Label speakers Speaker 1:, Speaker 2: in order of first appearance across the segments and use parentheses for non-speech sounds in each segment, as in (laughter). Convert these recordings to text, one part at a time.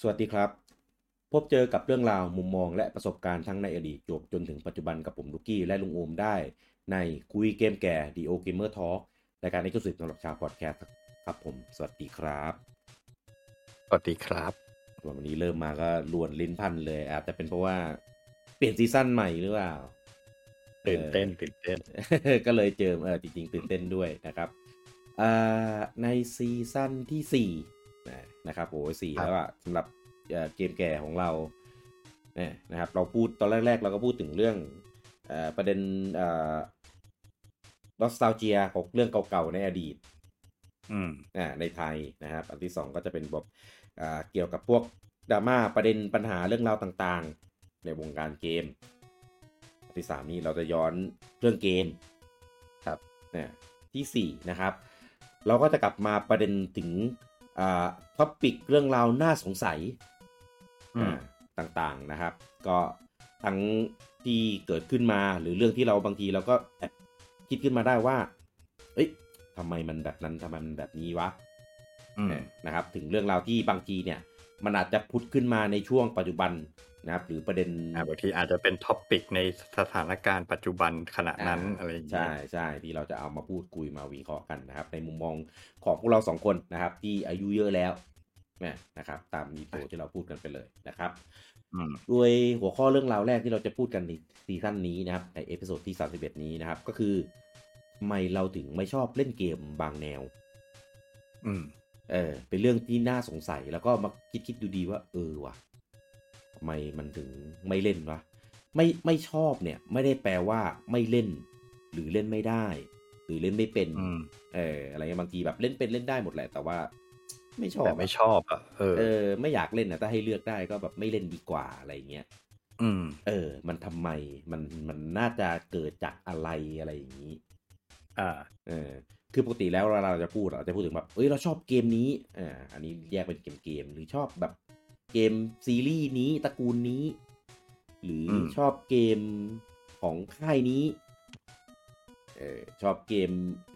Speaker 1: สวัสดีครับ พบเจอกับเรื่องราวมุมมองและประสบการณ์ทั้งในอดีตจวบจนถึงปัจจุบันกับผมลูกกี้และลุงโอมได้ ในคุยเกมแก่ดีโอเกมเมอร์ทอล์กรายการที่กระสุดสำหรับชาวพอดแคสต์ครับผม สวัสดีครับ
Speaker 2: สวัสดีครับ
Speaker 1: วันนี้เริ่มมาก็ลวนลิ้นพันเลยอาจจะเป็นเพราะว่าเปลี่ยนซีซั่นใหม่หรือเปล่า
Speaker 2: ตื่นเต้นตื่นเต้น
Speaker 1: (laughs) ก็เลยเจอเออจริงๆ ตื่นเต้นด้วยนะครับอ่าในซีซั่นที่สี่นะนะครับโอ้ยสี่
Speaker 2: ครับ
Speaker 1: แล้วอะสำหรับเอ่อเกมแก่ของเราเนี่ยนะครับ เราพูดตอนแรก ๆ เราก็พูดถึงเรื่องเออประเด็นเอ่อลอสตาเจียของเรื่องเก่าๆ ในอดีต
Speaker 2: อืม
Speaker 1: อ่าในไทยนะครับอันที่ 2 ก็จะเป็นแบบอ่าเกี่ยวกับพวกดราม่าประเด็นปัญหาเรื่องราวต่างๆ ในวงการเกม อันที่ 3 นี้เราจะย้อนเรื่องเกม
Speaker 2: ครับ
Speaker 1: นะที่ 4 นะครับ เราก็จะกลับมาประเด็นถึงอ่าท็อปิกเรื่องราวน่าสงสัย
Speaker 2: อืม
Speaker 1: อ่าต่างๆนะครับ ก็ทั้งที่เกิดขึ้นมาหรือเรื่องที่เราบางทีเราก็แอบคิดขึ้นมาได้ว่า เอ้ยทำไมมันแบบนั้นทำไมมันแบบนี้วะ
Speaker 2: อืม
Speaker 1: นะครับ ถึงเรื่องราวที่บางทีเนี่ย มันอาจจะพุดขึ้นมาในช่วงปัจจุบันนะครับ หรือประเด็น
Speaker 2: อ่าบางทีอาจจะเป็นท็อปปิกในสถานการณ์ปัจจุบันขณะนั้น
Speaker 1: อ่า
Speaker 2: อะไรอย่างเงี้
Speaker 1: ใช่
Speaker 2: ย
Speaker 1: ใช่ที่เราจะเอามาพูดคุยมาวิเคราะห์กันนะครับ ในมุมมองของพวกเราสองคนนะครับ ที่อายุเยอะแล้วนะนะครับ ตามมีโปที่เราพูดกันไปเลยนะครับ
Speaker 2: อืม
Speaker 1: โดยหัวข้อเรื่องราวแรกที่เราจะพูดกันในซีซั่นนี้นะครับในเอพิโซดที่ 31 นี้นะครับ ก็คือทำไมเราถึงไม่ชอบเล่นเกมบางแนว
Speaker 2: อืม
Speaker 1: เออเป็นเรื่องที่น่าสงสัยแล้วก็มาคิดคิดดูดีว่า เออว่ะทำไมมันถึงไม่เล่นวะไม่ไม่ชอบเนี่ย ไม่ได้แปลว่าไม่เล่น หรือเล่นไม่ได้ หรือเล่นไม่เป็น
Speaker 2: อืม
Speaker 1: เอออะไรเงี้ยบางทีแบบเล่นเป็นเล่นได้หมดแหละ แต่ว่า ไม่ชอบ
Speaker 2: แต่ไม่ชอบอ่ะ เออ
Speaker 1: เออ ไม่อยากเล่นนะถ้าให้เลือกได้ก็แบบไม่เล่นดีกว่าอะไรเงี้ย
Speaker 2: อืม
Speaker 1: เออ มันทำไม มัน มันน่าจะเกิดจากอะไรอะไรอย่างนี้
Speaker 2: อ่า
Speaker 1: เออ คือปกติแล้วเราเราจะพูดเราจะพูดถึงแบบ เอ้ย เราชอบเกมนี้ อ่า อันนี้แยกเป็นเกมเกมๆหรือชอบแบบเกมซีรีส์นี้ตระกูลนี้ หรืออ
Speaker 2: ม
Speaker 1: ชอบเกมของค่ายนี้ เออ ชอบเกม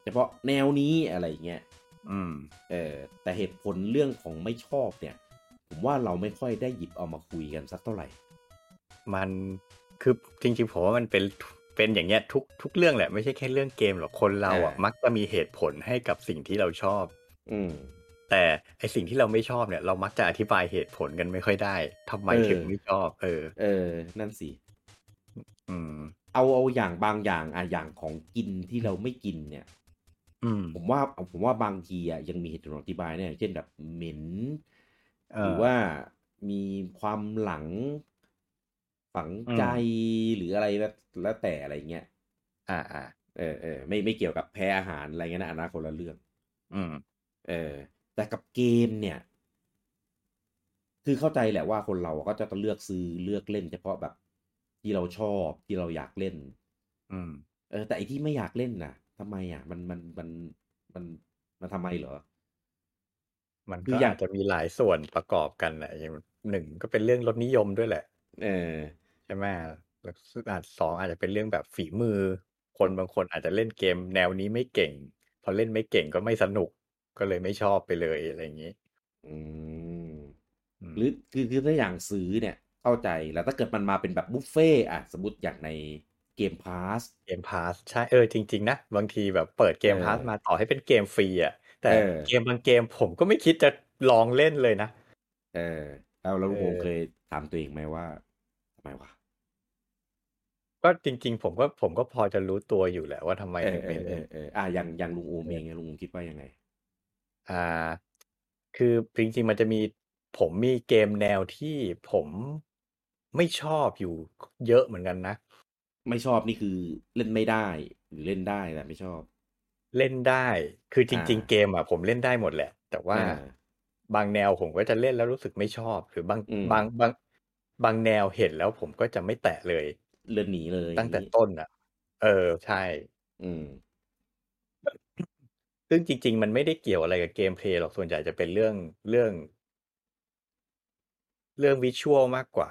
Speaker 1: เฉพาะแนวนี้อะไรอย่างเงี้ย
Speaker 2: อืม
Speaker 1: เออ แต่เหตุผลเรื่องของไม่ชอบเนี่ย ผมว่าเราไม่ค่อยได้หยิบเอามาคุยกันสักเท่าไหร่
Speaker 2: มันคือจริงๆผมว่ามันเป็นเป็นอย่างเงี้ยทุกทุกเรื่องแหละไม่ใช่แค่เรื่องเกมหรอกคนเราอ่ะ
Speaker 1: อ่ามั
Speaker 2: มักจะมีเหตุผลให้กับสิ่งที่เราชอบ
Speaker 1: อืม
Speaker 2: แต่ไอสิ่งที่เราไม่ชอบเนี่ย เรามักจะอธิบายเหตุผลกันไม่ค่อยได้ทำไม
Speaker 1: เออ
Speaker 2: ถึงไม่ชอบ เออ
Speaker 1: เออ นั่นสิ
Speaker 2: อืม
Speaker 1: เอาเอาอย่างบางอย่างอะอย่างของกินที่เราไม่กินเนี่ย
Speaker 2: อืม
Speaker 1: ผมว่าผมว่าบางทีอะยังมีเหตุผลอธิบายเนี่ยเช่นแบบเหม็น
Speaker 2: เอ
Speaker 1: ห
Speaker 2: อ
Speaker 1: รือว่ามีความหลังฝังใจหรืออะไรแล้วแล้วแต่อะไรเงี้ย
Speaker 2: อ่าอ่า
Speaker 1: เออเออไม่ไม่เกี่ยวกับแพ้อาหารอะไรเงี้ยนะอันนั้นคนละเรื่อง
Speaker 2: อืม
Speaker 1: เออ แต่กับเกมเนี่ย คือเข้าใจแหละว่าคนเราก็จะต้องเลือกซื้อเลือกเล่น เฉพาะแบบที่เราชอบที่เราอยากเล่น
Speaker 2: อืม
Speaker 1: เออแต่ไอที่ไม่อยากเล่นน่ะทำไมอ่ะ มันมันมันมันมันทำไมเหรอ
Speaker 2: มัน
Speaker 1: คื
Speaker 2: ก็
Speaker 1: ออย่าง
Speaker 2: อาจจะมีหลายส่วนประกอบกันแหละอย่างหนึ่งก็เป็นเรื่องรสนิยมด้วยแหละ
Speaker 1: เออ
Speaker 2: ใช่ไหมแล้วอาจสองอาจจะเป็นเรื่องแบบฝีมือ คนบางคนอาจจะเล่นเกมแนวนี้ไม่เก่ง พอเล่นไม่เก่งก็ไม่สนุกก็เลยไม่ชอบไปเลยอะไรอย่างนี้
Speaker 1: อืม
Speaker 2: ม
Speaker 1: หรือคือคือถ้าอย่างซื้อเนี่ย เข้าใจแล้วถ้าเกิดมันมาเป็นแบบบุฟเฟ่ต์อ่ะสมมติอย่างในเกมพาส
Speaker 2: เกมพาสใช่เออจริง ๆ นะบางทีแบบเปิดเกม
Speaker 1: เออ
Speaker 2: พาสมาต่อให้เป็นเกมฟรีอ่ะแต่
Speaker 1: เออ
Speaker 2: เกมบางเกมผมก็ไม่คิดจะลองเล่นเลยนะ
Speaker 1: เออเราเราลุงโอม
Speaker 2: เออ
Speaker 1: เคยถามตัวเองไหมว่าทำไมวะ
Speaker 2: ก็จริง ๆ ผมก็ผมก็พอจะรู้ตัวอยู่แหละว่าทำไม
Speaker 1: เอ
Speaker 2: ถึ
Speaker 1: อง เอ
Speaker 2: ไม่
Speaker 1: อเอ
Speaker 2: เล่น
Speaker 1: อเอออ่ะอย่างอย่างลุงโอมเองเนี่ยลุงโอมคิดว่ายังไง
Speaker 2: อ่า คือจริงๆ มันจะมีผมมีเกมแนวที่ผมไม่ชอบอยู่เยอะเหมือนกันนะ
Speaker 1: ไม่ชอบนี่คือเล่นไม่ได้หรือเล่นได้แต่ไม่ชอบ
Speaker 2: เล่นได้คือจริง
Speaker 1: อ่า
Speaker 2: ๆ เกมอ่ะผมเล่นได้หมดแหละ แต่ว่า
Speaker 1: อ่า
Speaker 2: บางแนวผมก็จะเล่นแล้วรู้สึกไม่ชอบ หรือบาง
Speaker 1: อืม
Speaker 2: บางบางบางแนวเห็นแล้วผมก็จะไม่แตะเลย
Speaker 1: เลื่อนหนีเลยอ
Speaker 2: ตั้ง
Speaker 1: ย่าง
Speaker 2: แต่
Speaker 1: นี้
Speaker 2: ต้นอ่ะ เออใช่
Speaker 1: อืม
Speaker 2: ซึ่งจริง ๆ มันไม่ได้เกี่ยวอะไรกับเกมเพลย์หรอกส่วนใหญ่จะเป็นเรื่องเรื่องเรื่องวิชวลมากกว่า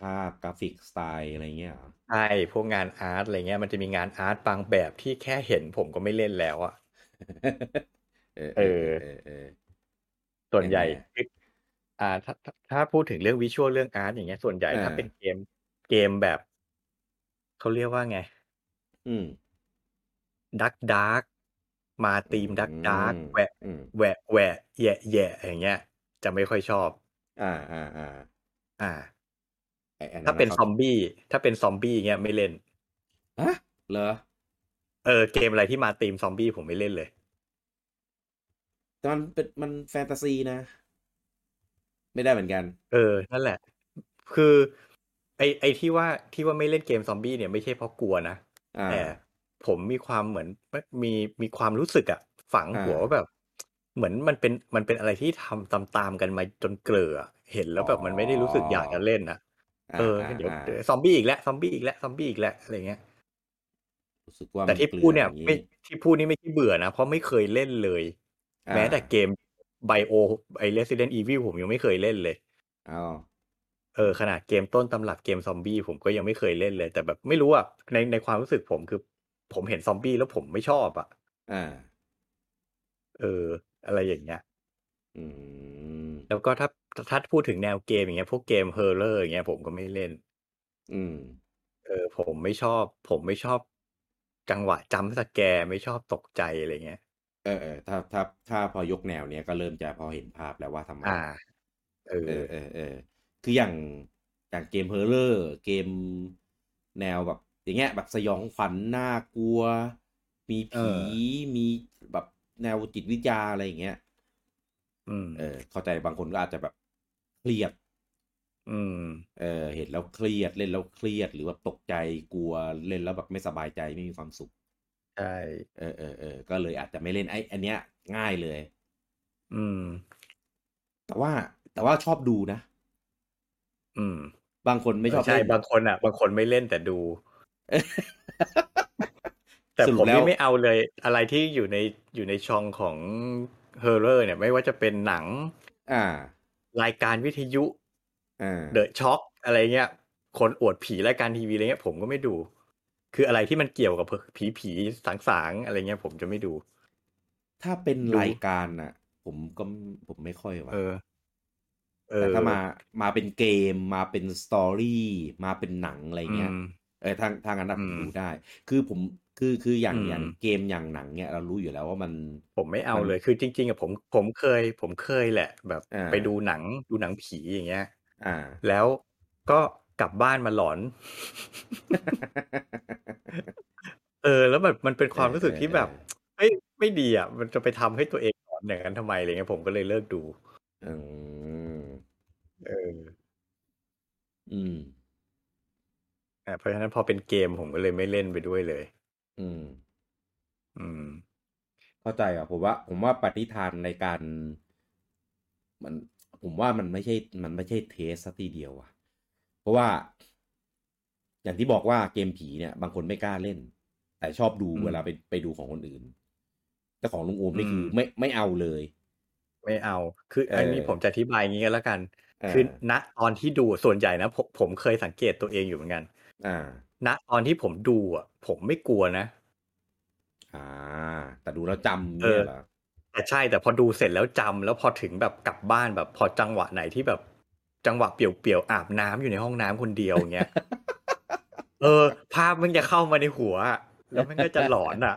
Speaker 1: ภาพกราฟิกสไตล์อะไรเงี้ยเหรอ
Speaker 2: ใช่ พวกงานอาร์ตอะไรเงี้ยมันจะมีงานอาร์ตบางแบบที่แค่เห็นผมก็ไม่เล่นแล้วอะ
Speaker 1: เออ
Speaker 2: เออ
Speaker 1: เออเออ
Speaker 2: ส่วนใหญ่
Speaker 1: ยังไงอะ
Speaker 2: อ่าถ้าถ้าถ้าพูดถึงเรื่องวิชวลเรื่องอาร์ตอย่างเงี้ยส่วนใหญ่
Speaker 1: อ่า
Speaker 2: ถ้าเป็นเกมเกมแบบเขาเรียกว่าไง
Speaker 1: อืม
Speaker 2: ดักดาร์กมาตีมดักดาร์ก
Speaker 1: อืม
Speaker 2: แหวะ
Speaker 1: อืม
Speaker 2: แหวะแหวะแหยะแหยะอย่างเงี้ย จะไม่ค่อยชอบ
Speaker 1: อ่าอ่าอ่า
Speaker 2: อ่า
Speaker 1: ไอ้อั
Speaker 2: ถ้าเป็น
Speaker 1: นะ
Speaker 2: ซอมบี้ถ้าเป็นซอมบี้เงี้ยไม่เล่น
Speaker 1: ฮะเหรอ
Speaker 2: เออเกมอะไรที่มาตีมซอมบี้ผมไม่เล่นเลย
Speaker 1: แต่มันเป็นมันแฟนตาซีนะ ไม่ได้เหมือนกัน
Speaker 2: เออ นั่นแหละ คือไอไอที่ว่าที่ว่าไม่เล่นเกมซอมบี้เนี่ยไม่ใช่เพราะกลัวนะ
Speaker 1: อ่า
Speaker 2: แต่ผมมีความเหมือนมีมีความรู้สึกอะฝังหัว
Speaker 1: อ่า
Speaker 2: ว่าแบบ เหมือนมันเป็นมันเป็นอะไรที่ทำตามๆกันมาจนเกลืออะเห็นแล้วแบบมันไม่ได้รู้สึกอยากจะเล่นนะ
Speaker 1: า
Speaker 2: เออ
Speaker 1: อา
Speaker 2: เดี๋ยว
Speaker 1: อ่า
Speaker 2: เดี๋ยวซอมบี้อีกแล้วซอมบี้อีกแล้วซอมบี้อีกแล้วอะไรเงี้ย
Speaker 1: รู้สึกว่า
Speaker 2: แต่ที่พูดเนี่ย
Speaker 1: มักลือ
Speaker 2: ไม่ที่พูดนี่ไม่ใช่เบื่อนะ เพราะไม่เคยเล่นเลย
Speaker 1: อ่า
Speaker 2: แม้แต่เกมไบโอไอ Resident Evil ผมยังไม่เคยเล่นเลย
Speaker 1: เอา
Speaker 2: เออขนาดเกมต้นตำรับเกมซอมบี้ผมก็ยังไม่เคยเล่นเลย แต่แบบไม่รู้อ่ะในในความรู้สึกผมคือ ผมเห็นซอมบี้แล้วผมไม่ชอบอ่ะ
Speaker 1: อ่า
Speaker 2: เออ อะไรอย่างเงี้ย
Speaker 1: อืม
Speaker 2: แล้วก็ถ้าถ้าพูดถึงแนวเกมอย่างเงี้ยพวกเกมเฮอร์เรอร์อย่างเงี้ยผมก็ไม่เล่น
Speaker 1: อืม
Speaker 2: เออ ผมไม่ชอบ ผมไม่ชอบ จังหวะจัมป์สแกร์ไม่ชอบตกใจอะไรเงี้ย
Speaker 1: เออเออถ้าถ้าถ้าพอยกแนวเนี้ยก็เริ่มจะพอเห็นภาพแล้วว่าทำไม
Speaker 2: อ่า เอ
Speaker 1: เออ
Speaker 2: อ
Speaker 1: เออเออคืออย่างอย่างเกมเฮอร์เรอร์ เกมแนวแบบ อย่างเงี้ยแบบสยองขวัญน่ากลัว มี
Speaker 2: เอ
Speaker 1: ผี
Speaker 2: อ
Speaker 1: มีแบบแนวจิตวิทยาอะไรอย่างเงี้ย
Speaker 2: อืม
Speaker 1: เออเข้าใจบางคนก็อาจจะแบบเครียด
Speaker 2: อืม
Speaker 1: เออเห็นแล้วเครียดเล่นแล้วเครียดหรือว่าตกใจกลัวเล่นแล้วแบบไม่สบายใจไม่มีความสุข
Speaker 2: ใช่
Speaker 1: เออเออเออก็เลยอาจจะไม่เล่นไอ้อันเนี้ยง่ายเลย
Speaker 2: อืม
Speaker 1: แต่ว่าแต่ว่าชอบดูนะ
Speaker 2: อืม
Speaker 1: บางคนไม่
Speaker 2: เอ
Speaker 1: ช
Speaker 2: อ
Speaker 1: อบ
Speaker 2: ใช่
Speaker 1: เล่น
Speaker 2: บางคนอ่ะ บางคนไม่เล่นแต่ดู แต่
Speaker 1: สรุ
Speaker 2: ผ
Speaker 1: ป
Speaker 2: ม
Speaker 1: แล้ว
Speaker 2: นี่ไม่เอาเลยอะไรที่อยู่ในอยู่ในช่องของเฮอร์เรอร์เนี่ย ไม่ว่าจะเป็นหนัง
Speaker 1: (laughs) อ่าร
Speaker 2: ายการวิทยุ
Speaker 1: อ่า
Speaker 2: เดอะช็อคอะไรเงี้ย คนอวดผีรายการทีวีอะไรเงี้ยผมก็ไม่ดู คืออะไรที่มันเกี่ยวกับผีผีสางสางๆอะไรเงี้ยผมจะไม่ดู
Speaker 1: ถ้าเป็น
Speaker 2: ดู
Speaker 1: รายการน่ะ ผมก็ผมไม่ค่อย
Speaker 2: เอ
Speaker 1: ว่ะ
Speaker 2: อ เอ
Speaker 1: แต่ถ้า
Speaker 2: อ
Speaker 1: มามาเป็นเกมมาเป็นสตอรี่มาเป็นหนังอะไร
Speaker 2: อื
Speaker 1: เงี้ย
Speaker 2: ม
Speaker 1: เออทางทางนั้นน่ะ
Speaker 2: อื
Speaker 1: ผม
Speaker 2: ม
Speaker 1: ดูได้ คือผมคือคืออย่าง
Speaker 2: อื
Speaker 1: อย่าง
Speaker 2: ม
Speaker 1: เกมอย่างหนังเนี่ย เรารู้อยู่แล้วว่ามัน
Speaker 2: ผมไม่เอา
Speaker 1: มัน
Speaker 2: เลยคือจริง ๆอะผมผมเคย ผมเคยแหละ แบบ
Speaker 1: อ่า
Speaker 2: ไปดูหนังดูหนังผีอย่างเงี้ย
Speaker 1: อ่า
Speaker 2: แล้วก็กลับบ้านมาหลอน เออ แล้วแบบมันเป็น
Speaker 1: เอ
Speaker 2: (laughs) ความ
Speaker 1: อ
Speaker 2: รู้
Speaker 1: เอ
Speaker 2: สึก
Speaker 1: อ
Speaker 2: ที่
Speaker 1: เอ
Speaker 2: แบบ
Speaker 1: อ
Speaker 2: เฮ้ยไม่ดีอ่ะ มันจะไปทำให้ตัวเองหลอนอย่างนั้นทำไมอะไรเงี้ยผมก็เลยเลิกดู
Speaker 1: อืม
Speaker 2: เออ
Speaker 1: อืม
Speaker 2: อ่ะเพราะฉะนั้นพอเป็นเกมผมก็เลยไม่เล่นไปด้วยเลย
Speaker 1: อืม
Speaker 2: อืม
Speaker 1: เข้าใจอ่ะผมว่า ผมว่าปฏิฐานในการมันผมว่ามันไม่ใช่มันไม่ใช่เทสซะทีเดียวอ่ะ เพราะว่า อย่างที่บอกว่าเกมผีเนี่ย บางคนไม่กล้าเล่น แต่ชอบดู
Speaker 2: อื
Speaker 1: เว
Speaker 2: ม
Speaker 1: ลาไปไปดูของคนอื่น แต่ของลุงโอม
Speaker 2: อื
Speaker 1: นี่คือ
Speaker 2: ม
Speaker 1: ไม่ไม่เอาเลย
Speaker 2: ไม่เอา คือ
Speaker 1: เอ
Speaker 2: อันนี้
Speaker 1: อ
Speaker 2: ผมจะอธิบายอย่างนี้ก็แล้วกัน
Speaker 1: อ่า
Speaker 2: คือณตอนที่ดูส่วนใหญ่นะผมผมเคยสังเกตตัวเองอยู่เหมือนกัน
Speaker 1: อ่า
Speaker 2: ณตอนที่ผมดูอ่ะ ผมไม่กลัวนะ
Speaker 1: อ่า แต่ดูแล้วจำ
Speaker 2: เอ
Speaker 1: เนี่ย
Speaker 2: อ
Speaker 1: เหรอ
Speaker 2: แต่ใช่แต่พอดูเสร็จแล้วจำแล้วพอถึงแบบกลับบ้านแบบ พอจังหวะไหนที่แบบ จังหวะเปลี่ยวๆอาบน้ำอยู่ในห้องน้ำคนเดียวเงี้ย เออ ภาพมันจะเข้ามาในหัวอะแล้วมันก็จะหลอนอ่ะ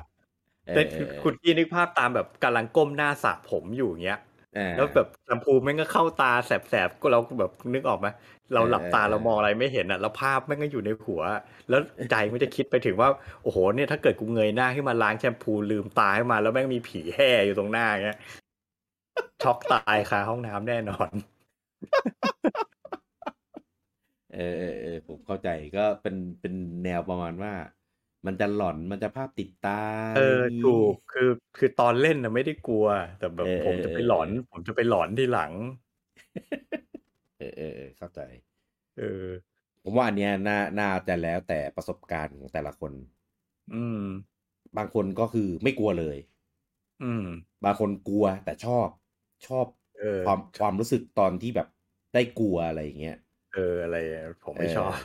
Speaker 1: เอ
Speaker 2: แต่
Speaker 1: อเอ
Speaker 2: คือ
Speaker 1: อเออ
Speaker 2: คุณกี้นึกภาพตามแบบกำลังก้มหน้าสระผมอยู่เงี้ย
Speaker 1: อ่า
Speaker 2: แล้วแบบแชมพูมันก็เข้าตาแสบๆก็เราก็แบบนึกออกไหม
Speaker 1: เอ
Speaker 2: เรา
Speaker 1: อ
Speaker 2: หลับ
Speaker 1: เออ
Speaker 2: ตา
Speaker 1: เอ
Speaker 2: เรา
Speaker 1: อ
Speaker 2: มองอะไรไม่เห็นอ่ะแล้วภาพมันก็อยู่ในหัว แล้วใจมันจะคิดไปถึงว่าโอ้โหเนี่ยถ้าเกิดกูเงยหน้าขึ้นมาล้างแชมพูลืมตาขึ้นมาแล้วแม่งมีผีแห่อยู่ตรงหน้าเงี้ย ช็อกตายคาห้องน้ำแน่นอน
Speaker 1: เออเออเออผมเข้าใจก็เป็นเป็นแนวประมาณว่า มันจะหลอนมันจะภาพติดตา
Speaker 2: เอ
Speaker 1: อะไรอ
Speaker 2: อย่าง
Speaker 1: นี้
Speaker 2: ถูกคือคือตอนเล่นนะไม่ได้กลัว แต่แบ
Speaker 1: เอบ อ
Speaker 2: ผ
Speaker 1: เอ
Speaker 2: ม
Speaker 1: อ
Speaker 2: จะ
Speaker 1: เอ
Speaker 2: ไป
Speaker 1: อ
Speaker 2: หล
Speaker 1: เอ
Speaker 2: อน
Speaker 1: อ
Speaker 2: ผมจะไปหลอนทีหลัง
Speaker 1: เออเออเออเข้าใจ
Speaker 2: เออ
Speaker 1: ผมว่าอันเนี้ยน่าน่าจะแล้วแต่ประสบการณ์ของแต่ละคน
Speaker 2: อืม
Speaker 1: บางคนก็คือไม่กลัวเลย
Speaker 2: อืม
Speaker 1: บางคนกลัวแต่ชอบชอบ
Speaker 2: เออ
Speaker 1: ความ
Speaker 2: ช
Speaker 1: ค
Speaker 2: อ
Speaker 1: วา
Speaker 2: บ
Speaker 1: มรู้สึกตอนที่แบบได้กลัวอะไรอย่างเงี้ย
Speaker 2: เอออะไรอะผม
Speaker 1: เอ
Speaker 2: ไม่ชอ
Speaker 1: อบ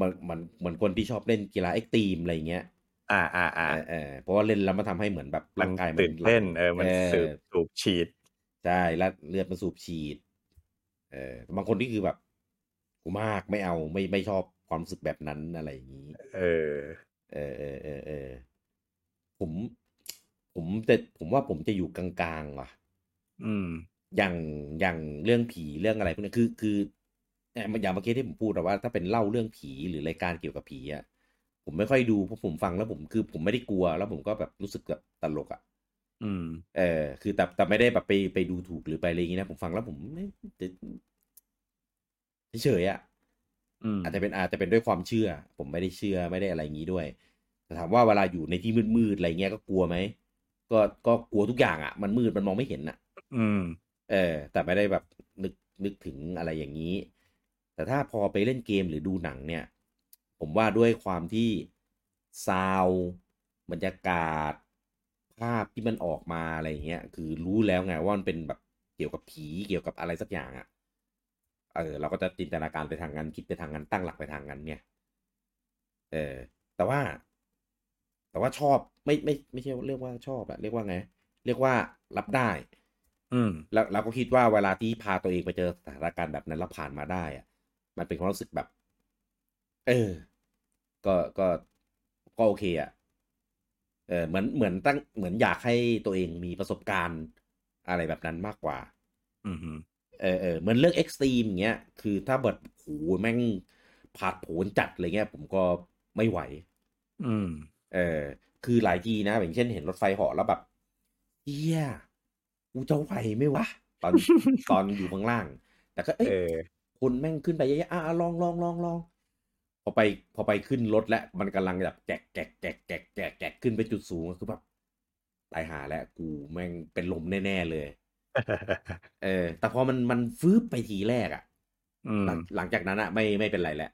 Speaker 1: มันมันเหมือนคนที่ชอบเล่นกีฬาเอ็กซ์ตรีมอะไรอย่างเงี้ย
Speaker 2: อ่า (laughs) อ่าอ่า
Speaker 1: เออเออเพราะว่าเล่นแล้วมันทำให้เหมือนแบบ
Speaker 2: มัน
Speaker 1: ร่างกายมัน
Speaker 2: ตื่น
Speaker 1: หลั่
Speaker 2: เต้
Speaker 1: ง
Speaker 2: น เออ
Speaker 1: เอ
Speaker 2: มันสื
Speaker 1: อบ
Speaker 2: สูบฉีด
Speaker 1: ใช่แล้วเลือดมันสูบฉีด เออบางคนนี่คือแบบกูมากไม่เอาไม่ไม่ชอบความรู้สึกแบบนั้นอะไรอย่างนี้
Speaker 2: เออ
Speaker 1: เออเออเออเออผม ผมแต่ผมว่าผมจะอยู่กลางๆว่ะ
Speaker 2: อืม
Speaker 1: อย่างอย่างเรื่องผีเรื่องอะไรพวกนี้คือคือเอ่ออย่างเมื่อกี้ที่ผมพูดแต่ว่าถ้าเป็นเล่าเรื่องผีหรือรายการเกี่ยวกับผีอ่ะผมไม่ค่อยดูเพราะผมฟังแล้วผมคือผมไม่ได้กลัว แล้วผมก็แบบรู้สึกแบบตลกอ่ะ
Speaker 2: อืม
Speaker 1: เออคือแต่แต่ไม่ได้แบบไปไปดูถูกหรือไปอะไรอย่างงี้นะผมฟังแล้วผมเอ๊ะแต่เฉยๆอ่ะ
Speaker 2: อืม
Speaker 1: อาจจะเป็นอาจจะเป็นด้วยความเชื่อ ผมไม่ได้เชื่อไม่ได้อะไรอย่างนี้ด้วยแต่ถามว่าเวลาอยู่ในที่มืดๆอะไรเงี้ยก็กลัวไหมก็ก็กลัวทุกอย่างอ่ะมันมืดมันมองไม่เห็นอ่ะ
Speaker 2: อืม
Speaker 1: เออแต่ไม่ได้แบบนึกนึกถึงอะไรอย่างนี้ แต่ถ้าพอไปเล่นเกมหรือดูหนังเนี่ย ผมว่าด้วยความที่ซาวบรรยากาศ ภาพที่มันออกมาอะไรอย่างเงี้ยคือรู้แล้วไงว่ามันเป็นแบบเกี่ยวกับผีเกี่ยวกับอะไรสักอย่างอะ่ะเออเราก็จะจินตนาการไปทางนั้นคิดไปทางนั้นตั้งหลักไปทางนั้นเนี่ยเออแต่ว่า แต่ว่าชอบไม่ไม่ไม่ใช่เรียกว่าชอบอะเรียกว่าไง เรียกว่ารับได้
Speaker 2: อืม
Speaker 1: แล้วเราก็คิดว่าเวลาที่พาตัวเองไปเจอสถานการณ์แบบนั้นแล้วผ่านมาได้อะมันเป็นความรู้สึกแบบ เออ ก็ก็ก็โอเคอะเออเหมือนเหมือนตั้งเหมือนอยากให้ตัวเองมีประสบการณ์อะไรแบบนั้นมากกว่า
Speaker 2: อืม
Speaker 1: เออเออเหมือนเรื่องเอ็กซ์ตรีมอย่างเงี้ยคือถ้าเบิดโอ้โหแม่งผาดโผนจัดอะไรเงี้ย ผมก็ไม่ไหว
Speaker 2: อืม
Speaker 1: เออคือหลายทีนะอย่างเช่นเห็นรถไฟเหาะแล้วแบบเฮียกูจะไหวไหมวะ ต
Speaker 2: (laughs)
Speaker 1: อน ตอนอยู่ข้างล่าง แต่ก็เอ้ย
Speaker 2: เอ (laughs) อ
Speaker 1: คนแม่งขึ้นไปเยอะๆอ่ะอ่ะลองลองลองลองพอไปพอไปขึ้นรถแล้วมันกำลังแบบแจกแจกแจกแจกแจกแจกขึ้นไปจุดสูงคือแบบตายหาแล้วกูแม่งเป็นลมแน่ๆเลย เออ แต่พอมันมันฟืบไปทีแรกอะ
Speaker 2: อืม
Speaker 1: หลังหลังจากนั้นอะไม่ไม่เป็นไรแล้ว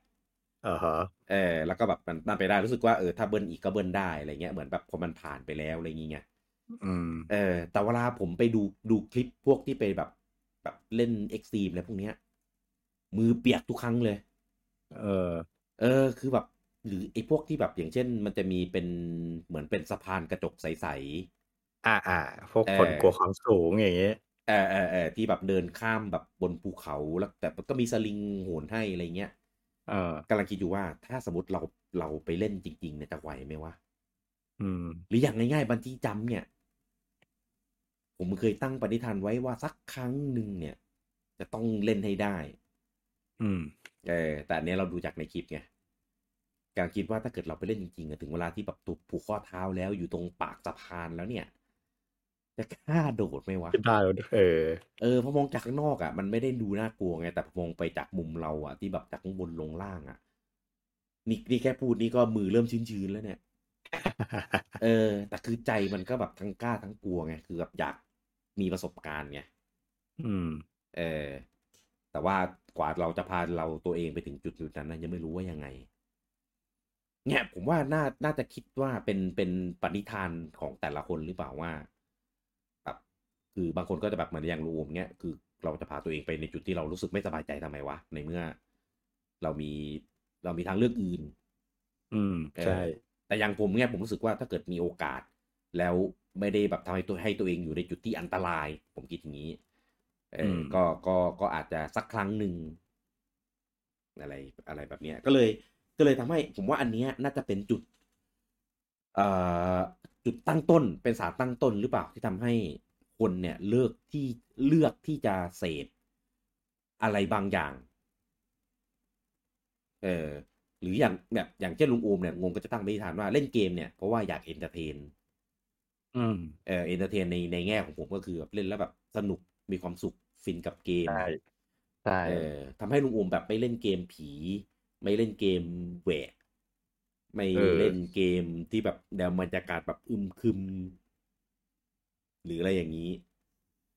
Speaker 2: อ่าฮะ
Speaker 1: เออแล้วก็แบบมันมันไปได้รู้สึกว่าเออถ้าเบิ้ลอีกก็เบิ้ลได้อะไรเงี้ยเหมือนแบบพอมันผ่านไปแล้วอะไรอย่างเงี้ย
Speaker 2: อืม
Speaker 1: เออแต่เวลาผมไปดูดูคลิปพวกที่ไปแบบแบบเล่นเอ็กซ์ตรีมอะไรพวกเนี้ย มือเปียกทุกครั้งเลย
Speaker 2: เออ
Speaker 1: เออคือแบบ หรือไอ้พวกที่แบบอย่างเช่น มันจะมีเป็นเหมือนเป็นสะพานกระจกใส
Speaker 2: อ่าอ่าพวก
Speaker 1: เออ
Speaker 2: คนกลัวความสูงอย่างเงี้ย
Speaker 1: ๆเออเออเออที่แบบเดินข้ามแบบบนภูเขาแล้วแต่มันก็มีสลิงโหนให้อะไรเงี้ย
Speaker 2: เออ
Speaker 1: กำลังคิดอยู่ว่าถ้าสมมติเราเราไปเล่นจริงๆเนี่ยจะไหวไหมวะ
Speaker 2: อืม
Speaker 1: หรืออย่างง่ายๆบันจี้จัมป์เนี่ย ผมเคยตั้งปณิธานไว้ว่าสักครั้งหนึ่งเนี่ย จะต้องเล่นให้ได้
Speaker 2: อืม
Speaker 1: เออแต่อันเนี้ยเราดูจากในคลิปไงการคิดว่าถ้าเกิดเราไปเล่นจริงๆอะถึงเวลาที่แบบถูกผูกข้อเท้าแล้วอยู่ตรงปากสะพานแล้วเนี่ย จะกล้าโดดไหมวะ
Speaker 2: คิดได้แล้วเออ (laughs)
Speaker 1: เออพอมองจากข้างนอกอะ่ะมันไม่ได้ดูน่ากลัวไง แต่พอมองไปจากมุมเราอะ่ะ ที่แบบจากข้างบนลงล่างอะ่ะนี่นี่แค่พูดนี่ก็มือเริ่มชื้นๆแล้วเนี่ย เออ แต่คือใจมันก็แบบทั้งกล้าทั้งกลัวไง คือแบบอยากมีประสบการณ์ไง
Speaker 2: อืม
Speaker 1: เออ แต่ว่ากว่าเราจะพาเราตัวเองไปถึงจุดจุดนั้นนะยังไม่รู้ว่ายังไง เนี่ยผมว่าน่า น่าจะคิดว่าเป็น เป็นปณิธานของแต่ละคนหรือเปล่าว่า แบบ คือบางคนก็จะแบบเหมือนอย่างรูมเนี่ย คือเราจะพาตัวเองไปในจุดที่เรารู้สึกไม่สบายใจทำไมวะ ในเมื่อ เรามี เรามีทางเลือกอื่น
Speaker 2: อืม
Speaker 1: เอ
Speaker 2: ใช่
Speaker 1: อแต่อย่างผมเนี่ยผมรู้สึกว่าถ้าเกิดมีโอกาส แล้วไม่ได้แบบทำให้ตัวให้ตัวเองอยู่ในจุดที่อันตราย ผมคิดอย่างนี้เอออ
Speaker 2: ม
Speaker 1: ก็ก็ก็อาจจะสักครั้งหนึ่งอะไรอะไรแบบเนี้ย ก็เลยก็เลยทำให้ ผมว่าอันเนี้ยน่าจะเป็นจุดเอ่อจุดตั้งต้นเป็นสารตั้งต้นหรือเปล่าที่ทำให้คนเนี่ยเลือกที่เลือกที่จะเสพอะไรบางอย่าง เออ หรืออย่างแบบอย่างเช่นลุงโอมเนี่ยงงก็จะตั้งไปฐานว่าเล่นเกมเนี่ยเพราะว่าอยากเอนเตอร์เทน
Speaker 2: อืม
Speaker 1: เออเอนเตอร์เทนในในแง่ของผมก็คือแบบเล่นแล้วแบบสนุกมีความสุขฟินกับเกม
Speaker 2: ใช่ ใช่
Speaker 1: เออทำให้ลุงโอมแบบไม่เล่นเกมผี ไม่เล่นเกมแหวกไม่เล่นเกมที่แบบแนวบรรยากาศแบบอึมครึม หรืออะไรอย่างนี้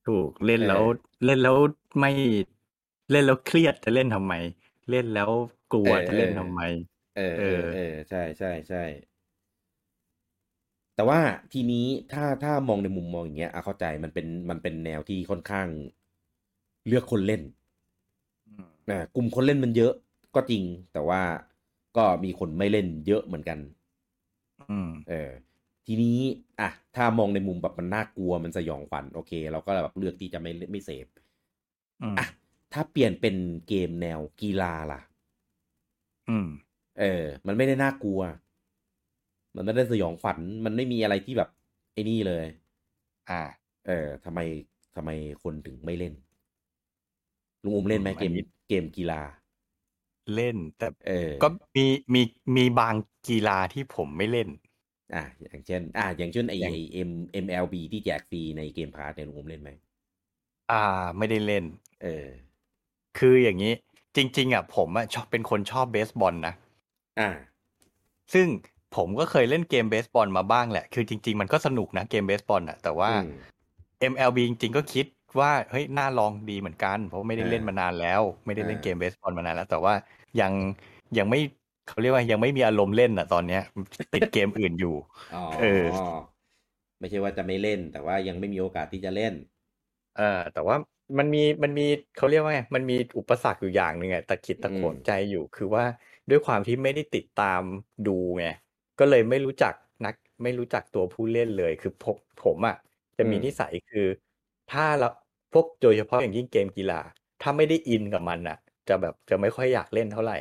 Speaker 2: ถูกเล่นแล้ว
Speaker 1: เออ
Speaker 2: เล่นแล้วไม่เล่นแล้วเครียดจะเล่นทำไม เล่นแล้วกลัวจะเล่นทำไม
Speaker 1: เออ
Speaker 2: เอ
Speaker 1: เอ
Speaker 2: อ
Speaker 1: อเออใช่ใช่ใช่ แต่ว่าทีนี้ถ้าถ้ามองในมุมมองอย่างเงี้ยอ่ะเข้าใจมันเป็นมันเป็นแนวที่ค่อนข้างเลือกคนเล่นนะกลุ่มคนเล่นมันเยอะก็จริง แต่ว่าก็มีคนไม่เล่นเยอะเหมือนกัน
Speaker 2: อืม
Speaker 1: เออ ทีนี้อ่ะถ้ามองในมุมแบบมันน่ากลัวมันสยองขวัญโอเค เราก็แบบเลือกที่จะไม่ไม่เสพ
Speaker 2: อืม
Speaker 1: ถ้าเปลี่ยนเป็นเกมแนวกีฬาล่ะ
Speaker 2: อืม
Speaker 1: เออ มันไม่ได้น่ากลัว มันไม่ได้สยองขวัญ มันไม่มีอะไรที่แบบไอ้นี่เลย
Speaker 2: อ่า
Speaker 1: เออทำไมทำไมคนถึงไม่เล่น ลุงอมเล่นไหม
Speaker 2: อืม
Speaker 1: เกม
Speaker 2: อันนี้
Speaker 1: เกมกีฬา
Speaker 2: เล่นแต่
Speaker 1: เออ
Speaker 2: ก็มีมีมีบางกีฬาที่ผมไม่เล่น
Speaker 1: อ่ะอย่างเช่น อ่ะอย่างเช่นไอ
Speaker 2: อย่าง
Speaker 1: ไอเอ็มเอ็มเอลบีที่แจกฟรีในเกมพาร์ทเนี่ยลุงอมเล่นไหม
Speaker 2: อ่า ไม่ได้เล่น
Speaker 1: เออ
Speaker 2: คืออย่างนี้ จริง ๆ อ่ะ ผมอ่ะชอบเป็นคนชอบเบสบอลนะ
Speaker 1: อ่ะ
Speaker 2: ซึ่งผมก็เคยเล่นเกมเบสบอลมาบ้างแหละ คือจริง ๆ มันก็สนุกนะเกมเบสบอลอ่ะ แต่ว่า
Speaker 1: อืม
Speaker 2: MLB จริง ๆ ก็คิดว่าเฮ้ยน่าลองดีเหมือนกัน เพราะไม่ได้เล่นมานานแล้ว ไม่ได้เล่น
Speaker 1: อ่า
Speaker 2: เกมเบสบอลมานานแล้ว แต่ว่ายังยังไม่เขาเรียกว่ายังไม่มีอารมณ์เล่นอ่ะตอนเนี้ย ติดเกมอื่นอยู่
Speaker 1: อ๋อ
Speaker 2: เออ
Speaker 1: ไม่ใช่ว่าจะไม่เล่น แต่ว่ายังไม่มีโอกาสที่จะเล่น
Speaker 2: เออแต่ว่ามันมีมันมีเขาเรียกว่าไงมันมีอุปสรรคอยู่อย่างหนึ่งอะตะขิดตะโขน
Speaker 1: อืม
Speaker 2: ใจอยู่คือว่าด้วยความที่ไม่ได้ติดตามดูไงก็เลยไม่รู้จักนักไม่รู้จักตัวผู้เล่นเลยคือผมผมอะจะมีนิสัยคือ ถ้าเราพวกโดยเฉพาะอย่างยิ่งเกมกีฬา ถ้าไม่ได้อินกับมันอะจะแบบจะไม่ค่อยอยากเล่นเท่าไหร่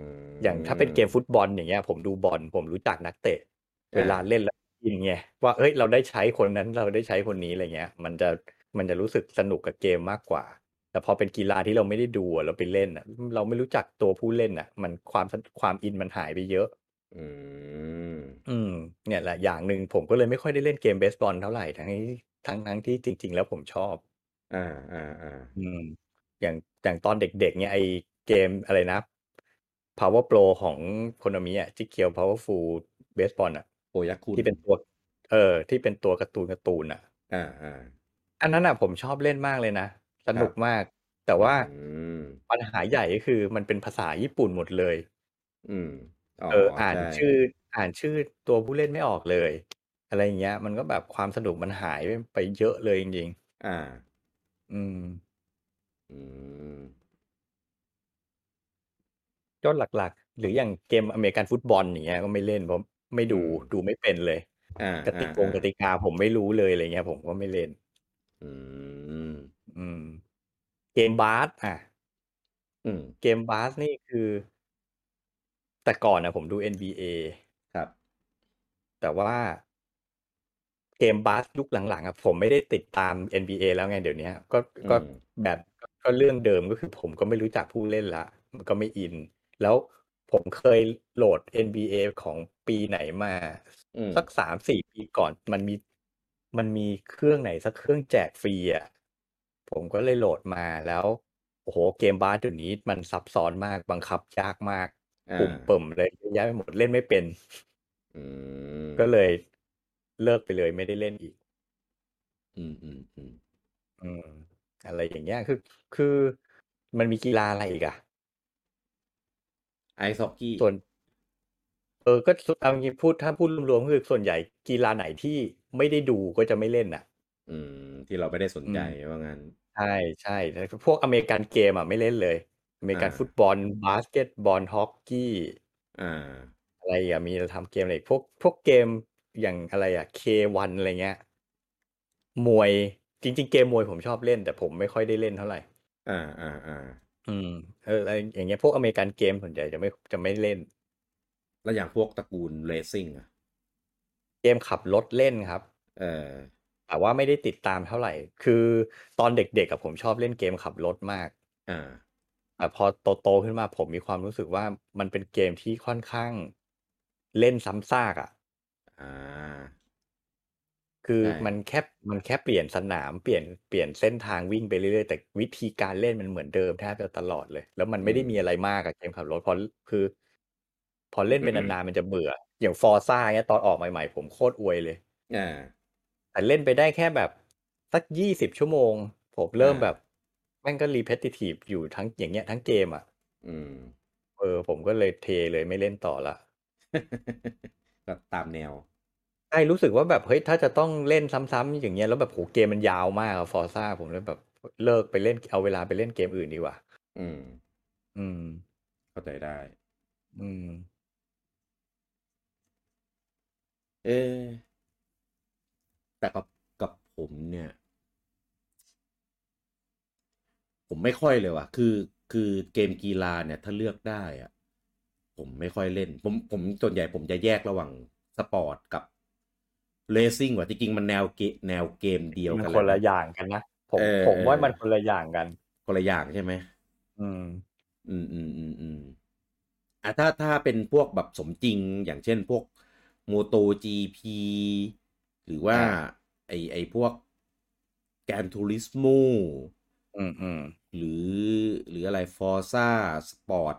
Speaker 1: ม
Speaker 2: อย่างถ้าเป็นเกมฟุตบอลอย่างเงี้ย ผมดูบอลผมรู้จักนักเตะ
Speaker 1: อ่า
Speaker 2: เวลาเล่นแล้วอินไงว่าเอ้ยเราได้ใช้คนนั้นเราได้ใช้คนนี้อะไรเงี้ย มันจะมันจะรู้สึกสนุกกับเกมมากกว่า แต่พอเป็นกีฬาที่เราไม่ได้ดูอะเราไปเล่นอะเราไม่รู้จักตัวผู้เล่นอ่ะ มันความความอินมันหายไปเยอะ
Speaker 1: อืม
Speaker 2: อืม เนี่ยแหละอย่างหนึ่งผมก็เลยไม่ค่อยได้เล่นเกมเบสบอลเท่าไหร่ทั้งที่ทั้งทั้งที่จริง ๆ แล้วผมชอบ
Speaker 1: อ่าอ่าอ่า
Speaker 2: อืมอย่างอย่างตอนเด็กๆเนี่ยไอเกมอะไรนะ Power Pro ของโคโนมิอ่ะจิเคียว Powerful Baseball อ่ะ
Speaker 1: โอยักคุณ
Speaker 2: ที่เป็นตัว เออ ที่เป็นตัวการ์ตูนการ์ตูนอ่ะ
Speaker 1: อ่าอ่า
Speaker 2: อันนั้นอ่ะผมชอบเล่นมากเลยนะ สนุกมาก แต่ว่า
Speaker 1: อืม
Speaker 2: ปัญหาใหญ่ก็คือมันเป็นภาษาญี่ปุ่นหมดเลย
Speaker 1: อืม
Speaker 2: เออ อ่าน
Speaker 1: ใ
Speaker 2: ชื่ออ่านชื่อตัวผู้เล่นไม่ออกเลย อะไรอย่างเงี้ย มันก็แบบความสนุกมันหายไปเยอะเลยจริง
Speaker 1: อ่า
Speaker 2: ๆอืม
Speaker 1: อืม
Speaker 2: ยอดหลักๆ หรืออย่างเกมอเมริกันฟุตบอลอย่างเงี้ยก็ไม่เล่นเพราะไม่ดู
Speaker 1: อืม
Speaker 2: ดูไม่เป็นเลย
Speaker 1: อ่าก
Speaker 2: ติกง
Speaker 1: อ่าก
Speaker 2: ติกาผมไม่รู้เลยอะไรเงี้ย ผมก็ไม่เล่น
Speaker 1: อืม
Speaker 2: อืม เกมบาสอ่ะ
Speaker 1: อืม
Speaker 2: เกมบาสนี่คือ แต่ก่อนนะผมดู NBA
Speaker 1: ครับ
Speaker 2: แต่ว่าเกมบาสยุคหลังๆอ่ะผมไม่ได้ติดตาม NBA แล้วไงเดี๋ยวเนี้ยก็
Speaker 1: อื
Speaker 2: ก็
Speaker 1: ม
Speaker 2: แบบก็เรื่องเดิมก็คือผมก็ไม่รู้จักผู้เล่นละมันก็ไม่อิน แล้วผมเคยโหลด NBA ของปีไหนมา
Speaker 1: อืม
Speaker 2: สักสามสี่ปีก่อน มันมีมันมีเครื่องไหนสักเครื่องแจกฟรีอ่ะผมก็เลยโหลดมาแล้ว โอ้โหเกมบาสเดี๋ยวนี้มันซับซ้อนมากบังคับยากมาก
Speaker 1: อ่า
Speaker 2: ปุ่มเปิ่มเลยเยอะแยะไปหมดเล่นไม่เป็น
Speaker 1: อืม
Speaker 2: ก็เลยเลิกไปเลยไม่ได้เล่นอีก
Speaker 1: อืมอืมอืม
Speaker 2: อืม อะไรอย่างเงี้ยคือคือมันมีกีฬาอะไรอีกอะ
Speaker 1: ไอซ์ฮอกกี้
Speaker 2: ส่วน เออก็สุดเอางี้พูดถ้าพูดรวมๆก็คือส่วนใหญ่กีฬาไหนที่ไม่ได้ดูก็จะไม่เล่นอ่ะ
Speaker 1: อืม ที่เราไม่ได้สนใจ
Speaker 2: อืม
Speaker 1: ว่างั้น
Speaker 2: ใช่ใช่แล้วก็พวกอเมริกันเกมอ่ะไม่เล่นเลย อเมริกัน
Speaker 1: อ่า
Speaker 2: ฟุตบอล บาสเกตบอลฮอกกี้
Speaker 1: อ่า
Speaker 2: อะไรอ่ะมีทำเกมอะไรอีกพวกพวกเกมอย่างอะไรอ่ะ K1 อะไรเงี้ยมวยจริง ๆ เกมมวยผมชอบเล่น แต่ผมไม่ค่อยได้เล่นเท่าไหร่
Speaker 1: อ่า อ่า อ่า
Speaker 2: อืมเอออะไรอย่างเงี้ยพวกอเมริกันเกมส่วนใหญ่จะไม่จะไม่เล่น
Speaker 1: แล้วอย่างพวกตระกูลเรซิ่งอ่ะ
Speaker 2: เกมขับรถเล่นครับ
Speaker 1: เออ
Speaker 2: แต่ว่าไม่ได้ติดตามเท่าไหร่ คือตอนเด็กๆกับผมชอบเล่นเกมขับรถมาก
Speaker 1: อ่า
Speaker 2: แต่พอโตๆขึ้นมาผมมีความรู้สึกว่ามันเป็นเกมที่ค่อนข้างเล่นซ้ำซากอ่ะ
Speaker 1: อ่า
Speaker 2: คือ
Speaker 1: ใช่
Speaker 2: มันแค่มันแค่เปลี่ยนสนามเปลี่ยนเปลี่ยนเส้นทางวิ่งไปเรื่อยๆ แต่วิธีการเล่นมันเหมือนเดิมแทบจะตลอดเลย แล้วมันไม่ได้มีอะไรมากอะเกมขับรถเพราะคือ พอเล่นเป็นนานๆมันจะเบื่อ อย่างฟอร์ซ่าเนี่ยตอนออกใหม่ๆ ผมโคตรอวยเลย
Speaker 1: อ่า
Speaker 2: แต่เล่นไปได้แค่แบบสักยี่สิบชั่วโมง ผมเริ่ม
Speaker 1: อ่า
Speaker 2: แบบแม่งก็รีเพ i ทีฟอยู่ทั้งอย่างเงี้ยทั้งเกมอ่ะ
Speaker 1: อืม (laughs)
Speaker 2: เออผมก็เลยเทเลยไม่เล่นต่อละ
Speaker 1: ก็ตามแนว
Speaker 2: ใช่รู้สึกว่าแบบเฮ้ยถ้าจะต้องเล่นซ้ำๆอย่างเงี้ยแล้วแบบโหเกมมันยาวมากฟอร์ซ่าผมเลยแบบเลิกไปเล่นเอาเวลาไปเล่นเกมอื่นดีกว่า
Speaker 1: อืม
Speaker 2: อืม
Speaker 1: เข้าใจได้
Speaker 2: อืม
Speaker 1: เออ แต่กับกับผมเนี่ย ผม ไม่ค่อยเลยว่ะ คือ คือเกมกีฬาเนี่ย ถ้าเลือกได้อะผมไม่ค่อยเล่น ผม ผมส่วนใหญ่ผมจะแยกระหว่างสปอร์ตกับเลสซิ่งว่ะ จริงๆ มันแนวเกมแนวเกมเดียว
Speaker 2: มั
Speaker 1: กัน น
Speaker 2: คนละ
Speaker 1: เ
Speaker 2: อย่างกันนะผม
Speaker 1: เออ
Speaker 2: ผมว่ามันคนละอย่างกัน
Speaker 1: คนละอย่างใช่ไหม
Speaker 2: อืม
Speaker 1: อืมอืมอืมอืมอ่ะถ้าถ้าเป็นพวกแบบสมจริงอย่างเช่นพวก Moto GP หรือว่า
Speaker 2: อ่า
Speaker 1: ไอไอพวกแกนทูริสโม
Speaker 2: อืมอืม
Speaker 1: หรือหรืออะไรฟอร์ซ่าสปอร์ต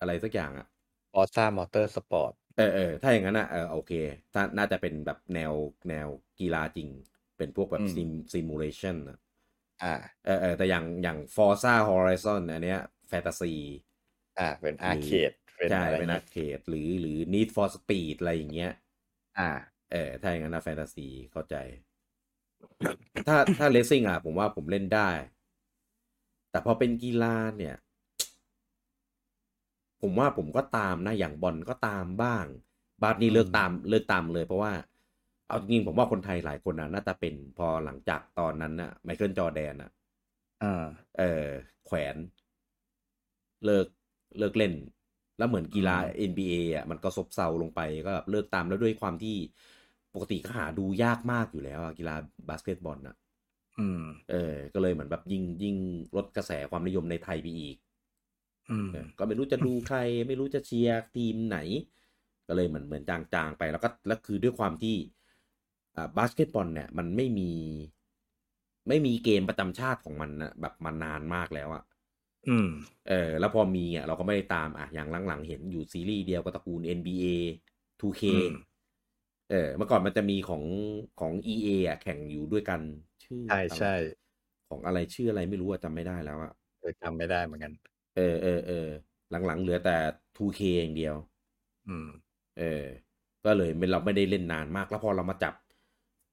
Speaker 1: อะไรสักอย่างอ่ะ
Speaker 2: ออซ่ามอเตอร์สปอร์ต
Speaker 1: เออเออถ้าอย่างนั้นอ่ะเออโอเคถ้าน่าจะเป็นแบบแนวแนวกีฬาจริง เป็นพวกแบบซิมซิมูเลชันอ่ะ
Speaker 2: อ่า
Speaker 1: เออเออแต่อย่างอย่างฟอร์ซ่าฮอริซอนอันเนี้ยแฟนตาซี
Speaker 2: อ่า เป็นอาร์เคดเป็น
Speaker 1: ใช่
Speaker 2: อะไร
Speaker 1: เป็นอา
Speaker 2: นะ
Speaker 1: ร์เคดหรือหรือ Need for Speed อะไรอย่างเงี้ย
Speaker 2: อ่า
Speaker 1: เออถ้าอย่างนั้นนะแฟนตาซี
Speaker 2: (coughs)
Speaker 1: เข้าใจ ถ้าถ้าเลสซิ่งอ่ะ ผมว่าผมเล่นได้ แต่พอเป็นกีฬาเนี่ย ผมว่าผมก็ตามนะ อย่างบอลก็ตามบ้าง บาสนี่
Speaker 2: อืม
Speaker 1: เลิกตามเลิกตามเลย เพราะว่า เอาจริงๆผมว่าคนไทยหลายคนนะน่าจะเป็นพอหลังจากตอนนั้นน่ะไมเคิลจอร์แดนอ่ะ
Speaker 2: อ่า
Speaker 1: เออแขวน เลิกเลิกเล่น แล้วเหมือนกีฬา
Speaker 2: อืม
Speaker 1: NBA อ่ะมันก็ซบเซาลงไปก็แบบเลิกตามแล้วด้วยความที่ปกติก็หาดูยากมากอยู่แล้วอะกีฬาบาสเกตบอลอ่ะ
Speaker 2: อืม
Speaker 1: เออ ก็เลยเหมือนแบบยิ่งยิ่งลดกระแสความนิยมในไทยไปอีก
Speaker 2: อืม
Speaker 1: เออก็ไม่รู้จะดูใคร ไม่รู้จะเชียร์ทีมไหน ก็เลยเหมือนเหมือนจางๆไปแล้วก็แล้วคือด้วยความที่อ่าบาสเกตบอลเนี่ย มันไม่มี ไม่มีเกมประจำชาติของมันนะแบบมานานมากแล้วอะ
Speaker 2: อืม
Speaker 1: เออแล้วพอมีอ่ะเราก็ไม่ได้ตามอ่ะอย่างหลังๆ เห็นอยู่ซีรีส์เดียวกับตระกูล NBA 2K
Speaker 2: อืม
Speaker 1: เออเมื่อก่อนมันจะมีของของ EA อ่ะแข่งอยู่ด้วยกันชื่อ
Speaker 2: ใช่ใช่
Speaker 1: ของอะไรชื่ออะไรไม่รู้อ่ะจำไม่ได้แล้วอ่ะ
Speaker 2: เออจำไม่ได้เหมือนกัน
Speaker 1: เออเออเออหลังๆ เหลือแต่ 2K อย่างเดียว
Speaker 2: อืม
Speaker 1: เออ ก็เลยไม่เราไม่ได้เล่นนานมาก แล้วพอเรามาจับ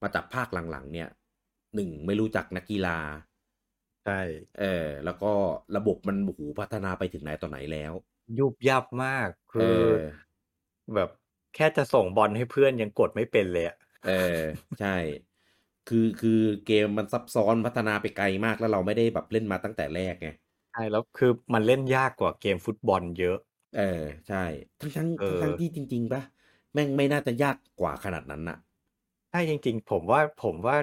Speaker 1: มาจับภาคหลังๆ เนี่ยหนึ่งไม่รู้จักนักกีฬา
Speaker 2: ใช่
Speaker 1: เออ แล้วก็ระบบมันโอ้โหพัฒนาไปถึงไหนต่อไหนแล้ว
Speaker 2: ยุบยับมากคื
Speaker 1: เอ
Speaker 2: อ
Speaker 1: อ
Speaker 2: แบบแค่จะส่งบอลให้เพื่อนยังกดไม่เป็นเลยอะ
Speaker 1: เออใช่ คือคือเกมมันซับซ้อนพัฒนาไปไกลมากแล้วเราไม่ได้แบบเล่นมาตั้งแต่แรกไง
Speaker 2: ใช่แล้วคือมันเล่นยากกว่าเกมฟุตบอลเยอะ
Speaker 1: เออใช่ทั้งทั้ง
Speaker 2: เอ
Speaker 1: ทั้ง
Speaker 2: อ
Speaker 1: ทั้งที่จริง ๆปะแม่งไม่น่าจะยากกว่าขนาดนั้นน่ะ
Speaker 2: ใช่จริงๆ ผมว่าผมว่า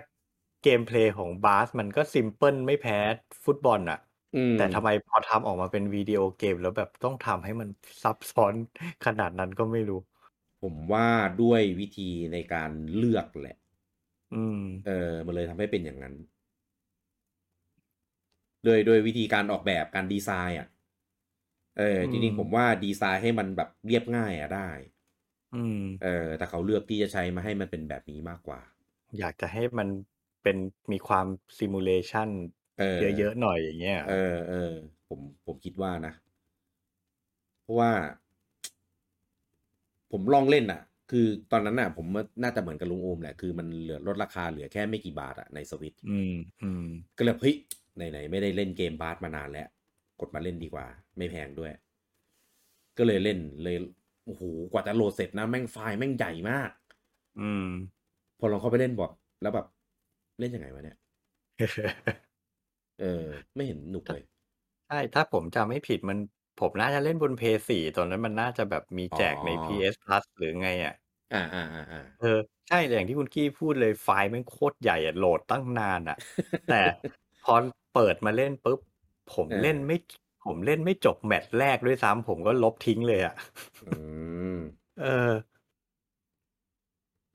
Speaker 2: เกมเพลย์ของบาสมันก็ซิมเพิลไม่แพ้ฟุตบอลอะ
Speaker 1: อืม
Speaker 2: แต่ทำไมพอทำออกมาเป็นวิดีโอเกม แล้วแบบต้องทำให้มันซับซ้อน ขนาดนั้นก็ไม่รู้
Speaker 1: ผมว่าด้วยวิธีในการเลือกแหละ
Speaker 2: อืม
Speaker 1: เออมันเลยทำให้เป็นอย่างนั้นโดยโดวยวิธีการออกแบบการดีไซน์อ่ะเออจริง
Speaker 2: อืม
Speaker 1: ๆผมว่าดีไซน์ให้มันแบบเรียบง่ายอ่ะได้
Speaker 2: อืม
Speaker 1: เออ แต่เขาเลือกที่จะใช้มาให้มันเป็นแบบนี้มากกว่า
Speaker 2: อยากจะให้มันเป็นมีความซิมูเลชัน
Speaker 1: เออ
Speaker 2: เยอะๆหน่อยอย่างเงี้ย
Speaker 1: เออเออผมผมคิดว่านะ เพราะว่า ผมลองเล่นอ่ะ คือตอนนั้นน่ะ ผมน่าจะเหมือนกับลุงโอมแหละ คือมันเหลือลดราคาเหลือแค่ไม่กี่บาทอ่ะในสวิต
Speaker 2: อืม อืม
Speaker 1: ก็เลยเฮ้ยไหนๆไม่ได้เล่นเกมบาสมานานแล้ว กดมาเล่นดีกว่า ไม่แพงด้วย ก็เลยเล่นเลยโอ้โหกว่าจะโหลดเสร็จนะแม่งไฟล์แม่งใหญ่มาก
Speaker 2: อืม
Speaker 1: พอลองเข้าไปเล่นบอกแล้วแบบ เล่นยังไงวะเนี่ยเออ ไม่เห็นหนุกเลย
Speaker 2: ใช่ ถ้าผมจำไม่ผิดมันผมน่าจะเล่นบนเพย์สี่ตอนนั้นมันน่าจะแบบมีแจกใน
Speaker 1: อ๋อ
Speaker 2: PS Plus หรือไงอ่ะ
Speaker 1: อ่าอ่าอ่าอ่า
Speaker 2: เออ ใช่อย่างที่คุณกี้พูดเลยไฟล์แมันโคตรใหญ่อะโหลดตั้งนานอ่ะ แต่พอเปิดมาเล่นปุ๊บ ผมเล่นไม่ ผมเล่นไม่จบแมตช์แรกด้วยซ้ำผมก็ลบทิ้งเลยอ่ะ
Speaker 1: อืม
Speaker 2: เออ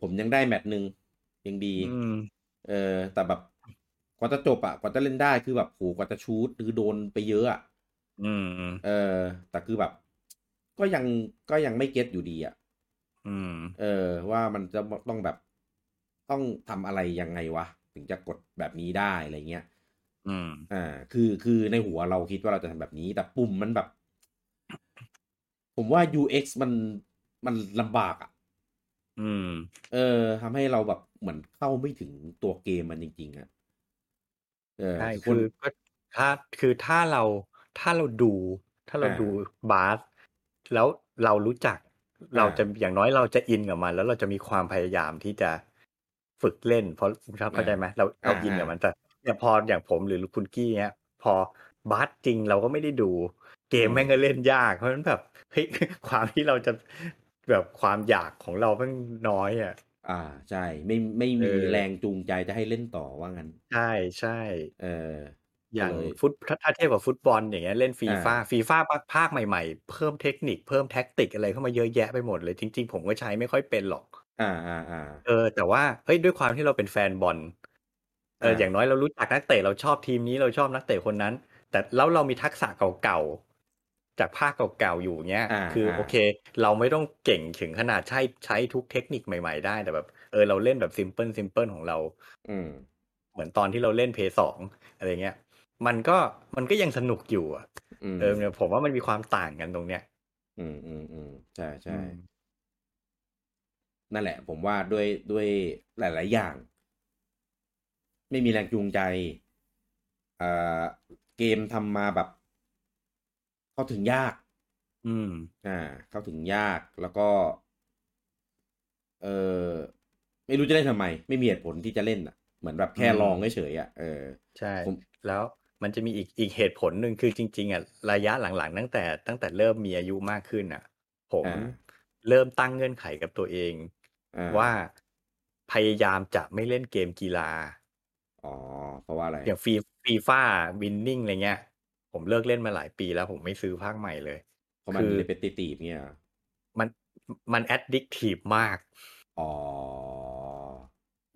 Speaker 1: ผมยังได้แมตช์หนึ่งยังดี
Speaker 2: อืม
Speaker 1: เออ แต่แบบกว่าจะจบอะกว่าจะเล่นได้คือแบบโหกว่าจะชูตคือโดนไปเยอะอะ
Speaker 2: อืม อืม
Speaker 1: เออ แต่คือแบบ ก็ยังก็ยังไม่เก็ตอยู่ดีอะ
Speaker 2: อืม
Speaker 1: เออ ว่ามันจะต้องแบบ ต้องทำอะไรยังไงวะ ถึงจะกดแบบนี้ได้อะไรเงี้ย
Speaker 2: อืม
Speaker 1: อ่า คือคือในหัวเราคิดว่าเราจะทำแบบนี้ แต่ปุ่มมันแบบ ผมว่า UX มันมันลำบากอะ
Speaker 2: อืม
Speaker 1: เออทำให้เราแบบเหมือนเข้าไม่ถึงตัวเกมมันจริง ๆอะเออ
Speaker 2: ใช่
Speaker 1: น
Speaker 2: คือก็ถ้าคือถ้าเราถ้าเราดู ถ้าเรา
Speaker 1: อ่า
Speaker 2: ดูบาสแล้วเรารู้จัก
Speaker 1: า
Speaker 2: เราจะอย่างน้อยเราจะอินกับมัน แล้วเราจะมีความพยายามที่จะฝึกเล่น เพราะคุณครับเข้าใจไหมเราเราอินกับมันแต่เนี่ยพออย่างผมหรือคุณกี้เนี่ยพอ บาสจริงเราก็ไม่ได้ดู เกมแม่งก็เล่นยาก เพราะฉะนั้นแบบเฮ้ย (laughs) ความที่เราจะแบบความอยากของเราแม่งน้อยอ่ะ
Speaker 1: อ่าใช่ไม่ไม่
Speaker 2: เอ
Speaker 1: มี
Speaker 2: อ
Speaker 1: แรงจูงใจจะให้เล่นต่อว่างั้น
Speaker 2: ใช่ใช่
Speaker 1: เออ
Speaker 2: อย่าง
Speaker 1: เลย
Speaker 2: ฟุตถ้าถ้าเทียบกับฟุตบอลอย่างเงี้ยเล่นฟี
Speaker 1: อ่า
Speaker 2: ฟ่าฟีฟ่าภาคใหม่ๆ เพิ่มเทคนิคเพิ่มแท็กติกอะไรเข้ามาเยอะแยะไปหมดเลย จริง ๆ ผมก็ใช้ไม่ค่อยเป็นหรอก
Speaker 1: อ่าอ่าอ่า
Speaker 2: เออแต่ว่าเฮ้ยด้วยความที่เราเป็นแฟนบอลเออ
Speaker 1: อ่า
Speaker 2: อย่างน้อยเรารู้จักนักเตะเราชอบทีมนี้เราชอบนักเตะคนนั้น แต่แล้วเรามีทักษะเก่าๆจากภาคเก่าๆอยู่เงี้ย
Speaker 1: อ่า
Speaker 2: คืออา โอเค เราไม่ต้องเก่งถึงขนาดใช้ใช้ทุกเทคนิคใหม่ๆได้แต่แบบเออเราเล่นแบบซิมเพิลซิมเพิลของเรา
Speaker 1: อืม
Speaker 2: เหมือนตอนที่เราเล่นเพย์สองอะไรเงี้ย มันก็มันก็ยังสนุกอยู่อะ
Speaker 1: อืม
Speaker 2: เออเนี่ยผมว่ามันมีความต่างกันตรงเนี้ย
Speaker 1: อืมอืมอืมใช่ใช่
Speaker 2: อืม
Speaker 1: นั่นแหละ ผมว่าด้วยด้วยหลาย ๆ อย่าง ไม่มีแรงจูงใจอ่าเกมทำมาแบบ เข้าถึงยาก
Speaker 2: อืม
Speaker 1: อ่า เข้าถึงยากแล้วก็ เออไม่รู้จะเล่นทำไม ไม่มีเหตุผลที่จะเล่นอ่ะ เหมือนแบบแค่
Speaker 2: อืม
Speaker 1: ลองเฉยๆอ่ะเออ
Speaker 2: ใช่
Speaker 1: ผม
Speaker 2: แล้วมันจะมีอีกอีกเหตุผลหนึ่งคือจริง ๆอ่ะระยะหลังๆ ตั้งแต่ตั้งแต่เริ่มมีอายุมากขึ้นอ่ะ ผม
Speaker 1: อ่า
Speaker 2: เริ่มตั้งเงื่อนไขกับตัวเอง
Speaker 1: อ่
Speaker 2: ว่าพยายามจะไม่เล่นเกมกีฬา
Speaker 1: อ๋อเพราะว่าอะไร
Speaker 2: อย่างฟีฟีฟ่าวินนิ่งอะไรเงี้ย ผมเลิกเล่นมาหลายปีแล้วผมไม่ซื้อภาคใหม่เลย
Speaker 1: เพราะมัน
Speaker 2: คือ
Speaker 1: เรเปติตีฟเนี่ยเหรอ
Speaker 2: มันมันแอดดิกทีฟมาก
Speaker 1: อ๋อ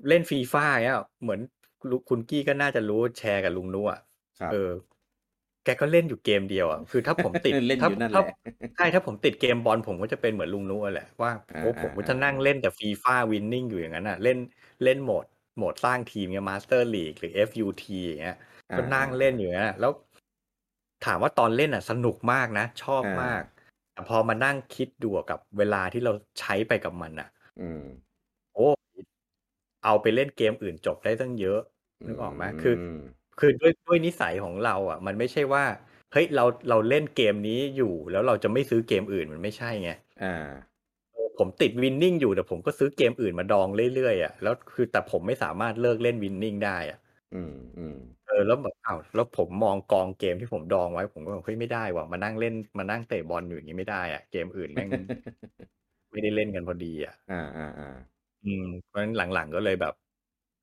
Speaker 2: เล่นฟีฟ่าเนี่ยเหมือนลุคุณกี้ก็น่าจะรู้แชร์กับลุงนุ่ะ
Speaker 1: ครับ
Speaker 2: เออ แกก็เล่นอยู่เกมเดียวอ่ะ คือถ้าผมติด
Speaker 1: (laughs) เล่น
Speaker 2: ถ้า
Speaker 1: อยู่นั่นแห
Speaker 2: ถ้า
Speaker 1: ละ
Speaker 2: ใช่ถ้าผมติดเกมบอลผมก็จะเป็นเหมือนลุงนุ่นแหละ
Speaker 1: (laughs)
Speaker 2: ว่า
Speaker 1: อ่า
Speaker 2: โอ้ผมก็จะ
Speaker 1: อ่า
Speaker 2: นั่ง
Speaker 1: อ่า
Speaker 2: เล่นแต่ฟีฟ่าวินนิ่งอยู่อย่างนั้นอ่ะ เล่นเล่นโหมดโหมดสร้างทีมเงี้ยมาสเตอร์ลีกหรือ FUT อย่างเงี้ย ก็นั่งเล่นอยู่อย่างนั้นอะแล้ว ถามว่าตอนเล่นอ่ะ สนุกมากนะ ชอบ
Speaker 1: อ่าม
Speaker 2: มากแต่พอมานั่งคิดดูกับเวลาที่เราใช้ไปกับมันอ่ะ
Speaker 1: อืม
Speaker 2: โอ้เอาไปเล่นเกมอื่นจบได้ตั้งเยอะ นึกออกไหมคือ
Speaker 1: ม
Speaker 2: คือด้วยด้วยนิสัยของเราอ่ะ มันไม่ใช่ว่าเฮ้ยเราเราเล่นเกมนี้อยู่ แล้วเราจะไม่ซื้อเกมอื่นมันไม่ใช่ไง
Speaker 1: อ่า
Speaker 2: เออผมติดวินนิ่งอยู่แต่ผมก็ซื้อเกมอื่นมาดองเรื่อยๆอ่ะแล้วคือแต่ผมไม่สามารถเลิกเล่นวินนิ่งได้อ่ะ
Speaker 1: อืมอืม (laughs)
Speaker 2: เออแล้วแบบอ้าวแล้วผมมองกองเกมที่ผมดองไว้ ผมก็แบบเฮ้ยไม่ได้ว่ะมานั่งเล่นมานั่งเตะบอลอยู่อย่างนี้ไม่ได้อ่ะเกมอื่นแม่ง ไม่ได้เล่นกันพอดีอ่ะ
Speaker 1: อ่าอ่าอ่า
Speaker 2: อืมเพราะฉะนั้นหลังๆก็เลยแบบ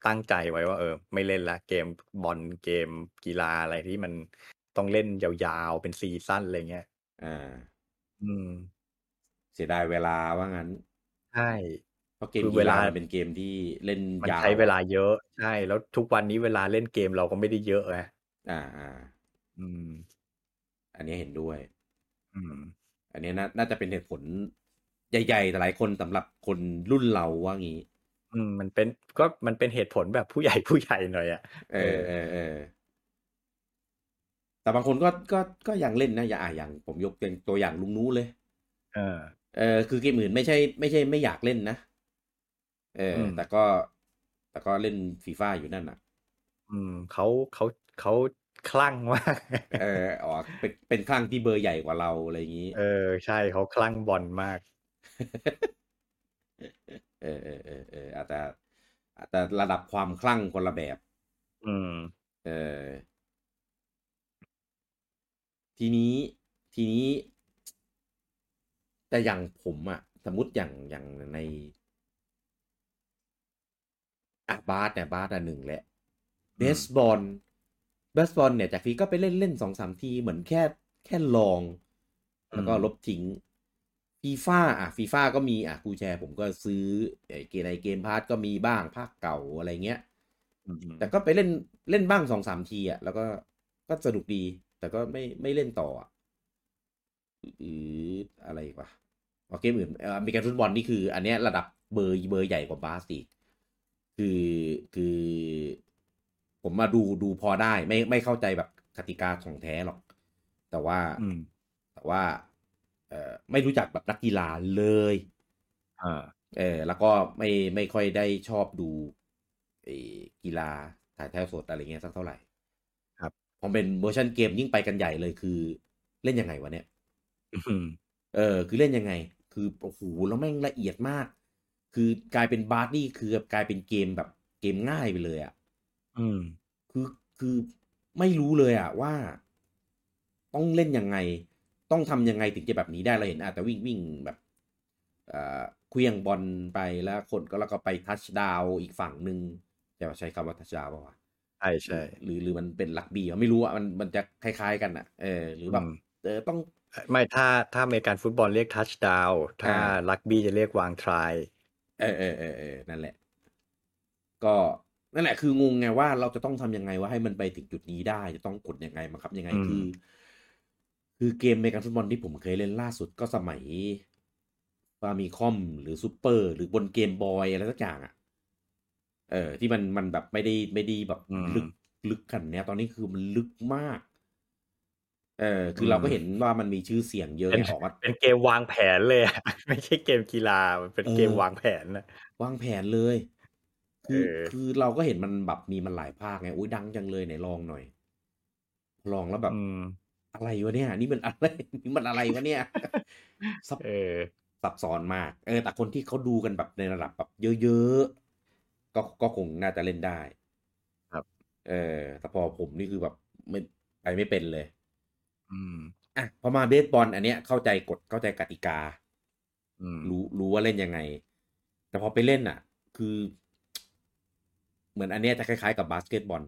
Speaker 2: ตั้งใจไว้ว่า เออ ไม่เล่นละเกมบอลเกมกีฬาอะไรที่มันต้องเล่นยาวๆเป็นซีซั่นอะไรเงี้ย
Speaker 1: อ่า
Speaker 2: อืม
Speaker 1: เสียดายเวลาว่างั้น
Speaker 2: ใช่
Speaker 1: เพราะเกม
Speaker 2: คือ
Speaker 1: กี
Speaker 2: เว
Speaker 1: ฬา
Speaker 2: ลา
Speaker 1: มันเป็นเกมที่เล่น
Speaker 2: มัน
Speaker 1: ยาว
Speaker 2: ใช้เวลาเยอะใช่ แล้วทุกวันนี้เวลาเล่นเกมเราก็ไม่ได้เยอะไง
Speaker 1: อ่าอ่า
Speaker 2: อืม
Speaker 1: อันนี้เห็นด้วย
Speaker 2: อืม
Speaker 1: อันนี้น่าน่าจะเป็นเหตุผลใหญ่ๆแต่หลายคนสำหรับคนรุ่นเราว่างี้
Speaker 2: อืม มันเป็นก็มันเป็นเหตุผลแบบผู้ใหญ่ผู้ใหญ่หน่อยอ่ะ
Speaker 1: เออเออเออแต่บางคนก็ก็ก็ยังเล่นนะอย่าอ่ะอย่างผมยกเป็นตัวอย่างลุงนู้เลย
Speaker 2: เออ
Speaker 1: เออคือเกมอื่นไม่ใช่ไม่ใช่ไม่อยากเล่นนะ เอออ
Speaker 2: ม
Speaker 1: แต่ก็ แต่ก็เล่นฟีฟ่าอยู่นั่นน่ะ
Speaker 2: อืมเขาเขาเขาคลั่งมาก
Speaker 1: เอออ๋อเป็นเป็นข้างที่เบอร์ใหญ่กว่าเราอะไรอย่างนี้
Speaker 2: เออ ใช่เขาคลั่งบอลมาก
Speaker 1: เออเออเออเอออาจจะอาจจะระดับความคลั่งคนละแบบ
Speaker 2: อืม
Speaker 1: เออ ทีนี้ทีนี้ แต่อย่างผมอะสมมติอย่างอย่างในอ่ะบาสเนี่ยบาสอ่ะหนึ่งแหละเบสบอลเบสบอลเนี่ยจากฟีก็ไปเล่นเล่นสองสามทีเหมือนแค่แค่ลอง แล้วก็
Speaker 2: อืม
Speaker 1: ลบทิ้งฟีฟ่าอ่ะฟีฟ่าก็มีอ่ะกูแชร์ผมก็ซื้อเอ่อเกมในเกมพาร์ทก็มีบ้างภาคเก่าอะไรเงี้ย
Speaker 2: อืม
Speaker 1: แต่ก็ไปเล่นเล่นบ้างสองสามทีอ่ะ แล้วก็ก็สนุกดี แต่ก็ไม่ไม่เล่นต่ออะหรืออะไรอีกวะอ๋อเกมอื่นเอ่ออเมริกันฟุตบอลนี่คือ อันเนี้ยระดับเบอร์เบอร์ใหญ่กว่าบาสอีกคือคือ ผมมาดูดูพอได้ ไม่ไม่เข้าใจแบบกติกาของแท้หรอก แต่ว่า
Speaker 2: อืม
Speaker 1: แต่ว่า เอ่อไม่รู้จักแบบนักกีฬาเลย
Speaker 2: อ่า
Speaker 1: เออแล้วก็ไม่ไม่ค่อยได้ชอบดูเออกีฬาถ่ายทอดสดอะไรเงี้ยสักเท่าไหร่
Speaker 2: ครับ
Speaker 1: พอเป็นเวอร์ชันเกมยิ่งไปกันใหญ่เลยคือเล่นยังไงวะเนี่ย
Speaker 2: อืม
Speaker 1: เออคือเล่นยังไง คือโอ้โหแล้วแม่งละเอียดมาก คือกลายเป็นบาร์นี่คือกลายเป็นเกมแบบเกมง่ายไปเลยอะ่ะ
Speaker 2: อืม
Speaker 1: คือคือไม่รู้เลยอะ่ะว่า ต้องเล่นยังไง ต้องทำยังไงถึงจะแบบนี้ได้เราเห็นอาจจะแต่วิ่งวิ่งแบบเอ่อเคลียงบอลไปแล้วคนก็แล้วก็ไปทัชดาวอีกฝั่งหนึ่งแต่ว่าใช้คำว่าทัชดาวป่าวะ
Speaker 2: ใช่ใช่
Speaker 1: หรือหรือมันเป็นลักบี้วะไม่รู้อ่ะมันมันจะคล้ายๆกันอ่ะเออหรือแบบ
Speaker 2: อืม
Speaker 1: เออต้อง
Speaker 2: ไม่ถ้าถ้าอเมริกันฟุตบอลเรียกทัชดาวถ้า
Speaker 1: อ่า
Speaker 2: ลักบี้จะเรียกวางทราย
Speaker 1: เออเออเออเออนั่นแหละ ก็นั่นแหละคืองงไงว่าเราจะต้องทำยังไงว่าให้มันไปถึงจุดนี้ได้ จะต้องกดยังไงมาครับยังไง
Speaker 2: อืม
Speaker 1: คือ คือเกมในการฟุตบอลที่ผมเคยเล่นล่าสุดก็สมัยฟามีคอมหรือซูเปอร์ หรือบนเกมบอยอะไรสักอย่างอ่ะเออ ที่มันมันแบบไม่ได้ไม่ได้แบบ
Speaker 2: อืม
Speaker 1: ลึกลึกขนาดเนี้ยตอนนี้คือมันลึกมาก เออ คือเราก็เห็นว่ามันมีชื่อเสียงเยอะไงออกมา
Speaker 2: เป็นเกมวางแผนเลย (laughs) อะ ไม่ใช่เกมกีฬามันเป็น
Speaker 1: เออ
Speaker 2: เกมวางแผนนะ
Speaker 1: วางแผนเลย คือ
Speaker 2: เออ
Speaker 1: คือเราก็เห็นมันแบบมีมันหลายภาคไง อุ้ยดังจังเลยไหนลองหน่อย ลองแล้วแบบ
Speaker 2: อืม
Speaker 1: อะไรวะเนี่ย นี่มันอะไร (laughs) นี่มันอะไรวะเนี่ย (laughs) ซับ
Speaker 2: เออ
Speaker 1: ซับซ้อนมาก เออ แต่คนที่เขาดูกันแบบในระดับแบบเยอะๆ ก็ก็คงน่าจะเล่นได้
Speaker 2: ครับ
Speaker 1: เออ แต่พอผมนี่คือแบบไม่ไปไม่เป็นเลย
Speaker 2: อืม
Speaker 1: อ่ะ พอมาเบสบอลอันเนี้ยเข้าใจกฎเข้าใจกติกา
Speaker 2: อืม
Speaker 1: รู้รู้ว่าเล่นยังไง แต่พอไปเล่นอ่ะ คือ เหมือนอันเนี้ยจะคล้ายๆกับบาสเกตบอล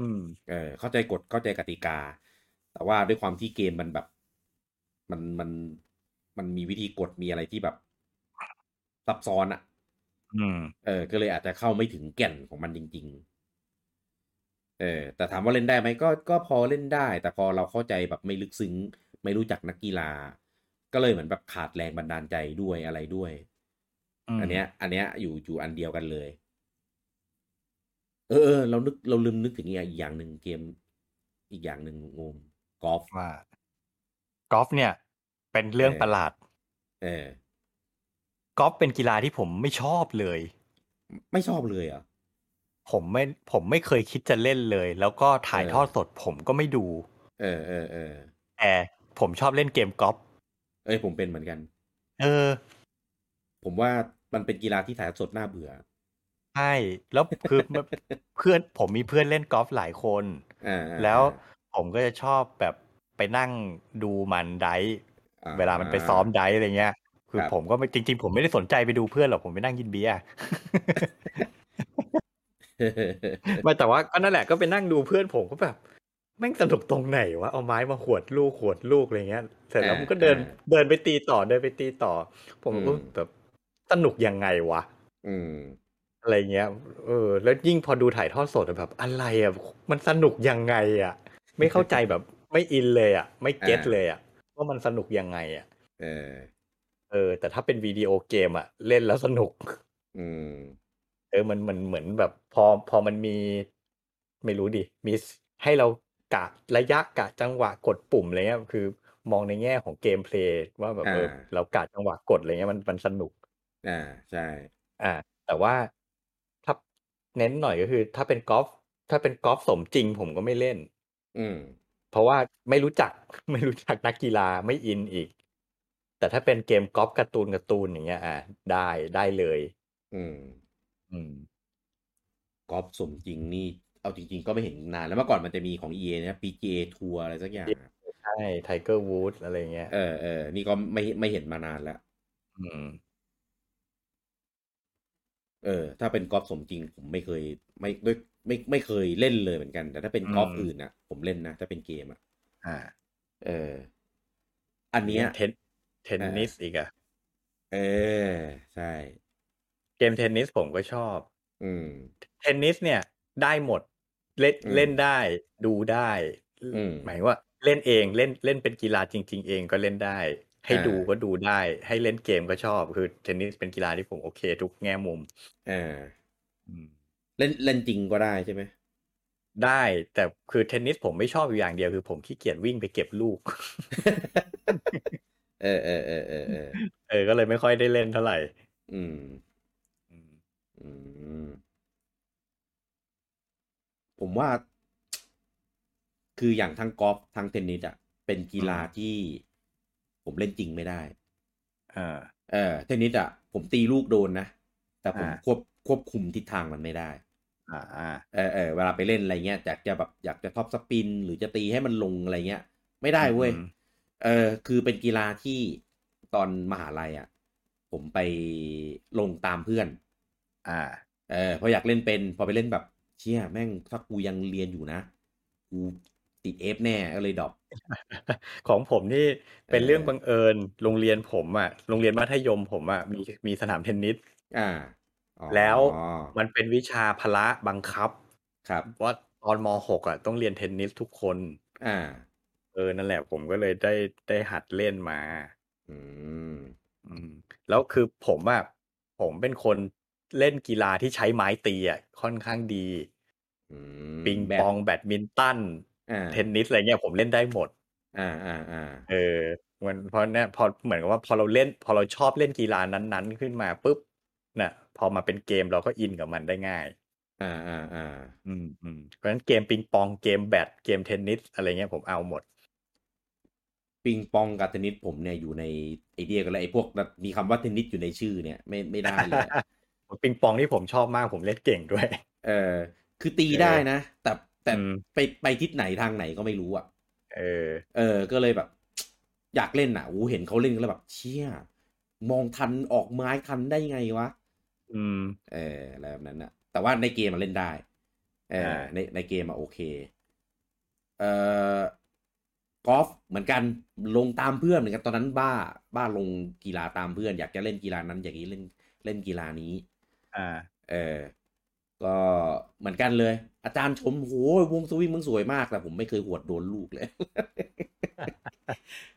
Speaker 2: อืม
Speaker 1: เออเข้าใจกฎเข้าใจกติกา แต่ว่าด้วยความที่เกมมันแบบ มันมันมันมีวิธีกดมีอะไรที่แบบซับซ้อนอะ่ะ
Speaker 2: อืม
Speaker 1: เออ ก็เลยอาจจะเข้าไม่ถึงแก่นของมันจริง ๆ เออ แต่ถามว่าเล่นได้ไหมก็ก็พอเล่นได้ แต่พอเราเข้าใจแบบไม่ลึกซึ้ง ไม่รู้จักนักกีฬา ก็เลยเหมือนแบบขาดแรงบันดาลใจด้วยอะไรด้วย อันเนี้ย อันเนี้ยอยู่อยู่อันเดียวกันเลย เออเออเรานึกเราลืมนึกถึงอีกอย่างหนึ่งเกม อีกอย่างหนึ่งงมกอล์ฟ
Speaker 2: ว่ากอล์ฟเนี่ย เป็นเรื่องประหลาด
Speaker 1: เออ
Speaker 2: กอล์ฟเป็นกีฬาที่ผมไม่ชอบเลย
Speaker 1: ไม่ชอบเลยเหรอ่ะ
Speaker 2: ผมไม่ผมไม่เคยคิดจะเล่นเลย แล้วก็ถ่าย
Speaker 1: เออ
Speaker 2: ทอดสดผมก็ไม่ดู
Speaker 1: เออเออเออ
Speaker 2: แต่ผมชอบเล่นเกมกอล์ฟ
Speaker 1: เอ้ยผมเป็นเหมือนกัน
Speaker 2: เออ
Speaker 1: ผมว่ามันเป็นกีฬาที่ถ่ายทอดสดน่าเบื่อ
Speaker 2: ใช่แล้วคือ เพื่อนผมมีเพื่อนเล่นกอล์ฟหลายคน
Speaker 1: อ่าอ่า
Speaker 2: แล้วผมก็จะชอบแบบไปนั่งดูมันไดฟ์
Speaker 1: อ่
Speaker 2: เวลามันไปซ้อมไดฟ์อะไรเงี้ย คือ
Speaker 1: ครับ
Speaker 2: ผมก็ไม่จริง ๆ ผมไม่ได้สนใจไปดูเพื่อนหรอกผมไปนั่งกินเบียร์ (laughs)
Speaker 1: เออ
Speaker 2: ไม่แต่ว่าก็นั่นแหละก็ไปนั่งดูเพื่อนผมก็แบบแม่งสนุกตรงไหนวะเอาไม้มาขวดลูกขวดลูกอะไรเงี้ยเสร็จแล้วมันก็เดินเดินไปตีต่อเดินไปตีต่อ ผมก็แบบสนุกยังไงวะ
Speaker 1: (laughs) อืม
Speaker 2: อะไรเงี้ยเออ แล้วยิ่งพอดูถ่ายทอดสดอะแบบอะไรอ่ะมันสนุกยังไงอ่ะ ไม่เข้าใจแบบ (laughs) ไม่อินเลยอ่ะ ไม่เก็ต
Speaker 1: อ่า
Speaker 2: เลยอ่ะว่ามันสนุกยังไงอ่ะ
Speaker 1: เออ
Speaker 2: เออ แต่ถ้าเป็นวิดีโอเกมอ่ะ เล่นแล้วสนุก
Speaker 1: อืม
Speaker 2: เออมันมันเหมือนแบบพอพอมันมี ไม่รู้ดิ มีให้เรากะระยะกะจังหวะกดปุ่มอะไรเงี้ยคือมองในแง่ของเกมเพลย์ว่าแบบเออ
Speaker 1: อ่า
Speaker 2: เรากะจังหวะกดอะไรเงี้ยมันมันสนุก
Speaker 1: อ่าใช่
Speaker 2: อ่า แต่ว่าถ้าเน้นหน่อยก็คือ ถ้าเป็นกอล์ฟถ้าเป็นกอล์ฟสมจริงผมก็ไม่เล่น
Speaker 1: อืม
Speaker 2: เพราะว่าไม่รู้จัก (laughs) ไม่รู้จักนักกีฬาไม่อินอีก แต่ถ้าเป็นเกมกอล์ฟการ์ตูนการ์ตูนอย่างเงี้ย อ่า ได้ได้เลย
Speaker 1: อืม
Speaker 2: อืม
Speaker 1: กอล์ฟสมจริงนี่ เอาจริง ๆ ก็ไม่เห็นนาน แล้วเมื่อก่อนมันจะมีของ EA นะ PGA ทัวร์อะไรสักอย่างอะ
Speaker 2: ใช่ไทเกอร์วูดอะไรเงี้ย
Speaker 1: เออเออ นี่ก็ไม่ไม่เห็นมานานแล้ว
Speaker 2: อืม
Speaker 1: เออ ถ้าเป็นกอล์ฟสมจริง ผมไม่เคย ไม่ด้วยไม่ไม่เคยเล่นเลยเหมือนกัน แต่ถ้าเป็นกอล์ฟ
Speaker 2: อืม
Speaker 1: อื่นนะผมเล่นนะ ถ้าเป็นเกมอ่ะ
Speaker 2: อ่า
Speaker 1: เออ อันเนี้ย
Speaker 2: เทนเทนนิสอีกอะ
Speaker 1: เออ ใช่
Speaker 2: เกมเทนนิสผมก็ชอบ
Speaker 1: อืม
Speaker 2: เทนนิสเนี่ยได้หมดเล่น
Speaker 1: อืม
Speaker 2: เล่นได้ดูได้
Speaker 1: อืม
Speaker 2: หมายว่าเล่นเองเล่นเล่นเป็นกีฬาจริง ๆ เองก็เล่นได้ ให้
Speaker 1: อ่า
Speaker 2: ดูก็ดูได้ ให้เล่นเกมก็ชอบ คือเทนนิสเป็นกีฬาที่ผมโอเคทุกแง่มุม
Speaker 1: เออ เล่นเล่นจริงก็ได้ใช่ไหม
Speaker 2: ได้แต่คือเทนนิสผมไม่ชอบอยู่อย่างเดียวคือผมขี้เกียจวิ่งไปเก็บลูก (laughs)
Speaker 1: เออเออเออเออเออ
Speaker 2: เออก็เลยไม่ค่อยได้เล่นเท่าไหร่
Speaker 1: อืม
Speaker 2: อืม
Speaker 1: อืม ผมว่า คืออย่างทั้งกอล์ฟทั้งเทนนิสอ่ะ เป็นกีฬาที่ผมเล่นจริงไม่ได้
Speaker 2: อ่า
Speaker 1: เออเทนนิสอ่ะ ผมตีลูกโดนนะ แต่ผม
Speaker 2: อ่า
Speaker 1: ควบควบคุมทิศทางมันไม่ได้
Speaker 2: อ่าอ่า
Speaker 1: เออเออเวลาไปเล่นอะไรเงี้ยอยากจะแบบอยากจะท็อปสปิน หรือจะตีให้มันลงอะไรเงี้ย ไม่ได้เว้ย
Speaker 2: อืม
Speaker 1: เออคือเป็นกีฬาที่ตอนมหาลัยอ่ะ ผมไปลงตามเพื่อน
Speaker 2: อ่า
Speaker 1: เออเพออยากเล่นเป็นพอไปเล่นแบบเชี่ยแม่งถ้ากูยังเรียนอยู่นะกูติดเอฟแน่ก็เลยดรอป
Speaker 2: ของผมนี่เป็น
Speaker 1: เออ
Speaker 2: เรื่องบังเอิญ โรงเรียนผมอ่ะ โรงเรียนมัธยมผมอ่ะมีมีสนามเทนนิส
Speaker 1: อ่าอ๋อ
Speaker 2: แล้ว มันเป็นวิชาพละบังคับ
Speaker 1: ครับ
Speaker 2: ว่าตอนม .6 อ่ะต้องเรียนเทนนิสทุกคน
Speaker 1: อ่า
Speaker 2: เออนั่นแหละผมก็เลยได้ได้หัดเล่นมา
Speaker 1: อืม
Speaker 2: อืมแล้วคือผมอ่ะผมเป็นคนเล่นกีฬาที่ใช้ไม้ตีอ่ะค่อนข้างดี
Speaker 1: อืม
Speaker 2: ปิง
Speaker 1: แบ
Speaker 2: ป
Speaker 1: บ
Speaker 2: องแบดมินตัน
Speaker 1: อ่า
Speaker 2: เทนนิสอะไรเงี้ยผมเล่นได้หมด
Speaker 1: อ่าอ่าอ่า
Speaker 2: เออมันเพราะเนี่ยพอเหมือนกับว่าพอเราเล่น พอเราชอบเล่นกีฬานั้นๆ ขึ้นมาปุ๊บน่ะ พอมาเป็นเกมเราก็อินกับมันได้ง่าย
Speaker 1: อ่าอ่าอ่า
Speaker 2: อืมอืมเพราะฉะนั้นเกมปิงปองเกมแบดเกมเทนนิสอะไรเงี้ยผมเอาหมด
Speaker 1: ปิงปองกับเทนนิสผมเนี่ยอยู่ในไอเดียกันแล้วไอพวกแบบมีคำว่าเทนนิสอยู่ในชื่อเนี่ยไม่ไม่ได้เลย
Speaker 2: (laughs)
Speaker 1: อะ
Speaker 2: ปิงปองที่ผมชอบมากผมเล่นเก่งด้วย
Speaker 1: เออคือตีได้นะ แต่แต่
Speaker 2: อืม
Speaker 1: ไปไปทิศไหนทางไหนก็ไม่รู้อ่ะ
Speaker 2: เออ
Speaker 1: เออ ก็เลยแบบ อยากเล่นอ่ะอู้เห็นเขาเล่นก็เลยแบบ เชี่ย มองทันออกไม้ทันได้ไงวะ
Speaker 2: อืม
Speaker 1: เอออะไรแบบนั้นนะแต่ว่าในเกมมันเล่นได้ เออ
Speaker 2: อ่า
Speaker 1: ในในเกมอะโอเค เอ่อกอล์ฟเหมือนกันลงตามเพื่อนเหมือนกันตอนนั้นบ้า บ้าลงกีฬาตามเพื่อน อยากจะเล่นกีฬานั้น อยากจะเล่นเล่นกีฬานี้
Speaker 2: อ่า
Speaker 1: เออ ก็เหมือนกันเลย อาจารย์ชมโหวงสวิงมึงสวยมากแต่ผมไม่เคยหวดโดนลูกเลย (laughs)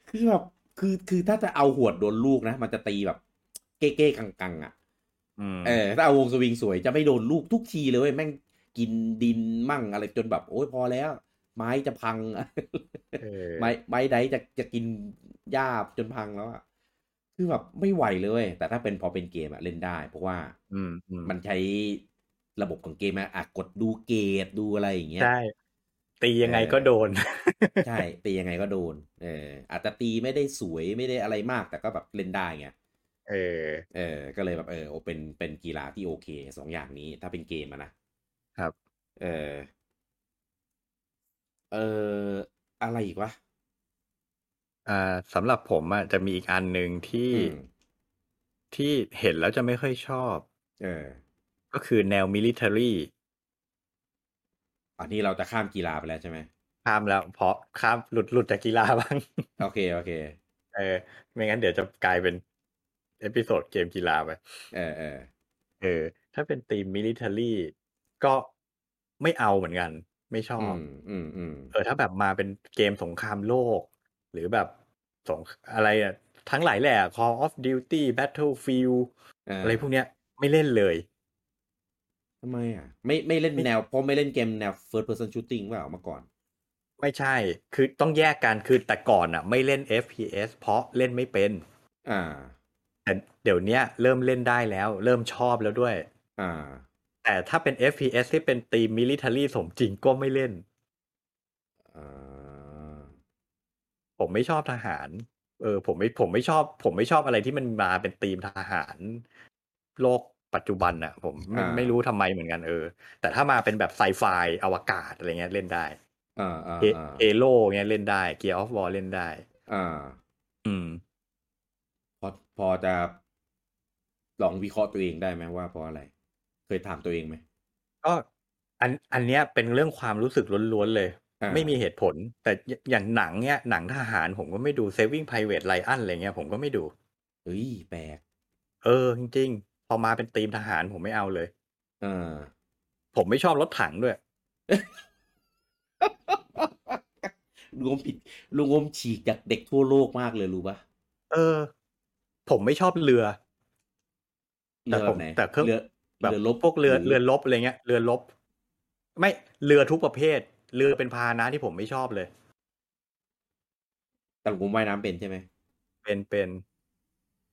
Speaker 1: คือแบบคือคือถ้าจะเอาหวดโดนลูกนะ มันจะตีแบบ เก้เก้กังกังๆอ่ะ
Speaker 2: อืม
Speaker 1: เออถ้าเอาวงสวิงสวยจะไม่โดนลูกทุกทีเลยเว้ยแม่งกินดินมั่งอะไรจนแบบ โอ้ยพอแล้ว ไม้จะพังอะ
Speaker 2: เออ
Speaker 1: ไม้ไม้ไดจะจะกินหญ้าจนพังแล้วอ่ะคือแบบไม่ไหวเลยเว้ยแต่ถ้าเป็นพอเป็นเกมอะเล่นได้ เพราะว่า
Speaker 2: อืมอืม
Speaker 1: มันใช้ระบบของเกมอะอ่ะกดดูเกตดูอะไรอย่างเงี้ย
Speaker 2: ใช่ตียังไงก็โดน
Speaker 1: ใช่ตียังไงก็โดน เออ อาจจะตีไม่ได้สวยไม่ได้อะไรมาก แต่ก็แบบเล่นได้ไง
Speaker 2: เออ
Speaker 1: เออ ก็เลยแบบเออโอเป็นเป็นกีฬาที่โอเคสองอย่างนี้ ถ้าเป็นเกมอะนะครับ เออ เอออะไรอีกวะ
Speaker 2: อ่าสำหรับผมอ่ะจะมีอีกอันหนึ่งที่
Speaker 1: อืม
Speaker 2: ที่เห็นแล้วจะไม่ค่อยชอบ
Speaker 1: เออ
Speaker 2: ก็คือแนวมิลิเ a อรี่
Speaker 1: อันนี้เราจะข้ามกีฬาไปแล้วใช่ไหม
Speaker 2: ข้ามแล้วเพราะข้ามหลุดหลุดจากกีฬาบ้าง
Speaker 1: โอเคโอเค
Speaker 2: เออ ไม่งั้นเดี๋ยวจะกลายเป็นเอพิโซดเกมกีฬาไป
Speaker 1: เออเออ
Speaker 2: เออ ถ้าเป็นทีมมิลิเ a อรี่ก็ไม่เอาเหมือนกัน ไม่ชอ
Speaker 1: อื
Speaker 2: บ
Speaker 1: มอืมอืม
Speaker 2: เออถ้าแบบมาเป็นเกมสงครามโลก หรือแบบสงอะไรอะทั้งหลายแหละ Call of Duty Battlefield
Speaker 1: เออ
Speaker 2: อะไรพวกเนี้ยไม่เล่นเลย
Speaker 1: ทำไมอ่ะ ไม่ไม่เล่นแนวเพราะไม่เล่นเกมแนว first person shooting เปล่าเมื่อก่อน
Speaker 2: ไม่ใช่ คือต้องแยกกันคือแต่ก่อนอ่ะ ไม่เล่น FPS เพราะเล่นไม่เป็น
Speaker 1: อ่า
Speaker 2: แต่เดี๋ยวเนี้ยเริ่มเล่นได้แล้ว เริ่มชอบแล้วด้วย
Speaker 1: อ่า
Speaker 2: แต่ถ้าเป็น FPS ที่เป็นตีมมิลิเ a อรี่สมจริงก็ไม่เล่น
Speaker 1: อ่า
Speaker 2: ผมไม่ชอบทหาร เออ ผมไม่ผมไม่ชอบ ผมไม่ชอบอะไรที่มันมาเป็นธีมทหาร โลกปัจจุบันอะผมไม่
Speaker 1: อ่า
Speaker 2: ไม่รู้ทำไมเหมือนกันเออ แต่ถ้ามาเป็นแบบไซไฟอวกาศอะไรเงี้ยเล่นได้
Speaker 1: อ่าอ่า
Speaker 2: เอ
Speaker 1: อ่า
Speaker 2: เอโลเงี้ยเล่นได้เกียร์ออฟวอลเล่นได้
Speaker 1: อ่า
Speaker 2: อืม
Speaker 1: พอพอจะลองวิเคราะห์ตัวเองได้ไหมว่าเพราะอะไร เคยถามตัวเองไหม
Speaker 2: ก็อันอันเนี้ยเป็นเรื่องความรู้สึกล้วนๆเลย
Speaker 1: อ่า
Speaker 2: ไม่มีเหตุผล แต่อย่อย่างหนังเนี้ยหนังทหารผมก็ไม่ดู Saving Private Ryan อะไรเงี้ยผมก็ไม่ดู
Speaker 1: เอ้ยแปลก
Speaker 2: เออ จริงๆ พอมาเป็นธีมทหารผมไม่เอาเลย
Speaker 1: อ่า (laughs)
Speaker 2: ผมไม่ชอบรถถังด้วย
Speaker 1: ลุงอมผิดลุงอมฉีกจากเด็กทั่วโลกมากเลยรู้ปะ
Speaker 2: เออ ผมไม่ชอบเรือ แต่
Speaker 1: เรือแบ
Speaker 2: ผม
Speaker 1: บไหน
Speaker 2: แต่เครื่อง
Speaker 1: เรือ
Speaker 2: แบบ
Speaker 1: เรือลบ
Speaker 2: พวกเรือ
Speaker 1: ห
Speaker 2: เรือลบอะไรเงี้ย เรือลบ ไม่เรือทุกประเภท เรือเป็นพาหนะที่ผมไม่ชอบเลย
Speaker 1: แต่ลุงอมว่ายน้ำเป็นใช่ไหม
Speaker 2: เป็นเป็น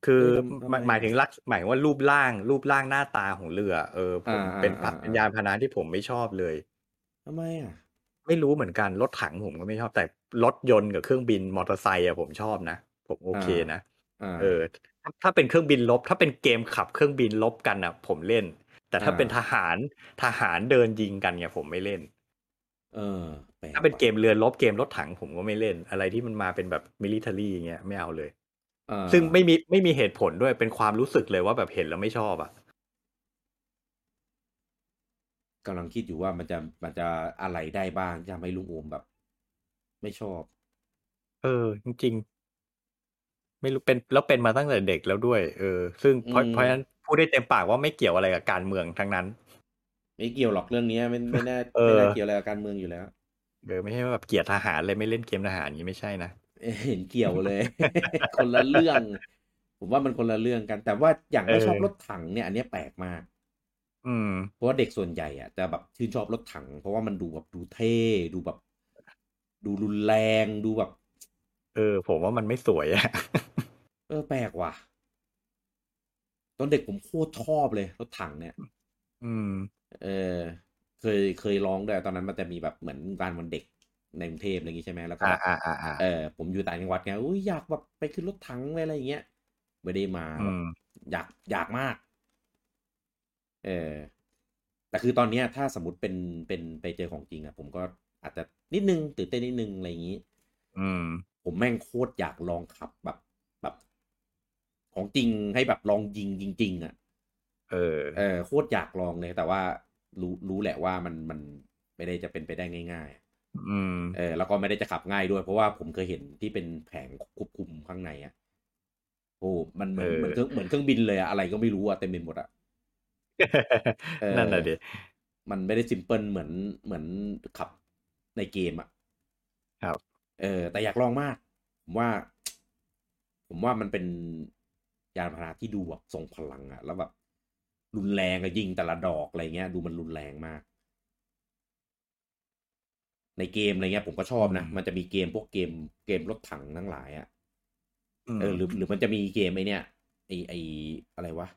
Speaker 2: คือ
Speaker 1: เอ้ยทำทำ
Speaker 2: หมาย
Speaker 1: ไม
Speaker 2: หมายถึงลักษหมายว่ารูปร่างรูปร่างหน้าตาของเรือ เออผม
Speaker 1: อ่า
Speaker 2: เป็น
Speaker 1: อ่าอ่า
Speaker 2: เป็นยานพาหนะที่ผมไม่ชอบเลย
Speaker 1: ทำไมอ่ะ
Speaker 2: ไม่รู้เหมือนกันรถถังผมก็ไม่ชอบแต่รถยนต์กับเครื่องบินมอเตอร์ไซค์อะผมชอบนะผมโอเคนะ
Speaker 1: อ่า
Speaker 2: เออถ้าถ้าเป็นเครื่องบินลบ ถ้าเป็นเกมขับเครื่องบินลบกันอ่ะ ผมเล่น แต่ถ้า
Speaker 1: อ่า
Speaker 2: เป็นทหารทหารเดินยิงกันเนี่ยผมไม่เล่น
Speaker 1: เออแลก
Speaker 2: ถ้าเป็น
Speaker 1: ว่ะ
Speaker 2: เกมเรือรบเกมรถถังผมก็ไม่เล่น อะไรที่มันมาเป็นแบบมิลิเทอรี่อย่างเงี้ยไม่เอาเลย
Speaker 1: เออ
Speaker 2: ซึ่งไม่มีไม่มีเหตุผลด้วยเป็นความรู้สึกเลยว่าแบบเห็นแล้วไม่ชอบอ่ะ
Speaker 1: กำลังคิดอยู่ว่ามันจะมันจะอะไรได้บ้างที่ทำให้ลุงโอมแบบ ไม่ชอบ
Speaker 2: เออ จริงๆ ไม่รู้เป็นแล้วเป็นมาตั้งแต่เด็กแล้วด้วย เออ ซึ่งเพราะ
Speaker 1: อืม
Speaker 2: เพราะฉะนั้นพูดได้เต็มปากว่าไม่เกี่ยวอะไรกับการเมืองทั้งนั้น
Speaker 1: ไม่เกี่ยวหรอกเรื่องนี้ไม่ไม่น่า
Speaker 2: เออ
Speaker 1: ไม่น่าเกี่ยวอะไรกับการเมืองอยู่แล้ว
Speaker 2: เออไม่ใช่ว่าแบบเกลียดทหารเลยไม่เล่นเกมทหารอย่างนี้ไม่ใช่นะ
Speaker 1: เห็นเกี่ยวเลย (laughs) คนละเรื่อง ผมว่ามันคนละเรื่องกัน แต่ว่าอย่างไม่ชอบ
Speaker 2: เออ
Speaker 1: รถถังเนี่ยอันเนี้ยแปลกมาก
Speaker 2: อืม
Speaker 1: เพราะว่าเด็กส่วนใหญ่อะจะแบบชื่นชอบรถถัง เพราะว่ามันดูแบบดูเท่ดูแบบ ดูรุนแรงดูแบบ
Speaker 2: เออ ผมว่ามันไม่สวยอะ (laughs)
Speaker 1: เออแปลกว่ะ ตอนเด็กผมโคตรชอบเลยรถถังเนี่ย
Speaker 2: อืม
Speaker 1: เออ เคยเคยร้องด้วยตอนนั้นมันจะมีแบบเหมือนงานวันเด็กในกรุงเทพอะไรอย่างงี้ใช่ไหมแล้วก็
Speaker 2: อ่า
Speaker 1: แบบ
Speaker 2: อ่าอ่าอ่า
Speaker 1: เออผมอยู่ต่างจังหวัดไงอุ้ยอยากแบบไปขึ้นรถถังไปอะไรอย่างเงี้ยไม่ได้มา
Speaker 2: อื
Speaker 1: แบบ
Speaker 2: ม
Speaker 1: อยากอยากมาก เออ แต่คือตอนเนี้ย ถ้าสมมติเป็นเป็นไปเจอของจริงอะผมก็อาจจะนิดนึงตื่นเต้นนิดนึงอะไรอย่างนี้
Speaker 2: อืม
Speaker 1: ผมแม่งโคตรอยากลองขับแบบแบบ ของจริงให้แบบลองยิงจริง ๆอะ
Speaker 2: เออ
Speaker 1: เออโคตรอยากลองเลย แต่ว่ารู้รู้แหละว่ามันมันไม่ได้จะเป็นไปได้ง่าย
Speaker 2: อืม
Speaker 1: ๆ เออ แล้วก็ไม่ได้จะขับง่ายด้วย เพราะว่าผมเคยเห็นที่เป็นแผงควบคุมข้างในอะโอ้มันเหมือนเหมือนเครื่องเหมือนเครื่องบินเลยอะอะไรก็ไม่รู้อะเต็มไปหมดอะ เออ
Speaker 2: (laughs) นั่นน่ะดิ
Speaker 1: มันไม่ได้ซิมเพิลเหมือนเหมือนขับในเกมอะ
Speaker 2: ครับ
Speaker 1: เออ แต่อยากลองมาก ผมว่า ผมว่ามันเป็นยานพาหนะที่ดูแบบส่งพลังอะแล้วแบบรุนแรงอะยิงแต่ละดอกอะไรเงี้ย ดูมันรุนแรงมาก ในเกมอะไรเงี้ย ผมก็ชอบนะ
Speaker 2: อืม
Speaker 1: มันจะมีเกมพวกเกมเกมรถถังทั้งหลายอะ
Speaker 2: ม
Speaker 1: เออหรือหรือมันจะมีเกมไอเนี่ยไอไออะไรวะ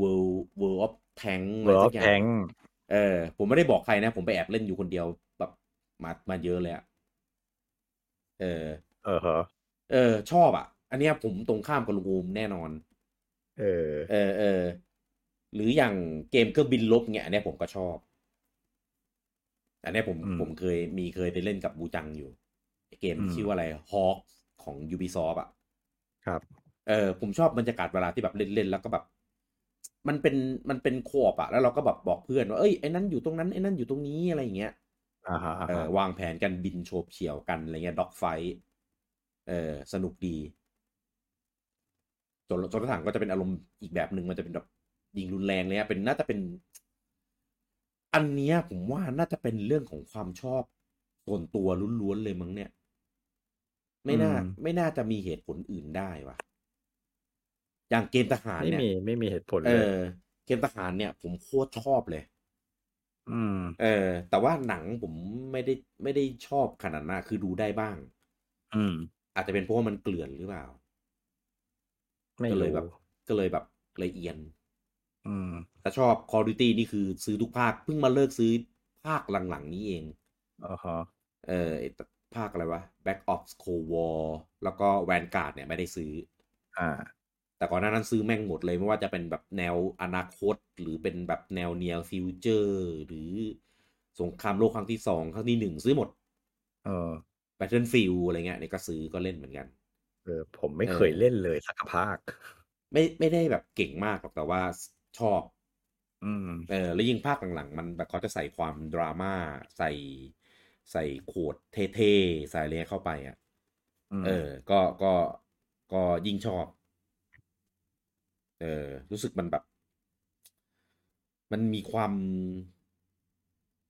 Speaker 1: World World of Tank
Speaker 2: เวิ
Speaker 1: ะ
Speaker 2: ร์
Speaker 1: ไร
Speaker 2: ล
Speaker 1: สักอย่า
Speaker 2: แทง
Speaker 1: เออ ผมไม่ได้บอกใครนะ ผมไปแอบเล่นอยู่คนเดียวแบบมามาเยอะเลยอะเออ
Speaker 2: เออฮะ
Speaker 1: เออ ชอบอะอันเนี้ยผมตรงข้ามกับลุงอูมแน่นอน
Speaker 2: เออ
Speaker 1: เออเออหรืออย่างเกมเครื่องบินลบเนี่ยอันเนี้ยผมก็ชอบ อันเนี้ยผม
Speaker 2: อืม
Speaker 1: ผมเคยมีเคยไปเล่นกับบูจังอยู่เกม
Speaker 2: อืม
Speaker 1: ชื่อว่าอะไรฮอคของ Ubisoft อ่ะ
Speaker 2: ครับ
Speaker 1: เออผมชอบบรรยากาศเวลาที่แบบเล่นๆแล้วก็แบบ มันเป็นมันเป็นโคอปอะแล้วเราก็แบบบอกเพื่อนว่าเอ้ยไอ้นั้นอยู่ตรงนั้นไอ้นั้นอยู่ตรงนี้อะไรอย่างเงี้ย
Speaker 2: อ่าฮะอ่า
Speaker 1: เออ
Speaker 2: ฮะ
Speaker 1: วางแผนกันบินโฉบเฉี่ยวกันอะไรเงี้ยด็อกไฟเออสนุกดีจนจนรถถังก็จะเป็นอารมณ์อีกแบบหนึ่งมันจะเป็นแบบยิงรุนแรงเลยอะเป็นน่าจะเป็น อันเนี้ยผมว่าน่าจะเป็นเรื่องของความชอบส่วนตัวล้วนๆเลยมั้งเนี่ย ไม่น่า ไม่น่าจะมีเหตุผลอื่นได้วะอย่างเกมทหาร
Speaker 2: ไม่
Speaker 1: เนี่ย
Speaker 2: มีไม่มีเหตุผล
Speaker 1: เอ
Speaker 2: เลย
Speaker 1: อ เกมทหารเนี่ย ผมโคตรชอบเลย
Speaker 2: อืม
Speaker 1: เออแต่ว่าหนังผมไม่ได้ไม่ได้ชอบขนาดนั้นคือดูได้บ้าง
Speaker 2: อืม
Speaker 1: อาจจะเป็นเพราะว่ามันเกลื่อนหรือเปล่า
Speaker 2: ไม่
Speaker 1: ก็เลย
Speaker 2: รู้
Speaker 1: แบบ ก็เลยแบบเลยเอียน
Speaker 2: อืม
Speaker 1: แต่ชอบ Call of Duty นี่คือซื้อทุกภาคเพิ่งมาเลิกซื้อภาคหลังๆนี้เอง
Speaker 2: อ๋อฮะ
Speaker 1: เออไอ้ภาคอะไรวะ Black Ops Cold War แล้วก็ Vanguard เนี่ยไม่ได้ซื้อ
Speaker 2: อ่า
Speaker 1: แต่ก่อนหน้านั้นซื้อแม่งหมดเลยไม่ว่าจะเป็นแบบแนวอนาคต หรือเป็นแบบแนวเนียฟิวเจอร์ หรือสงครามโลกครั้งที่สองครั้งที่หนึ่งซื้อหมด
Speaker 2: เออ
Speaker 1: Battlefield อะไรเงี้ยเนี่ยก็ซื้อก็เล่นเหมือนกัน
Speaker 2: เออ ผมไม่
Speaker 1: เออ
Speaker 2: เคยเล่นเลยสักภาค
Speaker 1: ไม่ไม่ได้แบบเก่งมากหรอกแต่ว่าชอบ
Speaker 2: อืม
Speaker 1: เออแล้วยิ่งภาคหลังๆ มันแบบเขาจะใส่ความดราม่าใส่ใส่โขดเท่ๆ ใส่อะไรเข้าไปอ่ะ
Speaker 2: อืม
Speaker 1: เออ ก็ก็ก็ยิ่งชอบ เออ รู้สึกมันแบบ มันมีความ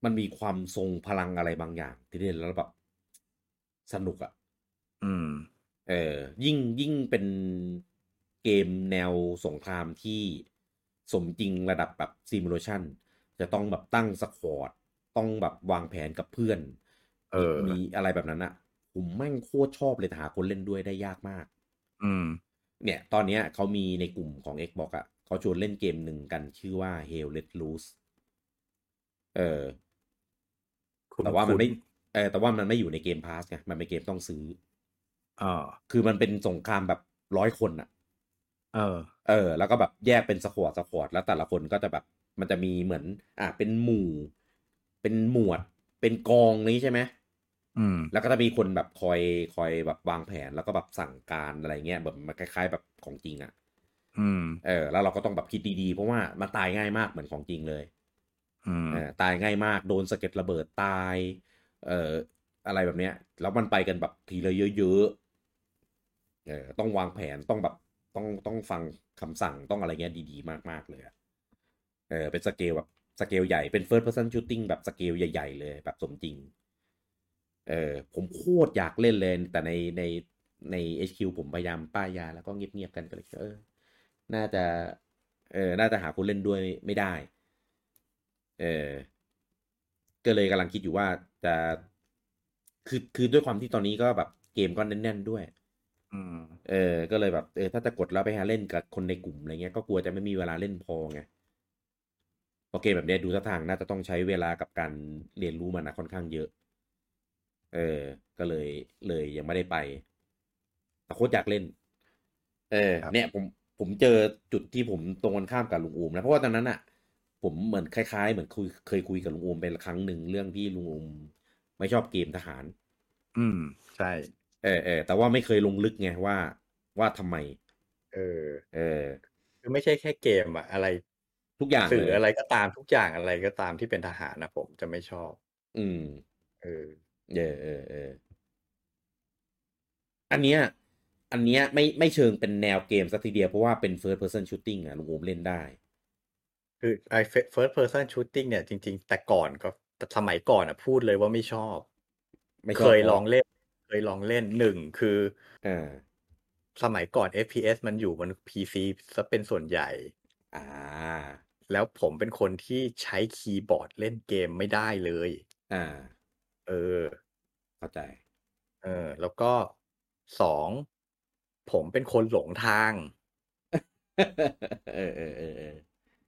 Speaker 1: มันมีความทรงพลังอะไรบางอย่าง ที่เล่นแล้วแบบสนุกอ่ะ
Speaker 2: อืม
Speaker 1: เออยิ่งยิ่งเป็นเกมแนวสงครามที่สมจริงระดับแบบซิมูเลชันจะต้องแบบตั้งสควอดต้องแบบวางแผนกับเพื่อน
Speaker 2: เออ
Speaker 1: มีอะไรแบบนั้นอะผมแม่งโคตรชอบเลยแต่หาคนเล่นด้วยได้ยากมาก
Speaker 2: อืม
Speaker 1: เนี่ย ตอนเนี้ยเขามีในกลุ่มของ Xbox อะเขาชวนเล่นเกมหนึ่งกันชื่อว่า Hell Let Loose เออ
Speaker 2: คุ้น
Speaker 1: แต่ว่ามัน
Speaker 2: คุ้น
Speaker 1: ไม่เออแต่ว่ามันไม่อยู่ในเกมพาสไงมันเป็นเกมต้องซื้อ
Speaker 2: อ่า
Speaker 1: คือมันเป็นสงครามแบบร้อยคนอะ
Speaker 2: เออ
Speaker 1: เออแล้วก็แบบแยกเป็นสควอตสควอตแล้วแต่ละคนก็จะแบบ มันจะมีเหมือน อ่ะเป็นหมู่ เป็นหมวด เป็นกองนี้ใช่ไหม
Speaker 2: อืม
Speaker 1: แล้วก็จะมีคนแบบคอยคอยแบบวางแผนแล้วก็แบบสั่งการอะไรเงี้ยแบบมันคล้าย ๆ แบบของจริงอะ่ะ
Speaker 2: อืม
Speaker 1: เออแล้วเราก็ต้องแบบคิดดีๆ เพราะว่ามันตายง่ายมากเหมือนของจริงเลย
Speaker 2: อืม
Speaker 1: เออตายง่ายมากโดนสะเก็ดระเบิดตายเอออะไรแบบเนี้ยแล้วมันไปกันแบบทีละเยอะๆเออต้องวางแผนต้องแบบต้องต้องฟังคำสั่งต้องอะไรเงี้ยดีๆ มากๆเลยอะเออเป็นสเกลแบบสเกลใหญ่เป็น first person shooting แบบสเกลใหญ่ ๆ เลยแบบสมจริง เออผมโคตรอยากเล่นเลย แต่ในในใน HQ ผมพยายามป้ายยาแล้วก็เงียบๆกันก็เลยเออ น่าจะ เออน่าจะหาคนเล่นด้วยไม่ได้ เออก็เลยกำลังคิดอยู่ว่าจะคือคือด้วยความที่ตอนนี้ก็แบบเกมก็แน่นๆด้วย
Speaker 2: อืม
Speaker 1: เออ ก็เลยแบบเออถ้าจะกดแล้วไปหาเล่นกับคนในกลุ่มอะไรเงี้ยก็กลัวจะไม่มีเวลาเล่นพอไงเพราะเกมแบบเนี้ยดูท่าทางน่าจะต้องใช้เวลากับการเรียนรู้มันนะค่อนข้างเยอะ เออ ก็เลยเลยยังไม่ได้ไปแต่โคตรอยากเล่น เออ เนี่ยผมผมเจอจุดที่ผมตรงกันข้ามกับลุงอูมนะเพราะว่าตอนนั้นอะผมเหมือนคล้ายๆ เหมือนคุยเคยคุยกับลุงอูมไปครั้งหนึ่งเรื่องที่ลุงอูมไม่ชอบเกมทหาร
Speaker 2: อืม ใช่
Speaker 1: เออเออแต่ว่าไม่เคยลงลึกไงว่า ว่าทำไม
Speaker 2: เออ
Speaker 1: เออ
Speaker 2: คือไม่ใช่แค่เกมอะอะไร
Speaker 1: ทุกอย่าง
Speaker 2: สื่อ
Speaker 1: เลย
Speaker 2: อะไรก็ตามทุกอย่างอะไรก็ตามที่เป็นทหารนะผมจะไม่ชอบ
Speaker 1: อืม
Speaker 2: เออ
Speaker 1: เออเออเออ อันเนี้ย อันเนี้ยไม่ไม่เชิงเป็นแนวเกมสักทีเดียว เพราะว่าเป็น first person shooting อะลุงโอมเล่นได้
Speaker 2: คือไอ้ first person shooting เนี่ยจริง ๆ แต่ก่อนก็แต่สมัยก่อนอ่ะพูดเลยว่าไม่ชอบ
Speaker 1: ไม่ช
Speaker 2: เค
Speaker 1: อบ
Speaker 2: ย
Speaker 1: เพ
Speaker 2: ล
Speaker 1: ราะ
Speaker 2: องเล่น เคยลองเล่นหนึ่งคือ
Speaker 1: อ่า
Speaker 2: สมัยก่อน FPS มันอยู่บน PC ซะเป็นส่วนใหญ่
Speaker 1: อ่า
Speaker 2: แล้วผมเป็นคนที่ใช้คีย์บอร์ดเล่นเกมไม่ได้เลย
Speaker 1: อ่า
Speaker 2: เออ
Speaker 1: เข้าใจ (laughs)
Speaker 2: เออ แล้วก็สองผมเป็นคนหลงทาง
Speaker 1: เออเออเออเออ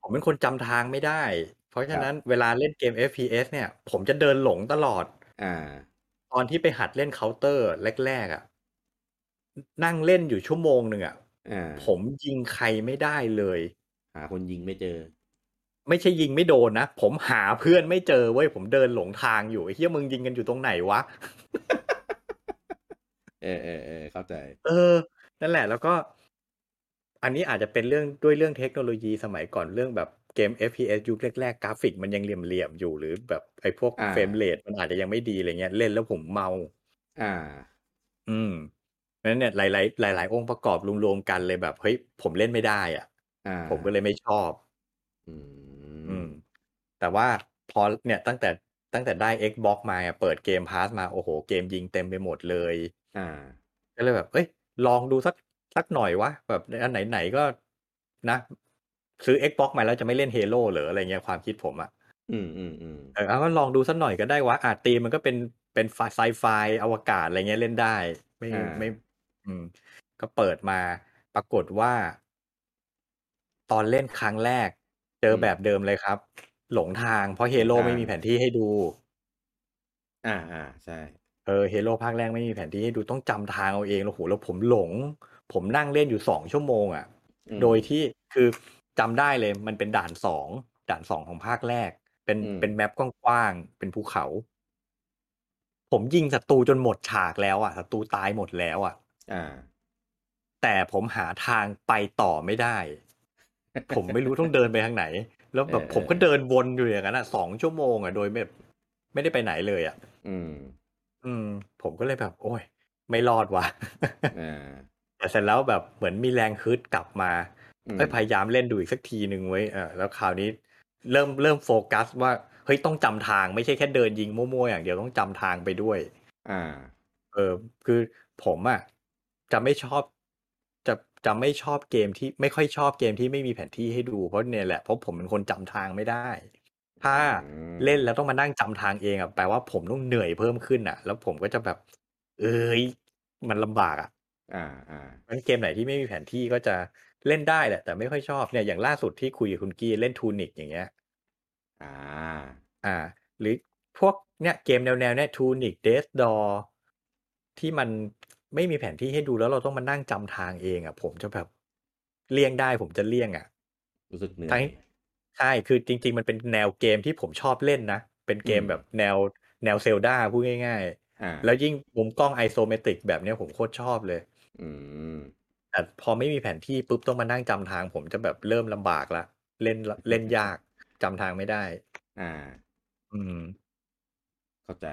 Speaker 2: ผมเป็นคนจำทางไม่ได้ เพราะฉะนั้นเวลาเล่นเกม FPS เนี่ย ผมจะเดินหลงตลอด
Speaker 1: อ่า
Speaker 2: ตอนที่ไปหัดเล่นเคาน์เตอร์แรกๆอ่ะ นั่งเล่นอยู่ชั่วโมงหนึ่งอ่ะ
Speaker 1: อ่า
Speaker 2: ผมยิงใครไม่ได้เลย
Speaker 1: หาคนยิงไม่เจอ
Speaker 2: ไม่ใช่ยิงไม่โดนนะ ผมหาเพื่อนไม่เจอเว้ย ผมเดินหลงทางอยู่ไอ้เหี้ยมึงยิงกันอยู่ตรงไหนวะ
Speaker 1: เออเออเออเข้าใจ
Speaker 2: เออ นั่นแหละแล้วก็ อันนี้อาจจะเป็นเรื่องด้วยเรื่องเทคโนโลยีสมัยก่อนเรื่องแบบเกม FPS ยุคแรกๆ กราฟิกมันยังเหลี่ยมๆอยู่หรือแบบไอ้พวก
Speaker 1: อ่า
Speaker 2: เฟรมเรทมันอาจจะยังไม่ดีอะไรเงี้ยเล่นแล้วผมเมา
Speaker 1: อ่า
Speaker 2: อืมเพราะฉะนั้นเนี่ยหลายๆหลาย ๆ องค์ประกอบรวมๆกันเลยแบบเฮ้ยผมเล่นไม่ได้อ่ะ
Speaker 1: อ่า
Speaker 2: ผมก็เลยไม่ชอบ
Speaker 1: อื
Speaker 2: อื
Speaker 1: ม
Speaker 2: ม แต่ว่าพอเนี่ยตั้งแต่ตั้งแต่ได้ Xbox มาอะเปิดเกมพาสมาโอ้โห เกมยิงเต็มไปหมดเลย
Speaker 1: อ่า
Speaker 2: ก็เลยแบบ เอ้ย ลองดูสักสักหน่อยวะ แบบอันไหนไหนก็นะ ซื้อ Xbox มาแล้วจะไม่เล่น Halo เหรืออะไรเงี้ยความคิดผมอะ
Speaker 1: อืมอืมอืม
Speaker 2: เออเอาว่าลองดูสักหน่อยก็ได้วะอาตีมมันก็เป็นเป็นไซไฟอวกาศอะไรเงี้ยเล่นได้ ไม่
Speaker 1: อ่า
Speaker 2: ไม่ อืม ก็เปิดมาปรากฏว่า ตอนเล่นครั้งแรก เจอแบบเดิมเลยครับ หลงทางเพราะ Halo ไม่มีแผนที่ให้ดู
Speaker 1: อ่าอ่าใช่
Speaker 2: เออเฮโร่ภาคแรกไม่มีแผนที่ให้ดูต้องจำทางเอาเองแล้วโหแล้วผมหลง ผมนั่งเล่นอยู่สองชั่วโมงอะ่ะ
Speaker 1: อืม
Speaker 2: โดยที่คือจำได้เลยมันเป็นด่านสองด่านสองของภาคแรก เป็น
Speaker 1: อืม
Speaker 2: เป็นแมปกว้างๆเป็นภูเขา ผมยิงศัตรูจนหมดฉากแล้วอะ่ะศัตรูตายหมดแล้วอะ่ะ
Speaker 1: อ่า
Speaker 2: แต่ผมหาทางไปต่อไม่ได้ ผมไม่รู้ต้องเดินไปทางไหน แล้วแบบ
Speaker 1: เออ
Speaker 2: ผมก็เดินวนอยู่อย่างนั้นอ่ะสองชั่วโมงอ่ะโดยไม่ไม่ได้ไปไหนเลยอ่ะ
Speaker 1: อืม
Speaker 2: อืม ผมก็เลยแบบ โอ้ย ไม่รอดว่ะ
Speaker 1: อ่า
Speaker 2: แต่เสร็จแล้วแบบเหมือนมีแรงฮึดกลับมา
Speaker 1: อืม
Speaker 2: เอ้ยพยายามเล่นดูอีกสักทีหนึ่งไว้ยเออแล้วคราวนี้เริ่มเริ่มโฟกัสว่าเฮ้ยต้องจำทางไม่ใช่แค่เดินยิงมั่วๆอย่างเดียวต้องจำทางไปด้วย
Speaker 1: อ่า
Speaker 2: เออ คือผมอะจะไม่ชอบ จะจะไม่ชอบเกมที่ไม่ค่อยชอบเกมที่ไม่มีแผนที่ให้ดูเพราะเนี่ยแหละเพราะผมเป็นคนจำทางไม่ได้ ถ้า
Speaker 1: อืม
Speaker 2: เล่นแล้วต้องมานั่งจำทางเองอะแปลว่าผมต้องเหนื่อยเพิ่มขึ้นอะแล้วผมก็จะแบบ เอ้ยมันลำบากอะ
Speaker 1: อ่า อ่า
Speaker 2: งั้นเกมไหนที่ไม่มีแผนที่ก็จะเล่นได้แหละ แต่ไม่ค่อยชอบเนี่ยอย่างล่าสุดที่คุยกับคุณกี้เล่นทูนิกอย่างเงี้ย
Speaker 1: อ่า
Speaker 2: อ่า หรือพวกเนี่ยเกมแนวแนวเนี่ยทูนิกเดสดอที่มันไม่มีแผนที่ให้ดูแล้วเราต้องมานั่งจำทางเองอ่ะ ผมจะแบบเลี่ยงได้ผมจะเลี่ยงอ่ะ
Speaker 1: รู้สึกเหนื่อย
Speaker 2: ทั้งใช่คือจริง ๆ มันเป็นแนวเกมที่ผมชอบเล่นนะ เป็นเกม
Speaker 1: อืม
Speaker 2: แบบแนว แนวเซลดาพูดง่าย
Speaker 1: อ่า
Speaker 2: ๆ แล้วยิ่งมุมกล้องไอโซเมตริกแบบเนี้ยผมโคตรชอบเลย
Speaker 1: อืม
Speaker 2: แต่พอไม่มีแผนที่ปุ๊บต้องมานั่งจำทาง ผมจะแบบเริ่มลำบากละเล่นเล่นยากจำทางไม่ได้
Speaker 1: อ่า
Speaker 2: อืม
Speaker 1: เข้าใจ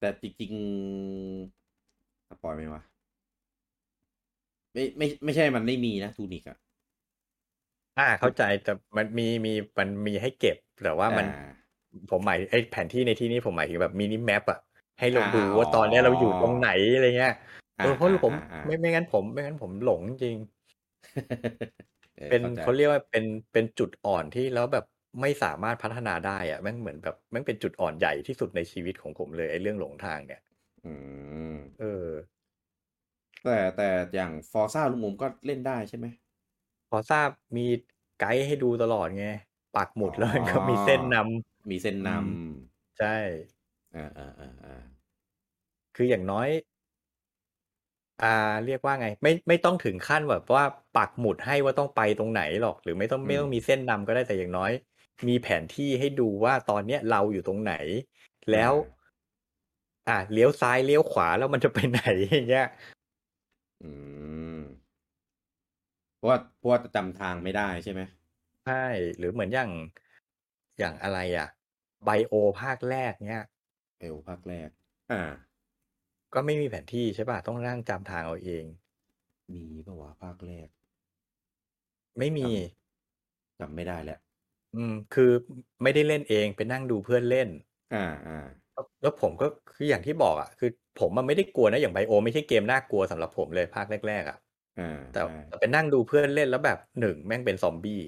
Speaker 1: แต่จริงๆสปอยไหมวะ ไม่ไม่ไม่ใช่มันไม่มีนะทูนิกอะ
Speaker 2: อ่าเข้าใจแต่มันมีมีมันมีให้เก็บแต่ว่ามัน
Speaker 1: อ่า
Speaker 2: ผมหมายไอ้แผนที่ในที่นี้ผมหมายถึงแบบมินิแมปอะให้เรา
Speaker 1: อ่า
Speaker 2: ดูว่าตอนเนี้ยเราอยู่ตรงไหนอะไรเงี้
Speaker 1: า
Speaker 2: ยเออเพราะผม
Speaker 1: อ่า (laughs)
Speaker 2: ไม่ไม่งั้นผมไม่งั้นผมหลงจริง
Speaker 1: ออ
Speaker 2: เป็น
Speaker 1: ข้าใจ
Speaker 2: เขาเรียกว่าเป็นเป็นจุดอ่อนที่แล้วแบบไม่สามารถพัฒนาได้อะแม่งเหมือนแบบแม่งเป็นจุดอ่อนใหญ่ที่สุดในชีวิตของผมเลยไอ้เรื่องหลงทางเนี่ย
Speaker 1: อืม
Speaker 2: เออ
Speaker 1: แต่แต่อย่างฟอร์ซ่าลุงอมก็เล่นได้ใช่ไหม
Speaker 2: พอทราบมีไกด์ให้ดูตลอดไงปักหมุดแล้วมันก็
Speaker 1: อ๋อ
Speaker 2: มีเส้นนำ
Speaker 1: มีเส้นน
Speaker 2: อื ใช่
Speaker 1: ำอ่าอ่าอ่าอ่า
Speaker 2: คืออย่างน้อย อ่า เรียกว่าไง ไม่ไม่ต้องถึงขั้นแบบว่าปักหมุดให้ว่าต้องไปตรงไหนหรอก หรือไม่ต้องไม่ต้องมีเส้นนำก็ได้แต่อย่างน้อย มีแผนที่ให้ดูว่าตอนเนี้ยเราอยู่ตรงไหน แล้ว อ่าเลี้ยวซ้ายเลี้ยวขวาแล้วมันจะไปไหน (laughs) อย่างเงี้ย
Speaker 1: อืมเพราะว่าเพราะว่าจำทางไม่ได้ใช่ไหม
Speaker 2: ใช่ หรือเหมือนอย่างอย่างอะไรอ่ะ ไบโอภาคแรกเนี้ย
Speaker 1: เอลภาคแรก อ่า
Speaker 2: ก็ไม่มีแผนที่ใช่ป่ะต้องนั่งจำทางเอาเอง
Speaker 1: มีปะวะภาคแรก
Speaker 2: ไม่มี
Speaker 1: ครับ จำไม่ได้แล้ว
Speaker 2: อืม คือไม่ได้เล่นเองไปนั่งดูเพื่อนเล่น
Speaker 1: อ่าอ่า
Speaker 2: แล้วแล้วผมก็คืออย่างที่บอกอ่ะคือ ผมมันไม่ได้กลัวนะอย่างไบโอ ไม่ใช่เกมน่ากลัวสำหรับผมเลยภาคแรกๆอ่ะ
Speaker 1: อ่า
Speaker 2: แต่
Speaker 1: ใช่
Speaker 2: แต่ไปนั่งดูเพื่อนเล่นแล้วแบบหนึ่งแม่งเป็นซอมบี้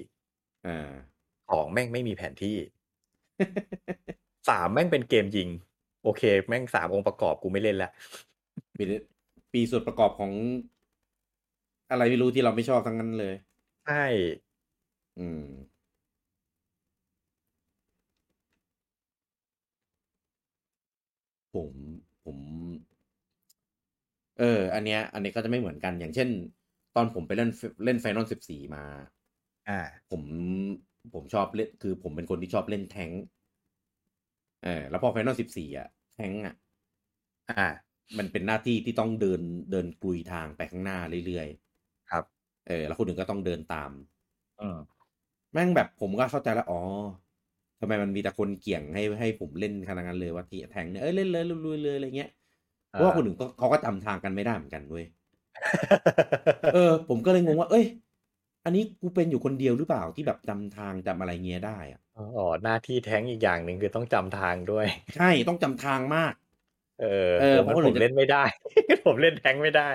Speaker 1: อ่า
Speaker 2: สองแม่งไม่มีแผนที่สามแม่งเป็นเกมยิง โอเค แม่งสามองค์ประกอบกูไม่เล่นละ
Speaker 1: ปีปีส่วนประกอบของอะไรไม่รู้ที่เราไม่ชอบทั้งนั้นเลย
Speaker 2: ใช่
Speaker 1: อืม ผมผม เออ อันเนี้ย อันนี้ก็จะไม่เหมือนกันอย่างเช่น ตอนผมไปเล่นเล่นไฟนอลสิบสี่มา
Speaker 2: อ่า
Speaker 1: ผมผมชอบเล่นคือผมเป็นคนที่ชอบเล่นแทงค์เออแล้วพอไฟนอลสิบสี่อ่ะ แทงค์อ่ะ
Speaker 2: อ่า
Speaker 1: มันเป็นหน้าที่ที่ต้องเดินเดินกลุยทางไปข้างหน้าเรื่อยๆ
Speaker 2: ครับ
Speaker 1: เออ แล้วคนอื่นก็ต้องเดินตาม
Speaker 2: อืม
Speaker 1: แม่งแบบผมก็เข้าใจแล้วอ๋อทำไมมันมีแต่คนเกี่ยงให้ให้ผมเล่นขนาดนั้นเลยว่าที่แทงเนี่ยเอ้ยเล่นเลยลุยๆเลยอะไรเงี้ยเพราะว่าคนอื่นก็เขาก็จำทางกันไม่ได้เหมือนกันเว้ยเออ ผมก็เลยงงว่า เอ้ย อันนี้กูเป็นอยู่คนเดียวหรือเปล่าที่แบบจำทางจำอะไรเงี้ยได้อะ
Speaker 2: (laughs) อ๋อหน้าที่แท้งอีกอย่างหนึ่งคือต้องจำทางด้วย
Speaker 1: ใช่ต้องจำทางมาก
Speaker 2: เออ
Speaker 1: เออ
Speaker 2: ผมว่า
Speaker 1: เพราะคนอื่
Speaker 2: ผ
Speaker 1: น
Speaker 2: ม
Speaker 1: จะ
Speaker 2: เล่นไม่ได้ (laughs) ผมเล่นแท้งไม่ได้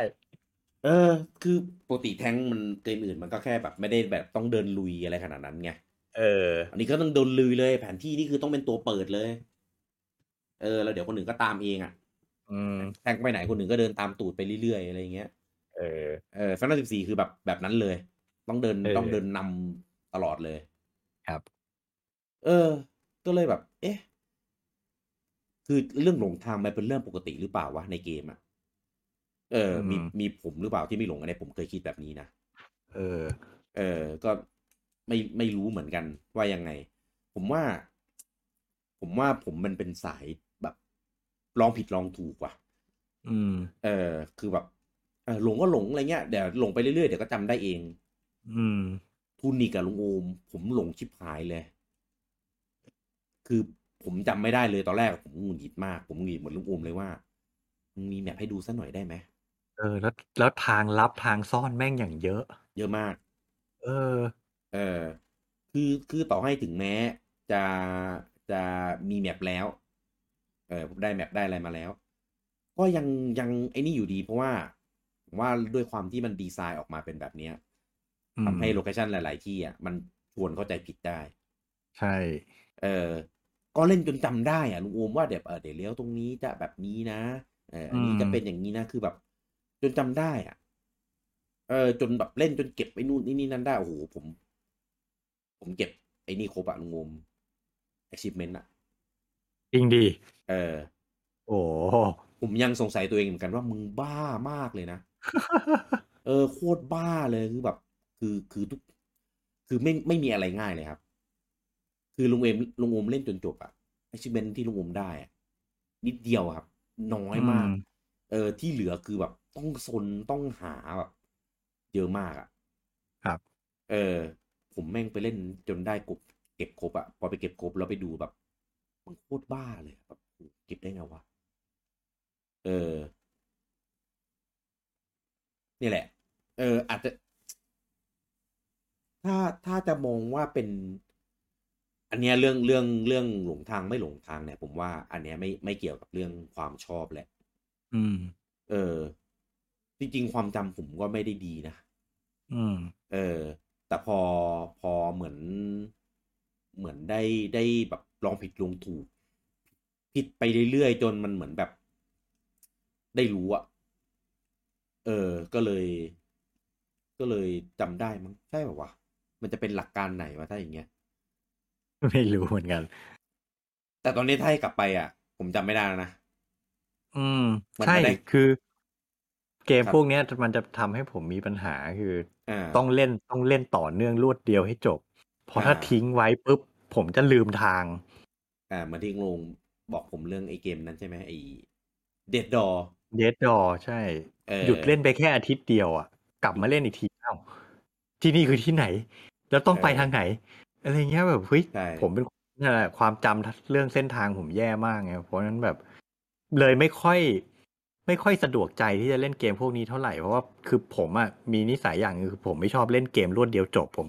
Speaker 1: เออ คือปกติแทงมันเกมอื่นมันก็แค่แบบไม่ได้แบบต้องเดินลุยอะไรขนาดนั้นไง
Speaker 2: เออ
Speaker 1: อันนี้ก็ต้องโดนลุยเลย แผนที่นี่คือต้องเป็นตัวเปิดเลย เออ แล้วเดี๋ยวคนอื่นก็ตามเองอะ่ะ
Speaker 2: อืม
Speaker 1: แทงไปไหนคนอื่นก็เดินตามตูดไปเรื่อยๆอะไรอย่างเงี้ย
Speaker 2: เออ
Speaker 1: เออแฟนตาสิบสี่คือแบบแบบนั้นเลย ต้องเดิน
Speaker 2: เออ
Speaker 1: ต้องเดินนำตลอดเลย
Speaker 2: ครับ
Speaker 1: เออ ก็เลยแบบ เอ๊ะ คือเรื่องหลงทางมันเป็นเรื่องปกติหรือเปล่าวะในเกมอะ่ะ เออ มี
Speaker 2: อืม
Speaker 1: มีผมหรือเปล่าที่ไม่หลงอันนี้ผมเคยคิดแบบนี้นะ
Speaker 2: เออ
Speaker 1: เออ ก็ไม่ไม่รู้เหมือนกันว่ายังไง ผมว่า ผมว่าผมมันเป็นสายแบบลองผิดลองถูกว่ะ
Speaker 2: อืม
Speaker 1: เออ คือแบบเออหลงก็หลงอะไรเงี้ย เดี๋ยวหลงไปเรื่อยๆ เดี๋ยวก็จำได้เอง
Speaker 2: อืม
Speaker 1: ทุนนี่กับลุงโอม ผมหลงชิบหายเลย คือผมจำไม่ได้เลยตอนแรก ผมหงุดหงิดมาก ผมหงุดหงิดเหมือนลุงโอมเลยว่ามึงมีแมพให้ดูสักหน่อยได้ไหม
Speaker 2: เออ แล้วแล้วทางลับทางซ่อนแม่งอย่างเยอะ
Speaker 1: เยอะมาก
Speaker 2: เออ
Speaker 1: เออ คือคือต่อให้ถึงแม้ จะจะมีแมปแล้ว เออผมได้แมปได้อะไรมาแล้ว ก็ยังยังไอ้นี่อยู่ดี เพราะว่าผมว่าด้วยความที่มันดีไซน์ออกมาเป็นแบบเนี้ย
Speaker 2: อืม
Speaker 1: ทำให้โลเคชันหลาย ๆ ที่อ่ะมันชวนเข้าใจผิดได้
Speaker 2: ใช่
Speaker 1: เออ ก็เล่นจนจำได้อ่ะลุงโอมว่าเดี๋ยวเออเดี๋ยวเลี้ยวตรงนี้จะแบบนี้นะ เอออันนี้
Speaker 2: อืม
Speaker 1: จะเป็นอย่างนี้นะ คือแบบ จนจำได้อ่ะ เออ จนแบบเล่นจนเก็บไอ้นู่นไอ้นี่นั่นได้ โอ้โห ผม ผมเก็บไอ้นี่ครบอะลุงโอม achievement อะ
Speaker 2: จริงดี
Speaker 1: เออ
Speaker 2: โอ้
Speaker 1: ผมยังสงสัยตัวเองเหมือนกันว่ามึงบ้ามากเลยนะ เออ โคตรบ้าเลย คือแบบ คือ คือทุก คือไม่ ไม่มีอะไรง่ายเลยครับ คือลุงเอมลุงโอมเล่นจนจบอะไอชิเมนที่ลุงโอมได้อะนิดเดียวอะครับ น้อยมาก
Speaker 2: อืม
Speaker 1: เออที่เหลือคือแบบต้องซนต้องหาแบบเยอะมากอะ
Speaker 2: ครับ
Speaker 1: เออ ผมแม่งไปเล่นจนได้กบเก็บครบอะพอไปเก็บครบแล้วไปดูแบบมันโคตรบ้าเลยอะแบบโหเก็บได้ไงวะเออ นี่แหละ เออ อาจจะ ถ้าถ้าจะมองว่าเป็น อันเนี้ยเรื่องเรื่องเรื่องหลงทางไม่หลงทางเนี่ย ผมว่า อันเนี้ยไม่ไม่เกี่ยวกับเรื่องความชอบแหละ
Speaker 2: (laughs) อืม
Speaker 1: เออ จริงๆ ความจำผมก็ไม่ได้ดีนะ
Speaker 2: อืม (laughs)
Speaker 1: เออ แต่พอพอเหมือนเหมือนได้ได้แบบลองผิดลองถูก ผิดไปเรื่อยๆ จนมันเหมือนแบบ ได้รู้อะเออ ก็เลย ก็เลยจำได้มั้งใช่ป่าวะมันจะเป็นหลักการไหนวะถ้าอย่างเงี้ย
Speaker 2: ไม่รู้เหมือนกัน
Speaker 1: แต่ตอนนี้ถ้าให้กลับไปอ่ะ ผมจำไม่ได้แล้วนะ
Speaker 2: อืม
Speaker 1: มัน
Speaker 2: ใช่
Speaker 1: ไม่ได้
Speaker 2: คือ เกม
Speaker 1: ครับ
Speaker 2: พวกเนี้ยมันจะทำให้ผมมีปัญหาคือ
Speaker 1: อ่า
Speaker 2: ต้องเล่นต้องเล่นต่อเนื่องรวดเดียวให้จบ เพราะถ้า
Speaker 1: อ่า
Speaker 2: ทิ้งไว้ปุ๊บผมจะลืมทาง
Speaker 1: อ่าเหมาที่ลงบอกผมเรื่องไอ้เกมนั้นใช่ไหมไอ้เด็ดดอ
Speaker 2: เดดดอใช่
Speaker 1: เออ
Speaker 2: หยุดเล่นไปแค่อาทิตย์เดียวอ่ะ กลับมาเล่นอีกทีเอ้าที่นี่คือที่ไหน แล้วต้องไป
Speaker 1: เออ
Speaker 2: ทางไหน อะไรเงี้ยแบบเฮ้ย
Speaker 1: ใช่
Speaker 2: ผมเป็นนั่นแหละความจำเรื่องเส้นทางผมแย่มากไงเพราะฉะนั้นแบบ เลยไม่ค่อย ไม่ค่อยสะดวกใจที่จะเล่นเกมพวกนี้เท่าไหร่เพราะว่าคือผมอ่ะมีนิสัยอย่างหนึงคือผมไม่ชอบเล่นเกมรวดเดียวจบ ผม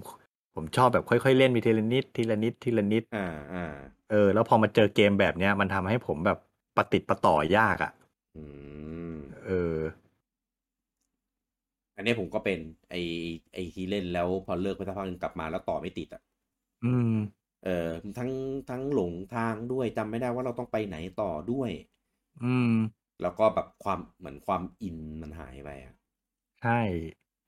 Speaker 2: ผมชอบแบบค่อยๆเล่นไปทีละนิดทีละนิดทีละนิด
Speaker 1: อ่าอ่า
Speaker 2: เออแล้วพอมาเจอเกมแบบเนี้ย มันทำให้ผมแบบปะติดปะต่อยากอ่ะ
Speaker 1: อืม
Speaker 2: เออ
Speaker 1: อันนี้ผมก็เป็นไอไอที่เล่นแล้วพอเลิกไปสักพักหนึ่งกลับมาแล้วต่อไม่ติดอ่ะ
Speaker 2: อืม
Speaker 1: เออทั้งทั้งหลงทางด้วยจำไม่ได้ว่าเราต้องไปไหนต่อด้วย
Speaker 2: อืม
Speaker 1: แล้วก็แบบความเหมือนความอินมันหายไปอ่ะ
Speaker 2: ใช่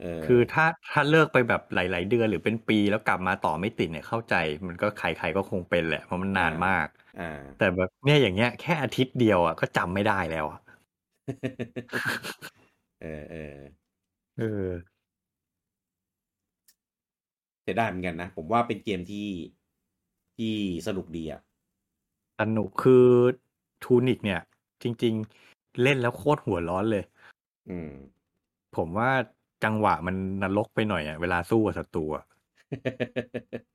Speaker 1: เออ
Speaker 2: คือถ้าถ้าเลิกไปแบบหลาย ๆ เดือนหรือเป็นปีแล้วกลับมาต่อไม่ติดเนี่ยเข้าใจ มันก็ใครๆก็คงเป็นแหละเพราะมันนานมาก
Speaker 1: อ่า (laughs)
Speaker 2: แต่แบบเนี่ยอย่างเงี้ยแค่อาทิตย์เดียวอ่ะก็จำไม่ได้แล้วอ่ะ
Speaker 1: เออเออ
Speaker 2: เออ
Speaker 1: จะได้เหมือนกันนะ ผมว่าเป็นเกมที่ที่สนุกดีอ่ะ
Speaker 2: สนุกคือทูนิกเนี่ย จริง ๆ เล่นแล้วโคตรหัวร้อนเลย
Speaker 1: อืม (laughs)
Speaker 2: ผมว่าจังหวะมันนรกไปหน่อยอ่ะเวลาสู้กับศัตรูอ่ะ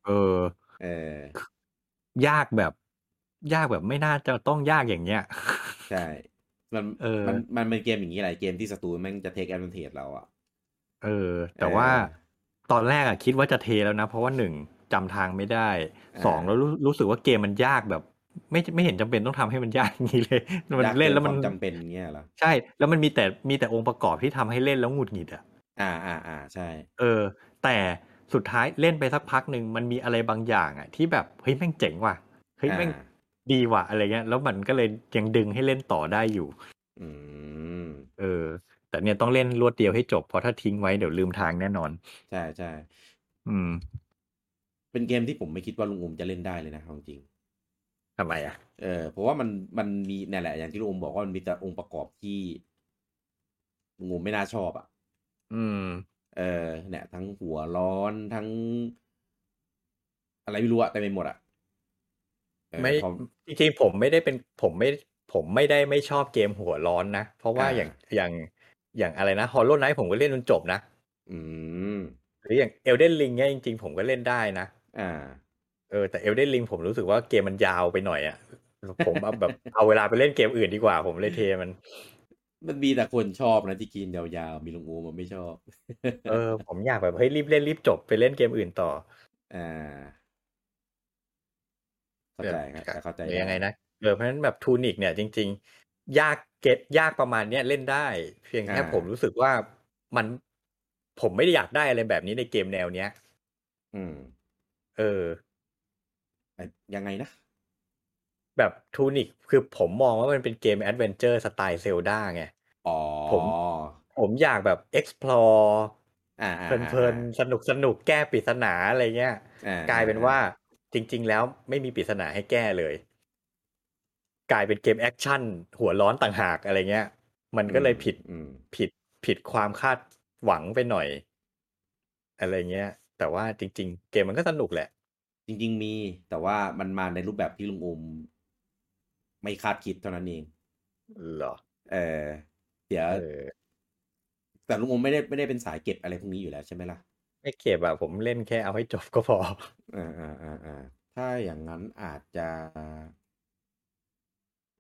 Speaker 2: เออ
Speaker 1: เออ
Speaker 2: ยากแบบ ยากแบบไม่น่าจะต้องยากอย่างเงี้ย (laughs)
Speaker 1: ใช่ มัน
Speaker 2: เออ
Speaker 1: มันมันเป็นเกมอย่างนี้แหละเกมที่ศัตรูแม่งจะเทคแอด a n นเท e เราอ่ะ
Speaker 2: เออ แต่ว่า
Speaker 1: เออ
Speaker 2: ตอนแรกอะคิดว่าจะเทแล้วนะ เพราะว่าหนึ่งจำทางไม่ได้
Speaker 1: อ่า
Speaker 2: สองแล้วรู้รู้สึกว่าเกมมันยากแบบ ไม่ไม่เห็นจำเป็นต้องทำให้มันยากอย่างนี้เลย (laughs) มัน
Speaker 1: ยาก
Speaker 2: เล่น
Speaker 1: กิ
Speaker 2: แล้วมัน
Speaker 1: ควาจำเป็นเงี้ยเหรอ
Speaker 2: ใช่ แล้วมันมีแต่มีแต่องค์ประกอบที่ทำให้เล่นแล้วหงุดหงิดอะ
Speaker 1: อ่าอ่าอ่าใช่
Speaker 2: เออ แต่สุดท้ายเล่นไปสักพักหนึ่งมันมีอะไรบางอย่างอะที่แบบเฮ้ยแม่งเจ๋งว่ะเฮ้ย
Speaker 1: อ่า
Speaker 2: แม่งดีว่ะอะไรเงี้ยแล้วมันก็เลยยังดึงให้เล่นต่อได้อยู่
Speaker 1: อืม
Speaker 2: เออ แต่เนี่ยต้องเล่นรวดเดียวให้จบเพราะถ้าทิ้งไว้เดี๋ยวลืมทางแน่นอน
Speaker 1: ใช่ใช่
Speaker 2: อืม
Speaker 1: เป็นเกมที่ผมไม่คิดว่าลุงอมจะเล่นได้เลยนะเอาจริง
Speaker 2: ทำไมอะ
Speaker 1: เออเพราะว่ามันมันมีนั่นแหละ อย่างที่ลุงอมบอกว่ามันมีแต่องค์ประกอบที่ลุงอมไม่น่าชอบอ่ะ
Speaker 2: อืม
Speaker 1: เออเนี่ยทั้งหัวร้อนทั้ง อะไรไม่รู้อะเต็มไปหมดอะเออ
Speaker 2: ไม่
Speaker 1: พอ
Speaker 2: จริงๆผมไม่ได้เป็นผมไม่ผมไม่ได้ไม่ชอบเกมหัวร้อนนะ เพราะว่า
Speaker 1: อ่า
Speaker 2: อย่างอย่างอย่างอะไรนะฮอลโลไนท์ผมก็เล่นจนจบนะ
Speaker 1: อืม
Speaker 2: หรืออย่างเอลเดนลิงเนี่ยจริงๆ ผมก็เล่นได้นะ
Speaker 1: อ่า
Speaker 2: เออแต่เอลเดนลิงผมรู้สึกว่าเกมมันยาวไปหน่อยอะผมเอาแบบ (laughs) เอาเวลาไปเล่นเกมอื่นดีกว่า ผมเลยเทมัน
Speaker 1: มันมีแต่คนชอบนะที่กินยาวๆ มีลุงอูมันไม่ชอบ
Speaker 2: เออ ผมอยากแบบเฮ้ยรีบเล่นรีบจบไปเล่นเกมอื่นต่อ
Speaker 1: อ่า เข้าใจครับแต่เข้าใจ
Speaker 2: หรือยังไง
Speaker 1: ด้
Speaker 2: นะเออเพราะฉะนั้นแบบทูนิกเนี่ยจริง ๆ ยากเก็ตยากประมาณเนี้ยเล่นได้ เพียงแค่ผมรู้สึกว่ามันผมไม่ได้อยากได้อะไรแบบนี้ในเกมแนวเนี้ย
Speaker 1: อืม
Speaker 2: เออ
Speaker 1: เอ้ยยังไงนะ
Speaker 2: แบบทูนิกคือผมมองว่ามันเป็นเกมแอดเวนเจอร์สไตล์เซลดาไง
Speaker 1: อ๋อ
Speaker 2: ผม ผมอยากแบบ explore
Speaker 1: อ่า
Speaker 2: เพ
Speaker 1: อ่า
Speaker 2: ลิน
Speaker 1: อ่า
Speaker 2: เพลินสนุกสนุกแก้ปริศนาอะไรเงี้ย
Speaker 1: อ่
Speaker 2: กลายเป็นว่าจริง ๆ แล้วไม่มีปริศนาให้แก้เลย กลายเป็นเกมแอคชั่นหัวร้อนต่างหากอะไรเงี้ย มันก็เลยผิด
Speaker 1: อืม
Speaker 2: ผิดผิดความคาดหวังไปหน่อย อะไรเงี้ย แต่ว่าจริง ๆ เกมมันก็สนุกแหละ
Speaker 1: จริง ๆ มี แต่ว่ามันมาในรูปแบบที่ลุงโอมไม่คาดคิดเท่านั้นเอง
Speaker 2: เหรอ
Speaker 1: เออเดี๋ยว
Speaker 2: เออ
Speaker 1: แต่ลุงโอมไม่ได้ไม่ได้เป็นสายเก็บอะไรพวกนี้อยู่แล้วใช่ไหมล่ะ
Speaker 2: ไม่เก็บอะผมเล่นแค่เอาให้จบก็พอ
Speaker 1: อ่าอ่าอ่าอ่าถ้าอย่างนั้นอาจจะ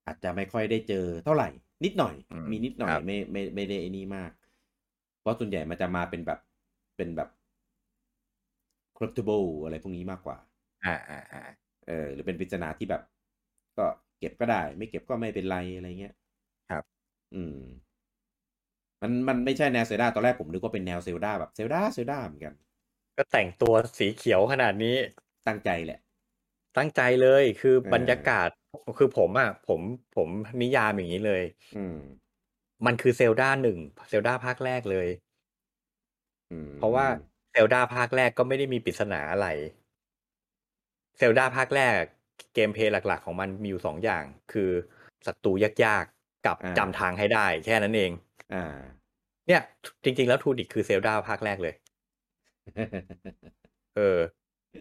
Speaker 1: อาจจะไม่ค่อยได้เจอเท่าไหร่ นิดหน่อย
Speaker 2: อืม
Speaker 1: มีนิดหน่อ
Speaker 2: ค
Speaker 1: ย
Speaker 2: รับ
Speaker 1: ไม่ไม่ไม่ได้ไอ้นี่มาก เพราะส่วนใหญ่มันจะมาเป็นแบบเป็นแบบ collectible อะไรพวกนี้มากกว่า
Speaker 2: อ่าอ่าอ่า
Speaker 1: เออหรือเป็นปริศนาที่แบบ ก็เก็บก็ได้ ไม่เก็บก็ไม่เป็นไรอะไรเงี้ย
Speaker 2: ครับ
Speaker 1: อืม มันมันไม่ใช่แนวเซลดาตอนแรกผมนึกว่าเป็นแนวเซลดาแบบเซลดาเซลดาเหมือนกัน
Speaker 2: ก็แต่งตัวสีเขียวขนาดนี้
Speaker 1: ตั้งใจแหละ
Speaker 2: ตั้งใจเลยคือ
Speaker 1: เออ
Speaker 2: บรรยากาศคือผมอ่ะผมผมนิยามอย่างนี้เลย
Speaker 1: อืม
Speaker 2: มันคือเซลดาหนึ่งเซลดาภาคแรกเลย
Speaker 1: อืม
Speaker 2: เพราะว่าเซลดาภาคแรกก็ไม่ได้มีปริศนาอะไรเซลดาภาคแรกเกมเพลย์หลัก ๆ ของมันมีอยู่สองอย่าง คือศัตรูยากๆกับ
Speaker 1: อ่า
Speaker 2: จำทางให้ได้ แค่นั้นเอง
Speaker 1: อ่า
Speaker 2: เนี่ย จริง ๆ แล้วทูดิกคือเซลดาภาคแรกเลย เออ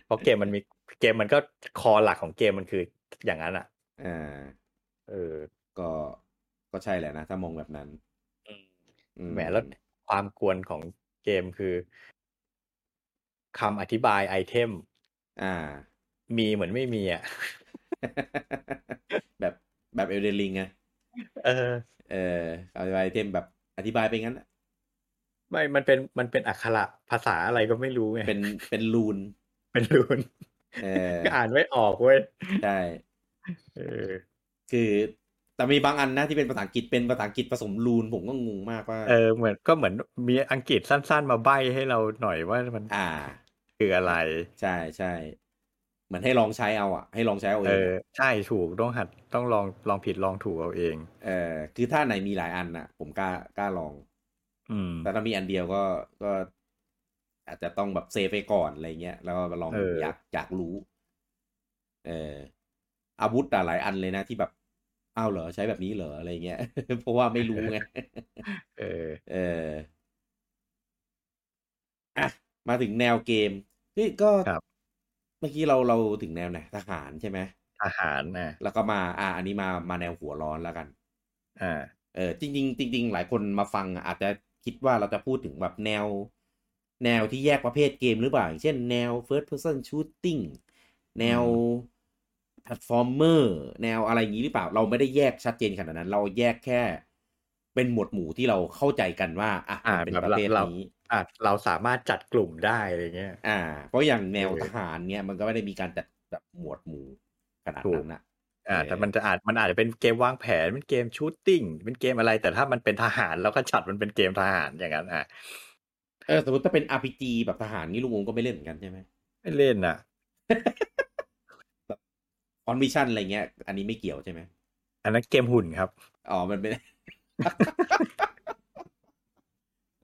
Speaker 2: เพราะเกมมันมีเกมมันก็คอหลักของเกมมันคืออย่างนั้นอ่ะ
Speaker 1: อ่า
Speaker 2: เออ
Speaker 1: ก็ก็ใช่แหละนะ ถ้ามองแบบนั้นอื
Speaker 2: แหมแล้วความกวนของเกมคือคำอธิบายไอเทม
Speaker 1: อ่า (laughs)
Speaker 2: มีเหมือนไม่มีอ่ะ
Speaker 1: แบบแบบเอลเดนลิงไง
Speaker 2: เออ
Speaker 1: เออเอาไอเทมแบบอธิบายไปงั้นอะ
Speaker 2: ไม่ มันเป็นมันเป็นอักขระภาษาอะไรก็ไม่รู้ไง (laughs)
Speaker 1: เป็นเป็นลูน
Speaker 2: เป็นรูน
Speaker 1: เอ
Speaker 2: (laughs)
Speaker 1: อ
Speaker 2: ก็อ่านไม่ออกเว้ย
Speaker 1: ใช่
Speaker 2: เออ
Speaker 1: คือแต่มีบางอันนะที่เป็นภาษาอังกฤษเป็นภาษาอังกฤษผสมลูนผมก็งงมากว่า
Speaker 2: เออเหมือนก็เหมือนมีอังกฤษสั้น ๆ มาใบ้ให้เราหน่อยว่ามัน
Speaker 1: อ่า
Speaker 2: คืออะไร
Speaker 1: ใช่ใช่เหมือนให้ลองใช้เอาอ่ะ ให้ลองใช้เอาเอ
Speaker 2: เอง อ ใช่ถูกต้องหัดต้องลองลองผิดลองถูกเอาเอง
Speaker 1: เออคือถ้าไหนมีหลายอันน่ะ ผมกล้ากล้าลอง
Speaker 2: อืม
Speaker 1: แต่ถ้ามีอันเดียวก็ก็ อาจจะต้องแบบเซฟไปก่อนอะไรเงี้ยแล้วก็มาลอง
Speaker 2: เอ
Speaker 1: อ
Speaker 2: ออ
Speaker 1: ยากอยากรู้ เอออาวุธแต่หลายอันเลยนะที่แบบอ้าวเหรอใช้แบบนี้เหรออะไรเงี้ย (laughs) เพราะว่าไม่รู้ไง (laughs)
Speaker 2: เออ
Speaker 1: เอออ่ะมาถึงแนวเกมนี่ก็
Speaker 2: ครับ
Speaker 1: เมื่อกี้เราเราถึงแนวไหนทหารใช่ไหม
Speaker 2: อาหารนะ
Speaker 1: แล้วก็มา อ่ะอันนี้มามาแนวหัวร้อนแล้วกัน
Speaker 2: อ่า
Speaker 1: เออจริงๆจริงๆหลายคนมาฟังอะอาจจะคิดว่าเราจะพูดถึงแบบแนว แนวที่แยกประเภทเกมหรือเปล่าอย่างเช่นแนว first person shooting แนว platformer แนวอะไรอย่างนี้หรือเปล่า เราไม่ได้แยกชัดเจนขนาดนั้น เราแยกแค่ เป็นหมวดหมู่ที่เราเข้าใจกันว่าอ่ะ
Speaker 2: อ่า
Speaker 1: มันเป็น
Speaker 2: แบบ
Speaker 1: ประ
Speaker 2: เรา
Speaker 1: เภท
Speaker 2: เรา
Speaker 1: นี้
Speaker 2: อาจเราสามารถจัดกลุ่มได้อะไรเงี้ย
Speaker 1: อ่า เพราะอย่างแนว
Speaker 2: เออ
Speaker 1: ทหารเนี่ยมันก็ไม่ได้มีการจัดแบบหมวดหมู่ขนาด
Speaker 2: ถูก
Speaker 1: นั้นนะ
Speaker 2: อ่า
Speaker 1: เออ
Speaker 2: แต่มันจะอาจมันอาจจะเป็นเกมวางแผนเป็นเกมชูตติ้งเป็นเกมอะไร แต่ถ้ามันเป็นทหารเราก็จัดมันเป็นเกมทหารอย่างนั้นอ่ะ
Speaker 1: เออสมมติถ้าเป็น RPG แบบทหารนี่ลุงงก็ไม่เล่นเหมือนกันใช่ไหม
Speaker 2: ไม่เล่นอ่ะ
Speaker 1: ออนมิชชั่นอะไรเงี้ย อันนี้ไม่เกี่ยวใช่ไหม
Speaker 2: อันนั้นเกมหุ่นครับ (laughs)
Speaker 1: อ๋อ มันเป็น (laughs)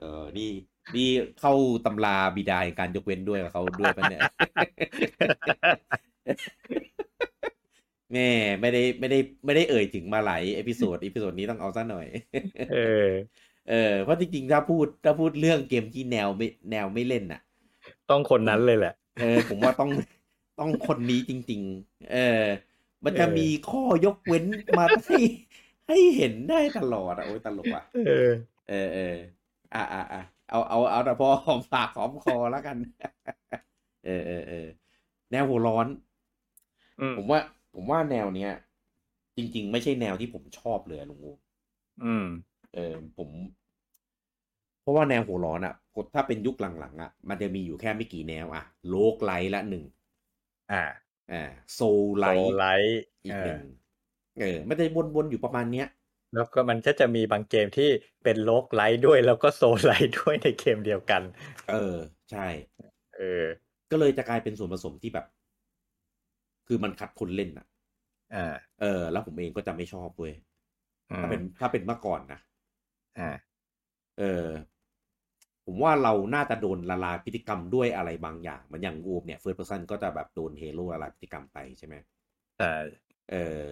Speaker 1: เออ นี่ นี่เข้าตำราบิดาแห่งการยกเว้นด้วยกับเขาด้วยปะ (laughs) เนี่ย แม่ไม่ได้ไม่ได้ไม่ได้เอ่ยถึงมาหลายเอพิโซดเอพิโซดนี้ต้องเอาซะหน่อย
Speaker 2: เออ
Speaker 1: เออ เพราะจริงๆ ถ้าพูดถ้าพูดเรื่องเกมที่แนวไม่แนวไม่เล่นน่ะ
Speaker 2: ต้องคนนั้นเลยแหละ
Speaker 1: เออ ผมว่าต้อง (laughs) ต้องคนนี้จริง ๆ เออ มันจะ
Speaker 2: เออ
Speaker 1: มีข้อยกเว้นมาให้ให้เห็นได้ตลอดอะโอ้ยตลกอ่ะ
Speaker 2: เออ
Speaker 1: เออเอออ่ะอ่ะอ่ะ (laughs) เอาเอาเอาแต่พอหอมปากหอมคอแล้วกัน (laughs) เออเออเออแนวหัวร้อน
Speaker 2: อืม
Speaker 1: ผมว่า ผมว่าแนวเนี้ย จริง ๆ ไม่ใช่แนวที่ผมชอบเลยอะลุงอู
Speaker 2: อืม
Speaker 1: เออ ผม เพราะว่าแนวหัวร้อนอ่ะกดถ้าเป็นยุคหลังๆอ่ะมันจะมีอยู่แค่ไม่กี่แนวอ่ะโลกไลท์ละหนึ่ง
Speaker 2: อ่า
Speaker 1: อ่าโซลไล
Speaker 2: โล
Speaker 1: ท์
Speaker 2: ไลท์
Speaker 1: อี
Speaker 2: เอก
Speaker 1: ห
Speaker 2: อ
Speaker 1: นึ่งเออไม่ได้วนๆอยู่ประมาณเนี้ย
Speaker 2: แล้วก็มันก็จะมีบางเกมที่เป็นโลกไลท์ด้วยแล้วก็โซลไลท์ด้วยในเกมเดียวกัน
Speaker 1: เออ ใช่
Speaker 2: เออ
Speaker 1: ก็เลยจะกลายเป็นส่วนผสมที่แบบ คือมันคัดคนเล่นอ่ะ
Speaker 2: อ่า
Speaker 1: เออแล้วผมเองก็จะไม่ชอบเว้ย
Speaker 2: อืม
Speaker 1: ถ้าเป็นถ้าเป็นเมื่อก่อนนะ
Speaker 2: อ่า
Speaker 1: เออ ผมว่าเราน่าจะโดนละลายพฤติกรรมด้วยอะไรบางอย่างเหมันอย่างวูมเนี่ยเฟิร์สเพอร์ซันก็จะแบบโดนเฮโร่ละลายพฤติกรรมไปใช่ไหม
Speaker 2: แต่
Speaker 1: เออ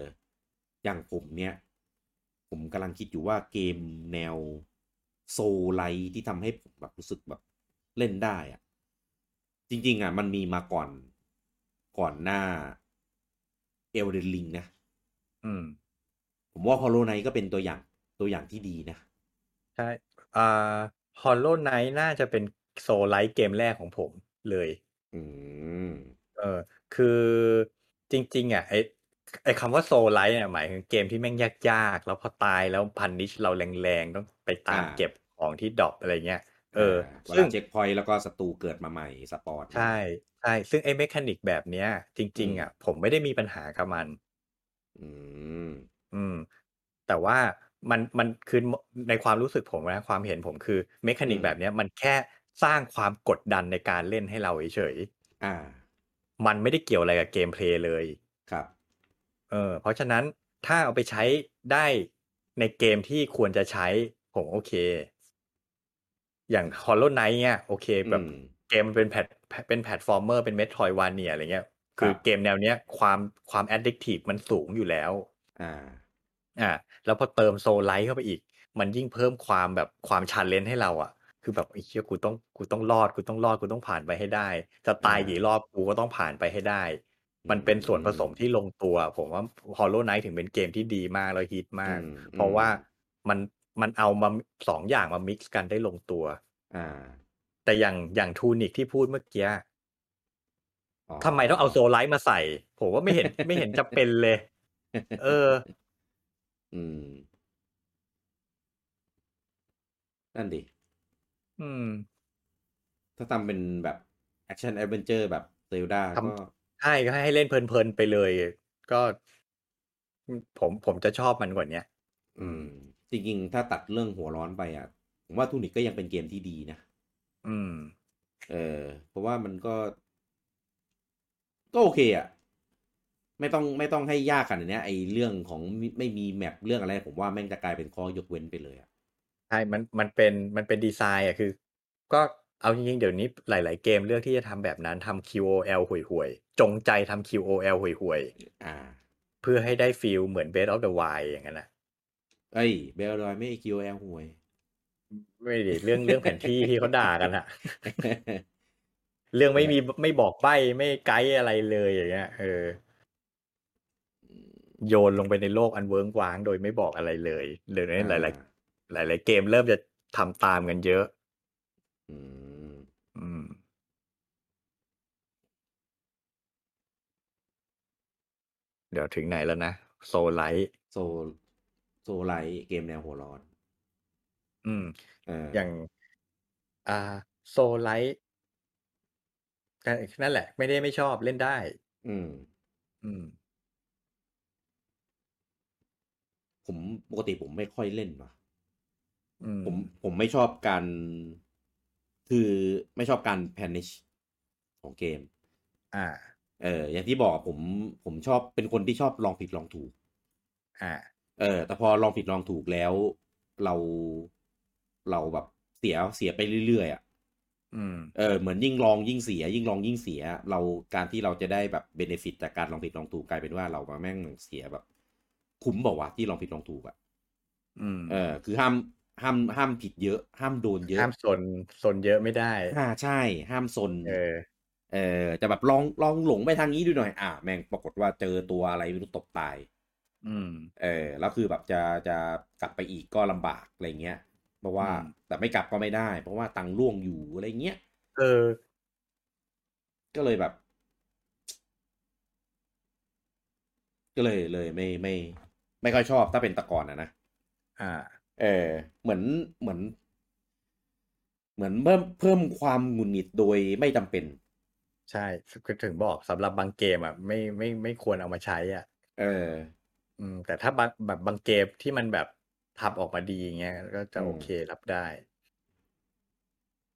Speaker 1: อย่างผมเนี่ย ผมกำลังคิดอยู่ว่าเกมแนวโซลไลท์ที่ทำให้ผมแบบรู้สึกแบบเล่นได้อะจริง ๆ อ่ะ มันมีมาก่อน ก่อนหน้าเอลเดนลิงนะ
Speaker 2: อืม
Speaker 1: ผมว่าฮอลโลไนก็เป็นตัวอย่างตัวอย่างที่ดีนะ
Speaker 2: ใช่อ่าฮอลโลไนท์น่าจะเป็นโซลไลท์เกมแรกของผมเลย
Speaker 1: อืม
Speaker 2: เออคือจริง ๆ อ่ะไอไอคำว่าโซลไลท์เนี่ยหมายถึงเกมที่แม่งยากๆ แล้วพอตายแล้วพันนิชเราแรงๆ ต้องไปตาม
Speaker 1: อ่า
Speaker 2: เก็บของที่ดรอปอะไรเงี้ย เออ
Speaker 1: เว
Speaker 2: ซึ่
Speaker 1: ลาง เช็คพอยต์แล้วก็ศัตรูเกิดมาใหม่สปอร์ต
Speaker 2: ใช่ใช่ซึ่งไอ้เมคานิกแบบเนี้ย จริง
Speaker 1: อืม
Speaker 2: ๆ อ่ะ ผมไม่ได้มีปัญหากับมัน
Speaker 1: อืม
Speaker 2: อืม แต่ว่ามันมันคือในความรู้สึกผมนะความเห็นผมคือเมคานิก
Speaker 1: อืม
Speaker 2: แบบเนี้ยมันแค่สร้างความกดดันในการเล่นให้เราเฉย
Speaker 1: อ่า
Speaker 2: ๆมันไม่ได้เกี่ยวอะไรกับเกมเพลย์เลย
Speaker 1: ครับ
Speaker 2: เออเพราะฉะนั้นถ้าเอาไปใช้ได้ในเกมที่ควรจะใช้ผมโอเค อย่าง Hollow Knight เนี่ยโอเคแบบ
Speaker 1: อืม
Speaker 2: เกมมันเป็นแพลตเป็นแพลตฟอร์มเมอร์เป็นเมทรอยวานเนียอะไรเงี้ย คือ
Speaker 1: ครับ
Speaker 2: เกมแนวเนี้ยความความ addictive มันสูงอยู่แล้ว
Speaker 1: อ่า
Speaker 2: อ่าแล้วพอเติมโซลไลท์เข้าไปอีก มันยิ่งเพิ่มความแบบความชันเลนให้เราอ่ะ คือแบบไอ้เชี่ยกูต้องกูต้องรอดกูต้องรอดกูต้องผ่านไปให้ได้จะตาย
Speaker 1: อ่ากี่
Speaker 2: กี่รอบกูก็ต้องผ่านไปให้ได้
Speaker 1: อื
Speaker 2: มันเป็นส่วนผสมที่ลงตัว ผมว่า Hollow Knight ถึงเป็นเกมที่ดีมากแล้วฮิตมาก
Speaker 1: อื
Speaker 2: เพราะว่ามันมันเอามาสองอย่างมามิกซ์กันได้ลงตัว
Speaker 1: อ่า
Speaker 2: แต่อย่างอย่างทูนิกที่พูดเมื่อกี้
Speaker 1: อ๋
Speaker 2: ทำไมต้องเอาโซลไลท์มาใส่ ผมว่าไม่เห็น (laughs) ไม่เห็นจะเป็นเลย เออ
Speaker 1: อืม นั่นดิ
Speaker 2: อืม
Speaker 1: ถ้าทำเป็นแบบแอคชั่นแอดเวนเจอร์แบบเซลดา
Speaker 2: ทำ
Speaker 1: ก็
Speaker 2: ใช่ก็ให้เล่นเพลินๆไปเลย ก็ผมผมจะชอบมันกว่าเนี้ย
Speaker 1: อืม จริงๆ ถ้าตัดเรื่องหัวร้อนไปอ่ะ ผมว่าทูนิกก็ยังเป็นเกมที่ดีนะ
Speaker 2: อืม
Speaker 1: เออ เพราะว่ามันก็ ก็โอเคอ่ะ ไม่ต้องไม่ต้องให้ยากขนาดเนี้ยไอเรื่องของไม่ไม่มีแมปเรื่องอะไร ผมว่าแม่งจะกลายเป็นข้อยกเว้นไปเลยอ่ะ
Speaker 2: ใช่ มันมันเป็นมันเป็นดีไซน์อ่ะคือ ก็เอาจริงๆ เดี๋ยวนี้หลาย ๆ เกมเลือกที่จะทำแบบนั้นทำ QOL ห่วยๆ จงใจทำ QOL ห่วย
Speaker 1: อ่า
Speaker 2: ๆ เพื่อให้ได้ฟีลเหมือน b e s t of the Wild อย่างนั้นนะ
Speaker 1: เอ้ยเบลลอยไม่ไอคิวแอลห่วย
Speaker 2: ไม่ดิเรื่องเรื่องแผนที่ที่เขาด่ากันอะเรื่องไม่มีไม่บอกใบ้ไม่ไกด์อะไรเลยอย่างเงี้ยเออ โยนลงไปในโลกอันเวิ้งว้าง โดยไม่บอกอะไรเลยเดี๋ยวนี้หลาย ๆ หลาย ๆ เกมเริ่มจะทำตามกันเยอะ
Speaker 1: อืม
Speaker 2: อืม เดี๋ยวถึงไหนแล้วนะโซไลท์
Speaker 1: โซโซไลท์เกมแนวหัวร้อน
Speaker 2: อืม
Speaker 1: เออ
Speaker 2: อย่าง อ่าโซไลท์ก็นั่นแหละ ไม่ได้ไม่ชอบเล่นได้
Speaker 1: อืม
Speaker 2: อืม
Speaker 1: ผมปกติผมไม่ค่อยเล่นว่ะ
Speaker 2: อืม
Speaker 1: ผมผมไม่ชอบการ คือไม่ชอบการแพนิชของเกม
Speaker 2: อ่า
Speaker 1: เออ อย่างที่บอกผมผมชอบเป็นคนที่ชอบลองผิดลองถูก
Speaker 2: อ่า
Speaker 1: เออ แต่พอลองผิดลองถูกแล้ว เราเราแบบเสียเสียไปเรื่อยๆอ่ะ
Speaker 2: อืม
Speaker 1: เออเหมือนยิ่งลองยิ่งเสีย ยิ่งลองยิ่งเสีย เราการที่เราจะได้แบบเบนฟิตจากการลองผิดลองถูกกลายเป็นว่าเรามาแม่งเสียแบบ คุ้มบอกว่าวะที่ลองผิดลองถูกอะ
Speaker 2: อืม
Speaker 1: เออคือห้ามห้ามห้ามผิดเยอะ ห้ามโดนเยอะ
Speaker 2: ห้ามสนสนเยอะไม่ได้
Speaker 1: อ่าใช่ ห้ามซน
Speaker 2: เออ
Speaker 1: เออจะแบบลองลองหลงไปทางนี้ดูหน่อย อ่า แม่งปรากฏว่าเจอตัวอะไรไม่รู้ตบตาย
Speaker 2: อืม
Speaker 1: เออแล้วคือแบบจะจะกลับไปอีกก็ลำบากอะไรเงี้ย เพราะว่า
Speaker 2: อืม
Speaker 1: แต่ไม่กลับก็ไม่ได้ เพราะว่าตังค์ล่วงอยู่อะไรเงี้ย
Speaker 2: เออ
Speaker 1: ก็เลยแบบ ก็เลยเลยไม่ไม่ ไม่ค่อยชอบถ้าเป็นแตะกอนอะนะ
Speaker 2: อ่า
Speaker 1: เออ เหมือนเหมือน เหมือนเพิ่มเพิ่มความหงุดหงิดโดยไม่จำเป็น
Speaker 2: ใช่ก็ถึงบอกสำหรับบางเกมอ่ะไม่ไม่ไม่ควรเอามาใช้อ่ะ
Speaker 1: เออ
Speaker 2: อืมแต่ถ้าบางแบบบางเกมที่มันแบบทำออกมาดีอย่างเงี้ยก็จะ
Speaker 1: อืม
Speaker 2: โอเครับได้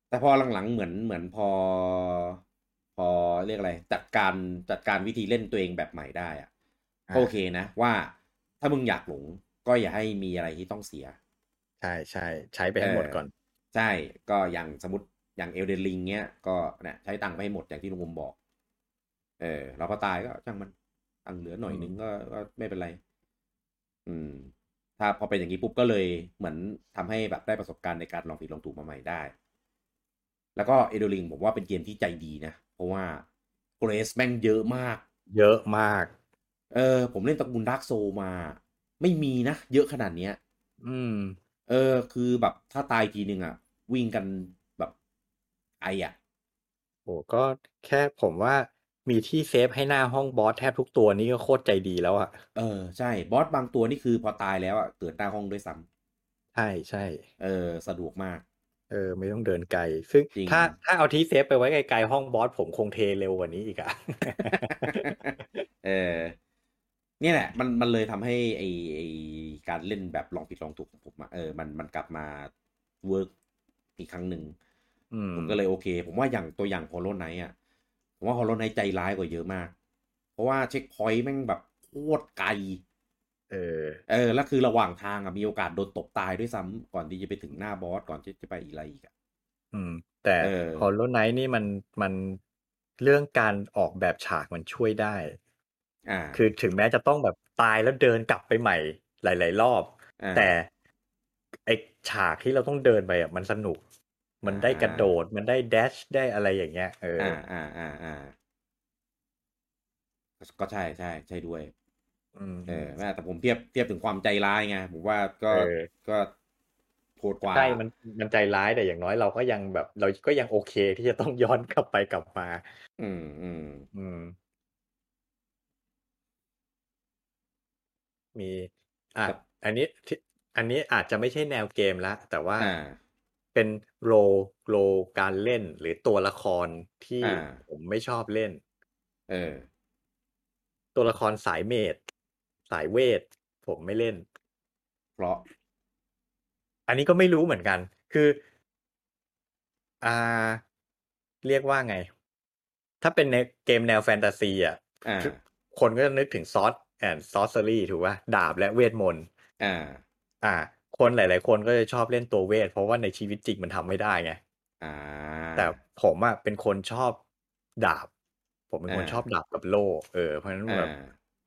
Speaker 1: แต่พอหลังๆเหมือนเหมือนพอ พอเรียกอะไร จัดการจัดการวิธีเล่นตัวเองแบบใหม่ได้อะ
Speaker 2: อ่า
Speaker 1: ก็โอเคนะว่าถ้ามึงอยากหลง ก็อย่าให้มีอะไรที่ต้องเสีย
Speaker 2: ใช่ใช่ใช้ไปให้หมดก่อน
Speaker 1: ใช่ก็อย่างสมมติอย่างเอลเดนลิงเนี้ยก็เนี่ยใช้ตังค์ไม่หมดอย่างที่ลุงอมบอก เออเราพอตายก็ช่างมันตังค์เหลือหน่อยนึงก็ก็ไม่เป็นไร อืม ถ้าพอเป็นอย่างนี้ปุ๊บก็เลยเหมือนทำให้แบบได้ประสบการณ์ในการลองผิดลองถูกมาใหม่ได้ แล้วก็เอลเดนลิงผมว่าเป็นเกมที่ใจดีนะ เพราะว่า เกรสแม่งเยอะมาก
Speaker 2: เยอะมาก
Speaker 1: เออ ผมเล่นตระกูลดาร์กโซมา ไม่มีนะ เยอะขนาดเนี้ย
Speaker 2: อืม
Speaker 1: เออ คือแบบถ้าตายทีนึงอ่ะ วิ่งกันแบบไออ่ะ
Speaker 2: โอ้ก็แค่ผมว่ามีที่เซฟให้หน้าห้องบอสแทบทุกตัวนี่ก็โคตรใจดีแล้วอ่ะ
Speaker 1: เออ ใช่ บอสบางตัวนี่คือพอตายแล้วอ่ะ เกิดหน้าห้องด้วยซ้
Speaker 2: ใช่ใช่
Speaker 1: ำเออ สะดวกม (laughs) าก
Speaker 2: เออ ไม่ต้องเดินไกล ซึ่ง
Speaker 1: จริง
Speaker 2: ถ้าถ้าเอาที่เซฟไปไว้ไกลๆห้องบอสผมคงเทเร็วกว่านี้อีกอ่ะ (laughs)
Speaker 1: เออเนี่ยแหละ มันมันเลยทำให้ไอไอการเล่นแบบลองผิดลองถูกของผมอะเออมันมันกลับมาเวิร์กอีกครั้งหนึ่ง
Speaker 2: อืม
Speaker 1: ผมก็เลยโอเค ผมว่าอย่างตัวอย่างฮอลโลไนท์อ่ะ ผมว่าฮอลโลไนท์ใจร้ายกว่าเยอะมาก เพราะว่าเช็คพอยต์แม่งแบบโคตรไกล
Speaker 2: เออ
Speaker 1: เออแล้วคือระหว่างทางอ่ะมีโอกาสโดนตบตายด้วยซ้ำก่อนที่จะไปถึงหน้าบอสก่อนที่จะไปอีกอะไรอีกอะ
Speaker 2: อืม แต่
Speaker 1: เออ
Speaker 2: ฮอลโลไนท์นี่มันมันเรื่องการออกแบบฉากมันช่วยได้
Speaker 1: อ่า
Speaker 2: คือถึงแม้จะต้องแบบตายแล้วเดินกลับไปใหม่ หลาย ๆ รอบ
Speaker 1: า
Speaker 2: แต่ไอฉากที่เราต้องเดินไปอ่ะมันสนุก มันได้กระโดดมันได้แดชได้อะไรอย่างเงี้ยเอออ
Speaker 1: อ่าอ่าอ่าอ่าก็ใช่ใช่ใช่ด้วย
Speaker 2: อืม
Speaker 1: เออแม่แต่ผมเทียบเทียบถึงความใจร้ายไงผมว่าก็
Speaker 2: เออ
Speaker 1: ก็โหดกว่า
Speaker 2: ใช่มันมันใจร้ายแต่อย่างน้อยเราก็ยังแบบ เราก็ยังโอเคที่จะต้องย้อนกลับไปกลับมา
Speaker 1: อืมอืม
Speaker 2: อืม มี อ่ะอันนี้ที่อันนี้อาจจะไม่ใช่แนวเกมละ แต่ว่า
Speaker 1: อ่า
Speaker 2: เป็นโรโรการเล่นหรือตัวละครที่
Speaker 1: อ่า
Speaker 2: ผมไม่ชอบเล่น
Speaker 1: เออ
Speaker 2: ตัวละครสายเมดสายเวท ผมไม่เล่น
Speaker 1: เพราะ
Speaker 2: อันนี้ก็ไม่รู้เหมือนกัน คือ อ่า เรียกว่าไง ถ้าเป็นในเกมแนวแฟนตาซีอ่ะ
Speaker 1: อ่า
Speaker 2: คนก็จะนึกถึงซอสแอนซอสเซอรี่ถูกป่ะดาบและเวทมนต์
Speaker 1: อ่า
Speaker 2: อ่า คนหลาย ๆ คนก็จะชอบเล่นตัวเวท เพราะว่าในชีวิตจริงมันทำไม่ได้ไง
Speaker 1: อ่า
Speaker 2: แต่ผมอ่ะเป็นคนชอบดาบ ผมเป็นคน
Speaker 1: อ่า
Speaker 2: ชอบดาบกับโล่เออเพราะฉะนั้น
Speaker 1: อ่า
Speaker 2: แบบ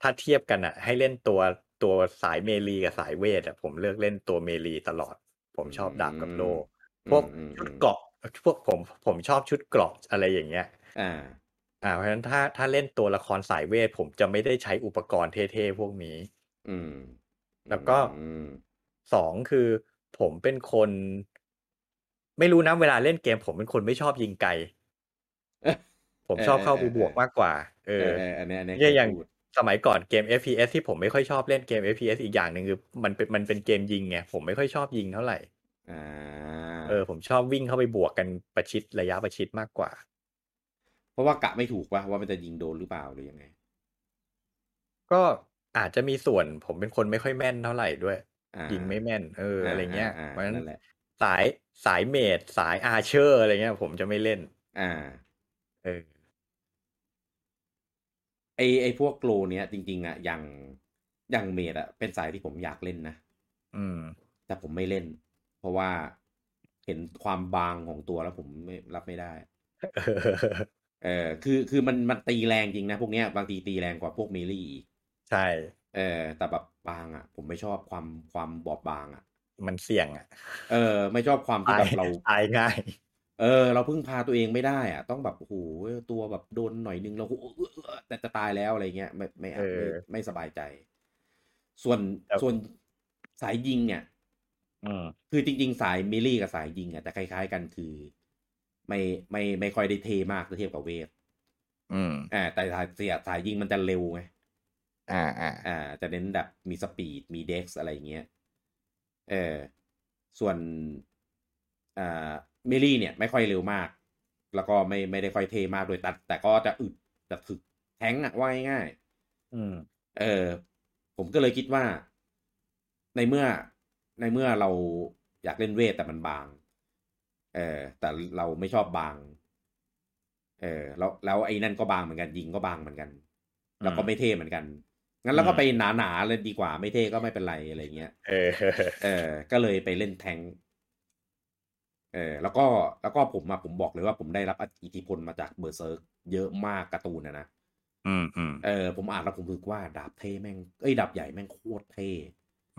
Speaker 2: ถ้าเทียบกันอ่ะ ให้เล่นตัวตัวสายเมลีกับสายเวทอ่ะผมเลือกเล่นตัวเมลีตลอด ผมชอบดาบกับโล่พวก
Speaker 1: อืมอื
Speaker 2: ชุ
Speaker 1: ม
Speaker 2: ดเกราะพวกผมผมชอบชุดเกราะอะไรอย่างเงี้ย
Speaker 1: อ่า
Speaker 2: อ่าเพราะฉะนั้นถ้าถ้าเล่นตัวละครสายเวท ผมจะไม่ได้ใช้อุปกรณ์เท่ๆพวกนี้
Speaker 1: อืม
Speaker 2: แล้วก็
Speaker 1: อืม
Speaker 2: สองคือผมเป็นคน ไม่รู้นะเวลาเล่นเกม ผมเป็นคนไม่ชอบยิงไกล ผมชอบเข้าไปบวกมากกว่า เอ
Speaker 1: เอ
Speaker 2: อ
Speaker 1: อเอออันเนี้ยอันเนี้ย
Speaker 2: เนี่ยอย่าง
Speaker 1: เคพูด
Speaker 2: สมัยก่อนเกม FPS ที่ผมไม่ค่อยชอบเล่นเกม FPS อีกอย่างหนึ่งคือมันเป็นมันเป็นเกมยิงไงผมไม่ค่อยชอบยิงเท่าไหร่
Speaker 1: อ่า
Speaker 2: เออผมชอบวิ่งเข้าไปบวกกันประชิดระยะประชิดมากกว่า
Speaker 1: เพราะว่ากะไม่ถูกว่าว่ามันจะยิงโดนหรือเปล่าหรือยังไง
Speaker 2: ก็อาจจะมีส่วนผมเป็นคนไม่ค่อยแม่นเท่าไหร่ด้วย
Speaker 1: อ่า
Speaker 2: ยิงไม่แม่น เอออะไรเงี้ย
Speaker 1: าอ่า
Speaker 2: เพราะฉะนั้
Speaker 1: นั่
Speaker 2: น
Speaker 1: นแหละ
Speaker 2: สายสายเมดสายอาร์เชอร์อะไรเงี้ย ผมจะไม่เล่น
Speaker 1: อ่า
Speaker 2: เออ
Speaker 1: ไอไอพวกโกลเนี้ยจริงๆอ่ะอย่างอย่างเมดอ่ะเป็นสายที่ผมอยากเล่นนะ
Speaker 2: อืม (laughs)
Speaker 1: แต่ผมไม่เล่น เพราะว่าเห็นความบางของตัวแล้วผมไม่รับไม่ได้
Speaker 2: เออ
Speaker 1: เออคือคือมันมันตีแรงจริงนะ พวกเนี้ยบางทีตีแรงกว่าพวกเมลี่อีก
Speaker 2: ใช่
Speaker 1: เออแต่แบบบางอ่ะ ผมไม่ชอบความความบอบบางอ่ะ
Speaker 2: มันเสี่ยงอ่ะ
Speaker 1: เออ ไม่ชอบความที่
Speaker 2: ตา
Speaker 1: แบ
Speaker 2: ย
Speaker 1: บเรา
Speaker 2: ตายง่าย
Speaker 1: เออ เราพึ่งพาตัวเองไม่ได้อ่ะ ต้องแบบโอ้โหตัวแบบโดนหน่อยนึงเราโอ้โหเออเออแต่จะตายแล้วอะไรเงี้ยไม่ไม่
Speaker 2: เออ
Speaker 1: ไม่ไม่สบายใจ ส่วน
Speaker 2: ครับ
Speaker 1: ส่วนสายยิงเนี่ย
Speaker 2: อืม
Speaker 1: คือจริง ๆ สายมิลลี่กับสายยิงอ่ะแต่คล้ายๆกันคือ ไม่ไม่ไม่ค่อยได้เทมากถ้าเทียบกับเวฟ
Speaker 2: อืม
Speaker 1: อ่าแต่สายเสียสายยิงมันจะเร็วไง
Speaker 2: อ่าอ่า
Speaker 1: อ่า จะเน้นแบบมีสปีดมีเด็กซ์อะไรเงี้ยเออส่วนอ่ามิลลี่เนี่ย ไม่ค่อยเร็วมาก แล้วก็ไม่ไม่ได้ค่อยเทมากโดยตัด แต่ก็จะอึดจะถึกแทงอ่ะว่าง่ายๆ
Speaker 2: อืม
Speaker 1: เออผมก็เลยคิดว่า ในเมื่อในเมื่อเราอยากเล่นเวทแต่มันบาง เออแต่เราไม่ชอบบาง เออแล้วแล้วไอ้นั่นก็บางเหมือนกันยิงก็บางเหมือนกัน แล้วก็ไม่เท่เหมือนกัน งั้นเราก็
Speaker 2: อืม
Speaker 1: ไปหนาๆเลยดีกว่าไม่เท่ก็ไม่เป็นไรอะไรเงี้ย
Speaker 2: เออ
Speaker 1: เออ ก็เลยไปเล่นแทงค์เออ แล้วก็แล้วก็ผมอะผมบอกเลยว่าผมได้รับอิทธิพลมาจากเบอร์เซิร์กเยอะมากการ์ตูนนะนะ
Speaker 2: อืมอืม
Speaker 1: เออผมอ่านแล้วผมรู้สึกว่าดาบเท่แม่งเอ้ยดาบใหญ่แม่งโคตรเท่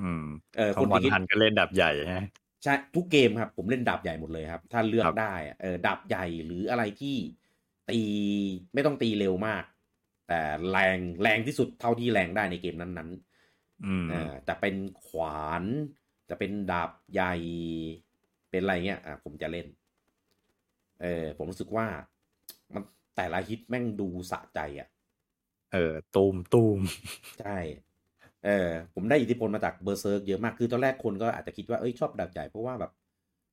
Speaker 2: อืม
Speaker 1: เออ
Speaker 2: คอ
Speaker 1: คน
Speaker 2: มอน
Speaker 1: ที่คิด
Speaker 2: ทันก็เล่นดับใหญ่ฮะ
Speaker 1: ใช่ทุกเกมครับ ผมเล่นดาบใหญ่หมดเลยครับ ถ้าเลือก
Speaker 2: ครับ
Speaker 1: ได้อะเออดาบใหญ่หรืออะไรที่ ตีไม่ต้องตีเร็วมาก แต่แรงแรงที่สุดเท่าที่แรงได้ในเกมนั้นๆ
Speaker 2: อืม
Speaker 1: อ่าจะเป็นขวานจะเป็นดาบใหญ่เป็นอะไรเงี้ยอ่ะผมจะเล่นเออผมรู้สึกว่ามันแต่ละฮิตแม่งดูสะใจอ่ะ
Speaker 2: เออ ตูมตูม
Speaker 1: ใช่เออผมได้อิทธิพลมาจากเบอร์เซิร์กเยอะมากคือตอนแรกคนก็อาจจะคิดว่าเอ้ยชอบดาบใหญ่เพราะว่าแบบ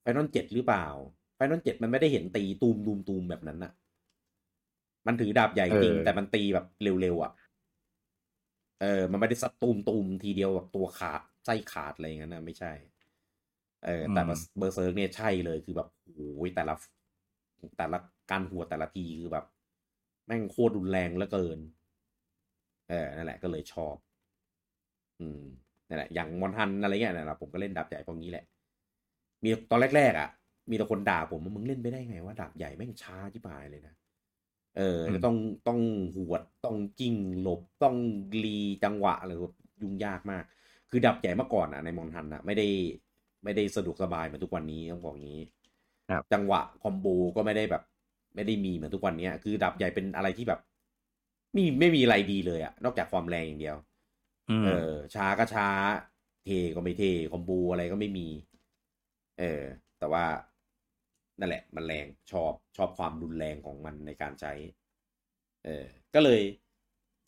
Speaker 1: ไฟนอลเจ็ดหรือเปล่าไฟนอลเจ็ดมันไม่ได้เห็นตีตูมตูมตูมแบบนั้นอะมันถือดาบใหญ่จริง แต่มันตีแบบเร็วๆอะเออ มันไม่ได้สัดตูมตูมทีเดียวแบบตัวขาดไส้ขาดอะไรอย่างนั้นนะไม่ใช่ เออแต่เบอร์เซิร์กเนี่ยใช่เลยคือแบบโอ้ยแต่ละแต่ละการหัวแต่ละทีคือแบบ แม่งโคตรรุนแรงเหลือเกิน เออ นั่นแหละก็เลยชอบ อืม นั่นแหละ อย่างมอนทันอะไรเงี้ยนะผมก็เล่นดาบใหญ่พวกนี้แหละ มีตอนแรกๆอ่ะ มีแต่คนด่าผมว่ามึงเล่นไปได้ไงว่าดาบใหญ่แม่งช้าที่ปายเลยนะ เออจะต้องต้องหวด ต้องจิ้งหลบ ต้องรีจังหวะอะไรแบบยุ่งยากมาก คือดาบใหญ่เมื่อก่อนอ่ะในมอนทันอ่ะไม่ได้ไม่ได้สะดวกสบายเหมือนทุกวันนี้ต้องบอกงี้
Speaker 2: ครับ
Speaker 1: จังหวะคอมโบก็ไม่ได้แบบ ไม่ได้มีเหมือนทุกวันเนี้ยคือดาบใหญ่เป็นอะไรที่แบบไม่ไม่มีอะไรดีเลยอะนอกจากความแรงอย่างเดียว
Speaker 2: อืม
Speaker 1: เออช้าก็ช้า เทก็ไม่เทคอมบูอะไรก็ไม่มี เออ แต่ว่านั่นแหละ มันแรงชอบชอบความรุนแรงของมันในการใช้ เออ ก็เลย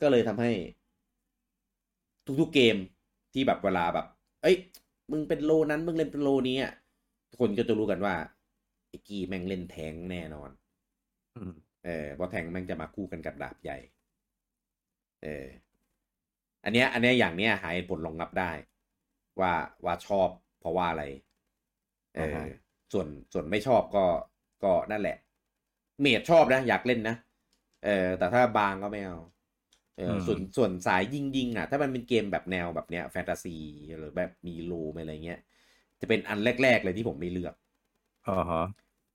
Speaker 1: ก็เลยทำให้ ทุกๆเกมที่แบบเวลาแบบ เอ้ย มึงเป็นโลนั้น มึงเล่นเป็นโลนี้อะคนก็จะรู้กันว่าไอ้กี้แม่งเล่นแทงก์แน่นอน
Speaker 2: อืม
Speaker 1: เออเพราะแทงแม่งจะมาคู่กันกับดาบใหญ่ เออ อันเนี้ย อันเนี้ยอย่างเนี้ยหาเหตุผลรองรับได้ ว่าว่าชอบเพราะว่าอะไร เออ
Speaker 2: อ่าฮะ
Speaker 1: ส่วนส่วนไม่ชอบก็ก็นั่นแหละ เมดชอบนะ อยากเล่นนะ เออ แต่ถ้าบางก็ไม่เอา เอออ
Speaker 2: ม
Speaker 1: ส่วนส่วนสายยิงยิงๆอ่ะ ถ้ามันเป็นเกมแบบแนวแบบเนี้ยแฟนตาซีหรือแบบมีโลมอะไรเงี้ย จะเป็นอันแรก ๆ เลยที่ผมไม่เลือก
Speaker 2: อ๋อฮะ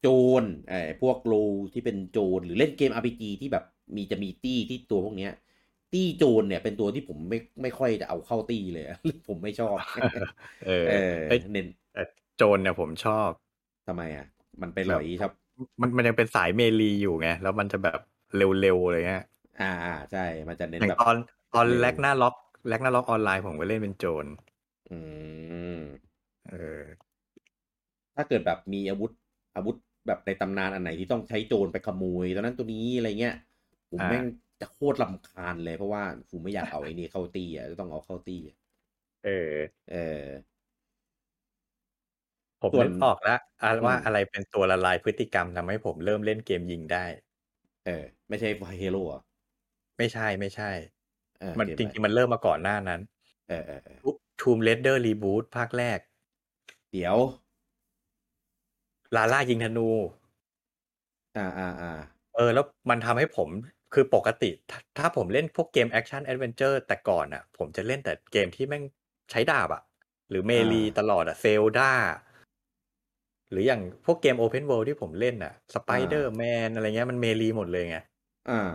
Speaker 1: โจรไอ้พวกโลที่เป็นโจรหรือเล่นเกม RPG ที่แบบมีจะมีตี้ที่ตัวพวกเนี้ย ตี้โจรเนี่ยเป็นตัวที่ผมไม่ไม่ค่อยจะเอาเข้าตี้เลยอะ (laughs) ผมไม่ชอบ
Speaker 2: (laughs) เออ
Speaker 1: เออ
Speaker 2: เอ้ย
Speaker 1: เน้น
Speaker 2: โจนเนี่ยผมชอบ
Speaker 1: ทำไมอ่ะ มันไปหลอยครับ
Speaker 2: มันมันยังเป็นสายเมลีอยู่ไง แล้วมันจะแบบเร็วๆอะไรเงี้ย
Speaker 1: อ่าอ่าใช่มันจะ
Speaker 2: อ
Speaker 1: เน้น
Speaker 2: ย่าง
Speaker 1: แบบ
Speaker 2: ตอนตอนแลกหน้าล็อกแลกหน้าล็อกออนไลน์ผมก็เล่นเป็นโจน
Speaker 1: อืม
Speaker 2: เออ
Speaker 1: ถ้าเกิดแบบมีอาวุธอาวุธแบบในตำนานอันไหนที่ต้องใช้โจรไปขโมยตอนนั้นตัวนี้อะไรเงี้ยผม
Speaker 2: อ่า
Speaker 1: แม่งจะโคตรลำคาญเลยเพราะว่าผมไม่อยากเอาไอ้นี่เข้าตี้อ่ะต้องเอาเข้าตี้อะ
Speaker 2: เออ
Speaker 1: เออ
Speaker 2: ผม
Speaker 1: ส่วน
Speaker 2: นึกออกแล้วอ่ะว่า
Speaker 1: อืม
Speaker 2: อะไรเป็นตัวละลายพฤติกรรมทำให้ผมเริ่มเล่นเกมยิงได้
Speaker 1: เออ ไม่ใช่เฮโร่เหรอ
Speaker 2: ไม่ใช่ไม่ใช่
Speaker 1: เออ
Speaker 2: มัน
Speaker 1: เกอะ
Speaker 2: จ
Speaker 1: ไร
Speaker 2: ริงๆมันเริ่มมาก่อนหน้านั้น
Speaker 1: เออเออเออ
Speaker 2: ทูมเลดเดอร์รีบูทภาคแรก
Speaker 1: เดี๋ยว
Speaker 2: ลาล่ายิงธนู
Speaker 1: อ่าอ่าอ่า
Speaker 2: เออ แล้วมันทำให้ผมคือปกติถ้าถ้าผมเล่นพวกเกมแอคชั่นแอดเวนเจอร์แต่ก่อนอ่ะ ผมจะเล่นแต่เกมที่แม่งใช้ดาบอ่ะ หรือเมลีตลอดอ่ะเซลดาหรืออย่างพวกเกมโอเพนเวิลด์ที่ผมเล่นอ่ะสไปเดอร์แมนอะไรเงี้ยมันเมลีหมดเลยไง
Speaker 1: อ่า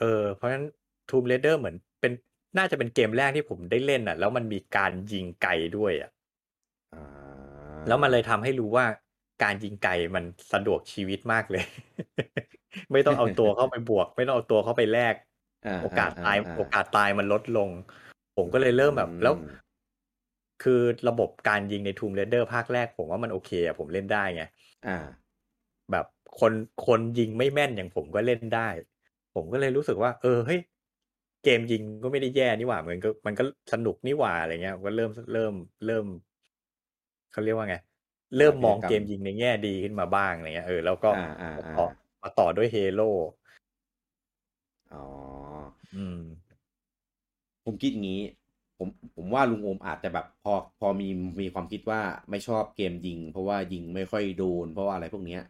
Speaker 2: เออเพราะฉะนั้น Tomb Raider เหมือนเป็นน่าจะเป็นเกมแรกที่ผมได้เล่นอ่ะ แล้วมันมีการยิงไกลด้วยอ่ะ
Speaker 1: อ่า
Speaker 2: แล้วมันเลยทำให้รู้ว่าการยิงไกลมันสะดวกชีวิตมากเลย (laughs) ไม่ต้องเอาตัวเข้าไปบวก ไม่ต้องเอาตัวเข้าไปแลกโอกาสตายโอกาสตายมันลดลง ผมก็เลยเริ่มแบบ แล้ว คือระบบการยิงใน Tomb Raider ภาคแรกผมว่ามันโอเคอ่ะผมเล่นได้ไง
Speaker 1: อ่า
Speaker 2: แบบคนคนยิงไม่แม่นอย่างผมก็เล่นได้ ผมก็เลยรู้สึกว่า เออเฮ้ยเกมยิงก็ไม่ได้แย่นี่หว่ามันก็มันก็สนุกนี่หว่าอะไรเงี้ยผมก็เริ่มเริ่มเริ่มเขาเรียกว่าไง เริ่มมองเกมยิงในแง่ดีขึ้นมาบ้างอะไรเงี้ยเออแล้วก็
Speaker 1: อ่าอ่า
Speaker 2: มา
Speaker 1: อ่า
Speaker 2: ต่อมาต่อด้วยเฮโร่
Speaker 1: อ๋อ
Speaker 2: อืม
Speaker 1: ผมคิดงี้ ผมผมว่าลุงโอมอาจจะแบบพอพอมีมีความคิดว่าไม่ชอบเกมยิง เพราะว่ายิงไม่ค่อยโดน เพราะว่าอะไรพวกเนี้ย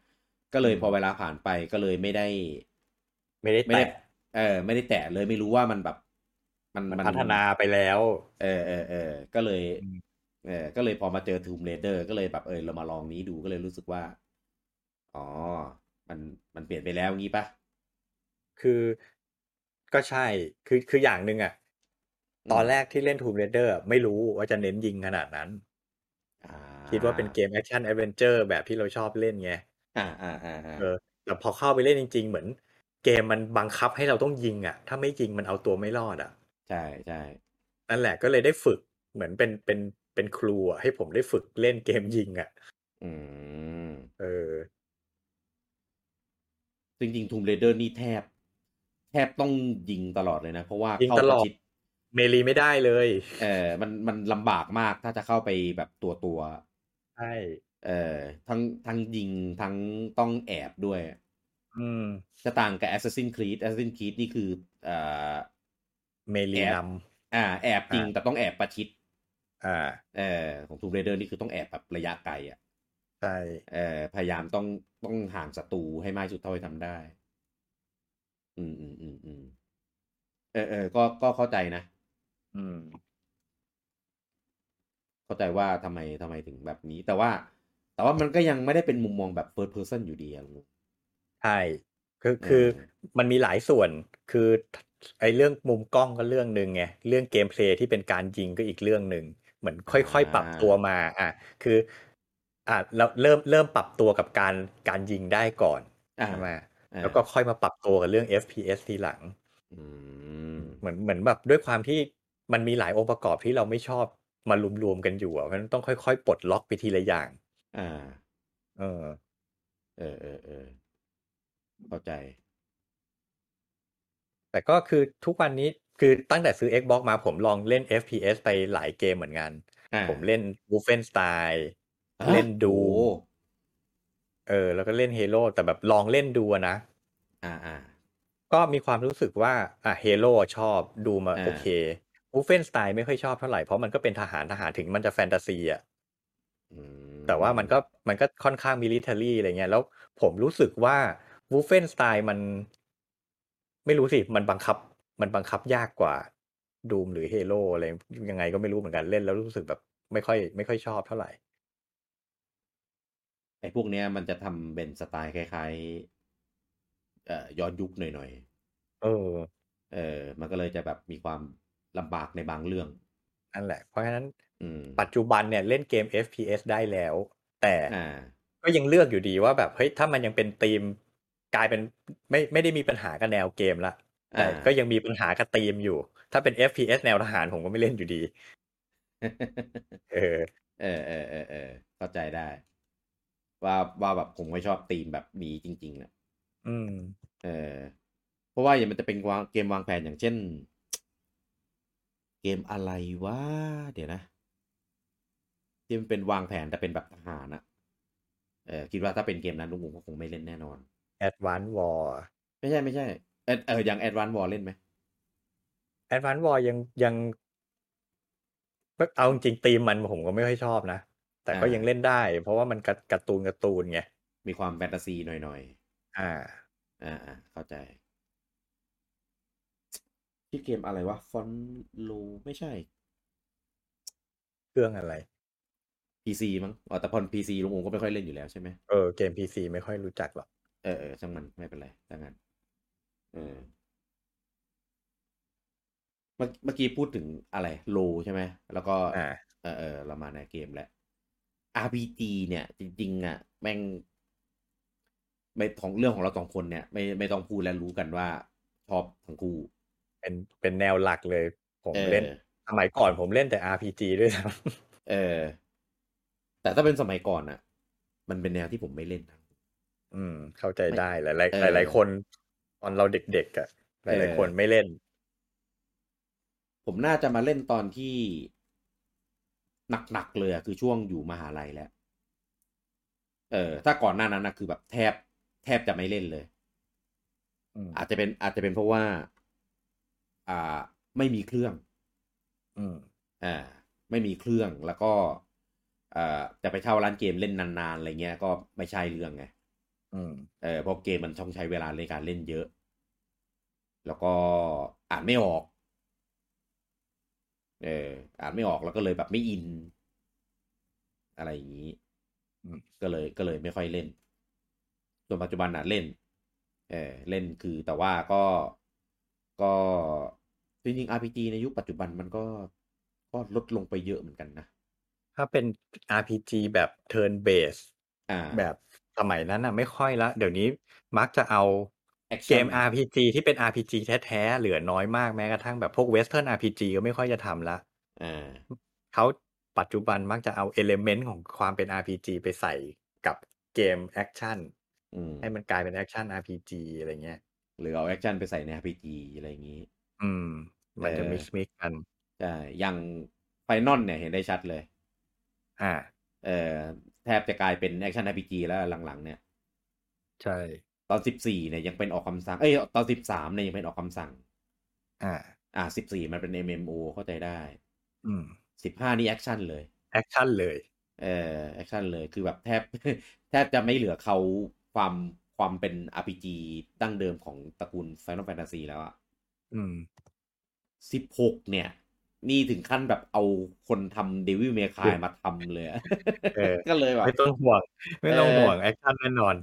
Speaker 1: ก็เลย
Speaker 2: อืม
Speaker 1: พอเวลาผ่านไปก็เลยไม่ได้
Speaker 2: ไม่ได้
Speaker 1: ไม่ได้
Speaker 2: แตะ
Speaker 1: เออ ไม่ได้แตะเลยไม่รู้ว่ามันแบบ มัน
Speaker 2: มัน
Speaker 1: มัน
Speaker 2: พัฒนาไปแล้ว
Speaker 1: เออเออเออก็เลย
Speaker 2: อืม
Speaker 1: เออ ก็เลยพอมาเจอ Tomb Raider ก็เลยแบบเออเรามาลองนี้ดูก็เลยรู้สึกว่า อ๋อ มันมันเปลี่ยนไปแล้วงี้ปะ
Speaker 2: คือก็ใช่คือคืออย่างหนึ่งอะตอนแรกที่เล่น Tomb Raider อะไม่รู้ว่าจะเน้นยิงขนาดนั้น
Speaker 1: อ่
Speaker 2: คิดว่าเป็นเกมแอคชั่นแอดเวนเจอร์แบบที่เราชอบเล่นไง
Speaker 1: อ่าอ่าอ่าอ่า
Speaker 2: เออ แต่พอเข้าไปเล่นจริง ๆ เหมือน เกมมันบังคับให้เราต้องยิงอ่ะ ถ้าไม่ยิงมันเอาตัวไม่รอดอ่ะ
Speaker 1: ใช่ใช่
Speaker 2: นั่นแหละก็เลยได้ฝึกเหมือนเป็นเป็นเป็นครูอะให้ผมได้ฝึกเล่นเกมยิงอ่ะ
Speaker 1: อืม
Speaker 2: เออ
Speaker 1: จริงๆทูมเรเดอร์นี่แทบ แทบต้องยิงตลอดเลยนะ เพราะว่า
Speaker 2: ยิง
Speaker 1: เข้า
Speaker 2: ต
Speaker 1: ป
Speaker 2: ล
Speaker 1: ระ
Speaker 2: อด
Speaker 1: ชิด
Speaker 2: เมลีไม่ได้เลย
Speaker 1: เออมันมันลำบากมากถ้าจะเข้าไปแบบตัวตัว
Speaker 2: ใช่
Speaker 1: ๆเออทั้งทั้งยิงทั้งต้องแอบด้วย
Speaker 2: อืม
Speaker 1: จะต่างกับ Assassin's Creed Assassin's Creed นี่คือเอ่อ
Speaker 2: เมลี
Speaker 1: แอบ
Speaker 2: น
Speaker 1: อ่า แอบจริงแต่ต้องแอบประชิด
Speaker 2: ำอ่า
Speaker 1: เออของทูมเรเดอร์นี่คือต้องแอบแบบระยะไกลอ่ะ
Speaker 2: ใช่
Speaker 1: เออพยายามต้องต้องห่างศัตรูให้มากที่สุดเท่าที่ทำได้ อืมอืมอืมอืมเออเออก็ก็เข้าใจนะ
Speaker 2: อืม
Speaker 1: เข้าใจว่าทำไมทำไมถึงแบบนี้ แต่ว่า แต่ว่ามันก็ยังไม่ได้เป็นมุมมองแบบ first person อยู่ดีอะลุง
Speaker 2: ใช่คือคือ
Speaker 1: เออ
Speaker 2: มันมีหลายส่วน คือไอ้เรื่องมุมกล้องก็เรื่องหนึ่งไง เรื่องเกมเพลย์ที่เป็นการยิงก็อีกเรื่องหนึ่ง เหมือนค่อยๆ ปรับตัวมา อ่ะ คือ อ่ะเราเริ่มเริ่มปรับตัวกับการการยิงได้ก่อน
Speaker 1: อ่า
Speaker 2: ใช่ไหม
Speaker 1: อ่า
Speaker 2: แล้วก็ค่อยมาปรับตัวกับเรื่อง FPS ทีหลัง
Speaker 1: อืม
Speaker 2: เหมือนเหมือนแบบด้วยความที่มันมีหลายองค์ประกอบที่เราไม่ชอบมารวมๆกันอยู่อ่ะเพราะฉะนั้นต้องค่อยๆ ปลดล็อกไปทีละอย่าง
Speaker 1: อ่า
Speaker 2: เออ
Speaker 1: เออเออเออเข้าใจ
Speaker 2: แต่ก็คือทุกวันนี้คือตั้งแต่ซื้อ Xbox มาผมลองเล่น FPS ไปหลายเกมเหมือนกัน
Speaker 1: อ่า
Speaker 2: ผมเล่น Wolfenstein
Speaker 1: อ่ะ
Speaker 2: เล่นดู
Speaker 1: โอ้
Speaker 2: เออ แล้วก็เล่น Halo แต่แบบลองเล่นดูอะนะ
Speaker 1: อ่าอ่า
Speaker 2: ก็มีความรู้สึกว่า อ่ะ Halo ชอบดูมา
Speaker 1: อ่า
Speaker 2: โอเค Wolfenstein ไม่ค่อยชอบเท่าไหร่ เพราะมันก็เป็นทหารทหารถึงมันจะแฟนตาซีอ่ะ
Speaker 1: อื
Speaker 2: แต่ว่ามันก็มันก็ค่อนข้างมิลิเ a อรี่อะไรเงี้ย แล้วผมรู้สึกว่า Wolfenstein มัน ไม่รู้สิ มันบังคับ มันบังคับยากกว่า Doom หรือ Halo อะไรยังไงก็ไม่รู้เหมือนกันเล่นแล้วรู้สึกแบบไม่ค่อย ไม่ค่อยชอบเท่าไหร่
Speaker 1: ไอ้พวกเนี้ยมันจะทำเป็นสไตล์คล้ายๆเอ่อย้อนยุคหน่อย
Speaker 2: เออ
Speaker 1: ๆเออ มันก็เลยจะแบบมีความลำบากในบางเรื่อง
Speaker 2: นั่นแหละ เพราะฉะนั้น
Speaker 1: อืม
Speaker 2: ปัจจุบันเนี่ยเล่นเกม FPS ได้แล้ว แต่
Speaker 1: อ่า
Speaker 2: ก็ยังเลือกอยู่ดีว่าแบบเฮ้ยถ้ามันยังเป็นธีมกลายเป็นไม่ไม่ได้มีปัญหากับแนวเกมละแต่
Speaker 1: อ่า
Speaker 2: ก็ยังมีปัญหากับธีมอยู่ ถ้าเป็น FPS แนวทหารผมก็ไม่เล่นอยู่ดี เออ
Speaker 1: (laughs) เออเออเออเออเข้าใจได้ ว่าว่าแบบผมไม่ชอบธีมแบบนี้จริงๆนะ
Speaker 2: อืม
Speaker 1: เออ เพราะว่าอย่างมันจะเป็นวางเกมวางแผนอย่างเช่น เกมอะไรวะเดี๋ยวนะที่มันเป็นวางแผนแต่เป็นแบบทหารนะเออคิดว่าถ้าเป็นเกมนั้นลุงอุ๋งก็คงไม่เล่นแน่นอน
Speaker 2: Advanced War
Speaker 1: ไม่ใช่ไม่ใช่เออเอออย่างแอดวานวอลเล่นไหม
Speaker 2: Advanced War ยังยังเอาจริงๆธีมมันผมก็ไม่ค่อยชอบนะ แต่ก็
Speaker 1: อ่ายั
Speaker 2: ยังเล่นได้ เพราะว่ามันกระการ์ตูนการ์ตูนไง
Speaker 1: มีความแฟนตาซีหน่อย
Speaker 2: อ่า
Speaker 1: ๆอ่าอ่าเข้าใจชื่อเกมอะไรวะฟอนโลไม่ใช่
Speaker 2: เครื่องอะไร
Speaker 1: PC มั้งอ๋อแต่พอน PC ลุงโองก็ไม่ค่อยเล่นอยู่แล้วใช่ไหม
Speaker 2: เออเกม PC ไม่ค่อยรู้จักหรอก
Speaker 1: เออเออช่างมันไม่เป็นไรถ้างั้นเออเมื่อเมื่อกี้พูดถึงอะไรโลใช่ไหม แล้วก็
Speaker 2: อ่า
Speaker 1: เออเออเรามาในเกมแล้ว RPG เนี่ย จริง ๆ อ่ะ แม่ง ไม่ของเรื่องของเราสองคนเนี่ย ไม่ไม่ต้องพูดและรู้กันว่าชอบทั้งคู่
Speaker 2: เป็นเป็นแนวหลักเลย ผม
Speaker 1: เออ
Speaker 2: เล่นสมัยก่อนผมเล่นแต่ RPG ด้วยซ้
Speaker 1: เออ แต่ถ้าเป็นสมัยก่อนอ่ะ มันเป็นแนวที่ผมไม่เล่นนะ
Speaker 2: ำ (laughs) อืม เข้าใจได้หล
Speaker 1: เอ
Speaker 2: า
Speaker 1: อ
Speaker 2: ยๆหลาย ๆ คน ตอนเราเด็กๆอะหลายๆคนไม่เล่น
Speaker 1: ผมน่าจะมาเล่นตอนที่หนักๆเลยอะคือช่วงอยู่มหาลัยแล้ว เออ ถ้าก่อนหน้านั้นนะคือแบบแทบ แทบจะไม่เล่นเลย
Speaker 2: อืม
Speaker 1: อาจจะเป็นอาจจะเป็นเพราะว่า อ่า ไม่มีเครื่อง
Speaker 2: อืม
Speaker 1: อ่า ไม่มีเครื่องแล้วก็เอ่อจะไปเช่าร้านเกมเล่นนานๆอะไรเงี้ย ก็ไม่ใช่เรื่องไง
Speaker 2: อืม
Speaker 1: เออเพราะเกมมันต้องใช้เวลาในการเล่นเยอะ แล้วก็อ่านไม่ออก เอออ่านไม่ออกแล้วก็เลยแบบไม่อิน อะไรอย่างนี้
Speaker 2: อืม
Speaker 1: ก็เลยก็เลยไม่ค่อยเล่น ส่วนปัจจุบันอ่ะเล่น เออเล่นคือแต่ว่าก็ก็จริงๆ RPG ในยุคปัจจุบันมันก็ก็ลดลงไปเยอะเหมือนกันนะ
Speaker 2: ถ้าเป็น RPG แบบ turn base
Speaker 1: อ่า
Speaker 2: แบบสมัยนั้นอะไม่ค่อยละ เดี๋ยวนี้มักจะเอา เก
Speaker 1: action
Speaker 2: ม RPG ที่เป็น RPG แท้ๆเหลือน้อยมากแม้กระทั่งแบบพวก Western RPG ก็ไม่ค่อยจะทำละ
Speaker 1: อ่า
Speaker 2: เขาปัจจุบันมักจะเอาเอลเมนต์ของความเป็น RPG ไปใส่กับเกมแอคชั่น
Speaker 1: อืม
Speaker 2: ให้มันกลายเป็นแอคชั่น RPG อะไรเงี้ย
Speaker 1: หรือเอาแอคชั่นไปใส่ใน RPG อะไรอย่างนี้
Speaker 2: อืม มันจะ
Speaker 1: เออ
Speaker 2: มิกซ์มิกกัน
Speaker 1: ใช่อย่างไฟนอลเนี่ยเห็นได้ชัดเลย
Speaker 2: อ่า
Speaker 1: เออแทบจะกลายเป็นแอคชั่น RPG แล้วหลังๆเนี่ย
Speaker 2: ใช่
Speaker 1: ตอน 14เนี่ยยังเป็นออกคำสั่ง เอ้ยตอน 13เนี่ยยังเป็นออกคำสั่ง
Speaker 2: อ่า
Speaker 1: อ่า14 มันเป็น MMO เข้าใจได้
Speaker 2: อืม
Speaker 1: 15 นี่แอคชั่นเลย
Speaker 2: แอคชั่นเลย
Speaker 1: เออแอคชั่นเลยคือแบบแทบ (laughs) แทบจะไม่เหลือเขาความความเป็น RPG ดั้งเดิมของตระกูล Final Fantasy แล้วอะ
Speaker 2: อืม
Speaker 1: 16 เนี่ย นี่ถึงขั้นแบบเอาคนทำ Devil May Cry มาทำเลยอะ (laughs)
Speaker 2: เออ (laughs)
Speaker 1: ก็เลยแบบ
Speaker 2: ไม่ต้องห่วง ไม่ต้อง
Speaker 1: เออ
Speaker 2: ห่วงแอคชั่นแน่นอน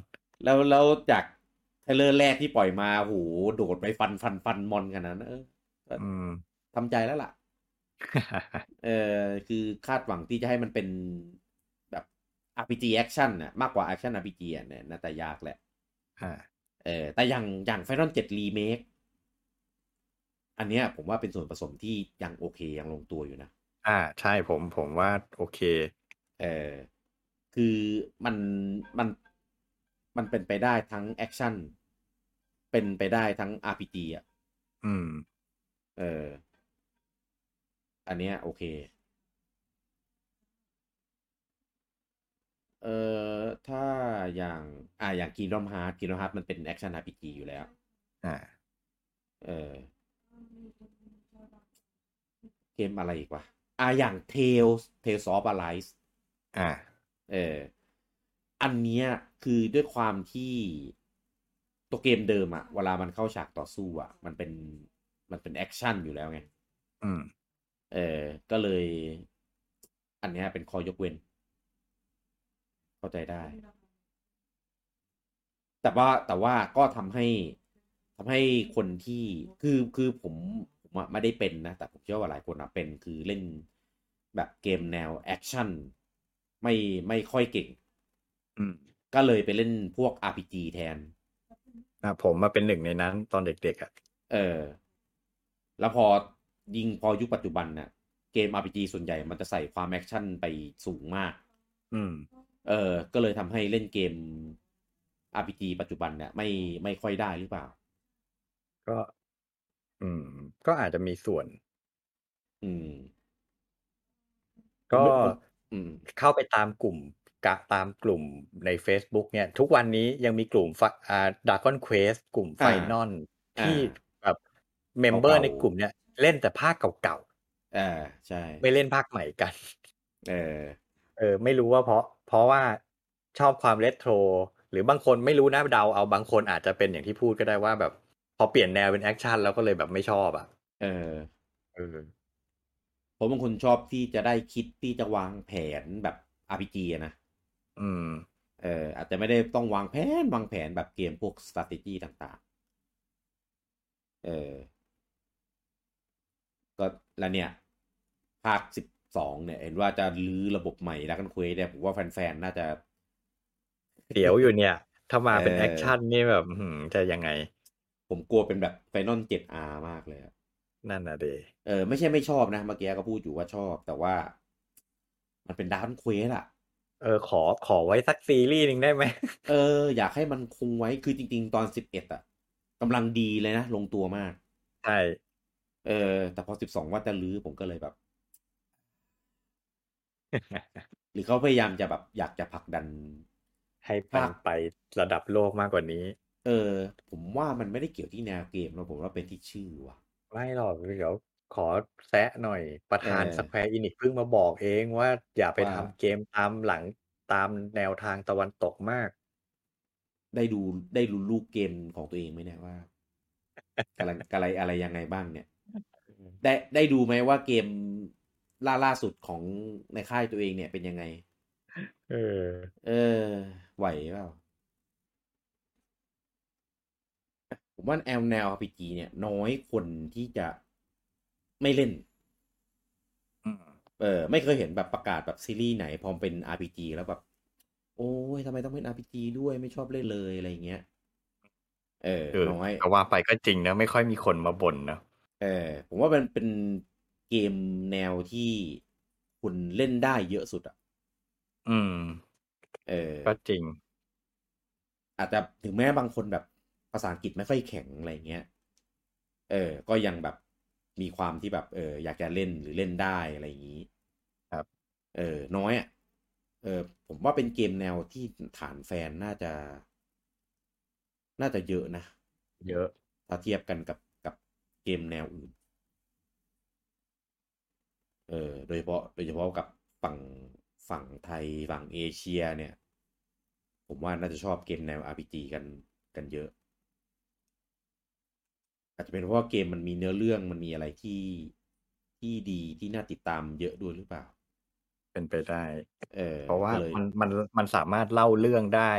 Speaker 1: แล้วแล้วจากเทรลเลอร์แรกที่ปล่อยมาโหโดดไปฟันฟันฟันมอนกันนั้นเออ
Speaker 2: อืม (laughs)
Speaker 1: ทำใจแล้วล่ะ เออคือคาดหวังที่จะให้มันเป็นแบบ RPG action น่ะมากกว่า action RPG อ่ะเนี่ยน่าจะยากแหละ
Speaker 2: อ่า
Speaker 1: เออแต่อย่างอย่าง Final 7 Remake อันเนี้ยผมว่าเป็นส่วนผสมที่ยังโอเค ยังลงตัวอยู่นะ
Speaker 2: อ่า ใช่ผมผมว่าโอเค
Speaker 1: เออคือมันมันมันเป็นไปได้ทั้งแอคชั่นเป็นไปได้ทั้ง RPG อ่ะ
Speaker 2: อืม
Speaker 1: เออ อันเนี้ยโอเค เออถ้าอย่าง อ่าอย่าง Kingdom Hearts Kingdom Hearts มันเป็นแอคชั่น RPG อยู่แล้ว
Speaker 2: อ่า
Speaker 1: เออ เกมอะไรอีกวะ อ่าอย่าง Tales Tales of Arise
Speaker 2: อ่า
Speaker 1: เออ อันเนี้ยคือด้วยความที่ตัวเกมเดิมอะเวลามันเข้าฉากต่อสู้อะมันเป็นมันเป็นแอคชั่นอยู่แล้วไง
Speaker 2: อืม
Speaker 1: เออ ก็เลย อันเนี้ยเป็นข้อยกเว้น เข้าใจได้ แต่ว่าแต่ว่าก็ทำให้ทำให้คนที่คือคือผมผมอะไม่ได้เป็นนะ แต่ผมเชื่อว่าหลายคนอะเป็นคือเล่นแบบเกมแนวแอคชั่นไม่ไม่ค่อยเก่ง
Speaker 2: อืม
Speaker 1: ก็เลยไปเล่นพวก RPG แทน
Speaker 2: อ่ะผมมาเป็นหนึ่งในนั้นตอนเด็กๆอ่ะ
Speaker 1: เออ แล้วพอยิงพอยุคปัจจุบันน่ะ เกม RPG ส่วนใหญ่มันจะใส่ความแอคชั่นไปสูงมาก
Speaker 2: อืม
Speaker 1: เออ ก็เลยทำให้เล่นเกม RPG ปัจจุบันเนี่ยไม่ไม่ค่อยได้หรือเปล่า
Speaker 2: ก็ อืม ก็อาจจะมีส่วน
Speaker 1: อืม
Speaker 2: ก็
Speaker 1: ผมไม่ อืม
Speaker 2: เข้าไปตามกลุ่มกะตามกลุ่มใน Facebook เนี่ย ทุกวันนี้ยังมีกลุ่มฟะอ่าดากอนเควสกลุ่มไฟ
Speaker 1: อ่าน
Speaker 2: อล
Speaker 1: อ่า
Speaker 2: ที่แบบเมมเบอร์
Speaker 1: เก่าๆ
Speaker 2: ในกลุ่มเนี่ย เล่นแต่ภาคเก่า
Speaker 1: อ่าใช่
Speaker 2: ๆ ไม่เล่นภาคใหม่กัน (laughs)
Speaker 1: เออ
Speaker 2: เออไม่รู้ว่าเพราะ เพราะว่าชอบความเรโทร หรือบางคนไม่รู้นะเดาเอาบางคนอาจจะเป็นอย่างที่พูดก็ได้ว่าแบบ พอเปลี่ยนแนวเป็นแอคชั่นแล้วก็เลยแบบไม่ชอบอ่ะ
Speaker 1: เออ
Speaker 2: เออ
Speaker 1: ผมบางคนชอบที่จะได้คิดที่จะวางแผนแบบ RPG อะนะ
Speaker 2: อืม
Speaker 1: เออ อาจจะไม่ได้ต้องวางแผน วางแผนแบบเกมพวก strategy ต่างๆ เออ ก็แล้วเนี่ย ภาคสิบสองเนี่ย เห็นว่าจะรื้อระบบใหม่แล้วกันคุยเนี่ยผมว่าแฟนๆ น่าจะ
Speaker 2: เดี๋ยวอยู่เนี่ย ถ้ามาเป็น
Speaker 1: เออ
Speaker 2: แอคชั่นนี่แบบอื้อหือจะยังไง
Speaker 1: ผมกลัวเป็นแบบไฟนอล 7R มากเลยอะ
Speaker 2: นั่นน่ะเด
Speaker 1: เออ ไม่ใช่ไม่ชอบนะ เมื่อกี้ก็พูดอยู่ว่าชอบ แต่ว่า มันเป็นดาร์ q เควสอะ
Speaker 2: เออขอขอไว้สักซีรีส์หนึ่งได้ไหม (laughs)
Speaker 1: เออ อยากให้มันคงไว้คือจริง ๆ ตอน 11อะกำลังดีเลยนะ ลงตัวมาก
Speaker 2: ใช่
Speaker 1: เออ แต่พอ 12 ว่าจะรื้อผมก็เลยแบบ หรือเขาพยายามจะแบบอยากจะผลักดัน
Speaker 2: ให้มัน
Speaker 1: ภาค
Speaker 2: ไประดับโลกมากกว่านี้
Speaker 1: เออ ผมว่ามันไม่ได้เกี่ยวที่แนวเกมนะผมว่าเป็นที่ชื่อว่ะ
Speaker 2: ไม่หรอกเดี๋ยวขอแซะหน่อยประธาน
Speaker 1: เออ
Speaker 2: สแควร์อินิกเพิ่งมาบอกเองว่าอย่าไป
Speaker 1: ว่า
Speaker 2: ทำเกมตามหลังตามแนวทางตะวันตกมาก
Speaker 1: ได้ดูได้รู้ลูกเกมของตัวเองไหมเนี่ยว่ากำลังอะไรอะไรยังไงบ้างเนี่ย ได้ได้ดูไหมว่าเกมล่าล่าสุดของในค่ายตัวเองเนี่ยเป็นยังไง
Speaker 2: เออ
Speaker 1: เออ ไหวเปล่าผมว่าแอลแนว RPG เนี่ย น้อยคนที่จะไม่เล่น
Speaker 2: อืม
Speaker 1: เออไม่เคยเห็นแบบประกาศแบบซีรีส์ไหนพอมนเป็น RPG แล้วแบบ โอ้ยทำไมต้องเป็น RPG ด้วยไม่ชอบเล่นเลยอะไรอย่างเงี้ย เออ
Speaker 2: เออ
Speaker 1: น้อย
Speaker 2: แต่ว่าไปก็จริงนะ ไม่ค่อยมีคนมาบ่นนะ
Speaker 1: เออผมว่ามันเป็นเกมแนวที่คุณเล่นได้เยอะสุดอ่ะ
Speaker 2: อืม
Speaker 1: เออ
Speaker 2: ก็จริง
Speaker 1: อาจจะถึงแม้บางคนแบบภาษาอังกฤษไม่ค่อยแข็งอะไรเงี้ย เออ ก็ยังแบบมีความที่แบบ เออ อยากจะเล่นหรือเล่นได้อะไรอย่างนี้
Speaker 2: ครับ
Speaker 1: เออ น้อยอ่ะ เออ ผมว่าเป็นเกมแนวที่ฐานแฟนน่าจะ น่าจะเยอะนะ
Speaker 2: เยอะ
Speaker 1: ถ้าเทียบกันกับกับเกมแนวอื่น เออ โดยเฉพาะ โดยเฉพาะกับฝั่งฝั่งไทยฝั่งเอเชียเนี่ย ผมว่าน่าจะชอบเกมแนว RPG กันกันเยอะ อาจจะเป็นเพราะว่าเกมมันมีเนื้อเรื่องมันมีอะไรที่ที่ดีที่น่าติดตามเยอะด้วยหรือเปล่า
Speaker 2: เป็นไปได้
Speaker 1: เออ
Speaker 2: เพราะว่า
Speaker 1: ก็เลย
Speaker 2: มันมันมันสามารถเล่าเรื่องได้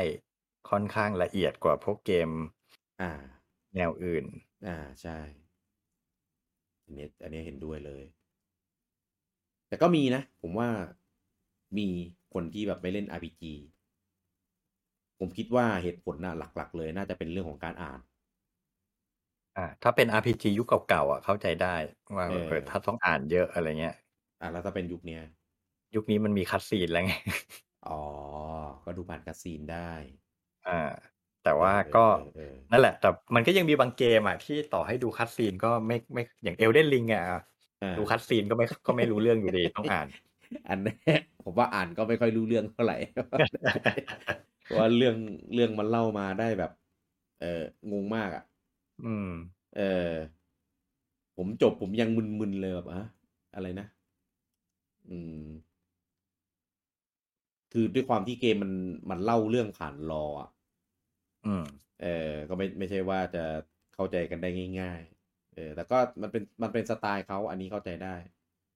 Speaker 2: ค่อนข้างละเอียดกว่าพวกเกม
Speaker 1: อ่า
Speaker 2: แนวอื่น
Speaker 1: อ่าใช่ อันเนี้ยอันเนี้ยเห็นด้วยเลย แต่ก็มีนะ ผมว่ามีคนที่แบบไม่เล่น RPG ผมคิดว่าเหตุผลน่ะหลัก ๆ เลย น่าจะเป็นเรื่องของการอ่าน
Speaker 2: อ่า ถ้าเป็น RPG ยุคเก่าๆอ่ะเข้าใจได้ ว่า
Speaker 1: เออ
Speaker 2: เออถ้าต้องอ่านเยอะอะไรเงี้ย
Speaker 1: อ่าแล้วถ้าเป็นยุคเนี้ย
Speaker 2: ยุคนี้มันมีคัดซีนแล้วไง (laughs)
Speaker 1: อ๋อ ก็ดูผ่านกาซีนได้
Speaker 2: อ่า แต่ว่า
Speaker 1: เออ
Speaker 2: ก็
Speaker 1: เออ
Speaker 2: นั่นแหละ แต่มันก็ยังมีบางเกมอ่ะที่ต่อให้ดูคัดซีนก็ไม่ไม่อย่างเอลเดนลิงอ่ะ
Speaker 1: เออ
Speaker 2: ดูคัดซีนก็ไม่ (laughs) ก็ไม่รู้เรื่องอยู่ดีต้อง
Speaker 1: (laughs)
Speaker 2: อ่าน
Speaker 1: อันเนี้ย (laughs) ผมว่าอ่านก็ไม่ค่อยรู้เรื่องเท่าไหร่ เพราะว่าเรื่องเรื่องมันเล่ามาได้แบบ เอองงมากอ่ะ
Speaker 2: อืม
Speaker 1: เออ ผมจบผมยังมึนๆเลยแบบอะอะไรนะ อืม คือด้วยความที่เกมมันมันเล่าเรื่องผ่านรออ่ะ
Speaker 2: อืม
Speaker 1: เออ ก็ไม่ไม่ใช่ว่าจะเข้าใจกันได้ง่าย ๆ เออ แต่ก็มันเป็นมันเป็นสไตล์เขาอันนี้เข้าใจได้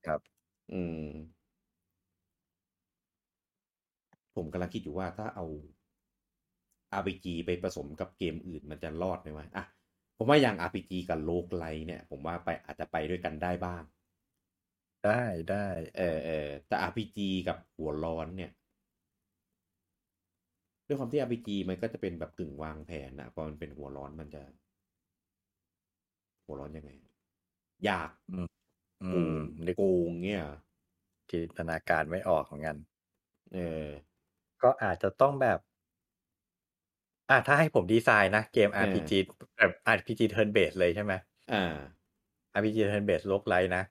Speaker 2: ครับ
Speaker 1: อืม ผมกำลังคิดอยู่ว่าถ้าเอา RPG ไปผสมกับเกมอื่นมันจะรอดไหมวะอ่ะ ผมว่าอย่าง RPG กับโลกไลเนี่ย ผมว่าไปอาจจะไปด้วยกันได้บ้าง
Speaker 2: ได้ได้
Speaker 1: เออเออแต่ RPG กับหัวร้อนเนี่ย ด้วยความที่ RPG มันก็จะเป็นแบบกึ่งวางแผนนะพอมันเป็นหัวร้อนมันจะ หัวร้อนยังไง อยาก
Speaker 2: อื
Speaker 1: โก
Speaker 2: ม
Speaker 1: ง
Speaker 2: นึก
Speaker 1: โกงเนี่ยเหรอ
Speaker 2: จินตนาการไม่ออกเหมือนกัน
Speaker 1: เออ
Speaker 2: ก็อาจจะต้องแบบ อ่ะถ้าให้ผมดีไซน์นะเกม
Speaker 1: เออ
Speaker 2: RPG แบบ RPG turn based เลยใช่ไหม
Speaker 1: อ่า
Speaker 2: RPG turn based โลกไลนะ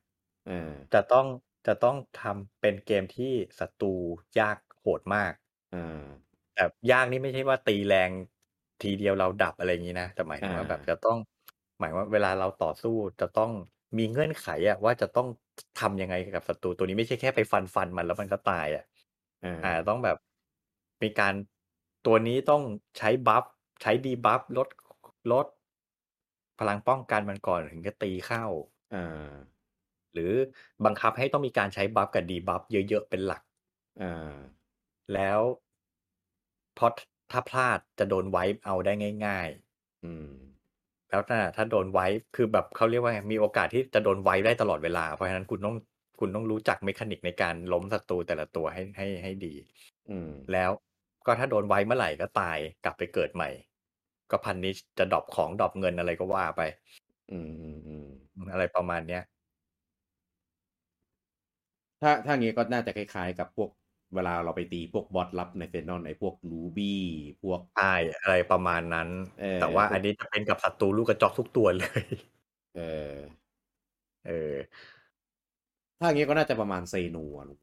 Speaker 1: เออ
Speaker 2: จะต้องจะต้องทำเป็นเกมที่ศัตรูยากโหดมาก
Speaker 1: อ่า
Speaker 2: แต่ยากนี่ไม่ใช่ว่าตีแรงทีเดียวเราดับอะไรอย่างนี้นะแต่หมายถึงว่า
Speaker 1: อ่า
Speaker 2: แบบจะต้อง หมายว่าเวลาเราต่อสู้จะต้องมีเงื่อนไขอะว่าจะต้องทำยังไงกับศัตรูตัวนี้ไม่ใช่แค่ไปฟันฟันมันแล้วมันก็ตายอะ
Speaker 1: เออ
Speaker 2: อ่าต้องแบบมีการตัวนี้ต้องใช้บัฟใช้ดีบัฟลดลด พลังป้องกันมันก่อนถึงจะตีเข้า
Speaker 1: อ่า
Speaker 2: หรือบังคับให้ต้องมีการใช้บัฟกับดีบัฟเยอะๆเป็นหลัก
Speaker 1: อ่า
Speaker 2: แล้วเพราะถ้าพลาดจะโดนไวป์เอาได้ง่าย
Speaker 1: อืม
Speaker 2: ๆ แล้วถ้าถ้าโดนไวป์คือแบบเขาเรียกว่าไงมีโอกาสที่จะโดนไวป์ได้ตลอดเวลา เพราะฉะนั้นคุณต้องคุณต้องรู้จักเมคานิกในการล้มศัตรูแต่ละตัวให้ให้ให้ดี
Speaker 1: อืม
Speaker 2: แล้วก็ถ้าโดนไว้เมื่อไหร่ก็ตายกลับไปเกิดใหม่ ก็พันนี้จะดรอปของดรอปเงินอะไรก็ว่าไป
Speaker 1: อืมอืมอืม
Speaker 2: อะไรประมาณเนี้ย
Speaker 1: ถ้าถ้างี้ก็น่าจะคล้ายๆ กับพวกเวลาเราไปตีพวกบอสลับในเฟนนอนไอ้พวกลูบี้พวก
Speaker 2: ใช่อะไรประมาณนั้น
Speaker 1: เออ
Speaker 2: แต่ว่าอันนี้จะเป็นกับศัตรูลูกกระจอกทุกตัวเลย
Speaker 1: เออ
Speaker 2: เออ
Speaker 1: ถ้างี้ก็น่าจะประมาณเซโนอะลูก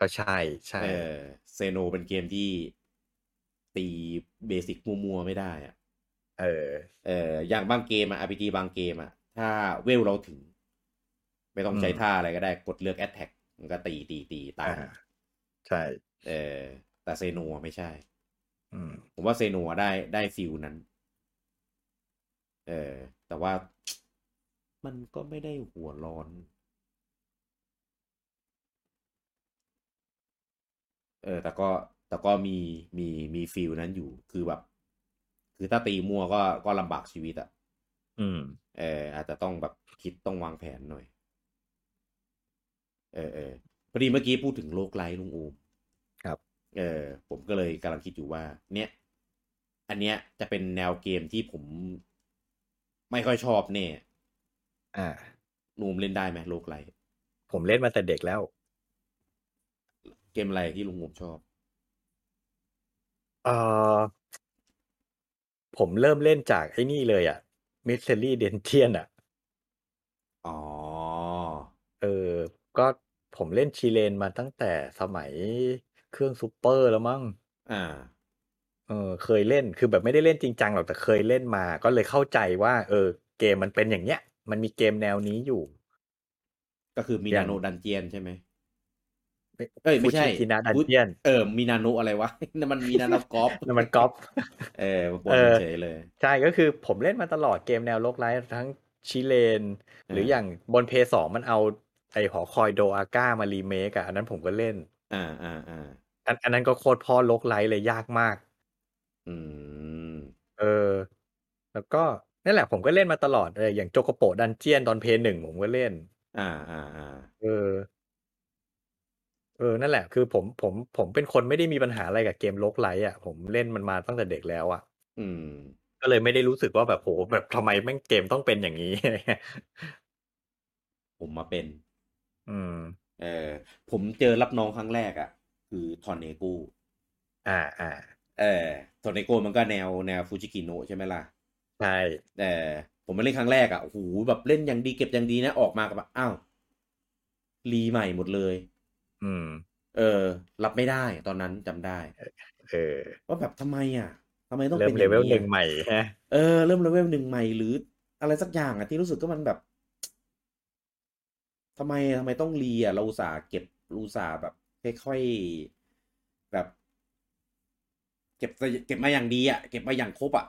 Speaker 2: ก็ใช่ใช่
Speaker 1: เออเซโนเป็นเกมที่ตีเบสิกมัวๆไม่ได้อะ
Speaker 2: เออ
Speaker 1: เอออย่างบางเกมอะ RPG บางเกมอะถ้าเวลเราถึง ไม่ต้องใช้
Speaker 2: อืม
Speaker 1: ท่าอะไรก็ได้กดเลือกแอตแทกมันก็ตีตีตีตาม
Speaker 2: อ่าใช่
Speaker 1: เออแต่เซโนอะไม่ใช่
Speaker 2: อืม
Speaker 1: ผมว่าเซโนอะได้ได้ฟิลนั้น เออ แต่ว่า มันก็ไม่ได้หัวร้อน เออ แต่ก็แต่ก็มีมีมีฟิลนั้นอยู่ คือแบบ คือถ้าตีมั่วก็ก็ลำบากชีวิตอะ
Speaker 2: อืม
Speaker 1: เออ อาจจะต้องแบบคิดต้องวางแผนหน่อย เออเออพอดีเมื่อกี้พูดถึงโลกไร้ลุงอูม
Speaker 2: ครับ
Speaker 1: เออ ผมก็เลยกำลังคิดอยู่ว่า เนี่ย อันเนี้ยจะเป็นแนวเกมที่ผมไม่ค่อยชอบเนี่ย
Speaker 2: อ่า
Speaker 1: นูมเล่นได้ไหมโลกไร
Speaker 2: ผมเล่นมาแต่เด็กแล้ว
Speaker 1: เกมอะไรที่ลุงงมชอบ
Speaker 2: เออผมเริ่มเล่นจากไอ้นี่เลยอะ่ะมิสเซอรี่เดนเทียนอ่ะ
Speaker 1: อ๋อ
Speaker 2: เออ ก็ผมเล่นชิเลนมาตั้งแต่สมัยเครื่องซูเปอร์แล้วมั้ง
Speaker 1: อ่า
Speaker 2: เออเคยเล่นคือแบบไม่ได้เล่นจริงจังหรอกแต่เคยเล่นมา ก็เลยเข้าใจว่า เออ เกมมันเป็นอย่างเนี้ย มันมีเกมแนวนี้อยู่
Speaker 1: ก็คือมีนาโนดันเจียนใช่ไหม
Speaker 2: ไม่
Speaker 1: เอ้ยไม่ใช่
Speaker 2: ฟูชิคินะดันเจียน
Speaker 1: เออ มีนาโนอะไรวะ (laughs) นั่นมันมีนาโนกอล์ฟ
Speaker 2: นั่นมันก๊อป
Speaker 1: เออมาปน
Speaker 2: เออ
Speaker 1: เฉยๆเลย
Speaker 2: ใช่ก็คือผมเล่นมาตลอดเกมแนวโลกไร้ทั้งชิเลน หรืออย่างบนเพย์สองมันเอาไอหอคอยโดอาก้ามารีเมคอะอันนั้นผมก็เล่น
Speaker 1: อ่าอ่าอ่า
Speaker 2: อันอันนั้นก็โคตรพ่อโลกไร้เลยยากมาก
Speaker 1: อืม
Speaker 2: เออ แล้วก็นั่นแหละผมก็เล่นมาตลอดเอออย่างโจโกโปดันเจียนตอนเพย์หนึ่งผมก็เล่น
Speaker 1: อ่าอ่าอ่า
Speaker 2: เออ เออ นั่นแหละ คือผมผมผมเป็นคนไม่ได้มีปัญหาอะไรกับเกมโลกไลท์อ่ะ ผมเล่นมันมาตั้งแต่เด็กแล้วอ่ะ
Speaker 1: อืม
Speaker 2: ก็เลยไม่ได้รู้สึกว่าแบบโหแบบทำไมแม่งเกมต้องเป็นอย่างนี้ (laughs)
Speaker 1: ผมมาเป็น
Speaker 2: อืม
Speaker 1: เออ ผมเจอรับน้องครั้งแรกอะ่ะ คือทอนเนโก
Speaker 2: อ่าอ่า
Speaker 1: เออทอนเนโกมันก็แนวแนวฟูจิกิโนะใช่ไหมล่ะ
Speaker 2: ใช่
Speaker 1: แต่ผมมาเล่นครั้งแรกอะ่ะโอ้โหแบบเล่นอย่างดีเก็บอย่างดีนะ ออกมากับอ้าวรีใหม่หมดเลย
Speaker 2: อืม
Speaker 1: เออ รับไม่ได้ตอนนั้นจำได้
Speaker 2: เออ
Speaker 1: ว่าแบบทำไมอะ่ะทำไมต้อง
Speaker 2: เริ่
Speaker 1: เป็
Speaker 2: ม
Speaker 1: นอ
Speaker 2: เล
Speaker 1: ย่าง
Speaker 2: เวล
Speaker 1: นี้
Speaker 2: ห
Speaker 1: อะ
Speaker 2: นึ่งใหม่ฮะ
Speaker 1: เออเริ่มเลเวลหนึ่งใหม่หรือ อะไรสักอย่างอะ่ะที่รู้สึกก็มันแบบทำไมทำไมต้องรีอะ่ะเราอุตส่าห์เก็บเราอุตส่าห์แบบค่อยๆแบบ เก็บเก็บมาอย่างดีอะ่ะเก็บมาอย่างครบอ่ะ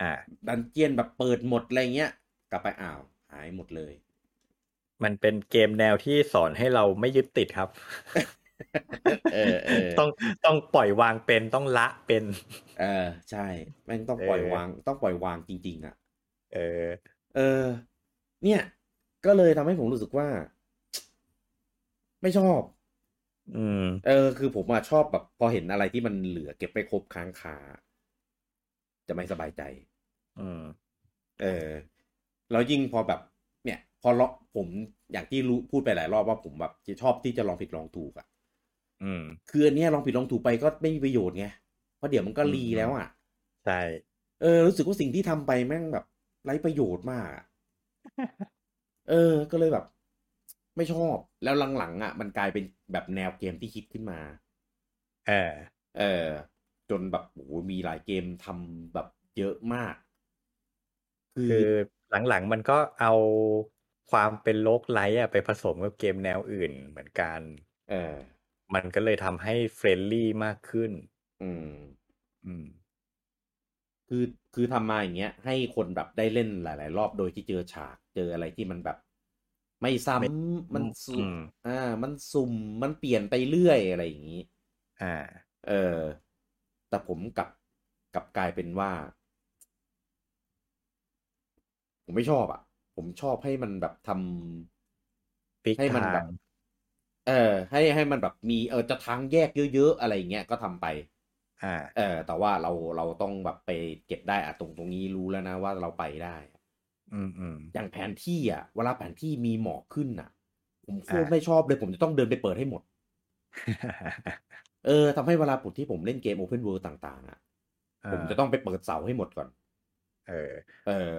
Speaker 2: อ่า
Speaker 1: ดันเจียนแบบเปิดหมดอะไรเงี้ย กลับไปอ้าวหายหมดเลย
Speaker 2: มันเป็นเกมแนวที่สอนให้เราไม่ยึดติดครับ
Speaker 1: เออเออ
Speaker 2: (laughs) ต้อง (laughs) ต้องปล่อยวางเป็นต้องละเป็น
Speaker 1: เออ ใช่แม่งต้อง
Speaker 2: เออ
Speaker 1: ปล่อยวาง ต้องปล่อยวางจริง ๆ อ่ะ
Speaker 2: เออ
Speaker 1: เออ เนี่ย ก็เลยทำให้ผมรู้สึกว่า ไม่ชอบ
Speaker 2: อืม
Speaker 1: เออ คือผมอะชอบแบบ พอเห็นอะไรที่มันเหลือเก็บไปครบค้างคาจะไม่สบายใจ
Speaker 2: อืม
Speaker 1: เออ แล้วยิ่งพอแบบ เนี่ย พอลองผมอย่างที่รู้พูดไปหลายรอบว่าผมแบบจะชอบที่จะลองผิดลองถูกอ่ะ
Speaker 2: อืม
Speaker 1: คืออันเนี้ยลองผิดลองถูกไปก็ไม่มีประโยชน์ไง เพราะเดี๋ยวมันก็รีแล้วอ่ะ
Speaker 2: ใช่
Speaker 1: เออรู้สึกว่าสิ่งที่ทำไปแม่งแบบไร้ประโยชน์มากอะ เออ ก็เลยแบบ ไม่ชอบ แล้วหลังๆอ่ะ มันกลายเป็นแบบแนวเกมที่คิดขึ้นมา
Speaker 2: เออ
Speaker 1: เออ จนแบบโอ้โหมีหลายเกมทำแบบเยอะมาก คือ
Speaker 2: คือหลังๆมันก็เอาความเป็นโลกไลท์อะไปผสมกับเกมแนวอื่นเหมือนกัน
Speaker 1: เออ
Speaker 2: มันก็เลยทำให้เฟรนลี่มากขึ้น
Speaker 1: อืม
Speaker 2: อืม
Speaker 1: คือคือทำมาอย่างเงี้ย ให้คนแบบได้เล่นหลาย ๆ รอบโดยที่เจอฉากเจออะไรที่มันแบบ ไม่ซ้ำมันสุ่
Speaker 2: อื
Speaker 1: ม
Speaker 2: ม
Speaker 1: อ่า มันสุ่มมันเปลี่ยนไปเรื่อยอะไรอย่างงี้
Speaker 2: อ่า
Speaker 1: เออ แต่ผมกลับกลับกลายเป็นว่า ผมไม่ชอบอ่ะ ผมชอบให้มันแบบทำ
Speaker 2: ปิก
Speaker 1: ให้มัน
Speaker 2: ทา
Speaker 1: แบ
Speaker 2: ง
Speaker 1: บ เออ ให้ให้มันแบบมีเออจะทางแยกเยอะๆอะไรอย่างเงี้ยก็ทำไป
Speaker 2: อ่า
Speaker 1: เออ แต่ว่าเราเราต้องแบบไปเก็บได้อะตรงตรงนี้รู้แล้วนะว่าเราไปได้
Speaker 2: อืมอืม
Speaker 1: อย่างแผนที่อ่ะ เวลาแผนที่มีหมอกขึ้นอ่ะ ผมโคตร
Speaker 2: อ่า
Speaker 1: ไม่ชอบเลย ผมจะต้องเดินไปเปิดให้หมด เออทำให้เวลาผมที่ผมเล่นเกม Open World ต่างๆ อ่ะ ผมจะต้องไปเปิดเสาให้หมดก่อน
Speaker 2: เออ
Speaker 1: เออ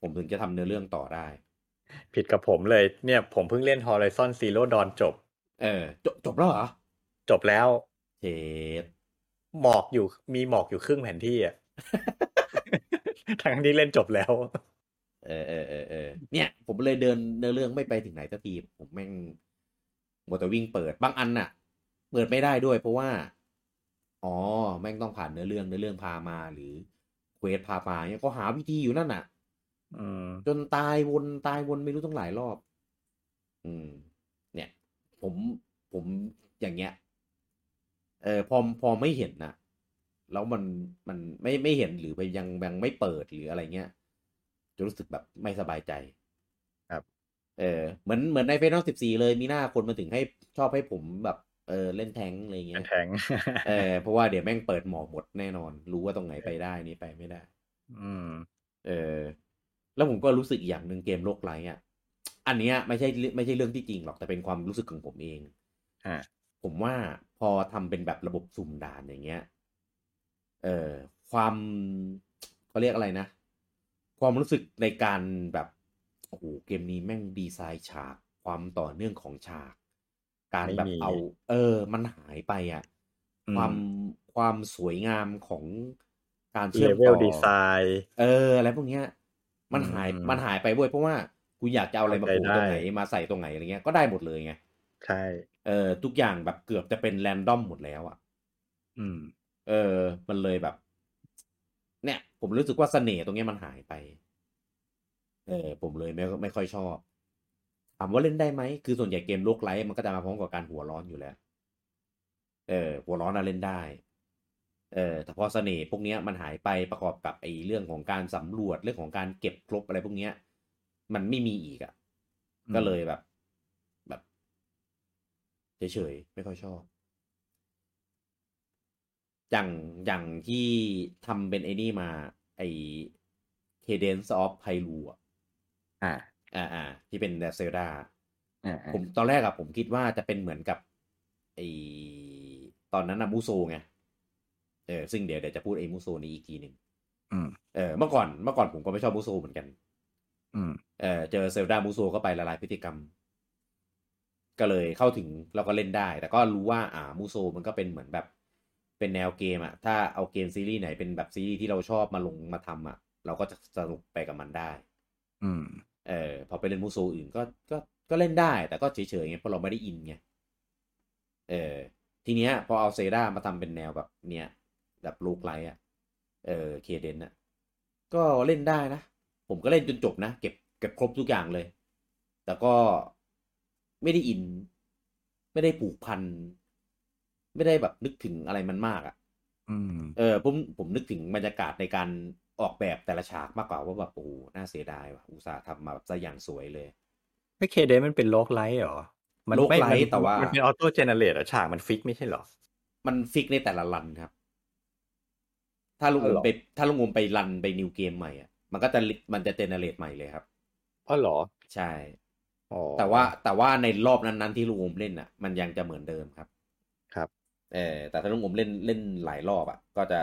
Speaker 1: ผมถึงจะทำเนื้อเรื่องต่อได้
Speaker 2: ผิดกับผมเลยเนี่ย ผมเพิ่งเล่น Horizon Zero Dawn จบ
Speaker 1: เออ จบจบแล้วเหรอ
Speaker 2: จบแล้ว
Speaker 1: เชด
Speaker 2: หมอกอยู่มีหมอกอยู่ครึ่งแผนที่อ่ะ (laughs) ทั้งที่เล่นจบแล้ว
Speaker 1: เออเออเออเออเนี่ย ผมเลยเดินเนื้อเรื่องไม่ไปถึงไหนสักที ผมแม่งหมดแต่วิ่งเปิด บางอันน่ะ เปิดไม่ได้ด้วย เพราะว่า อ๋อ แม่งต้องผ่านเนื้อเรื่องเนื้อเรื่องพามาหรือเควสพามาเนี่ยก็หาวิธีอยู่นั่นน่ะ
Speaker 2: อืม
Speaker 1: จนตายวนตายวนไม่รู้ตั้งหลายรอบ อืม เนี่ย ผมผมอย่างเงี้ย เออพอพอไม่เห็นนะแล้วมันมันไม่ไม่เห็นหรือไปยังยังไม่เปิดหรืออะไรเงี้ยจะรู้สึกแบบไม่สบายใจ
Speaker 2: ครับ
Speaker 1: เออเหมือนเหมือนในเฟซนอลสิบสี่เลยมีหน้าคนมาถึงให้ชอบให้ผมแบบ เออเล่นแทงค์อะไรเงี้ย
Speaker 2: แทง
Speaker 1: เออเพราะว่าเดี๋ยวแม่งเปิดหมอกหมดแน่นอน รู้ว่าตรงไหนไปได้นี่ไปไม่ได้
Speaker 2: (laughs) อืม
Speaker 1: เออ แล้วผมก็รู้สึกอีกอย่างหนึ่งเกมโลกไร้อะอันเนี้ยไม่ใช่ไม่ใช่เรื่องที่จริงหรอกแต่เป็นความรู้สึกของผมเอง
Speaker 2: อ่า
Speaker 1: ผมว่าพอทำเป็นแบบระบบสุ่มด่านอย่างเงี้ย เออความเขาเรียกอะไรนะ ความรู้สึกในการแบบโอ้โหเกมนี้แม่งดีไซน์ฉาก ความต่อเนื่องของฉาก การแบบ
Speaker 2: ไม่มี
Speaker 1: เอา เออ มันหายไปอะ
Speaker 2: อื
Speaker 1: ความความสวยงามของการเชื่
Speaker 2: เล
Speaker 1: อม
Speaker 2: เว
Speaker 1: ต่
Speaker 2: ล
Speaker 1: อ
Speaker 2: ดีไซน์
Speaker 1: เอออะไรพวกเนี้ยมันหาย
Speaker 2: อืม
Speaker 1: มันหายไปเว้ยเพราะว่ากูอยากจะเอาอะไรมาปลูกต
Speaker 2: เข้าใจได้
Speaker 1: รงไหนมาใส่ตรงไหนอะไรเงี้ยก็ได้หมดเลยไง
Speaker 2: ใช่
Speaker 1: เออทุกอย่างแบบเกือบจะเป็นแรนดอมหมดแล้วอะ
Speaker 2: อืม
Speaker 1: เออ มันเลยแบบ เนี่ย ผมรู้สึกว่าเสน่ห์ตรงเนี้ยมันหายไป เออ ผมเลยไม่ไม่ค่อยชอบถามว่าเล่นได้ไหมคือส่วนใหญ่เกมโลกไร้มันก็จะมาพร้อมกับการหัวร้อนอยู่แล้ว เออ หัวร้อนอะเล่นได้ เออแต่พอเสน่ห์พวกเนี้ยมันหายไปประกอบกับไอ้เรื่องของการสำรวจเรื่องของการเก็บครบอะไรพวกเนี้ย มันไม่มีอีกอะ่ะ
Speaker 2: อืม
Speaker 1: ก็เลยแบบ แบบเฉยๆไม่ค่อยชอบ อย่างอย่างที่ทำเป็นไอ้นี่มา ไอ้ Cadence of Hyrule อะ
Speaker 2: อ่า
Speaker 1: อ่าอ่าๆที่เป็นเซลดา
Speaker 2: อ่า
Speaker 1: ผมตอนแรกอะผมคิดว่าจะเป็นเหมือนกับไอตอนนั้นนะมูโซไงเออซึ่งเดี๋ยวเดี๋ยวจะพูดไอ้มูโซนี้อีกทีหนึ่ง
Speaker 2: อืม
Speaker 1: เออเมื่อก่อนเมื่อก่อนผมก็ไม่ชอบมูโซเหมือนกัน
Speaker 2: อืม
Speaker 1: เออเจอเซลดามูโซเข้าไปละลายพฤติกรรม ก็เลยเข้าถึงเราก็เล่นได้ แต่ก็รู้ว่าอ่ามูโซมันก็เป็นเหมือนแบบ เป็นแนวเกมอะถ้าเอาเกมซีรีส์ไหนเป็นแบบซีรีส์ที่เราชอบมาลงมาทำอะเราก็จะสนุกไปกับมันได้
Speaker 2: อืม
Speaker 1: เออพอไปเล่นมูโซอื่นก็ก็ก็เล่นได้แต่ก็เฉยๆไงเพราะเราไม่ได้อินไงเออทีเนี้ย พอเอาเซรามาทำเป็นแนวแบบเนี้ยแบบลูกไลท์อ่ะเออเคเดนอ่ะก็เล่นได้นะ ผมก็เล่นจนจบนะ เก็บเก็บครบทุกอย่างเลย แต่ก็ไม่ได้อิน ไม่ได้ผูกพัน ไม่ได้แบบนึกถึงอะไรมันมากอ่ะ
Speaker 2: อืม
Speaker 1: เออผมผมนึกถึงบรรยากาศในการออกแบบแต่ละฉากมากกว่าว่าแบบโอ้โหน่าเสียดายว่ะอุตส่าห์ทำมาแบบซะอย่างสวยเลย
Speaker 2: ไม่เคเดนมันเป็นโลกไลท์เหรอ มั
Speaker 1: โลกไลท์
Speaker 2: ม่มัน
Speaker 1: แต่ว่ามั
Speaker 2: นเป็นออโต้เจเนเรตอะฉากมันฟิกไม่ใช่เหรอ
Speaker 1: มันฟิกในแต่ละรันครับ ถ้าลุงอ
Speaker 2: อ๋อ
Speaker 1: ม
Speaker 2: เหรอ
Speaker 1: ไปถ้าลุงอมไปรันไปนิวเกมใหม่อ่ะมันก็จะมันจะเจเนเรตใหม่เลยครับ
Speaker 2: อ๋อเหรอ
Speaker 1: ใช่
Speaker 2: อ๋อ
Speaker 1: แต่ว่าแต่ว่าในรอบนั้นๆที่ลุงอมเล่นอ่ะ มันยังจะเหมือนเดิมครับ
Speaker 2: ครับ
Speaker 1: เออแต่ถ้าลุงอมเล่นเล่นหลายรอบอ่ะ ก็จะ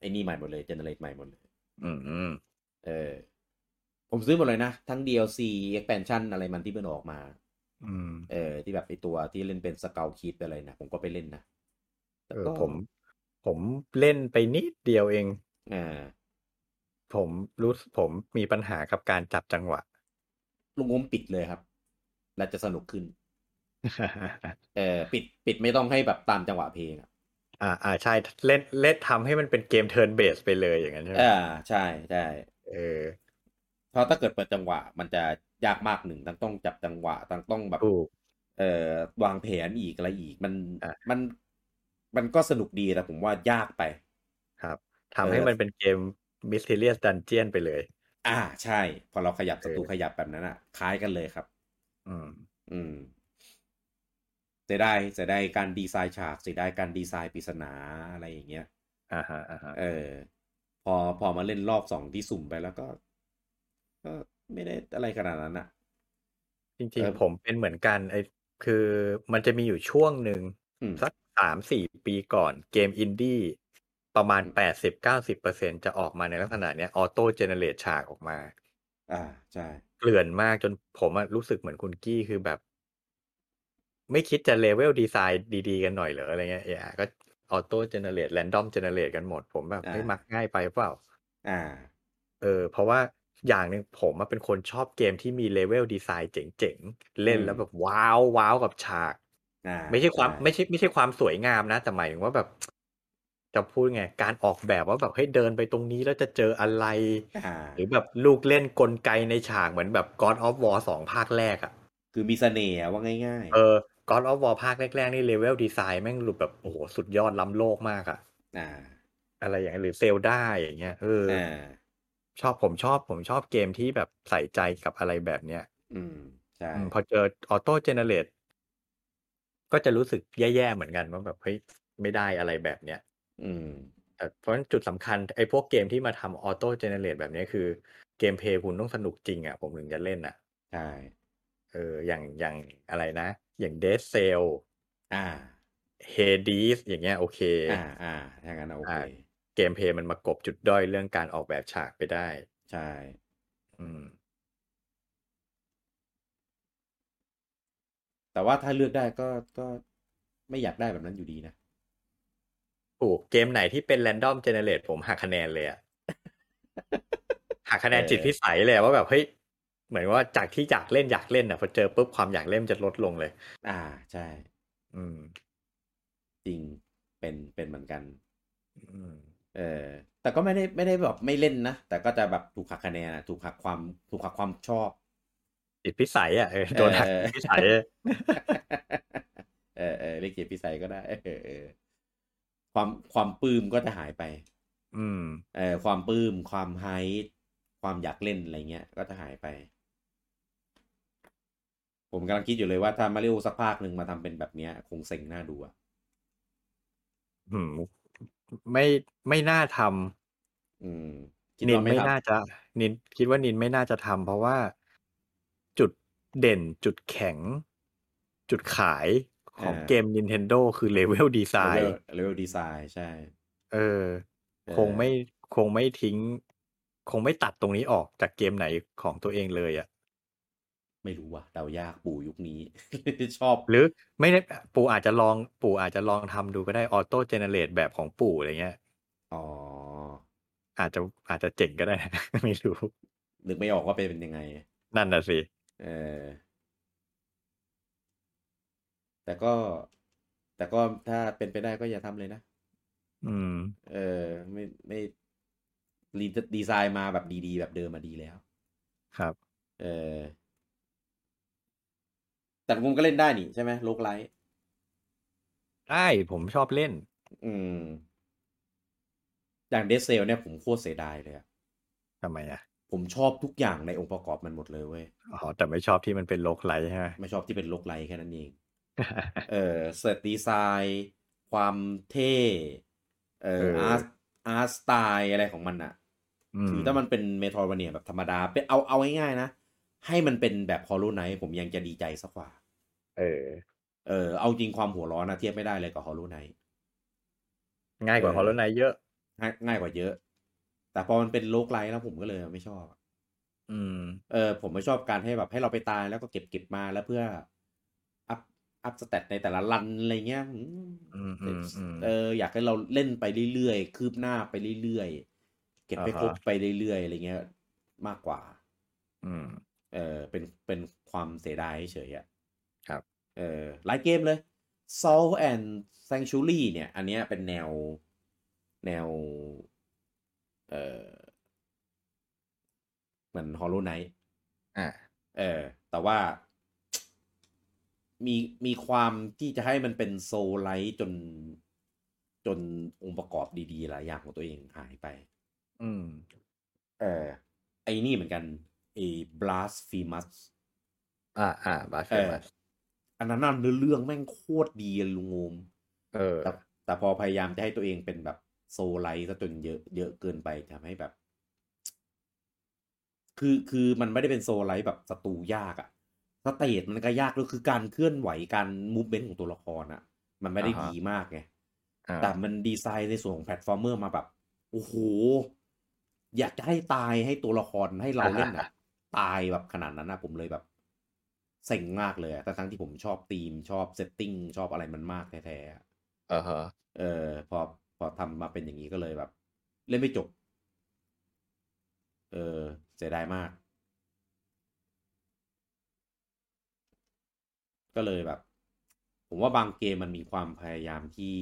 Speaker 1: ไอ้นี่ใหม่หมดเลยเจเนเรตใหม่หมดเลย
Speaker 2: อืมอืม
Speaker 1: เออ ผมซื้อหมดเลยนะ ทั้ง DLC expansion อะไรมันที่มันออกมา
Speaker 2: อืม
Speaker 1: เออที่แบบไอตัวที่เล่นเป็นสเกลคิดอะไรนะผมก็ไปเล่นนะแต่
Speaker 2: เออ
Speaker 1: ก็
Speaker 2: ผม ผมเล่นไปนิดเดียวเอง
Speaker 1: เออ
Speaker 2: ผมรู้สึกผมมีปัญหากับการจับจัง
Speaker 1: (laughs)
Speaker 2: หวะ
Speaker 1: ลุงอมปิดเลยครับ แล้วจะสนุกขึ้น เออปิดปิดไม่ต้องให้แบบตามจังหวะเพลงอะ
Speaker 2: อ่า อ่า ใช่ เล่น เล่นทำให้มันเป็นเกมเทิร์นเบสไปเลยอย่างนั้นใช่ไหม
Speaker 1: อ่าใช่ใช่
Speaker 2: เออ
Speaker 1: เพราะถ้าเกิดเปิดจังหวะ มันจะยากมากหนึ่งทั้งต้องจับจังหวะทั้งต้องแบบ
Speaker 2: ถูก
Speaker 1: เอ่อวางแผนอีกอะไรอีกมัน
Speaker 2: อ่ะ
Speaker 1: มัน มันก็สนุกดีแต่ผมว่ายากไป
Speaker 2: ครับ
Speaker 1: เออ
Speaker 2: ทำให้มันเป็นเกม Mysterious Dungeon ไปเลย
Speaker 1: อ่าใช่ พอเราขยับศัตรู
Speaker 2: เออ
Speaker 1: ขยับแบบนั้นอ่ะคล้ายกันเลยครับ
Speaker 2: อืม
Speaker 1: อืมเสียดายเสียดายการดีไซน์ฉากเสียดายการดีไซน์ปริศนาอะไรอย่างเงี้ย
Speaker 2: อ่าฮะ อ่าฮะ
Speaker 1: เออ พอพอมาเล่นรอบสองที่สุ่มไปแล้วก็ก็ไม่ได้อะไรขนาดนั้นอ่ะ
Speaker 2: จ
Speaker 1: เอ
Speaker 2: ริง
Speaker 1: อ
Speaker 2: ๆ ผมเป็นเหมือนกันไอ้คือมันจะมีอยู่ช่วงหนึ่ง
Speaker 1: อืม
Speaker 2: สักสามสี่ปีก่อนเกมอินดี้ประมาณ
Speaker 1: อืม
Speaker 2: แปดสิบเก้าสิบเปอร์เซ็นจะออกมาในลักษณะเนี้ยออโต้เจเนเรตฉากออกมา
Speaker 1: อ่าใช่
Speaker 2: เกลื่อนมากจนผมอะรู้สึกเหมือนคุณกี้คือแบบ ไม่คิดจะเลเวลดีไซน์ดีๆ กันหน่อยเหรออะไรเงี้ยเออก็ออโต้เจเนเรตแรนดอมเจเนเรตกันหมด ผมแบบไม่มักง่ายไปเปล่า
Speaker 1: อ่า
Speaker 2: เออเพราะว่าอย่างหนึ่งผมอะเป็นคนชอบเกมที่มีเลเวลดีไซน์เจ๋งๆ เล่น
Speaker 1: อืม
Speaker 2: แล้วแบบว้าวว้าวกับฉาก
Speaker 1: อ่า
Speaker 2: ไม่ใช่ความ
Speaker 1: ช่
Speaker 2: ไม่ใช่ไม่ใช่ความสวยงามนะ แต่หมายถึงว่าแบบ จะพูดไง การออกแบบว่าแบบให้เดินไปตรงนี้แล้วจะเจออะไร
Speaker 1: อ่า
Speaker 2: หรือแบบลูกเล่นกลไกในฉากเหมือนแบบ God of War สองภาคแรกอะ
Speaker 1: คือมีเสน่ห์อะว่าง่าย
Speaker 2: เออ God of War ภาคแรกๆ นี่เลเวลดีไซน์แม่งหลุดแบบโอ้โหสุดยอดล้ำโลกมากอะ
Speaker 1: ๆอ่า
Speaker 2: อะไรอย่างเงี้ยหรือเซลดาอย่างเงี้ยเออ
Speaker 1: อ่า
Speaker 2: ชอบผมชอบผมชอบเกมที่แบบใส่ใจกับอะไรแบบเนี้ย
Speaker 1: อืมใช่
Speaker 2: อืมพอเจอออโต้เจเนเรต ก็จะรู้สึกแย่ๆเหมือนกันว่าแบบเฮ้ยไม่ได้อะไรแบบเนี้ย
Speaker 1: อืม
Speaker 2: แต่เพราะฉะนั้นจุดสำคัญไอ้พวกเกมที่มาทำออโต้เจเนเรตแบบเนี้ยคือเกมเพลย์คุณต้องสนุกจริงอ่ะผมถึงจะเล่นอ่ะ
Speaker 1: ใช่
Speaker 2: เอออย่างอย่างอะไรนะ อย่างเดซเซล
Speaker 1: อ่า
Speaker 2: เฮดีสอย่างเงี้ยโอเค
Speaker 1: อ่า อ่าถ้างั้นนะโอเค
Speaker 2: อ่า เกมเพลย์มันมากลบจุดด้อยเรื่องการออกแบบฉากไปได้
Speaker 1: ใช่
Speaker 2: อืม
Speaker 1: แต่ว่าถ้าเลือกได้ก็ก็ไม่อยากได้แบบนั้นอยู่ดีนะ
Speaker 2: โอ้เกมไหนที่เป็นแรนดอมเจเนเรตผมหักคะแนนเลยอะ หักคะแนน
Speaker 1: เออ
Speaker 2: จิตพิสัยเลยอะว่าแบบเฮ้ยเหมือนว่าจากที่อยากเล่นอยากเล่นอ่ะพอเจอปุ๊บความอยากเล่นมันจะลดลงเลย
Speaker 1: อ่า ใช่
Speaker 2: อืม
Speaker 1: จริงเป็นเป็นเหมือนกัน
Speaker 2: อืม
Speaker 1: เออ แต่ก็ไม่ได้ไม่ได้แบบไม่เล่นนะ แต่ก็จะแบบถูกหักคะแนนอะถูกหักความถูกหักความชอบ (laughs)
Speaker 2: จิตพิสัยอ่ะเออโดนหัก
Speaker 1: เออ
Speaker 2: จิตพิสัยอะ
Speaker 1: เออเออเรียกเกียรติพิสัยก็ได้เออเออความความปลื้มก็จะหายไป
Speaker 2: อืม
Speaker 1: เออความปลื้มความไฮป์ความอยากเล่นอะไรเงี้ย ก็จะหายไป ผมกำลังคิดอยู่เลยว่าถ้ามาริโอสักภาคหนึ่งมาทำเป็นแบบเนี้ย คงเซ็งหน้าดูอะ
Speaker 2: อืม ไม่ไม่น่าทำ
Speaker 1: อืมคิด
Speaker 2: นิน
Speaker 1: ว่าไม่
Speaker 2: ไม่
Speaker 1: ท
Speaker 2: น่าจะนินคิดว่านินไม่น่าจะทำเพราะว่าจุดเด่นจุดแข็ง จุดขายของเกม Nintendo คือเลเวลดี
Speaker 1: ำ
Speaker 2: ไซ
Speaker 1: เลเวล
Speaker 2: น์
Speaker 1: เลเวลดีไซน์ใช่
Speaker 2: เออ
Speaker 1: เออ
Speaker 2: คงไม่คงไม่ทิ้ง คงไม่ตัดตรงนี้ออกจากเกมไหนของตัวเองเลยอะ่ะ
Speaker 1: ไม่รู้ว่ะเดายากปู่ยุคนี้ (laughs) ชอบ
Speaker 2: หรือไม่ได้ปู่อาจจะลองปู่อาจจะลองทำดูก็ได้ออโต้เจเนเรตแบบของปู่อะไรเงี้ย
Speaker 1: อ๋อ
Speaker 2: อาจจะอาจจะเจ๋งก็ได้ (laughs) นะ ไม่รู้
Speaker 1: นึกไม่ออกว่าเป็นยังไง
Speaker 2: นั่นน่ะสิ
Speaker 1: เออ แต่ก็แต่ก็ถ้าเป็นไปได้ก็อย่าทำเลยนะ
Speaker 2: อืม
Speaker 1: เออไม่ไม่รีดีไซน์มาแบบดีๆ แบบเดิมมาดีแล้ว
Speaker 2: ครับ
Speaker 1: เออ แต่ผมก็เล่นได้นี่ใช่ไหมโลกไลท์
Speaker 2: ได้ผมชอบเล่น
Speaker 1: อืม อย่างเดซเซลเนี่ยผมโคตรเสียดายเลยอะ
Speaker 2: ทำไมอ่ะ
Speaker 1: ผมชอบทุกอย่างในองค์ประกอบมันหมดเลยเว้ย
Speaker 2: อ๋อ แต่ไม่ชอบที่มันเป็นโลกไลท์ใช่ไหม
Speaker 1: ไม่ชอบที่เป็นโลกไลท์แค่นั้นเอง เออเสร็จดีไซน์ ความเท่ เออ
Speaker 2: เออ
Speaker 1: อาร์ตอาร์ตสไตล์อะไรของมันอะ คือถ้ามันเป็นเมทรอวเนียแบบธรรมดาเป็นเอาเอาง่ายๆนะ ให้มันเป็นแบบฮอล w k ไนท์ผมยังจะดีใจสักกว่า
Speaker 2: เออ
Speaker 1: เออเอาจริงความหัวร้อนนะเทียบไม่ได้เลยกับฮอล w k ไนท์
Speaker 2: ง่ายกว่า
Speaker 1: เออ
Speaker 2: ฮอลล์ไนเยอะ
Speaker 1: ง่ายง่ายกว่าเยอะ แต่พอมันเป็นโลกไลท์แล้วผมก็เลยไม่ชอบ
Speaker 2: อืม
Speaker 1: เออผมไม่ชอบการให้แบบให้เราไปตายแล้วก็เก็บเก็บมาแล้วเพื่ออัพอัพสเตตในแต่ละรันอะไรเงี้ยอืม
Speaker 2: อืมอืมอืม
Speaker 1: เอออยากให้เราเล่นไปเรื่อยๆ คืบหน้าไปเรื่อยๆ เก็บไป
Speaker 2: อ่าฮะ
Speaker 1: ครบไปเรื่อยๆอะไรเงี้ยมากกว่า
Speaker 2: อืม
Speaker 1: เออเป็นเป็นความเสียดายเฉยๆอะ
Speaker 2: ครับ
Speaker 1: เออหลายเกมเลย Soul and Sanctuary เนี่ย อันเนี้ยเป็นแนวแนว เออเหมือน Hollow Knight
Speaker 2: อ่า
Speaker 1: เออ แต่ว่า มีมีความที่จะให้มันเป็นโซลไลท์จน จนองค์ประกอบดีๆ หลายอย่างของตัวเองหายไป
Speaker 2: อืม
Speaker 1: เออ ไอ้นี่เหมือนกันไอ้ Blasphemous
Speaker 2: อ่าอ่าบาสเฟ
Speaker 1: เออ
Speaker 2: มัส
Speaker 1: อันนั้นน่ะเนื้อเรื่องแม่งโคตรดีอะลุงโอม
Speaker 2: เออ
Speaker 1: แต่แต่พอพยายามจะให้ตัวเองเป็นแบบโซไลท์ซะจนเยอะเยอะเกินไปทำให้แบบ คือคือมันไม่ได้เป็นโซไลท์แบบศัตรูยากอะสเตจมันก็ยากด้วยคือการเคลื่อนไหวการมูฟเมนต์ของตัวละครอะมันไม่ได้
Speaker 2: อ่าฮะ
Speaker 1: ดีมากไง
Speaker 2: อ่า
Speaker 1: แต่มันดีไซน์ในส่วนของแพลตฟอร์มเมอร์มาแบบ โอ้โห อยากจะให้ตายให้ตัวละครให้เราเล่นอะตายแบบขนาดนั้นนะผมเลยแบบเซ็งมากเลยอะทั้งๆที่ผมชอบธีมชอบเซตติ้งชอบอะไรมันมากแท้ๆอะ
Speaker 2: อ่าฮะ
Speaker 1: เออ พอพอทำมาเป็นอย่างนี้ก็เลยแบบ เล่นไม่จบ เออเสียดายมาก ก็เลยแบบ ผมว่าบางเกมมันมีความพยายามที่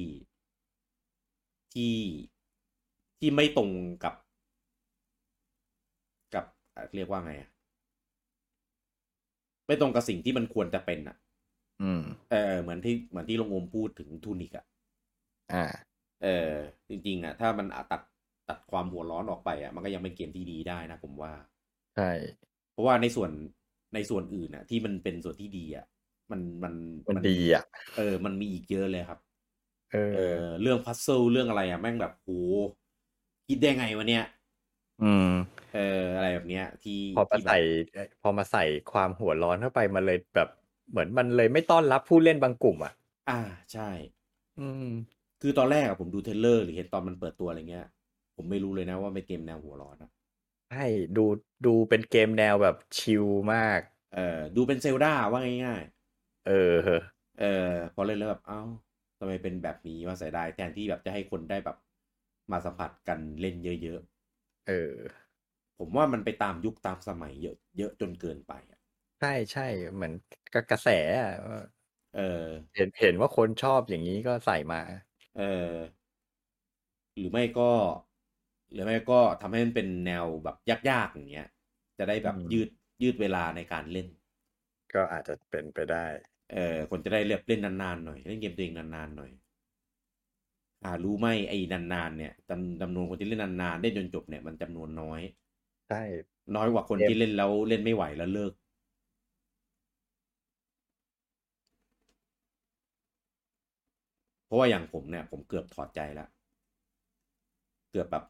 Speaker 1: ที่ที่ไม่ตรงกับ กับเอ่อเรียกว่าไงอะไม่ตรงกับสิ่งที่มันควรจะเป็นอะ
Speaker 2: อืม
Speaker 1: เออเหมือนที่เหมือนที่ลงโอมพูดถึงทูนิกอะ
Speaker 2: อ่า
Speaker 1: เออ จริงๆอะถ้ามันอ่ะตัดตัดความหัวร้อนออกไปอะมันก็ยังเป็นเกมที่ดีได้นะผมว่า
Speaker 2: ใช่
Speaker 1: เพราะว่าในส่วนในส่วนอื่นอะที่มันเป็นส่วนที่ดีอะ มันมัน
Speaker 2: มันดีอ่ะ
Speaker 1: เออ มันมีอีกเยอะเลยครับ
Speaker 2: เอ
Speaker 1: เอ
Speaker 2: อ
Speaker 1: อเรื่องพัซเซิลเรื่องอะไรอ่ะแม่งแบบโหคิดได้ไงวะเนี่ย
Speaker 2: อืม
Speaker 1: เอออะไรแบบเนี้ย ที่
Speaker 2: พอมา
Speaker 1: ที่แบบ
Speaker 2: ใส่พอมาใส่ความหัวร้อนเข้าไปมันเลยแบบ เหมือนมันเลยไม่ต้อนรับผู้เล่นบางกลุ่มอ่ะ
Speaker 1: อ่าใช่
Speaker 2: อืม
Speaker 1: คือตอนแรกอะผมดูเทรลเลอร์หรือเห็นตอนมันเปิดตัวอะไรเงี้ย ผมไม่รู้เลยนะว่าเป็นเกมแนวหัวร้อนอะ
Speaker 2: ใช่ดูดูเป็นเกมแนวแบบชิลมาก
Speaker 1: เออดูเป็นเซลดาว่าง่าย
Speaker 2: เออ
Speaker 1: ๆเออพอเล่นแล้วแบบเอ้าทำไมเป็นแบบนี้ว่าเสียดายแทนที่แบบจะให้คนได้แบบมาสัมผัสกันเล่นเยอะ
Speaker 2: เออ
Speaker 1: ๆ ผมว่ามันไปตามยุคตามสมัยเยอะเยอะจนเกินไปอะ
Speaker 2: ใช่ใช่เหมือนกระกระแสอะว่า
Speaker 1: เออ
Speaker 2: เห็นเห็นว่าคนชอบอย่างนี้ก็ใส่มา
Speaker 1: เออหรือไม่ก็หรือไม่ก็ทำให้มันเป็นแนวแบบยากๆอย่างเงี้ย จะได้แบบ
Speaker 2: อืม
Speaker 1: ยืดยืดเวลาในการเล่น
Speaker 2: ก็อาจจะเป็นไปได้
Speaker 1: เออคนจะได้เล่นเล่นนานๆหน่อยเล่นเกมตัวเองนานๆหน่อย อ่ารู้ไหมไอ้นานๆเนี่ยจำจำนวนคนที่เล่นนานๆเล่นจนจบเนี่ยมันจำนวนน้อย
Speaker 2: ใช่
Speaker 1: น้อยกว่าคน
Speaker 2: เกม
Speaker 1: ที่เล่นแล้วเล่นไม่ไหวแล้วเลิก เพราะว่าอย่างผมเนี่ย ผมเกือบถอดใจแล้ว เกือบแบบ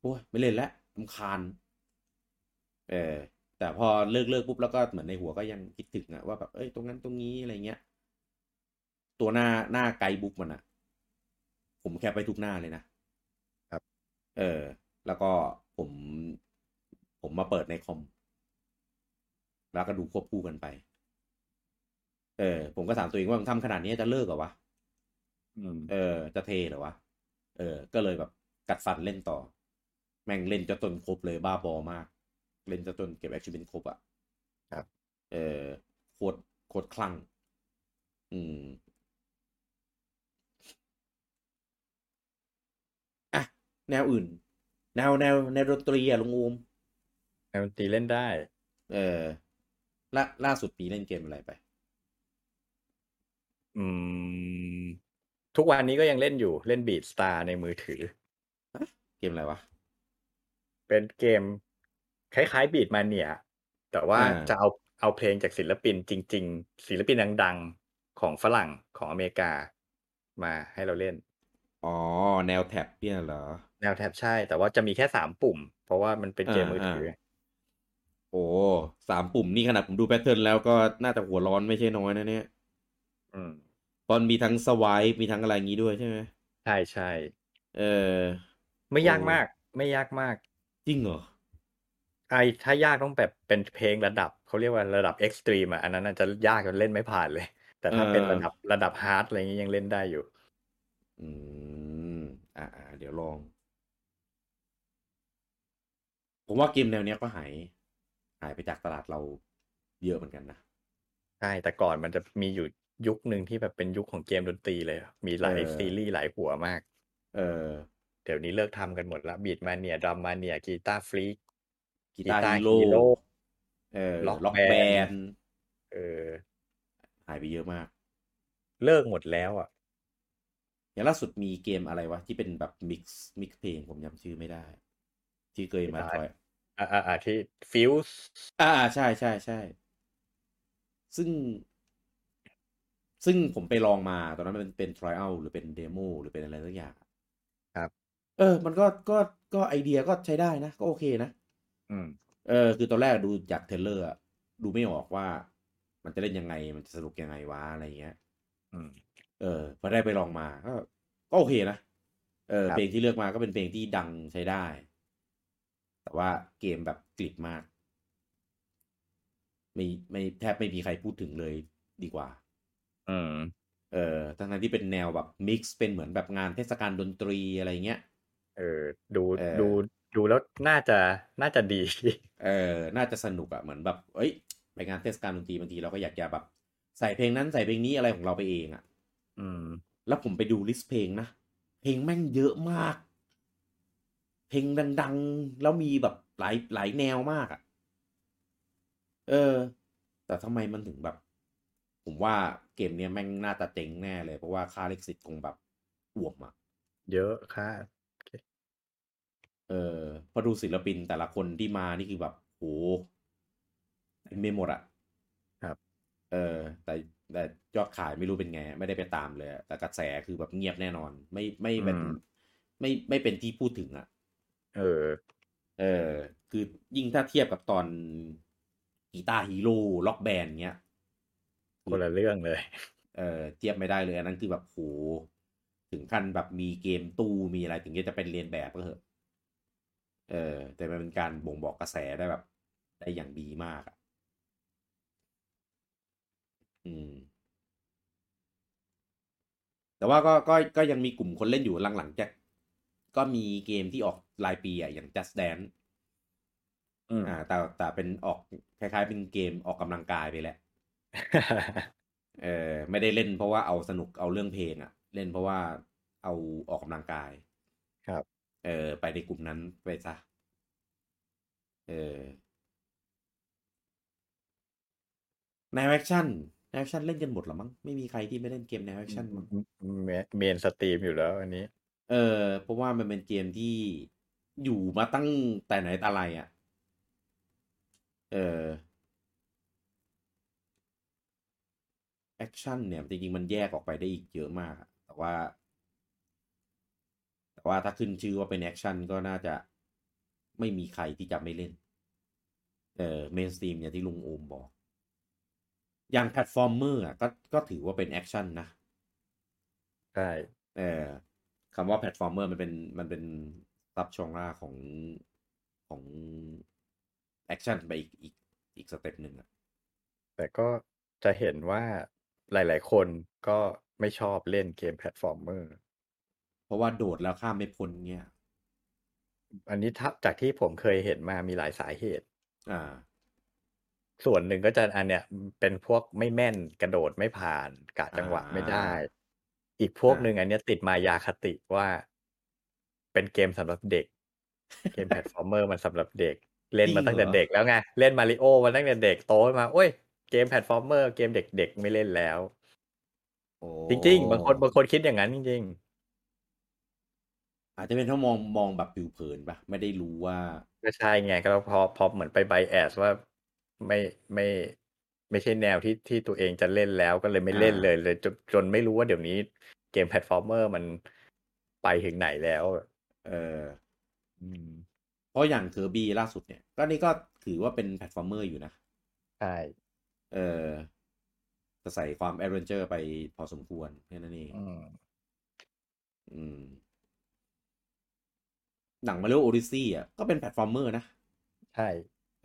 Speaker 1: โอ้ยไม่เล่นแล้วรำคาญ เออ แต่พอเลิกเลิกปุ๊บแล้วก็เหมือนในหัวก็ยังคิดถึงอะว่าแบบเอ้ยตรงนั้นตรงนี้อะไรเงี้ย ตัวหน้าหน้าไกด์บุ๊กมันอะผมแคปไปทุกหน้าเลยนะครับ เออ แล้วก็ผม ผมมาเปิดในคอม แล้วก็ดูควบคู่กันไป เออ ผมก็ถามตัวเองว่ามันทำขนาดนี้จะเลิกเหรอวะ
Speaker 2: อืม
Speaker 1: เออ จะเทเหรอวะ เออ ก็เลยแบบกัดฟันเล่นต่อ แม่งเล่นจนจนครบเลยบ้าบอมาก เล่นจนจนเก็บแอคชั่นเป็นครบอะ่ะ
Speaker 2: ครับ
Speaker 1: เออโคตรโคตรคลั่ง อืม อ่ะ แนวอื่น แนวแนวแนวดนตรีอะลุงอูม
Speaker 2: แนวดนตรีเล่นได้
Speaker 1: เออล่าล่าสุดปีเล่นเกมอะไรไป
Speaker 2: อืม ทุกวันนี้ก็ยังเล่นอยู่เล่นบี t สตาร์ในมือถือ
Speaker 1: เกมอะไรวะ
Speaker 2: เป็นเกม คล้ายๆบี t มาเนียแต่ว่า
Speaker 1: อ่า
Speaker 2: จะเอาเอาเพลงจากศิลปินจริง ๆ ศิลปินดังๆ ของฝรั่งของอเมริกา มาให้เราเล่น
Speaker 1: อ๋อ แนวแท็บเนี่ยเหรอ
Speaker 2: แนวแท็บใช่ แต่ว่าจะมีแค่สามปุ่ม เพราะว่ามันเป็นเกม
Speaker 1: อ่า
Speaker 2: มือถือ
Speaker 1: อ่า โอ้สามปุ่มนี่ขนาดผมดูแพทเทิร์นแล้วก็น่าจะหัวร้อนไม่ใช่น้อยนะเนี่ย
Speaker 2: อืม
Speaker 1: ตอนมีทั้งสวายมีทั้งอะไรอย่างงี้ด้วยใช่ไหม
Speaker 2: ใช่ใช่
Speaker 1: เออ
Speaker 2: ไม่ยาก
Speaker 1: โอ้
Speaker 2: มาก ไม่ยากมาก
Speaker 1: จริงเหรอ
Speaker 2: ไอ้ถ้ายากต้องแบบเป็นเพลงระดับเขาเรียกว่าระดับเอ็กซ์ตรีมอ่ะอันนั้นอาจจะยากจนเล่นไม่ผ่านเลย แต่ถ้าเป็น
Speaker 1: เออ
Speaker 2: ระดับระดับฮาร์ดอะไรอย่างนี้ยังเล่นได้อยู่
Speaker 1: อืม อ่าอ่าเดี๋ยวลอง ผมว่าเกมแนวเนี้ยก็หายหายไปจากตลาดเราเยอะเหมือนกันนะ
Speaker 2: ใช่ แต่ก่อนมันจะมีอยู่ยุคหนึ่งที่แบบเป็นยุคของเกมดนตรีเลย มีหลาย
Speaker 1: เออ
Speaker 2: ซีรีส์หลายหัวมาก
Speaker 1: เออ
Speaker 2: เดี๋ยวนี้เลิกทำกันหมดละบีดมาเนียดรัมมาเนียกีตาร์ฟรีก
Speaker 1: กีตาร์
Speaker 2: Guitar
Speaker 1: ฮีโร่
Speaker 2: Hero
Speaker 1: เออ
Speaker 2: Rock
Speaker 1: ล็อก
Speaker 2: Band
Speaker 1: แบน
Speaker 2: เออ
Speaker 1: หายไปเยอะมาก
Speaker 2: เลิกหมดแล้วอ่ะ
Speaker 1: อย่างล่าสุดมีเกมอะไรวะ ที่เป็นแบบมิกซ์มิกซ์เพลงผมจำชื่อไม่ได้ ที่เคยมา
Speaker 2: ไม่
Speaker 1: ท
Speaker 2: ได้
Speaker 1: อย
Speaker 2: อ่าอ่าที่ฟิวส์
Speaker 1: อ่าอ่าใช่ใช่ใช่ซึ่ง ซึ่งผมไปลองมาตอนนั้นมันเป็นทริอัลหรือเป็นเดโมหรือเป็นอะไรสักอย่าง
Speaker 2: ครับ
Speaker 1: เออ มันก็ก็ก็ไอเดียก็ใช้ได้นะ ก็โอเคนะ
Speaker 2: อืม
Speaker 1: เออคือตอนแรกดูจากเทรลเลอร์อะดูไม่ออกว่า มันจะเล่นยังไงมันจะสนุกยังไงวะอะไรเงี้ย
Speaker 2: อืม
Speaker 1: เออพอได้ไปลองมาก็ก็โอเคนะเออ
Speaker 2: ครับ
Speaker 1: เพลงที่เลือกมาก็เป็นเพลงที่ดังใช้ได้ แต่ว่าเกมแบบกริบมาก ไม่ไม่แทบไม่มีใครพูดถึงเลยดีกว่า
Speaker 2: อืม
Speaker 1: เออทั้งนั้นที่เป็นแนวแบบมิกซ์เป็นเหมือนแบบงานเทศกาลดนตรีอะไรเงี้ย
Speaker 2: เออ ดู
Speaker 1: เออ
Speaker 2: ดูดูแล้วน่าจะน่าจะดี (laughs)
Speaker 1: เออน่าจะสนุกอะเหมือนแบบ เอ้ยไปงานเทศกาลดนตรีบางทีเราก็อยากจะแบบ ใส่เพลงนั้นใส่เพลงนี้อะไรของเราไปเองอะ
Speaker 2: อืม
Speaker 1: แล้วผมไปดูลิสต์เพลงนะเพลงแม่งเยอะมาก เพลงดังๆ แล้วมีแบบหลายหลายแนวมากอะเออ แต่ทำไมมันถึงแบบ ผมว่าเกมเนี้ยแม่งน่าจะเจ๋งแน่เลย เพราะว่าค่าลิขสิทธิ์คงแบบอ่วมอะ
Speaker 2: เยอะค่ะ
Speaker 1: เออพอดูศิลปินแต่ละคนที่มานี่คือแบบโหเต็มไม่หมดอ่ะ
Speaker 2: ครับ
Speaker 1: เออ แต่ใน ยอดขายไม่รู้เป็นไง ไม่ได้ไปตามเลยอะแต่กระแสคือแบบเงียบแน่นอน ไม่ไม่เป็น
Speaker 2: อืม
Speaker 1: ไม่ไม่เป็นที่พูดถึงอ่ะ
Speaker 2: เออ
Speaker 1: เออ คือยิ่งถ้าเทียบกับตอนกีตาร์ฮีโร่ล็อกแบนด์เงี้ย
Speaker 2: คนละเรื่องเลย
Speaker 1: เออเทียบไม่ได้เลยอันนั้นคือแบบโหถึงขั้นแบบมีเกมตู้มีอะไรถึงจะเป็นเรียนแบบก็เถอะเออ แต่มันเป็นการบ่งบอกกระแสได้แบบ ได้อย่างดีมากอะอืม แต่ว่าก็ก็ก็ยังมีกลุ่มคนเล่นอยู่หลังๆจะก็มีเกมที่ออกรายปีอะอย่าง Just Dance
Speaker 2: อืม (laughs)
Speaker 1: อ่า แต่แต่เป็นออกคล้ายๆ เป็นเกมออกกำลังกายไปแหละ เออไม่ได้เล่นเพราะว่าเอาสนุกเอาเรื่องเพลงอะเล่นเพราะว่าเอาออกกำลังกาย
Speaker 2: ครับ
Speaker 1: เออไปในกลุ่มนั้นไปซะเออแนวแอคชั่นแนวแอคชั่นเล่นกันหมดเหรอมั้งไม่มีใครที่ไม่เล่นเกมแนวแอคชั่นมั้ง
Speaker 2: เมเมนสตรีมอยู่แล้วอันนี้
Speaker 1: เออเพราะว่ามันเป็นเกมที่อยู่มาตั้งแต่ไหนแต่ไรอะ่ะ เออแอคชั่นเนี่ยจริงๆมันแยกออกไปได้อีกเยอะมากอะแต่ว่า แต่ว่าถ้าขึ้นชื่อว่าเป็นแอคชั่นก็น่าจะไม่มีใครที่จะไม่เล่น เออเมนสตรีมอย่างที่ลุงโอมบอก อย่างแพลตฟอร์มเมอร์อ่ะก็ก็ถือว่าเป็นแอคชั่นนะ
Speaker 2: ใช่
Speaker 1: เออคำว่าแพลตฟอร์มเมอร์มันเป็นมันเป็นซับชองล่าของของแอคชั่นไปอีกอีกอีกสเต็ปหนึ่งอะ
Speaker 2: แต่ก็จะเห็นว่าหลาย ๆ คนก็ไม่ชอบเล่นเกมแพลตฟอร์มเมอร์
Speaker 1: เพราะว่าโดดแล้วข้ามไม่พ้นเงี้ย
Speaker 2: อันนี้ถ้าจากที่ผมเคยเห็นมามีหลายสาเหตุ
Speaker 1: อ่า
Speaker 2: ส่วนหนึ่งก็จะอันเนี้ยเป็นพวกไม่แม่นกระโดดไม่ผ่านกะจังหวะไม่ได้ อีกพวกหนึ่งอันเนี้ยติดมายาคติว่า เป็นเกมสำหรับเด็ก เกมแพลตฟอร์มเมอร์มันสำหรับเด็ก เล่นมาตั้งแต่
Speaker 1: จริงเหรอ
Speaker 2: เด็กแล้วไง เล่นมาริโอมาตั้งแต่เด็กโตขึ้นมา โอ้ยเกมแพลตฟอร์มเมอร์เกมเด็กๆไม่เล่นแล้ว
Speaker 1: โอ้
Speaker 2: จริง ๆ บางคนบางคนคิดอย่างนั้นจริง
Speaker 1: อาจจะเป็นเพราะมองมองแบบผิวเผินปะไม่ได้รู้ว่า
Speaker 2: ๆ ก็ใช่ไงก็พอพอเหมือนไปไบแอสว่าไม่ไม่ไม่ใช่แนวที่ที่ตัวเองจะเล่นแล้วก็เลยไม่เล่น
Speaker 1: อ่า
Speaker 2: เลยเลยจนจนไม่รู้ว่าเดี๋ยวนี้เกมแพลตฟอร์มเมอร์มันไปถึงไหนแล้ว
Speaker 1: เออ
Speaker 2: อืม
Speaker 1: เพราะอย่างเคอร์บี้ล่าสุดเนี่ย ก็นี่ก็ถือว่าเป็นแพลตฟอร์มเมอร์อยู่นะ
Speaker 2: ใช่
Speaker 1: เออจะใส่ความแอดเวนเจอร์ไปพอสมควรแค่นั้นเอง
Speaker 2: อืม
Speaker 1: อืม หนังมาเรียกโอดิซี่อ่ะ ก็เป็นแพลตฟอร์มเมอร์นะ
Speaker 2: ใช่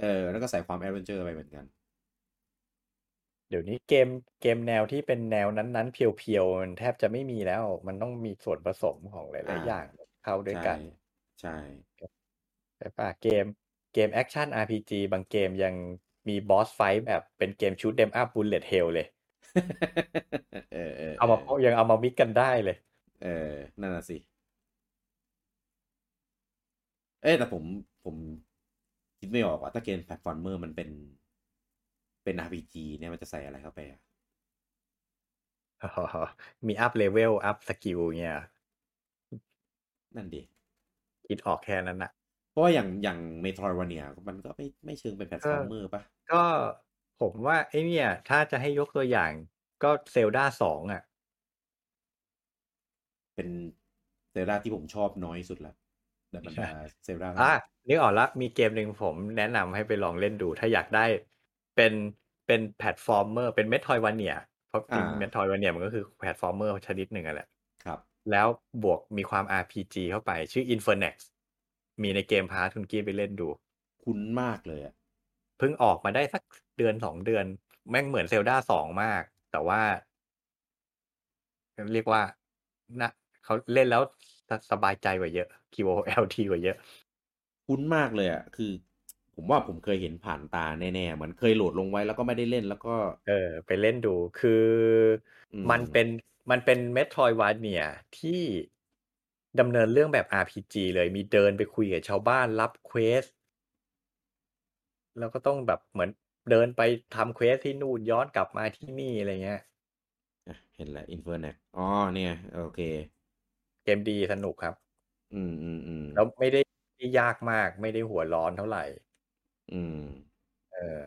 Speaker 1: เออ แล้วก็ใส่ความแอดเวนเจอร์ไปเหมือนกัน
Speaker 2: เดี๋ยวนี้เกมเกมแนวที่เป็นแนวนั้นๆ เพียวๆ มันแทบจะไม่มีแล้ว มันต้องมีส่วนผสมของหลาย
Speaker 1: อ่า
Speaker 2: ๆ อย่างเข้าด้วย
Speaker 1: ใช่
Speaker 2: กัน
Speaker 1: ใช่ (laughs)
Speaker 2: ใช่ปะเกมเกมแอคชั่น RPG บางเกมยังมีบอสไฟท์แบบเป็นเกมชุดเดมอัพบุลเลตเฮลเลย
Speaker 1: เออเออ
Speaker 2: เอามา
Speaker 1: เออ
Speaker 2: ยังเอามามิกกันได้เลย (laughs)
Speaker 1: เออ นั่นน่ะสิ เอ้ยแต่ผมผมคิดไม่ออกว่าถ้าเกมแพลตฟอร์มเมอร์มันเป็นเป็น RPG เนี่ยมันจะใส่อะไรเข้าไปอะ
Speaker 2: มีอัพเลเวลอัพสกิลเงี้ย
Speaker 1: นั่นดิ
Speaker 2: คิดออกแค่นั้นน่ะ
Speaker 1: เพราะว่าอย่างอย่างเมโทรวเนียมันก็ไม่ไม่เชิงเป็นแพลตฟอร์มเมอร์ปะ
Speaker 2: ก็ผมว่าไอเนี่ย ถ้าจะให้ยกตัวอย่างก็เซลดาสองอ่ะ
Speaker 1: เป็นเซลดาที่ผมชอบน้อยสุดละแต่บรรดาเซลดาทั้งหม
Speaker 2: อ่ะ
Speaker 1: ด
Speaker 2: นึกออกละมีเกมหนึ่งผมแนะนำให้ไปลองเล่นดู ถ้าอยากได้เป็นเป็นแพลตฟอร์มเมอร์เป็นเมทอยวันเนียเพราะจริง
Speaker 1: อ่า
Speaker 2: เมทอยวันเนียมันก็คือแพลตฟอร์มเมอร์ชนิดหนึ่งอะแหละ
Speaker 1: ครับ
Speaker 2: แล้วบวกมีความ RPG เข้าไปชื่อ Infernex มีในเกมพาทุนกี้ไปเล่นดู
Speaker 1: คุ้นมากเลยอะ
Speaker 2: เพิ่งออกมาได้สักเดือนสองเดือน แม่งเหมือนเซลดาสองมาก แต่ว่า เรียกว่านะเขาเล่นแล้วสสบายใจกว่าเยอะ QOLT กว่าเยอะ
Speaker 1: คุ้นมากเลยอะคือ ผมว่าผมเคยเห็นผ่านตาแน่ๆเหมือนเคยโหลดลงไว้แล้วก็ไม่ได้เล่นแล้วก็
Speaker 2: เออไปเล่นดูคืออ
Speaker 1: ม
Speaker 2: มันเป็นมันเป็นเมทรอยวานเนียที่ดำเนินเรื่องแบบ RPG เลยมีเดินไปคุยกับชาวบ้านรับเควส แล้วก็ต้องแบบเหมือนเดินไปทำเควสที่นู่นย้อนกลับมาที่นี่อะไรเงี้ย
Speaker 1: อ่ะเห็นแล้วอินเฟอร์เน็ตอ๋อเนี่ย โอเค
Speaker 2: เกมดีสนุกครับ
Speaker 1: อืมอืมอืม
Speaker 2: แล้วไม่ได้ยากมากไม่ได้หัวร้อนเท่าไหร่
Speaker 1: อืม
Speaker 2: เออ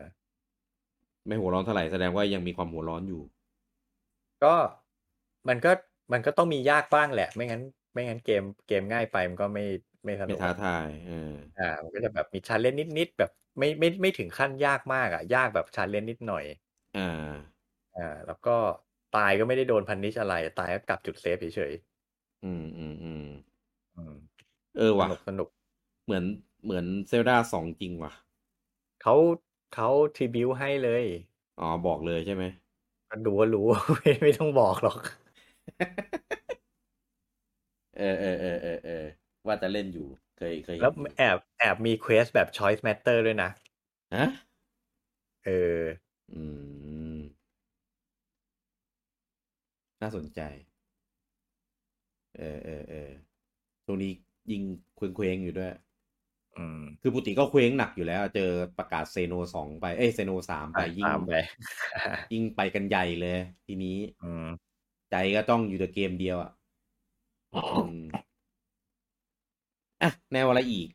Speaker 1: ไม่หัวร้อนเท่าไหร่แสดงว่ายังมีความหัวร้อนอยู่
Speaker 2: ก็มันก็มันก็ต้องมียากบ้างแหละ ไม่งั้น ไม่งั้นเกมเกมง่ายไปมันก็ไม่ไม่ส
Speaker 1: ไม่
Speaker 2: นุก
Speaker 1: ท้าทายเออ
Speaker 2: อ่ามันก็จะแบบมีชาเลนจ์นิดๆแบบไม่ไม่ไม่ถึงขั้นยากมากอ่ะ ยากแบบชาเลนจ์นิดหน่อย
Speaker 1: อ่า
Speaker 2: อ่าแล้วก็ตายก็ไม่ได้โดนพันนิชอะไร ตายก็กลับจุดเซฟเฉย
Speaker 1: อืมอืมอืม
Speaker 2: ๆอืม
Speaker 1: เออ
Speaker 2: ส
Speaker 1: ว่ะ
Speaker 2: นุกสนุก
Speaker 1: เหมือนเหมือนเซลดาสองจริงว่ะ
Speaker 2: เขาเขาทริบิวให้เลย
Speaker 1: อ๋อ บอกเลยใช่ไหม
Speaker 2: ดูก็รู้ (laughs) ไม่ไม่ต้องบอกหรอก
Speaker 1: เออเออเออเออเออว่าจะเล่นอยู่ เคยเคยเห็น
Speaker 2: แล้ว
Speaker 1: อยู่
Speaker 2: แอบแอบมีเควสแบบ choice matter ด้วยนะ
Speaker 1: ฮะ
Speaker 2: เออ
Speaker 1: อืม น่าสนใจ เออเออเออตรงนี้ยิงเคว้งๆอยู่ด้วย
Speaker 2: อืม
Speaker 1: คือปกติก็เคว้งหนักอยู่แล้ว เจอประกาศเซโนสองไป เอ้ยเซโนสามไปยิ่ง
Speaker 2: ตามไป
Speaker 1: ยิ่งไปกันใหญ่เลย ทีนี้
Speaker 2: อืม
Speaker 1: ใจก็ต้องอยู่แต่เกมเดียวอ่ะอืมอ่ะ แนวอะไรอีก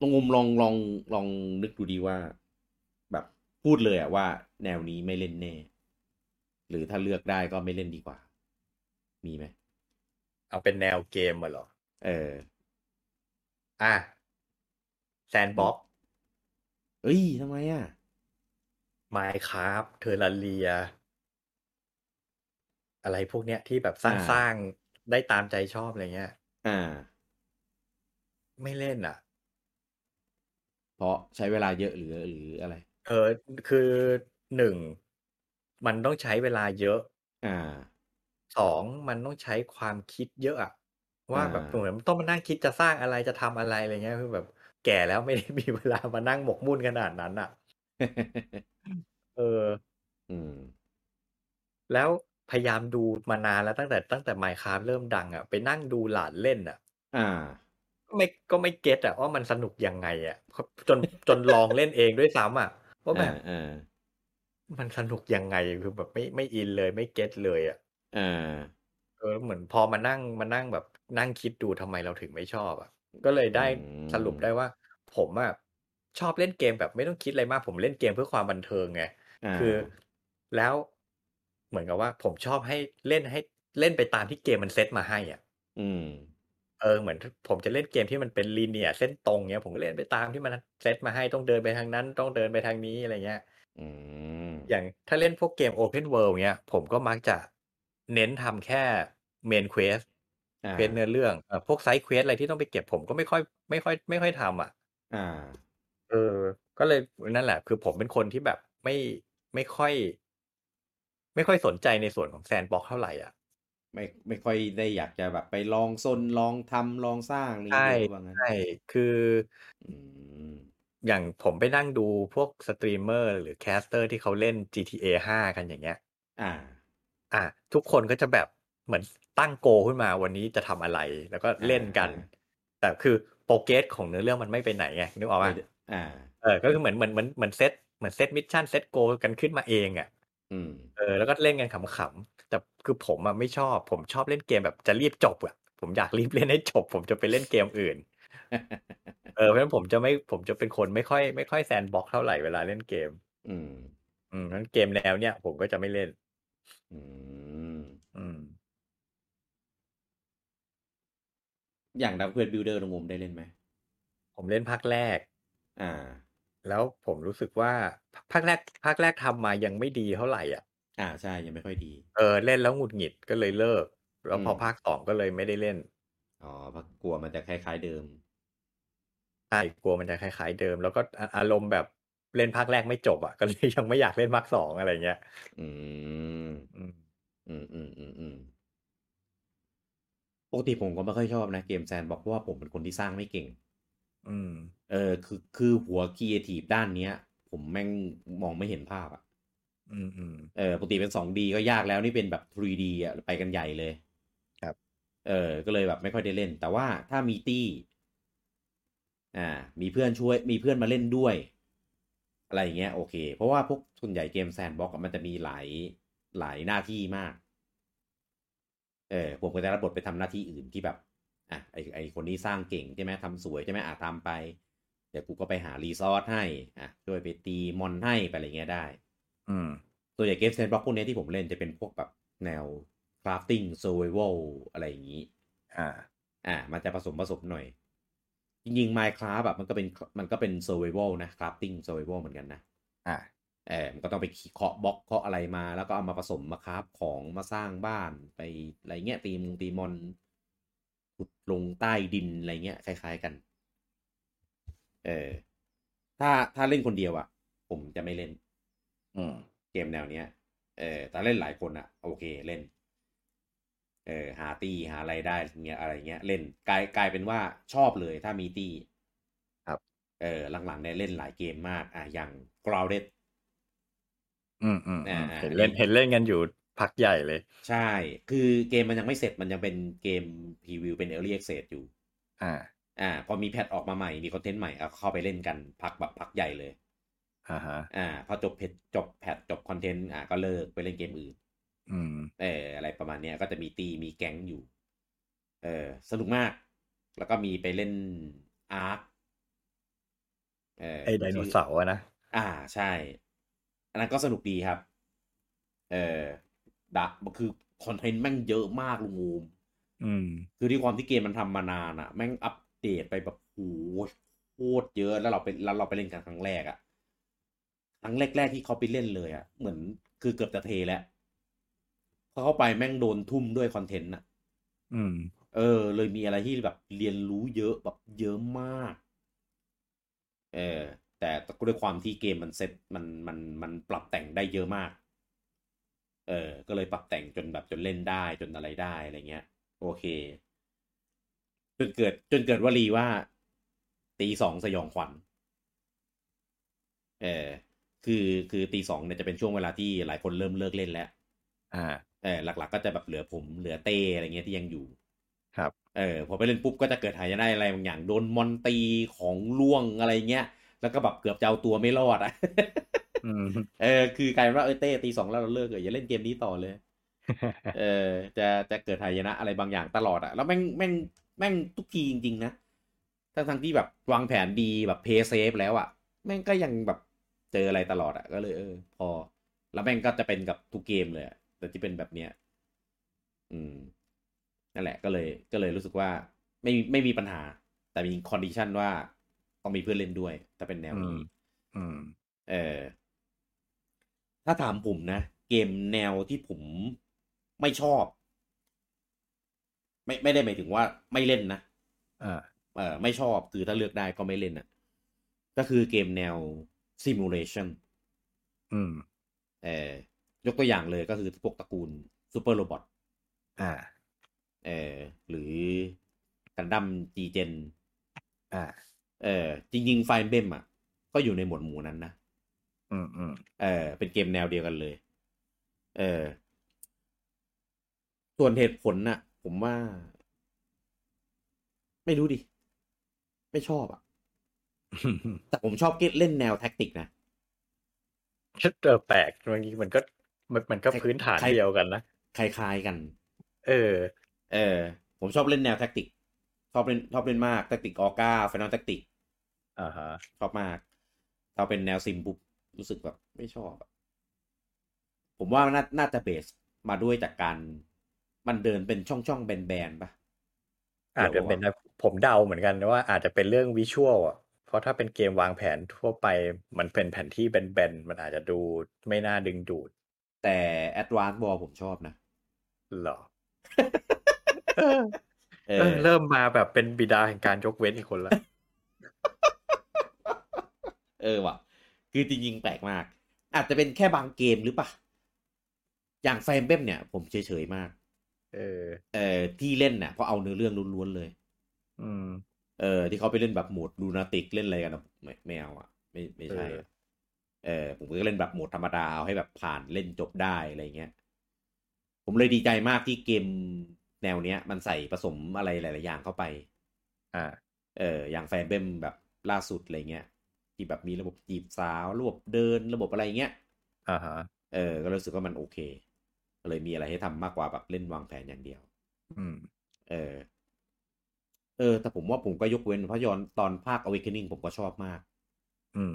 Speaker 1: ลองงมลองลองลองนึกดูดีว่า แบบพูดเลยอะว่า แนวนี้ไม่เล่นแน่ หรือถ้าเลือกได้ก็ไม่เล่นดีกว่า มีไหม
Speaker 2: (coughs) เอาเป็นแนวเกมมาเหรอ
Speaker 1: เออ
Speaker 2: อ่ะแซนบ็อก
Speaker 1: เอ้ยทำไมอ่ะ
Speaker 2: ไมค์ค a าฟเทอร์ a เรีย อะไรพวกเนี้ยที่แบบสร้าง
Speaker 1: อ่า
Speaker 2: สร้างได้ตามใจชอบอะไรเงี้ย
Speaker 1: อ่า
Speaker 2: ไม่เล่นอ่ะ
Speaker 1: เพราะใช้เวลาเยอะหรือหรืออะไร
Speaker 2: เออคือหนึ่ง มันต้องใช้เวลาเยอะ
Speaker 1: อ่า (laughs)
Speaker 2: สองมันต้องใช้ความคิดเยอะอะว่าแบบ
Speaker 1: อ่า
Speaker 2: เหมือนต้องมานั่งคิดจะสร้างอะไรจะทำอะไรอะไรเงี้ยคือแบบ แก่แล้วไม่ได้มีเวลามานั่งหมกมุ่นขนาดนั้นอ่ะ เออ
Speaker 1: อืม
Speaker 2: แล้วพยายามดูมานานแล้วตั้งแต่ตั้งแต่ Minecraft เริ่มดังอ่ะไปนั่งดูหลานเล่นอ่ะ
Speaker 1: อ่า
Speaker 2: ก็ไม่ก็ไม่เก็ตอ่ะว่ามันสนุกยังไงอ่ะจนจนลองเล่นเองด้วยซ้ำอ่ะว่าแบบ
Speaker 1: อ่า
Speaker 2: มันสนุกยังไงคือแบบไม่ไม่อินเลยไม่เก็ตเลยอ่ะ
Speaker 1: อ่า
Speaker 2: เออเหมือนพอมานั่งมานั่งแบบนั่งคิดดูทำไมเราถึงไม่ชอบอ่ะ ก็เลยได้สรุปได้ว่า ผมอ่ะชอบเล่นเกมแบบไม่ต้องคิดอะไรมาก ผมเล่นเกมเพื่อความบันเทิงไง
Speaker 1: อ่า
Speaker 2: คือแล้วเหมือนกับว่า ผมชอบให้เล่นให้เล่นไปตามที่เกมมันเซตมาให้อ่ะ
Speaker 1: อืม
Speaker 2: เออเหมือนผมจะเล่นเกมที่มันเป็นลีเนียเส้นตรงเงี้ยผมก็เล่นไปตามที่มันเซตมาให้ต้องเดินไปทางนั้น ต้องเดินไปทางนี้อะไรเงี้ย
Speaker 1: อืม
Speaker 2: อย่างถ้าเล่นพวกเกม Open World เนี้ย ผมก็มักจะเน้นทำแค่ Main Quest
Speaker 1: อ่า
Speaker 2: เควสเนื้อเรื่องเอ่อพวกไซด์เควสอะไรที่ต้องไปเก็บผมก็ไม่ค่อยไม่ค่อยไม่ค่อยทำอ่ะ
Speaker 1: อ่า
Speaker 2: เออ ก็เลยนั่นแหละ คือผมเป็นคนที่แบบไม่ไม่ค่อย ไม่ค่อยสนใจในส่วนของแซนบ็อกเท่าไหร่อ่ะ
Speaker 1: ไม่ไม่ค่อยได้อยากจะแบบไปลองซนลองทำลองสร้างอะไรอย่าง
Speaker 2: ใช่
Speaker 1: งี้ด้วยว่างั้น
Speaker 2: ใช่คือ
Speaker 1: อืม
Speaker 2: อย่างผมไปนั่งดูพวกสตรีมเมอร์หรือแคสเตอร์ที่เขาเล่น GTA 5 กันอย่างเงี้ย
Speaker 1: อ่า
Speaker 2: อ่ะทุกคนก็จะแบบเหมือนตั้งโกลขึ้นมาวันนี้จะทำอะไร แล้วก็เล่นกัน
Speaker 1: อ่า
Speaker 2: แต่คือโปรเกรสของเนื้อเรื่องมันไม่ไปไหนไงนึกออกปะ
Speaker 1: อ่า
Speaker 2: เออก็คือเหมือนเหมือนเหมือนเหมือนเซตเหมือนเซตมิชชั่นเซตโกกันขึ้นมาเองอ่ะ
Speaker 1: อืม (laughs)
Speaker 2: เออ แล้วก็เล่นกันขำๆ แต่คือผมอ่ะไม่ชอบ ผมชอบเล่นเกมแบบจะรีบจบอ่ะ ผมอยากรีบเล่นให้จบ ผมจะไปเล่นเกมอื่น เออ เพราะฉะนั้นผมจะไม่ ผมจะเป็นคนไม่ค่อย ไม่ค่อยแซนบ็อกเท่าไหร่เวลาเล่นเกม
Speaker 1: อืม
Speaker 2: อืมนั้นเกมแนวเนี้ยผมก็จะไม่เล่น
Speaker 1: อืม
Speaker 2: อืม
Speaker 1: อย่างดับเบิลบิลเดอร์ลงงมได้เล่นไหม
Speaker 2: ผมเล่นภาคแรก
Speaker 1: อ่า
Speaker 2: แล้วผมรู้สึกว่าภาคแรก ภาคแรกทำมายังไม่ดีเท่าไหร่อ่ะ
Speaker 1: อ่าใช่ ยังไม่ค่อยดี
Speaker 2: เออ เล่นแล้วหงุดหงิดก็เลยเลิก แล้วพออ
Speaker 1: ม
Speaker 2: ภาคสองก็เลยไม่ได้เล่น
Speaker 1: อ๋อเพราะกลัวมันจะคล้าย ๆเดิม
Speaker 2: ใช่กลัวมันจะคล้ายๆเดิม แล้วก็อ่ะอารมณ์แบบเล่นภาคแรกไม่จบอ่ะ ก็เลยยังไม่อยากเล่นภาคสองอะไรเงี้ย
Speaker 1: อืม
Speaker 2: อืม
Speaker 1: อืมอืมอืมอืมปกติผมก็ไม่ค่อยชอบนะเกมแซนบอกเพราะว่าผมเป็นคนที่สร้างไม่เก่ง
Speaker 2: อืม
Speaker 1: เออคือคือหัวครีเอทีฟด้านเนี้ย ผมแม่งมองไม่เห็นภาพอ่ะ
Speaker 2: อืมอืม
Speaker 1: เออปกติเป็น 2D ก็ยากแล้วนี่เป็นแบบ 3D อ่ะไปกันใหญ่เลย
Speaker 2: ครับ
Speaker 1: เออ ก็เลยแบบไม่ค่อยได้เล่น แต่ว่าถ้ามีตี้อ่า มีเพื่อนช่วย มีเพื่อนมาเล่นด้วย อะไรอย่างเงี้ยโอเค เพราะว่าพวกส่วนใหญ่เกมแซนบ็อกมันจะมีหลายหลายหน้าที่มาก เออผมก็จะรับบทไปทำหน้าที่อื่นที่แบบ อ่ะไอไอคนนี้สร้างเก่งใช่ไหมทำสวยใช่ไหมอ่ะตามไป เดี๋ยวกูก็ไปหารีซอสให้ อ่ะช่วยไปตีมอนให้ไปอะไรเงี้ยได้
Speaker 2: อืม
Speaker 1: ตัวอย่างเกมแซนด์บ็อกพวกเนี้ยที่ผมเล่นจะเป็นพวกแบบแนว crafting survival อะไรอย่างนี้
Speaker 2: อ่า
Speaker 1: อ่า มันจะผสมผสมหน่อย จริงๆ Minecraft แบบมันก็เป็นมันก็เป็น survival นะ crafting survival เหมือนกันนะ
Speaker 2: อ่า
Speaker 1: เออมันก็ต้องไปเคาะบล็อกเคาะอะไรมา แล้วก็เอามาผสมมาคราฟของมาสร้างบ้านไปอะไรเงี้ยตีมงตีมอนขุดลงใต้ดินอะไรเงี้ยคล้ายๆกัน เออถ้าถ้าเล่นคนเดียวอะ่ะ ผมจะไม่เล่น
Speaker 2: อืม
Speaker 1: เกมแนวเนี้ย เออแต่เล่นหลายคนอะ่ะ โอเคเล่น เออหาตีหาอะไรได้เงี้ยอะไรเงี้ยเล่นกลายกลายเป็นว่าชอบเลยถ้ามีตี
Speaker 2: ครับ
Speaker 1: เออหลังๆเนี่ยเล่นหลายเกมมาก อ่ะอย่าง grounded
Speaker 2: อืมอืมอืม
Speaker 1: อ่า
Speaker 2: เห็นเล่นเห็นเล่นกันอยู่พักใหญ่เลย
Speaker 1: ใช่ คือเกมมันยังไม่เสร็จ มันยังเป็นเกมพรีวิวเป็น Early Access อยู่
Speaker 2: อ่า
Speaker 1: อ่า พอมีแพทออกมาใหม่ มีคอนเทนต์ใหม่เอาเข้าไปเล่นกันพักแบบพักใหญ่เลย
Speaker 2: อ่าฮะ
Speaker 1: อ่า พอจบเพจจบแพทจบคอนเทนต์อ่าก็เลิกไปเล่นเกมอื่น
Speaker 2: อืม
Speaker 1: เอออะไรประมาณเนี้ยก็จะมีตีมีแก๊งอยู่ เออสนุกมาก แล้วก็มีไปเล่นอาร์คเออ
Speaker 2: ไอ้ไดโนเสาร์อะนะ
Speaker 1: อ่าใช่ อันนั้นก็สนุกดีครับ เออดะคือคอนเทนต์แม่งเยอะมากลุงงูม
Speaker 2: อืม
Speaker 1: คือด้วยความที่เกมมันทำมานานอะแม่งอัปเดตไปแบบโหโคตรเยอะแล้วเราไปแล้วเราไปเล่นกันครั้งแรกอะครั้งแรกๆที่เขาไปเล่นเลยอะเหมือนคือเกือบจะเทแล้วพอเข้าไปแม่งโดนทุ่มด้วยคอนเทนต์อะ
Speaker 2: อืม
Speaker 1: เออ เลยมีอะไรที่แบบเรียนรู้เยอะแบบเยอะมาก เออแต่ด้วยความที่เกมมันเซ็ตมันมันมันปรับแต่งได้เยอะมาก เออ ก็เลยปรับแต่งจนแบบจนเล่นได้จนอะไรได้อะไรเงี้ย โอเค จนเกิดจนเกิดวลีว่า ตีสองสยองขวัญเออคือคือตีสองเนี่ยจะเป็นช่วงเวลาที่หลายคนเริ่มเลิกเล่นแล้ว
Speaker 2: อ่า
Speaker 1: เออหลัก ๆ ก็จะแบบเหลือผมเหลือเต้อะไรเงี้ยที่ยังอยู่
Speaker 2: ครับ
Speaker 1: เออพอไปเล่นปุ๊บก็จะเกิดหายนะอะไรบางอย่างโดนมอนตีของล่วงอะไรเงี้ย แล้วก็แบบเกือบจะเอาตัวไม่รอดอ่ะ (laughs)
Speaker 2: อืม
Speaker 1: เออคือกลายเป็นว่าเออเต้ตีสองแล้วเราเลิกเลยอย่าเล่นเกมนี้ต่อเลย เออจะจะเกิดหายนะอะไรบางอย่างตลอดอะแล้วแม่งแม่งแม่งทุกทีจริง ๆ นะ ทั้งทั้งที่แบบวางแผนดีแบบเพย์เซฟแล้วอะแม่งก็ยังแบบเจออะไรตลอดอะก็เลยเออ พอ แล้วแม่งก็จะเป็นกับทุกเกมเลยอะแต่ที่เป็นแบบเนี้ยอืม นั่นแหละก็เลยก็เลยรู้สึกว่าไม่ไม่มีปัญหา แต่มีคอนดิชันว่าต้องมีเพื่อนเล่นด้วย แต่เป็นแนว
Speaker 2: อื
Speaker 1: นี้
Speaker 2: ม อืม
Speaker 1: เออ ถ้าถามผมนะ เกมแนวที่ผมไม่ชอบ ไม่ไม่ได้หมายถึงว่าไม่เล่นนะ
Speaker 2: อ่า
Speaker 1: เออไม่ชอบคือถ้าเลือกได้ก็ไม่เล่นอ่ะ ก็คือเกมแนว simulation
Speaker 2: อืม
Speaker 1: เออยกตัวอย่างเลยก็คือพวกตระกูล Super Robot
Speaker 2: อ่า
Speaker 1: เออหรือ Gundam G-Gen
Speaker 2: อ่า
Speaker 1: เออจริงๆ Fire Emblem อ่ะ ก็อยู่ในหมวดหมู่นั้นนะ
Speaker 2: อืมอืม (laughs)
Speaker 1: เออเป็นเกมแนวเดียวกันเลย เออ ส่วนเหตุผลน่ะ ผมว่า ไม่รู้ดิ ไม่ชอบอะแต่ผมชอบเล่นแนวแท็กติกนะ
Speaker 2: ชุดเออแปลกบางทีมันก็มันมันก็
Speaker 1: ใคร
Speaker 2: พื้นฐาน
Speaker 1: ใคร
Speaker 2: เดียวกันนะ
Speaker 1: คล้ายๆกัน
Speaker 2: เออ
Speaker 1: เออ ผมชอบเล่นแนวแท็กติก ชอบเล่นชอบเล่นมากแท็กติกออก้าไฟนอลแท็กติก
Speaker 2: อ่าฮะ
Speaker 1: ชอบมากถ้าเป็นแนวซิมปุ๊บรู้สึกแบบไม่ชอบอะผมว่าน่าน่าจะเบสมาด้วยจากการ มันเดินเป็นช่องช่องๆแบนๆปะ
Speaker 2: อาจจะเป็นนะผมเดาเหมือนกันนะว่าอาจจะเป็นเรื่องวิชวลอ่ะ เพราะถ้าเป็นเกมวางแผนทั่วไป มันเป็นแผนที่แบนๆ มันอาจจะดูไม่น่าดึงดูด
Speaker 1: แต่ Advanced War ผมชอบนะ
Speaker 2: หรอ
Speaker 1: เอ
Speaker 2: เอ
Speaker 1: อ
Speaker 2: อเริ่มมาแบบเป็นบิดาแห่งการยกเว้นอีกคนละ (laughs)
Speaker 1: เออว่ะ คือจริงๆแปลกมาก อาจจะเป็นแค่บางเกมหรือปะอย่างแฟมเบมเนี่ย ผมเฉยๆมาก
Speaker 2: เออ
Speaker 1: เออที่เล่นเนี่ยเพราะเอาเนื้อเรื่องล้วนๆเลย
Speaker 2: อืม
Speaker 1: เออ ที่เขาไปเล่นแบบโหมดลูนาติกเล่นอะไรกันอะไม่ไม่เอาอ่ะ ไม่ไม่ใช่อะเออ ผมก็เล่นแบบโหมดธรรมดาเอาให้แบบผ่านเล่นจบได้อะไรเงี้ย ผมเลยดีใจมากที่เกมแนวเนี้ย มันใส่ผสมอะไรหลาย ๆ อย่างเข้าไป
Speaker 2: อ่า
Speaker 1: เอออย่างแฟนเบมแบบล่าสุดอะไรเงี้ย ที่แบบมีระบบจีบสาว ระบบเดินระบบอะไรเงี้ย
Speaker 2: อ่าฮะ
Speaker 1: เออก็รู้สึกว่ามันโอเคก็เลยมีอะไรให้ทำมากกว่าแบบเล่นวางแผนอย่างเดียว
Speaker 2: อืม
Speaker 1: เออ เออ แต่ผมว่าผมก็ยกเว้นเพราะย้อนตอนภาค Awakening ผมก็ชอบมาก
Speaker 2: อืม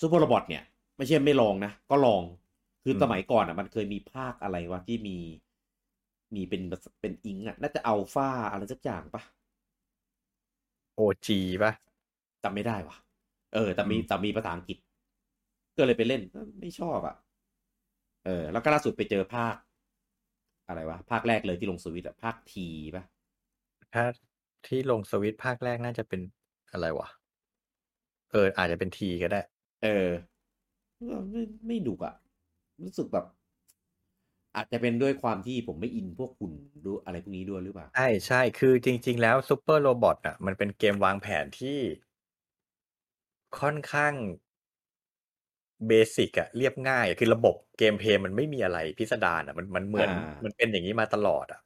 Speaker 1: ซูเปอร์ o บอ t เนี่ย ไม่ใช่ไม่ลองนะ ก็ลองคืออ
Speaker 2: ม
Speaker 1: สมัยก่อนอ่ะ มันเคยมีภาคอะไรวะที่มี มีเป็นเป็นอิงอ่ะ น่าจะอัลฟาอะไรสักอย่างปะ
Speaker 2: โอจีป่ะ
Speaker 1: จำไม่ได้วะเออ แต่มี
Speaker 2: อืม
Speaker 1: แต่มีภาษาอังกฤษ ก็เลยไปเล่นไม่ชอบอ่ะ เออ แล้วก็ล่าสุดไปเจอภาค อะไรวะ ภาคแรกเลยที่ลงสวิตช์อะภาคทีปะ
Speaker 2: ถ้าที่ลงสวิตช์ภาคแรกน่าจะเป็นอะไรวะ เออ อาจจะเป็นทีก็ได้
Speaker 1: เออไม่ไม่ดุอ่ะ รู้สึกแบบ อาจจะเป็นด้วยความที่ผมไม่อินพวกคุณดูอะไรพวกนี้ด้วยหรือเปล่า
Speaker 2: ใช่ใช่ คือจริง ๆ แล้วซูเปอร์โรบอทอ่ะ มันเป็นเกมวางแผนที่ค่อนข้างเบสิกอะเรียบง่ายอะคือระบบเกมเพลย์มันไม่มีอะไรพิสดารอะมันมันเหมือน
Speaker 1: อ่ามั
Speaker 2: มันเป็นอย่างนี้มาตลอดอะ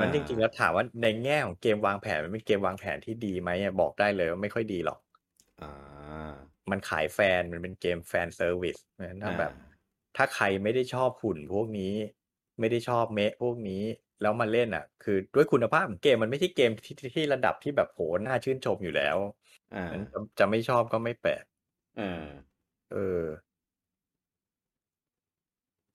Speaker 2: มันจริงๆ แล้วถามว่าในแง่ของเกมวางแผนมันเป็นเกมวางแผนที่ดีไหมอะบอกได้เลยว่าไม่ค่อยดีหรอก
Speaker 1: อ่า
Speaker 2: มันขายแฟนมันเป็นเกมแฟนเซอร์วิสเพราะฉะนั้นถ้าแบบ
Speaker 1: อ่า
Speaker 2: ถ้าใครไม่ได้ชอบหุ่นพวกนี้ ไม่ได้ชอบเมะพวกนี้ แล้วมาเล่นอ่ะ คือด้วยคุณภาพของเกมมันไม่ใช่เกมที่ที่ที่ระดับที่แบบโหน่าชื่นชมอยู่แล้ว
Speaker 1: อ่า
Speaker 2: งั้นจะจะไม่ชอบก็ไม่แปลก
Speaker 1: อ่า
Speaker 2: เออ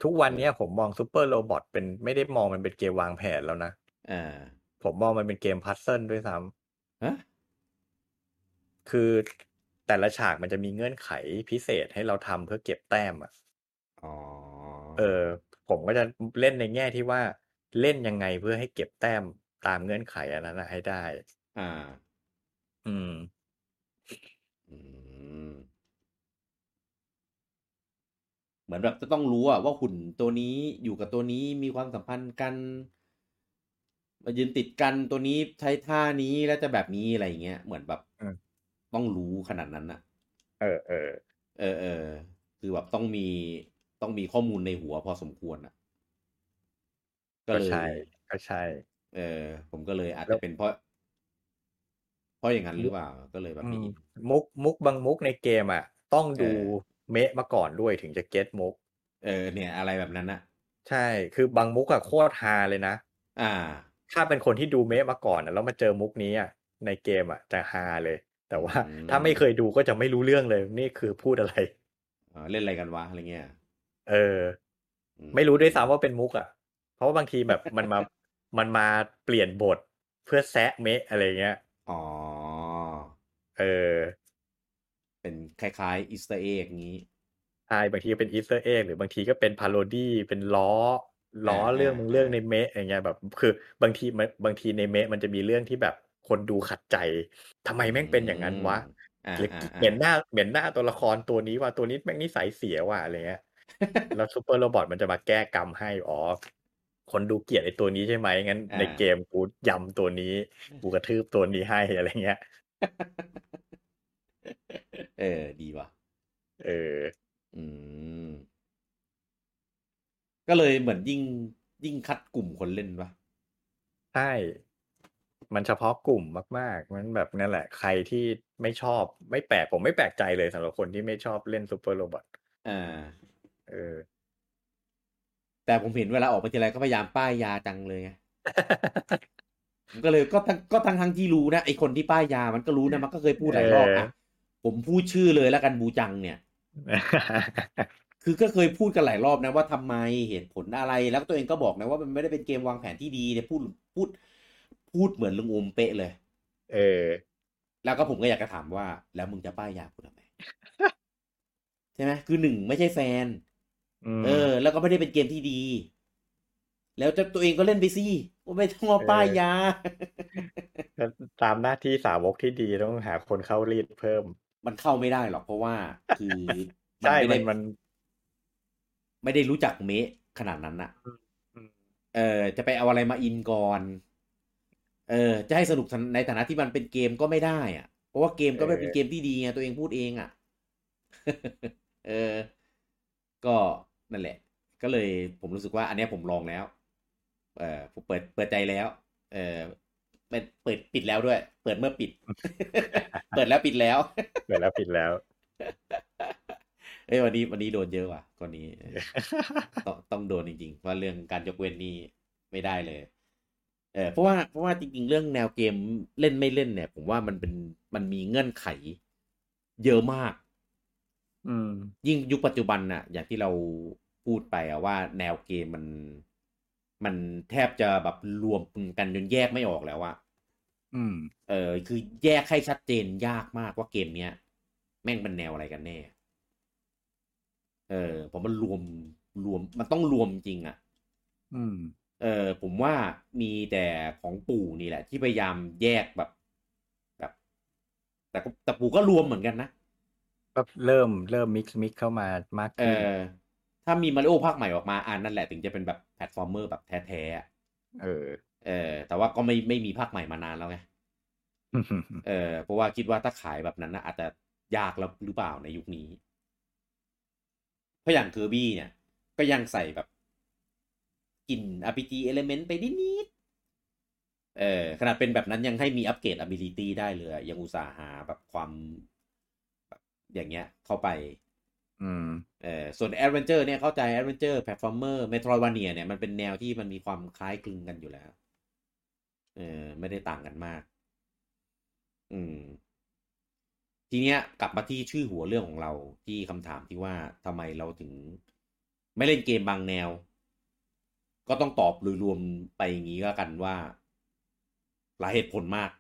Speaker 2: ทุกวันเนี้ยผมมองซูเปอร์โรบอทเป็นไม่ได้มองมันเป็นเกมวางแผนแล้วนะ
Speaker 1: อ่า
Speaker 2: ผมมองมันเป็นเกมพัซเซิลด้วยซ้ำ
Speaker 1: ฮะ
Speaker 2: คือแต่ละฉากมันจะมีเงื่อนไขพิเศษให้เราทำเพื่อเก็บแต้มอ่ะ
Speaker 1: อ๋อ
Speaker 2: เออผมก็จะเล่นในแง่ที่ว่าเล่นยังไงเพื่อให้เก็บแต้มตามเงื่อนไขอันนั้นนะให้ได้
Speaker 1: อ่า
Speaker 2: อืม
Speaker 1: อืม เหมือนแบบจะต้องรู้อะว่าหุ่นตัวนี้อยู่กับตัวนี้มีความสัมพันธ์กันมายืนติดกันตัวนี้ใช้ท่านี้แล้วจะแบบนี้อะไรอย่างเงี้ยเหมือนแบบ
Speaker 2: อืม
Speaker 1: ต้องรู้ขนาดนั้นอะ
Speaker 2: เออเออ
Speaker 1: เออเออคือแบบต้องมีต้องมีข้อมูลในหัวพอสมควรอะก็
Speaker 2: ก็
Speaker 1: เล
Speaker 2: ใช่
Speaker 1: ย
Speaker 2: ก็ใช่
Speaker 1: เออ ผมก็เลยอาจ
Speaker 2: แล้
Speaker 1: จะ
Speaker 2: ว
Speaker 1: เป็นเพราะ เพราะอย่างนั้นหรือเปล่า ก็เลยแบบ
Speaker 2: อื
Speaker 1: นี้
Speaker 2: มมุกมุกบางมุกในเกมอ่ะ ต้อง
Speaker 1: เอ
Speaker 2: ดู
Speaker 1: อ
Speaker 2: เมะมาก่อนด้วยถึงจะเก็ตมุก
Speaker 1: เออ เนี่ย อะไรแบบนั้นอะ
Speaker 2: ใช่ คือบางมุกอะโคตรฮาเลยนะ
Speaker 1: อ่า
Speaker 2: ถ้าเป็นคนที่ดูเมะมาก่อนอะแล้วมาเจอมุกนี้อะในเกมอะจะฮาเลย แต่ว่า
Speaker 1: อืม
Speaker 2: ถ้าไม่เคยดูก็จะไม่รู้เรื่องเลย นี่คือพูดอะไร
Speaker 1: เออเล่นอะไรกันวะอะไรเงี้ย
Speaker 2: เออ
Speaker 1: อื
Speaker 2: ไม่รู้ด้วยซ้ำว่าเป็นมุกอ่ะ เพราะว่าบางทีแบบ (laughs) มันมา มันมาเปลี่ยนบทเพื่อแซะเมะอะไรเงี้ย
Speaker 1: อ๋อ
Speaker 2: เออ
Speaker 1: เป็นคล้ายๆอีสเตอร์เอ็กงี้
Speaker 2: ใช่บางทีก็เป็นอีสเตอร์เอ็กหรือบางทีก็เป็นพาโรดี้ เป็นล้อ ล้อ
Speaker 1: อ่า
Speaker 2: เรื่อง
Speaker 1: อ่า
Speaker 2: บางเรื่อง
Speaker 1: อ่า
Speaker 2: ในเมะอะไรเงี้ยแบบ คือบางทีมันบางทีในเมะมันจะมีเรื่องที่แบบคนดูขัดใจทำไมแม่งเป็นอย่างนั้นวะ
Speaker 1: อืมอ่า
Speaker 2: หรือ
Speaker 1: อ่า
Speaker 2: เหม็นหน้าเหม็นหน้าตัวละครตัวนี้ว่าตัวนี้แม่งนิสัยเสียว่ะอะไรเงี้ย แล้วซูเปอร์โรบอทมันจะมาแก้กรรมให้อ๋อคนดูเกลียดไอ้ตัวนี้ใช่ไหมงั้นในเกมกูยำตัวนี้ กูกระทืบตัวนี้ให้อะไรเงี้ย
Speaker 1: เออ ดีว่ะ
Speaker 2: เออ
Speaker 1: อืม ก็เลยเหมือนยิ่งยิ่งคัดกลุ่มคนเล่นปะ
Speaker 2: ใช่ มันเฉพาะกลุ่มมาก ๆ มันแบบนั่นแหละ ใครที่ไม่ชอบไม่แปลกผมไม่แปลกใจเลยสำหรับคนที่ไม่ชอบเล่นซูเปอร์โรบอท
Speaker 1: อ่า
Speaker 2: เออ (laughs)
Speaker 1: แต่ผมเห็นเวลาออกไปทีไรก็พยายามป้ายยาจังเลยไง ผมก็เลยก็ทั้งก็ทั้งทั้งที่รู้นะไอคนที่ป้ายยามันก็รู้นะมันก็เคยพูดหลายรอบ
Speaker 2: เออ
Speaker 1: อ่ะผมพูดชื่อเลยแล้วกันบูจังเนี่ย คือก็เคยพูดกันหลายรอบนะว่าทำไมเหตุผลอะไรแล้วตัวเองก็บอกนะว่ามันไม่ได้เป็นเกมวางแผนที่ดีเนี่ยพูดพูด พูดเหมือนลุงอมเป๊ะเลย
Speaker 2: เออ
Speaker 1: แล้วก็ผมก็อยากจะถามว่า แล้วมึงจะป้ายยากูทำไม ใช่ไหมคือหนึ่งไม่ใช่แฟน
Speaker 2: อืม
Speaker 1: เออ แล้วก็ไม่ได้เป็นเกมที่ดี แล้วจะตัวเองก็เล่นไปสิว่าไม่ต้องมาป้ายยา
Speaker 2: แล้วตามหน้าที่สาวกที่ดีต้องหาคนเข้ารีดเพิ่ม
Speaker 1: มันเข้าไม่ได้หรอกเพราะว่าคือมัน
Speaker 2: ใช่
Speaker 1: ไม่
Speaker 2: มั
Speaker 1: ได้
Speaker 2: นมัน
Speaker 1: ไม่ได้รู้จักเมะขนาดนั้นอะ
Speaker 2: อืม
Speaker 1: เออ จะไปเอาอะไรมาอินก่อน เออ จะให้สนุกในฐานะที่มันเป็นเกมก็ไม่ได้อะเพราะว่าเกมก็ไม่เป็นเกมที่ดีไงตัวเองพูดเองอะ (laughs) เออ ก็นั่นแหละ ก็เลยผมรู้สึกว่า อันเนี้ยผมลองแล้ว เออผมเปิดเปิดใจแล้ว เออเปิดเปิดปิดแล้วด้วย เปิดเมื่อปิด (laughs) เปิดแล้วปิดแล้ว
Speaker 2: เปิดแล้วปิดแล้ว
Speaker 1: (laughs) เอ้ยวันนี้วันนี้โดนเยอะว่ะกว่านี้ ต้องต้องโดนจริงๆ เพราะเรื่องการยกเว้นนี่ไม่ได้เลย เออเพราะว่าเพราะว่าจริงๆ เรื่องแนวเกมเล่นไม่เล่นเนี่ย ผมว่ามันเป็นมันมีเงื่อนไข เยอะมาก
Speaker 2: อืม
Speaker 1: ยิ่งยุคปัจจุบันน่ะ อย่างที่เราพูดไปอะว่าแนวเกมมัน มันแทบจะแบบรวมกันจนแยกไม่ออกแล้วอะ
Speaker 2: อืม
Speaker 1: เออ คือแยกให้ชัดเจนยากมากว่าเกมเนี้ยแม่งเป็นแนวอะไรกันแน่ เออผมมันรวมรวมมันต้องรวมจริงอะ
Speaker 2: อืม
Speaker 1: เออผมว่ามีแต่ของปู่นี่แหละ ที่พยายามแยกแบบแบบ แต่ก็แต่ปู่ก็รวมเหมือนกันนะ
Speaker 2: แบบเริ่มเริ่มมิกซ์มิกเข้ามามาก
Speaker 1: เอ
Speaker 2: ขึ้น
Speaker 1: อถ้ามีมาริโอภาคใหม่ออกมาอันนั่นแหละถึงจะเป็นแบบแพลตฟอร์มเมอร์แบบแท้ๆอะ
Speaker 2: เออ
Speaker 1: เออ แต่ว่าก็ไม่ไม่มีภาคใหม่มานานแล้วไงเออเพราะว่าคิดว่าถ้าขายแบบนั้นนะอาจจะยากแล้วหรือเปล่าในยุคนี้เพราะอย่างเคอร์บี้เนี่ย ก็ยังใส่แบบกลิ่น RPG element ไปนิดๆเออขนาดเป็นแบบนั้นยังให้มีอัปเกรด ability ได้เลยอะยังอุตส่าห์หาแบบความแบบอย่างเงี้ยเข้าไป
Speaker 2: อืม
Speaker 1: เออส่วน Adventure เนี่ยเข้าใจ Adventure Platformer Metroidvania เนี่ยมันเป็นแนวที่มันมีความคล้ายคลึงกันอยู่แล้ว เออไม่ได้ต่างกันมาก อืม ทีเนี้ยกลับมาที่ชื่อหัวเรื่องของเราที่คำถามที่ว่าทำไมเราถึง ไม่เล่นเกมบางแนว ก็ต้องตอบโดยรวมไปอย่างนี้ก็กันว่า หลายเหตุผลมาก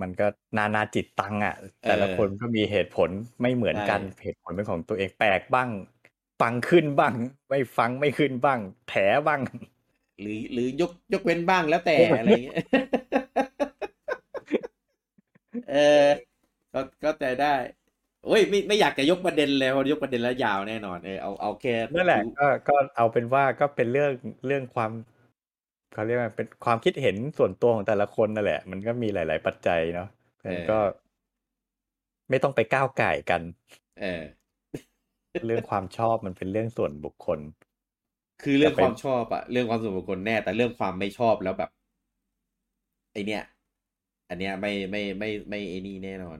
Speaker 2: มันก็นานาจิตตังอ่ะ แต่ละ
Speaker 1: เออ
Speaker 2: คนก็มีเหตุผลไม่เหมือนกัน
Speaker 1: ใช่
Speaker 2: เหตุผลเป็นของตัวเองแปลกบ้าง ฟังขึ้นบ้าง ไม่ฟังไม่ขึ้นบ้าง แถบ้าง
Speaker 1: หรือ หรือยกยกเว้นบ้างแล้วแต่ อะไรเงี้ย (laughs) เออก็ก็แต่ได้ โอ้ยไม่ไม่อยากจะยกประเด็นเลยเพราะยกประเด็นแล้วยาวแน่นอนเออเอาเอาแค่
Speaker 2: นั่นแหละก็ก็เอาเป็นว่าก็เป็นเรื่องเรื่องความเขาเรียกว่าเป็นความคิดเห็นส่วนตัวของแต่ละคนนั่นแหละ มันก็มีหลาย ๆ ปัจจัยเนาะมันก็ ไม่ต้องไปก้าวไก่ายกัน
Speaker 1: เออ
Speaker 2: เรื่องความชอบมันเป็นเรื่องส่วนบุคคล
Speaker 1: คือเรื่องความชอบอะเรื่องความส่วนบุคคลแน่ แต่เรื่องความไม่ชอบแล้วแบบ ไอเนี้ยอันเนี้ยไม่ไม่ไม่ไม่ไอนี่แน่นอน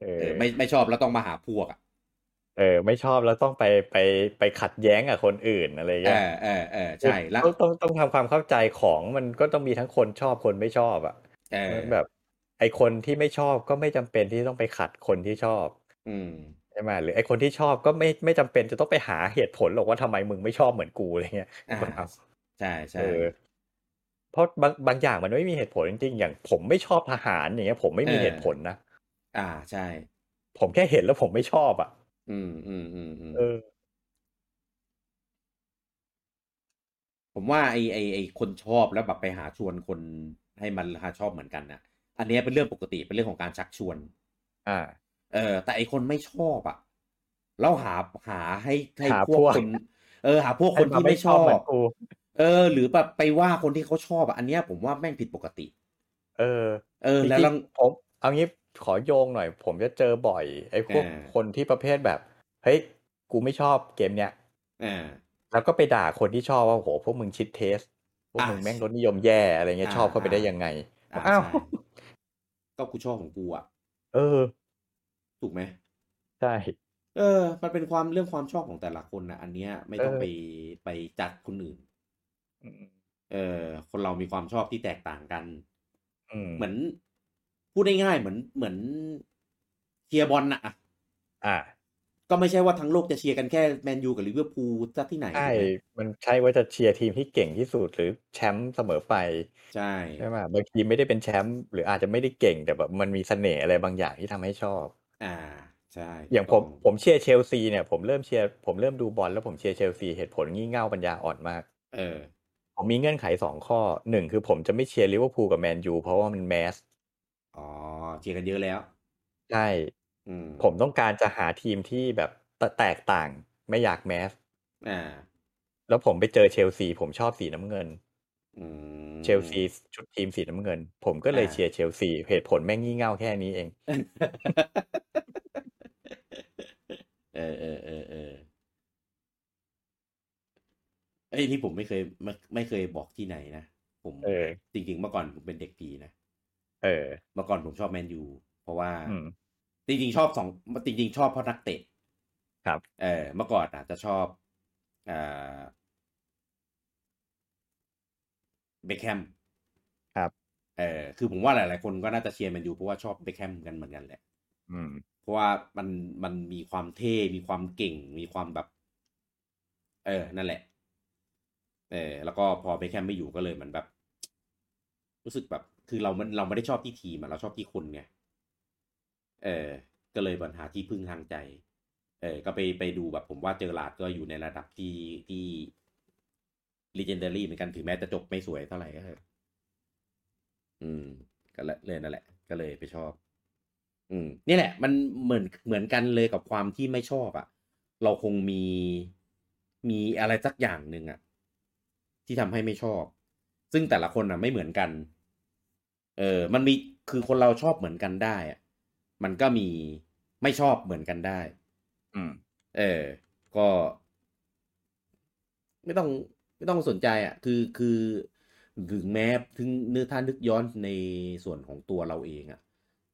Speaker 2: เอ
Speaker 1: เอ
Speaker 2: อ
Speaker 1: อไม่ไม่ชอบแล้วต้องมาหาพวกอะ
Speaker 2: เออ ไม่ชอบแล้วต้องไปไปไปขัดแย้งกับคนอื่นอะไร
Speaker 1: เอ
Speaker 2: เงี้ย
Speaker 1: อเออเออใช่แล้ว
Speaker 2: ต้องต้องต้องทำความเข้าใจของมันก็ต้องมีทั้งคนชอบคนไม่ชอบอ่ะ
Speaker 1: เออ
Speaker 2: มันแบบ ไอคนที่ไม่ชอบก็ไม่จำเป็นที่ต้องไปขัดคนที่ชอบ
Speaker 1: อืม
Speaker 2: ใช่ไหมหรือไอคนที่ชอบก็ไม่ไม่จำเป็นจะต้องไปหาเหตุผลหรอกว่าทำไมมึงไม่ชอบเหมือนกูอะไรเงี้ย
Speaker 1: อ่า
Speaker 2: คนเอา
Speaker 1: ใช่ใช่
Speaker 2: เออเพราะบางบางอย่างมันไม่มีเหตุผลจริงๆอย่างผมไม่ชอบทหารอย่างเงี้ย ผมไม่มีเหตุผลนะ
Speaker 1: อ่าใช่
Speaker 2: ผมแค่เห็นแล้วผมไม่ชอบอ่ะ
Speaker 1: อืมอืมอืมอืม
Speaker 2: เออ
Speaker 1: ผมว่าไอไอไอคนชอบแล้วแบบไปหาชวนคนให้มันหาชอบเหมือนกันนะอันเนี้ยเป็นเรื่องปกติเป็นเรื่องของการชักชวน
Speaker 2: อ่า
Speaker 1: เออ แต่ไอคนไม่ชอบอะแล้วหาหาให้ให้
Speaker 2: หา
Speaker 1: พวก
Speaker 2: พวก
Speaker 1: คน เออ หาพวกคนที่ไม่ชอบ
Speaker 2: เหมือนกู
Speaker 1: เออ หรือแบบไปว่าคนที่เขาชอบอะอันเนี้ยผมว่าแม่งผิดปกติ
Speaker 2: เออ
Speaker 1: เออ
Speaker 2: จ
Speaker 1: แล้ว
Speaker 2: ริ
Speaker 1: ลั
Speaker 2: ง
Speaker 1: ง
Speaker 2: ๆผม เอางี้ขอโยงหน่อย ผมจะเจอบ่อย ไอ้พวก
Speaker 1: อ่า
Speaker 2: คนที่ประเภทแบบเฮ้ยกูไม่ชอบเกมเนี้ย
Speaker 1: อ่า
Speaker 2: แล้วก็ไปด่าคนที่ชอบว่าโหพวกมึงชิดเทส พวก
Speaker 1: อ่ะ
Speaker 2: มึงแม่งรสนิยมแย่อะไรเงี้ย
Speaker 1: อ่า
Speaker 2: ชอบเข้าไปได้
Speaker 1: อ่า
Speaker 2: ยังไง
Speaker 1: อ่า
Speaker 2: อ้าว
Speaker 1: ใช่ก็กูชอบของกูอะ
Speaker 2: เออ
Speaker 1: ถูกไหม
Speaker 2: ใช่
Speaker 1: เออ มันเป็นความเรื่องความชอบของแต่ละคนนะอันเนี้ยไม่ต้อง
Speaker 2: เออ
Speaker 1: ไปไปจัดคนอื่น
Speaker 2: อืม
Speaker 1: เออ คนเรามีความชอบที่แตกต่างกัน
Speaker 2: อืม
Speaker 1: เหมือนพูดง่ายๆเหมือนเหมือนเชียร์บอลน่ะ
Speaker 2: อ่า
Speaker 1: ก็ไม่ใช่ว่าทั้งโลกจะเชียร์กันแค่แมนยูกับลิเวอร์พูลซะที่ไหน
Speaker 2: ใช่
Speaker 1: ถูกไหม
Speaker 2: มันใช่ว่าจะเชียร์ทีมที่เก่งที่สุดหรือแชมป์เสมอไป
Speaker 1: ใช่
Speaker 2: ใช่ไหมบางทีไม่ได้เป็นแชมป์หรืออาจจะไม่ได้เก่งแต่แบบมันมีเสน่ห์อะไรบางอย่างที่ทำให้ชอบ
Speaker 1: อ่า ใช่
Speaker 2: อย่างผ
Speaker 1: ต้
Speaker 2: มผมเชียร์เชลซีเนี่ยผมเริ่มเชียร์ผมเริ่มดูบอลแล้วผมเชียร์เชลซีเหตุผลงี่เง่าปัญญาอ่อนมาก
Speaker 1: เออ
Speaker 2: ผมมีเงื่อนไขสองข้อหนึ่งคือผมจะไม่เชียร์ลิเวอร์พูลกับแมนยูเพราะว่ามันแมส
Speaker 1: อ๋อ เชียร์กันเยอะแล้ว
Speaker 2: ใช่
Speaker 1: อืม
Speaker 2: ผมต้องการจะหาทีมที่แบบแตกต่างไม่อยากแมส
Speaker 1: อ่า
Speaker 2: แล้วผมไปเจอเชลซีผมชอบสีน้ำเงิน
Speaker 1: อืม
Speaker 2: เชลซีชุดทีมสีน้ำเงิน ผมก็เลย
Speaker 1: อ่า
Speaker 2: เชียร์เชลซีเหตุผลแม่งงี่เง่าแค่นี้เอง
Speaker 1: เออเออเออเออเอ้ยนี่ผมไม่เคยไม่ไม่เคยบอกที่ไหนนะผม
Speaker 2: เออ
Speaker 1: จริงๆเมื่อก่อนผมเป็นเด็กผีนะ
Speaker 2: เออ
Speaker 1: เมื่อก่อนผมชอบแมนยู เพราะว่า
Speaker 2: อืม
Speaker 1: จริงๆชอบสองจริงๆชอบเพราะนักเตะ
Speaker 2: ครับ
Speaker 1: เออเมื่อก่อนอาจจะชอบเอ่อเบคแฮม
Speaker 2: ครับ
Speaker 1: เออคือผมว่าหลายๆคนก็น่าจะเชียร์แมนยูเพราะว่าชอบเบคแฮมกันเหมือนกันแหละ
Speaker 2: อืม
Speaker 1: เพราะว่ามันมันมีความเท่มีความเก่ง มีความแบบ เออ นั่นแหละ เออ แล้วก็พอเบคแคมไม่อยู่ก็เลยเหมือนแบบ รู้สึกแบบ คือเรามันเราไม่ได้ชอบที่ทีมอะเราชอบที่คนไงเออ ก็เลยปัญหาที่พึ่งทางใจ เออ ก็ไปไปดูแบบผมว่าเจอหลาดก็อยู่ในระดับที่ที่ legendary เหมือนกันถึงแม้จะจบไม่สวยเท่าไหร่ก็เถอะอืม ก็เลยเลยนั่นแหละ ก็เลยไปชอบ อืมนี่แหละ มันเหมือนเหมือนกันเลยกับความที่ไม่ชอบอะ่ะ เราคงมีมีอะไรสักอย่างหนึ่งอะ่ะ ที่ทำให้ไม่ชอบ ซึ่งแต่ละคนอ่ะไม่เหมือนกัน เออ มันมีคือคนเราชอบเหมือนกันได้อะมันก็มีไม่ชอบเหมือนกันได้
Speaker 2: อืม
Speaker 1: เออ ก็ ไม่ต้องไม่ต้องสนใจอ่ะ คือคือถึงแม้ถึงเนื้อท่านึกย้อนในส่วนของตัวเราเองอ่ะ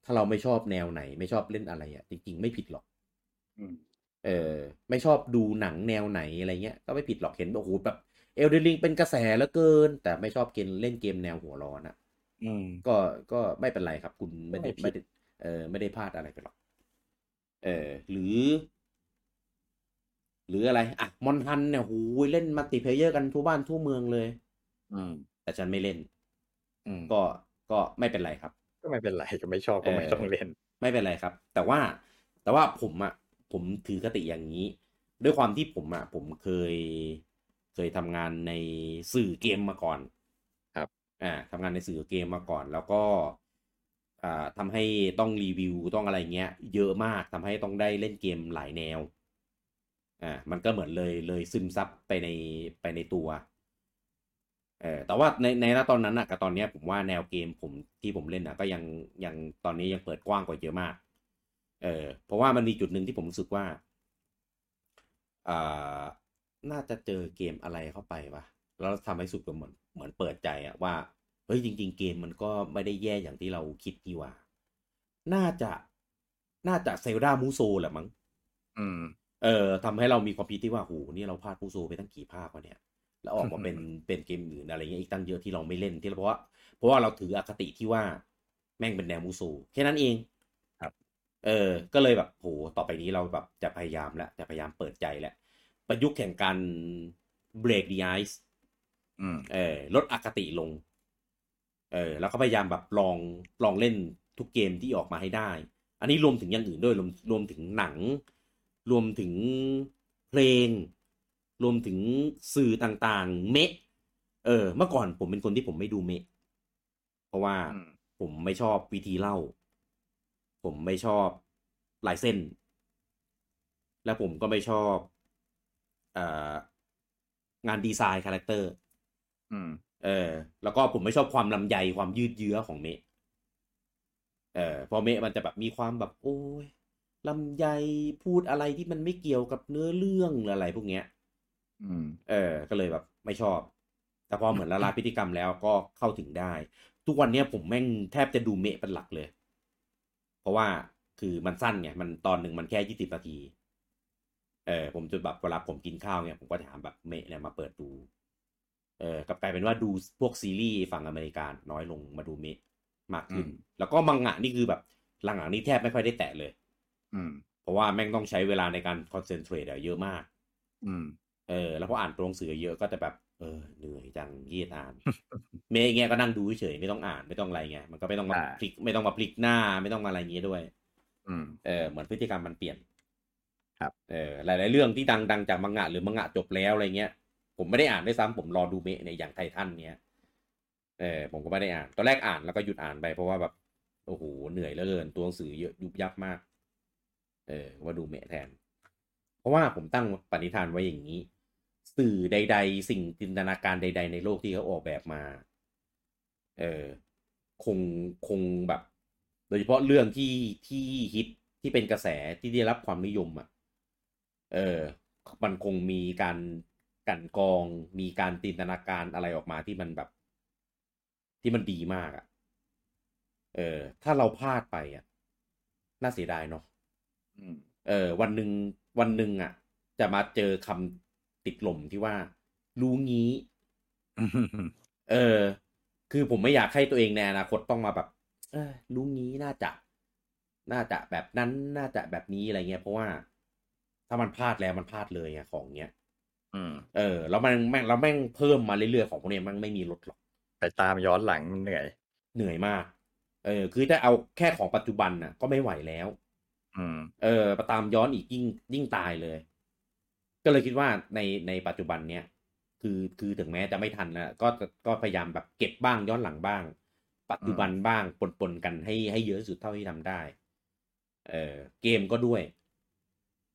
Speaker 1: ถ้าเราไม่ชอบแนวไหน ไม่ชอบเล่นอะไรอ่ะ จริงๆ ไม่ผิดหรอก
Speaker 2: อืม
Speaker 1: เออ ไม่ชอบดูหนังแนวไหนอะไรเงี้ย ก็ไม่ผิดหรอกเห็นโอ้โหแบบเอลเดลิงเป็นกระแสแล้วเกิน แต่ไม่ชอบเกมเล่นเกมแนวหัวร้อนอ่ะ
Speaker 2: อืม
Speaker 1: ก็ก็ไม่เป็นไรครับ คุณไม่ได้
Speaker 2: ไม่
Speaker 1: ไม่
Speaker 2: ผิ
Speaker 1: ได้
Speaker 2: ด
Speaker 1: เออไม่ได้พลาดอะไรไปหรอกเออ หรือ หรืออะไรอ่ะมอนทันเนี่ยหูยเล่นมัลติเพลเยอร์กันทั่วบ้านทั่วเมืองเลย
Speaker 2: อืม
Speaker 1: แต่ฉันไม่เล่น
Speaker 2: อืม
Speaker 1: ก็ก็ไม่เป็นไรครับ
Speaker 2: ก็ไม่เป็นไรก็ไม่ชอบก็ไม่
Speaker 1: เออ
Speaker 2: ต้องเล่น
Speaker 1: ไม่เป็นไรครับ แต่ว่าแต่ว่าผมอะผมถือคติอย่างนี้ ด้วยความที่ผมอะผมเคยเคยทำงานในสื่อเกมมาก่อน
Speaker 2: ครับ
Speaker 1: อ่าทำงานในสื่อเกมมาก่อน แล้วก็อ่าทำให้ต้องรีวิวต้องอะไรเงี้ย เยอะมากทำให้ต้องได้เล่นเกมหลายแนวอ่ามันก็เหมือนเลยเลยซึมซับไปในไปในตัว เออแต่ว่าในในณตอนนั้นอะกับตอนเนี้ยผมว่าแนวเกมผมที่ผมเล่นอะก็ยังยังตอนนี้ยังเปิดกว้างกว่าเยอะมาก เออเพราะว่ามันมีจุดหนึ่งที่ผมรู้สึกว่าอ่าน่าจะเจอเกมอะไรเข้าไปวะแล้วทำให้สุดก็เหมือนเหมือนเปิดใจอะว่าเฮ้ยจริง ๆ เกมมันก็ไม่ได้แย่อย่างที่เราคิดนี่หว่า น่าจะน่าจะเซลดามูโซแหละมั้ง
Speaker 2: อืม
Speaker 1: เออทำให้เรามีความคิดที่ว่าโหนี่เราพลาดผู้โซไปตั้งกี่ภาควะเนี่ย แล้วออกมาเป็น เป็นเกมอื่นอะไรเงี้ยอีกตั้งเยอะที่เราไม่เล่นที่เราเพราะว่าเพราะว่าเราถืออคติที่ว่าแม่งเป็นแนวมูโซแค่นั้นเอง
Speaker 2: ครับ
Speaker 1: เออ ก็เลยแบบโหต่อไปนี้เราแบบจะพยายามแล้วจะพยายามเปิดใจแล้วประยุกต์แข่งกัน break the ice
Speaker 2: อืม
Speaker 1: เออลดอคติลง เออ แล้วก็พยายามแบบลองลองเล่นทุกเกมที่ออกมาให้ได้ อันนี้รวมถึงอย่างอื่นด้วยรวมรวมถึงหนัง รวมถึงเพลง รวมถึงสื่อต่างๆ เมะ เออ เมื่อก่อนผมเป็นคนที่ผมไม่ดูเมะ เพราะว่า
Speaker 2: อืม
Speaker 1: ผมไม่ชอบวิธีเล่า ผมไม่ชอบลายเส้น และผมก็ไม่ชอบเอ่องานดีไซน์คาแรคเตอร์
Speaker 2: อืม
Speaker 1: เออแล้วก็ผมไม่ชอบความลำใยความยืดเยื้อของเมะเออเพอเมะมันจะแบบมีความแบบโอ้ยลำใยพูดอะไรที่มันไม่เกี่ยวกับเนื้อเรื่องหรืออะไรพวกเนี้ย
Speaker 2: อืม
Speaker 1: เออ ก็เลยแบบไม่ชอบ แต่พอเหมือนละลายพฤติกรรมแล้วก็เข้าถึงได้ ทุกวันเนี้ยผมแม่งแทบจะดูเมะเป็นหลักเลย เพราะว่าคือมันสั้นไง มันตอนหนึ่งมันแค่ยี่สิบนาที เออผมจะแบบเวลาผมกินข้าวเนี่ยผมก็จะหามแบบเมะเนี่ยมาเปิดดู เออกลับกลายเป็นว่าดูพวกซีรีส์ฝั่งอเมริกันน้อยลงมาดูเมะมากขึ้น
Speaker 2: อืม
Speaker 1: แล้วก็มังงะนี่คือแบบหลังๆนี่แทบไม่ค่อยได้แตะเลย
Speaker 2: อืม
Speaker 1: เพราะว่าแม่งต้องใช้เวลาในการคอนเซนเทรตเยอะมาก
Speaker 2: อืม
Speaker 1: เออแล้วพออ่านตัวหนังสือเยอะก็จะแบบ เออเหนื่อยจังยืดอ่าน เมย์อย่างเงี้ยก็นั่งดูเฉยๆไม่ต้องอ่านไม่ต้องอะไรเงี้ยมันก็ไม่ต้องมา
Speaker 2: อ่า
Speaker 1: พลิกไม่ต้องมาพลิกหน้าไม่ต้องมาอะไรเงี้ยด้วย
Speaker 2: อืม
Speaker 1: เออเหมือนพฤติกรรมมันเปลี่ยน
Speaker 2: ครับ
Speaker 1: เออหลาย ๆ เรื่องที่ดังดังจากมังงะหรือมังงะจบแล้วอะไรเงี้ย ผมไม่ได้อ่านด้วยซ้ำผมรอดูเมะเนี่ยอย่างไททันเนี่ยเออผมก็ไม่ได้อ่านตอนแรกอ่านแล้วก็หยุดอ่านไปเพราะว่าแบบโอ้โหเหนื่อยเหลือเกินตัวหนังสือเยอะยุบยับมาก เออว่าดูเมะแทน เพราะว่าผมตั้งปณิธานไว้อย่างนี้ สื่อใด ๆ สิ่งจินตนาการใด ๆ ในโลกที่เขาออกแบบมา เออคงคงแบบ โดยเฉพาะเรื่องที่ที่ฮิตที่เป็นกระแสที่ได้รับความนิยมอ่ะเออ มันคงมีการกลันกรอง มีการจินตนาการอะไรออกมาที่มันแบบ ที่มันดีมากอ่ะ เออ ถ้าเราพลาดไปอ่ะ น่าเสียดายเนาะ
Speaker 2: อืม
Speaker 1: เออวันหนึ่งวันหนึ่งอ่ะ จะมาเจอคำติดหล่มที่ว่า รู้งี้ เออ คือผมไม่อยากให้ตัวเองในอนาคตต้องมาแบบ เออรู้งี้น่าจะ น่าจะแบบนั้นน่าจะแบบนี้อะไรเงี้ยเพราะว่า ถ้ามันพลาดแล้วมันพลาดเลยไงของเนี้ย
Speaker 2: อืม
Speaker 1: เออแล้วมันแม่งแล้วแม่งเพิ่มมาเรื่อยๆของพวกเนี้ยแมันไม่มีลดหรอก
Speaker 2: แต่ตามย้อนหลังมันเหนื่อย
Speaker 1: เหนื่อยมาก เออ คือถ้าเอาแค่ของปัจจุบันน่ะ ก็ไม่ไหวแล้ว
Speaker 2: อืม
Speaker 1: เออตามย้อนอีกยิ่งยิ่งตายเลย ก็เลยคิดว่าในในปัจจุบันเนี้ยคือคือถึงแม้จะไม่ทันนะก็ก็พยายามแบบเก็บบ้างย้อนหลังบ้าง ปัจจุบันบ้างปนปนๆกันให้ให้เยอะที่สุดเท่าที่ทำได้ เออเกมก็ด้วย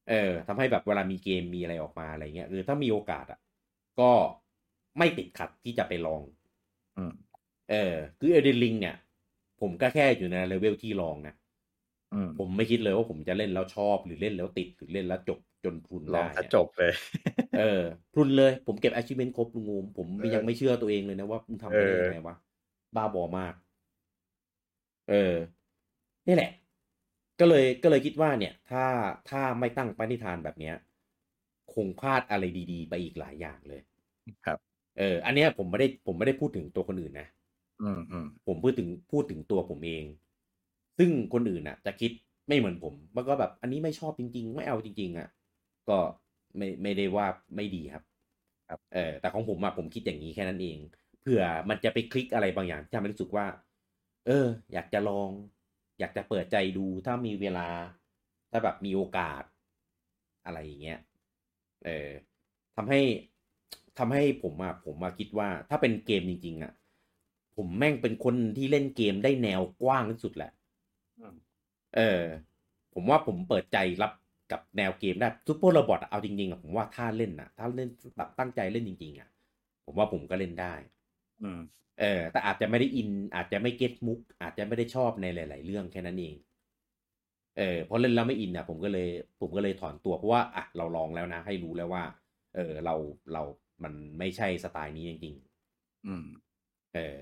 Speaker 1: เออทำให้แบบเวลามีเกมมีอะไรออกมาอะไรเงี้ยเออถ้ามีโอกาสอ่ะ ก็ไม่ติดขัดที่จะไปลอง
Speaker 2: อืม
Speaker 1: เออ คือเอเดนลิงเนี่ย ผมก็แค่อยู่ในเลเวลที่ลองนะ
Speaker 2: อืม
Speaker 1: ผมไม่คิดเลยว่าผมจะเล่นแล้วชอบ หรือเล่นแล้วติด หรือเล่นแล้วจบจนพรุน
Speaker 2: ลอ
Speaker 1: ได้เนี่ย
Speaker 2: งซะจบเลย
Speaker 1: เออพรุนเลย ผมเก็บ achievement ครบลุงงูมผม
Speaker 2: เออ
Speaker 1: ยังไม่เชื่อตัวเองเลยนะว่ามึงทำไปได้ยังไงวะ บ้าบอมาก เออ นี่แหละ ก็เลยก็เลยคิดว่าเนี่ย ถ้าถ้าไม่ตั้งปณิธานแบบเนี้ย คงพลาดอะไรดีๆ ไปอีกหลายอย่างเลย
Speaker 2: ครับ
Speaker 1: เออ อันเนี้ยผมไม่ได้ผมไม่ได้พูดถึงตัวคนอื่นนะ
Speaker 2: อืมอืม
Speaker 1: ผมพูดถึงพูดถึงตัวผมเอง ซึ่งคนอื่นน่ะ จะคิดไม่เหมือนผมมันก็แบบอันนี้ไม่ชอบจริง ๆ ไม่เอาจริง ๆ อ่ะ ก็ไม่ไม่ได้ว่าไม่ดีครับ
Speaker 2: ครับ
Speaker 1: เออแต่ของผมอะผมคิดอย่างนี้แค่นั้นเองเผื่อมันจะไปคลิกอะไรบางอย่างที่ทำให้รู้สึกว่า เออ อยากจะลอง อยากจะเปิดใจดูถ้ามีเวลา ถ้าแบบมีโอกาส อะไรอย่างเงี้ยเออทำให้ทำให้ผมอะผมมาคิดว่า ถ้าเป็นเกมจริง ๆอะผมแม่งเป็นคนที่เล่นเกมได้แนวกว้างที่สุดแหละ
Speaker 2: อืม
Speaker 1: เออ ผมว่าผมเปิดใจรับกับแนวเกมได้ซูเปอร์โรบอทเอาจริงๆอะผมว่าถ้าเล่นอะถ้าเล่นแบบตั้งใจเล่นจริง ๆอะผมว่าผมก็เล่นได้
Speaker 2: อืม
Speaker 1: เออ แต่อาจจะไม่ได้อิน อาจจะไม่เก็ตมุก อาจจะไม่ได้ชอบในหลาย ๆ เรื่องแค่นั้นเอง เออเพราะเล่นแล้วไม่อินอะผมก็เลย ผมก็เลยถอนตัวเพราะว่าอ่ะเราลองแล้วนะ ให้รู้แล้วว่า เออ เราเรามันไม่ใช่สไตล์นี้จริง
Speaker 2: อืม
Speaker 1: ๆ เออ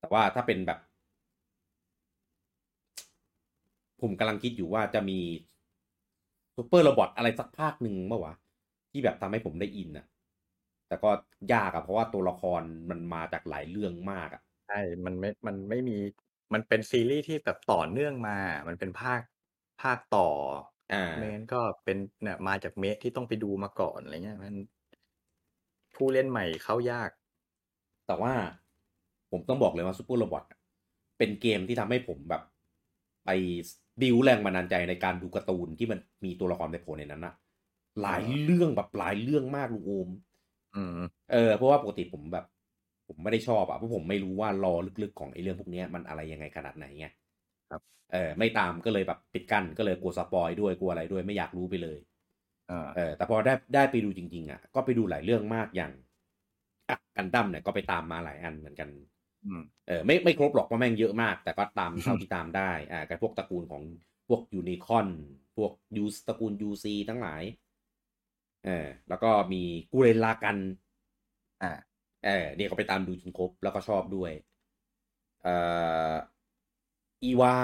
Speaker 1: แต่ว่าถ้าเป็นแบบ ผมกำลังคิดอยู่ว่าจะมีซูเปอร์โรบอทอะไรสักภาคหนึ่งเมื่อวะ ที่แบบทำให้ผมได้อินอะแต่ก็ยากอะเพราะว่าตัวละครมันมาจากหลายเรื่องมากอะ
Speaker 2: ใช่มันไม่มันไม่มี มันเป็นซีรีส์ที่แบบต่อเนื่องมา มันเป็นภาคภาคต่อ
Speaker 1: อ่า
Speaker 2: เมนก็เป็นเนี่ยมาจากเมะที่ต้องไปดูมาก่อนอะไรเงี้ยมัน ผู้เล่นใหม่เข้ายาก
Speaker 1: แต่ว่าผมต้องบอกเลยว่าซูเปอร์โรบอทเป็นเกมที่ทำให้ผมแบบ ไปบิวแรงบันดาลใจในการดูการ์ตูนที่มันมีตัวละครไปโผล่ในนั้นนะหลายเรื่องแบบหลายเรื่องมากลุงโอม
Speaker 2: อืม
Speaker 1: เออเพราะว่าปกติผมแบบ ผมไม่ได้ชอบอะเพราะผมไม่รู้ว่ารอลึกๆของไอ้เรื่องพวกเนี้ยมันอะไรยังไงขนาดไหนไง
Speaker 2: ครับ
Speaker 1: เออไม่ตามก็เลยแบบปิดกั้นก็เลยกลัวสปอยด้วยกลัวอะไรด้วยไม่อยากรู้ไปเลย
Speaker 2: อ่า
Speaker 1: เออแต่พอได้ได้ไปดูจริงๆอ่ะก็ไปดูหลายเรื่องมากอย่างอ่ะกันดั้มเนี่ยก็ไปตามมาหลายอันเหมือนกัน
Speaker 2: อืม
Speaker 1: เออไม่ไม่ครบหรอกเพราะแม่งเยอะมาก แต่ก็ตาม เท่าที่ตามได้อ่ากับพวกตระกูลของพวกยูนิคอนพวกยูตระกูลยูซีทั้งหลายเออแล้วก็มีกูเรนลากัน
Speaker 2: อ่า
Speaker 1: เออเนี่ยก็ไปตามดูจนครบแล้วก็ชอบด้วยเอ่ออีวา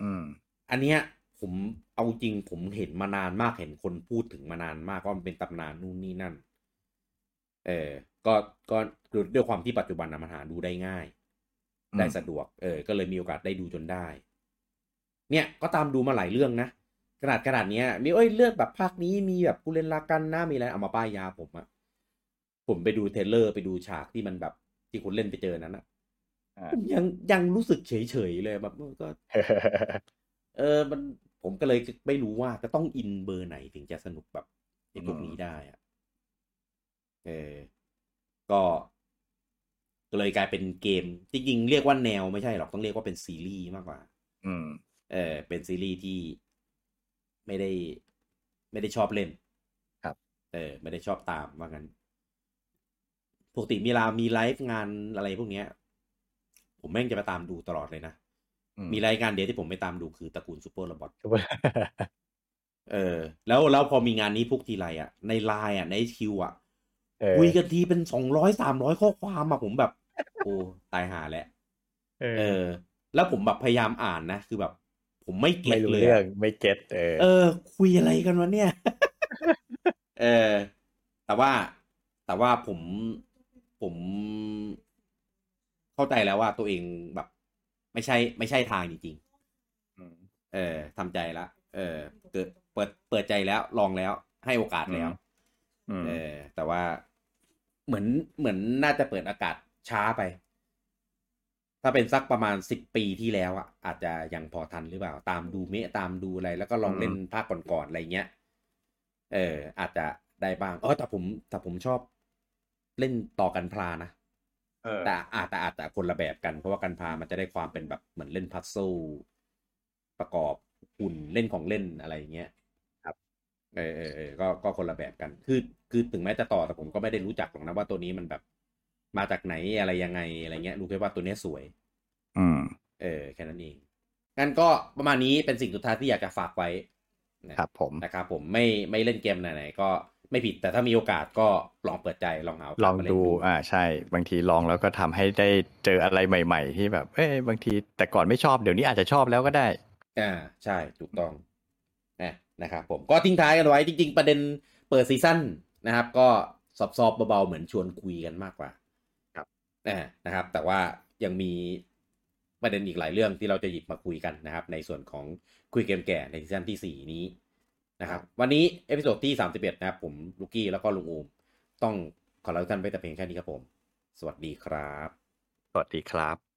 Speaker 2: อืม
Speaker 1: อันเนี้ยผมเอาจริงผมเห็นมานานมากเห็นคนพูดถึงมานานมากว่ามันเป็นตำนานนู่นนี่นั่น เออ ก็ก็ด้วยความที่ปัจจุบันนะมันหาดูได้ง่าย
Speaker 2: อืม
Speaker 1: ได้สะดวก เออ ก็เลยมีโอกาสได้ดูจนได้ เนี่ยก็ตามดูมาหลายเรื่องนะขนาดขนาดเนี้ย มีเอ้ยเลือกแบบภาคนี้มีแบบกูเล่นลากันนะมีอะไรเอามาป้ายยาผมอะผมไปดูเทรลเลอร์ไปดูฉากที่มันแบบที่คนเล่นไปเจอนั้นอะ
Speaker 2: อ่า
Speaker 1: ผมยังยังรู้สึกเฉยเฉยๆเลยแบบเออก็ เออ มันผมก็เลยไม่รู้ว่าจะต้องอินเบอร์ไหนถึงจะสนุกแบบไอ้พวกนี้ได้อะเออ ก็ก็เลยกลายเป็นเกมจริงๆเรียกว่าแนวไม่ใช่หรอกต้องเรียกว่าเป็นซีรีส์มากกว่า
Speaker 2: (laughs) อืม
Speaker 1: เออ เป็นซีรีส์ที่ไม่ได้ ไม่ได้ชอบเล่น
Speaker 2: ครับ
Speaker 1: เออ ไม่ได้ชอบตามว่างั้นปกติมีลามีไลฟ์งานอะไรพวกเนี้ย ผมแม่งจะไปตามดูตลอดเลยนะ มีรายการเดียวที่ผมไม่ตามดูคือตระกูลซูเปอร์โรบอท
Speaker 2: คือว่า
Speaker 1: เออแล้วแล้วพอมีงานนี้พวกทีไรอ่ะ ในไลน์อ่ะในคิวอ่ะ
Speaker 2: (laughs) เออ
Speaker 1: คุยกันทีเป็นสองร้อยสามร้อยข้อความอ่ะผมแบบ โอ้ตายหาแหละ
Speaker 2: เอ
Speaker 1: เอ
Speaker 2: อ
Speaker 1: อ แล้วผมแบบพยายามอ่านนะ คือแบบ ผมไม่เก็
Speaker 2: ไม่
Speaker 1: ต
Speaker 2: รู้
Speaker 1: เลย
Speaker 2: เรื่อ
Speaker 1: อะ
Speaker 2: งไม่เก็ตเออ
Speaker 1: เออ คุยอะไรกันวะเนี่ย (laughs) เออ แต่ว่าแต่ว่าผมผม เข้าใจแล้วว่าตัวเองแบบ ไม่ใช่ ไม่ใช่ทางจริง
Speaker 2: อืม
Speaker 1: เออทำใจละเออเกิดเปิดเปิดใจแล้วลองแล้ว ให้โอกาสแล้ว
Speaker 2: อืม
Speaker 1: เออ แต่ว่าเหมือนเหมือนน่าจะเปิดอากาศช้าไป ถ้าเป็นสักประมาณสิบปีที่แล้วอะอาจจะยังพอทันหรือเปล่า ตามดูเมะตามดูอะไร แล้วก็ลองเล่นภาคก่อนๆอะไรเงี้ยเออ อาจจะได้บ้างเออแต่ผมแต่ผมชอบเล่นต่อกันพลานะ
Speaker 2: เออ
Speaker 1: แต่อาจจะอาจจะคนละแบบกัน เพราะว่ากันพามันจะได้ความเป็นแบบเหมือนเล่นพัซโซลประกอบหุ่นเล่นของเล่นอะไรอย่างเงี้ยครับเออเออเออก็ก็คนละแบบกัน คือคือถึงแม้จะต่อแต่ผมก็ไม่ได้รู้จักหรอกนะว่าตัวนี้มันแบบมาจากไหนอะไรยังไงอะไรเงี้ย รู้แค่ว่าตัวเนี้ยสวย
Speaker 2: อืม
Speaker 1: เออแค่นั้นเองงั้นก็ประมาณนี้เป็นสิ่งสุดท้ายที่อยากจะฝากไว้นะครับ
Speaker 2: ผม
Speaker 1: นะครับผมไม่ไม่เล่นเกมไหนๆก็ไม่ผิดแต่ถ้ามีโอกาสก็ลองเปิดใจลองเอา
Speaker 2: ลอง
Speaker 1: มาเน
Speaker 2: ดูอ่าใช่ บางทีลองแล้วก็ทำให้ได้เจออะไรใหม่ ๆ ที่แบบ เอ้ยบางทีแต่ก่อนไม่ชอบเดี๋ยวนี้อาจจะชอบแล้วก็ได้
Speaker 1: อ่าใช่ถูกต้องนะนะครับผมก็ทิ้งท้ายกันไว้จริง ๆ ประเด็นเปิดซีซั่นนะครับ ก็สอบๆเบาๆเหมือนชวนคุยกันมากกว่า
Speaker 2: ครับ
Speaker 1: อ่านะครับ แต่ว่ายังมีประเด็นอีกหลายเรื่องที่เราจะหยิบมาคุยกันนะครับ ในส่วนของคุยเกมแก่ในซีซั่นที่ 4 นี้นะครับ วันนี้เอพิโซดที่ 31 นะครับ ผมลูกี้แล้วก็ลุงอูมต้องขอลาทุกท่านไปแต่เพียงแค่นี้ครับผม สวัสดีครับ
Speaker 2: สวัสดีครับ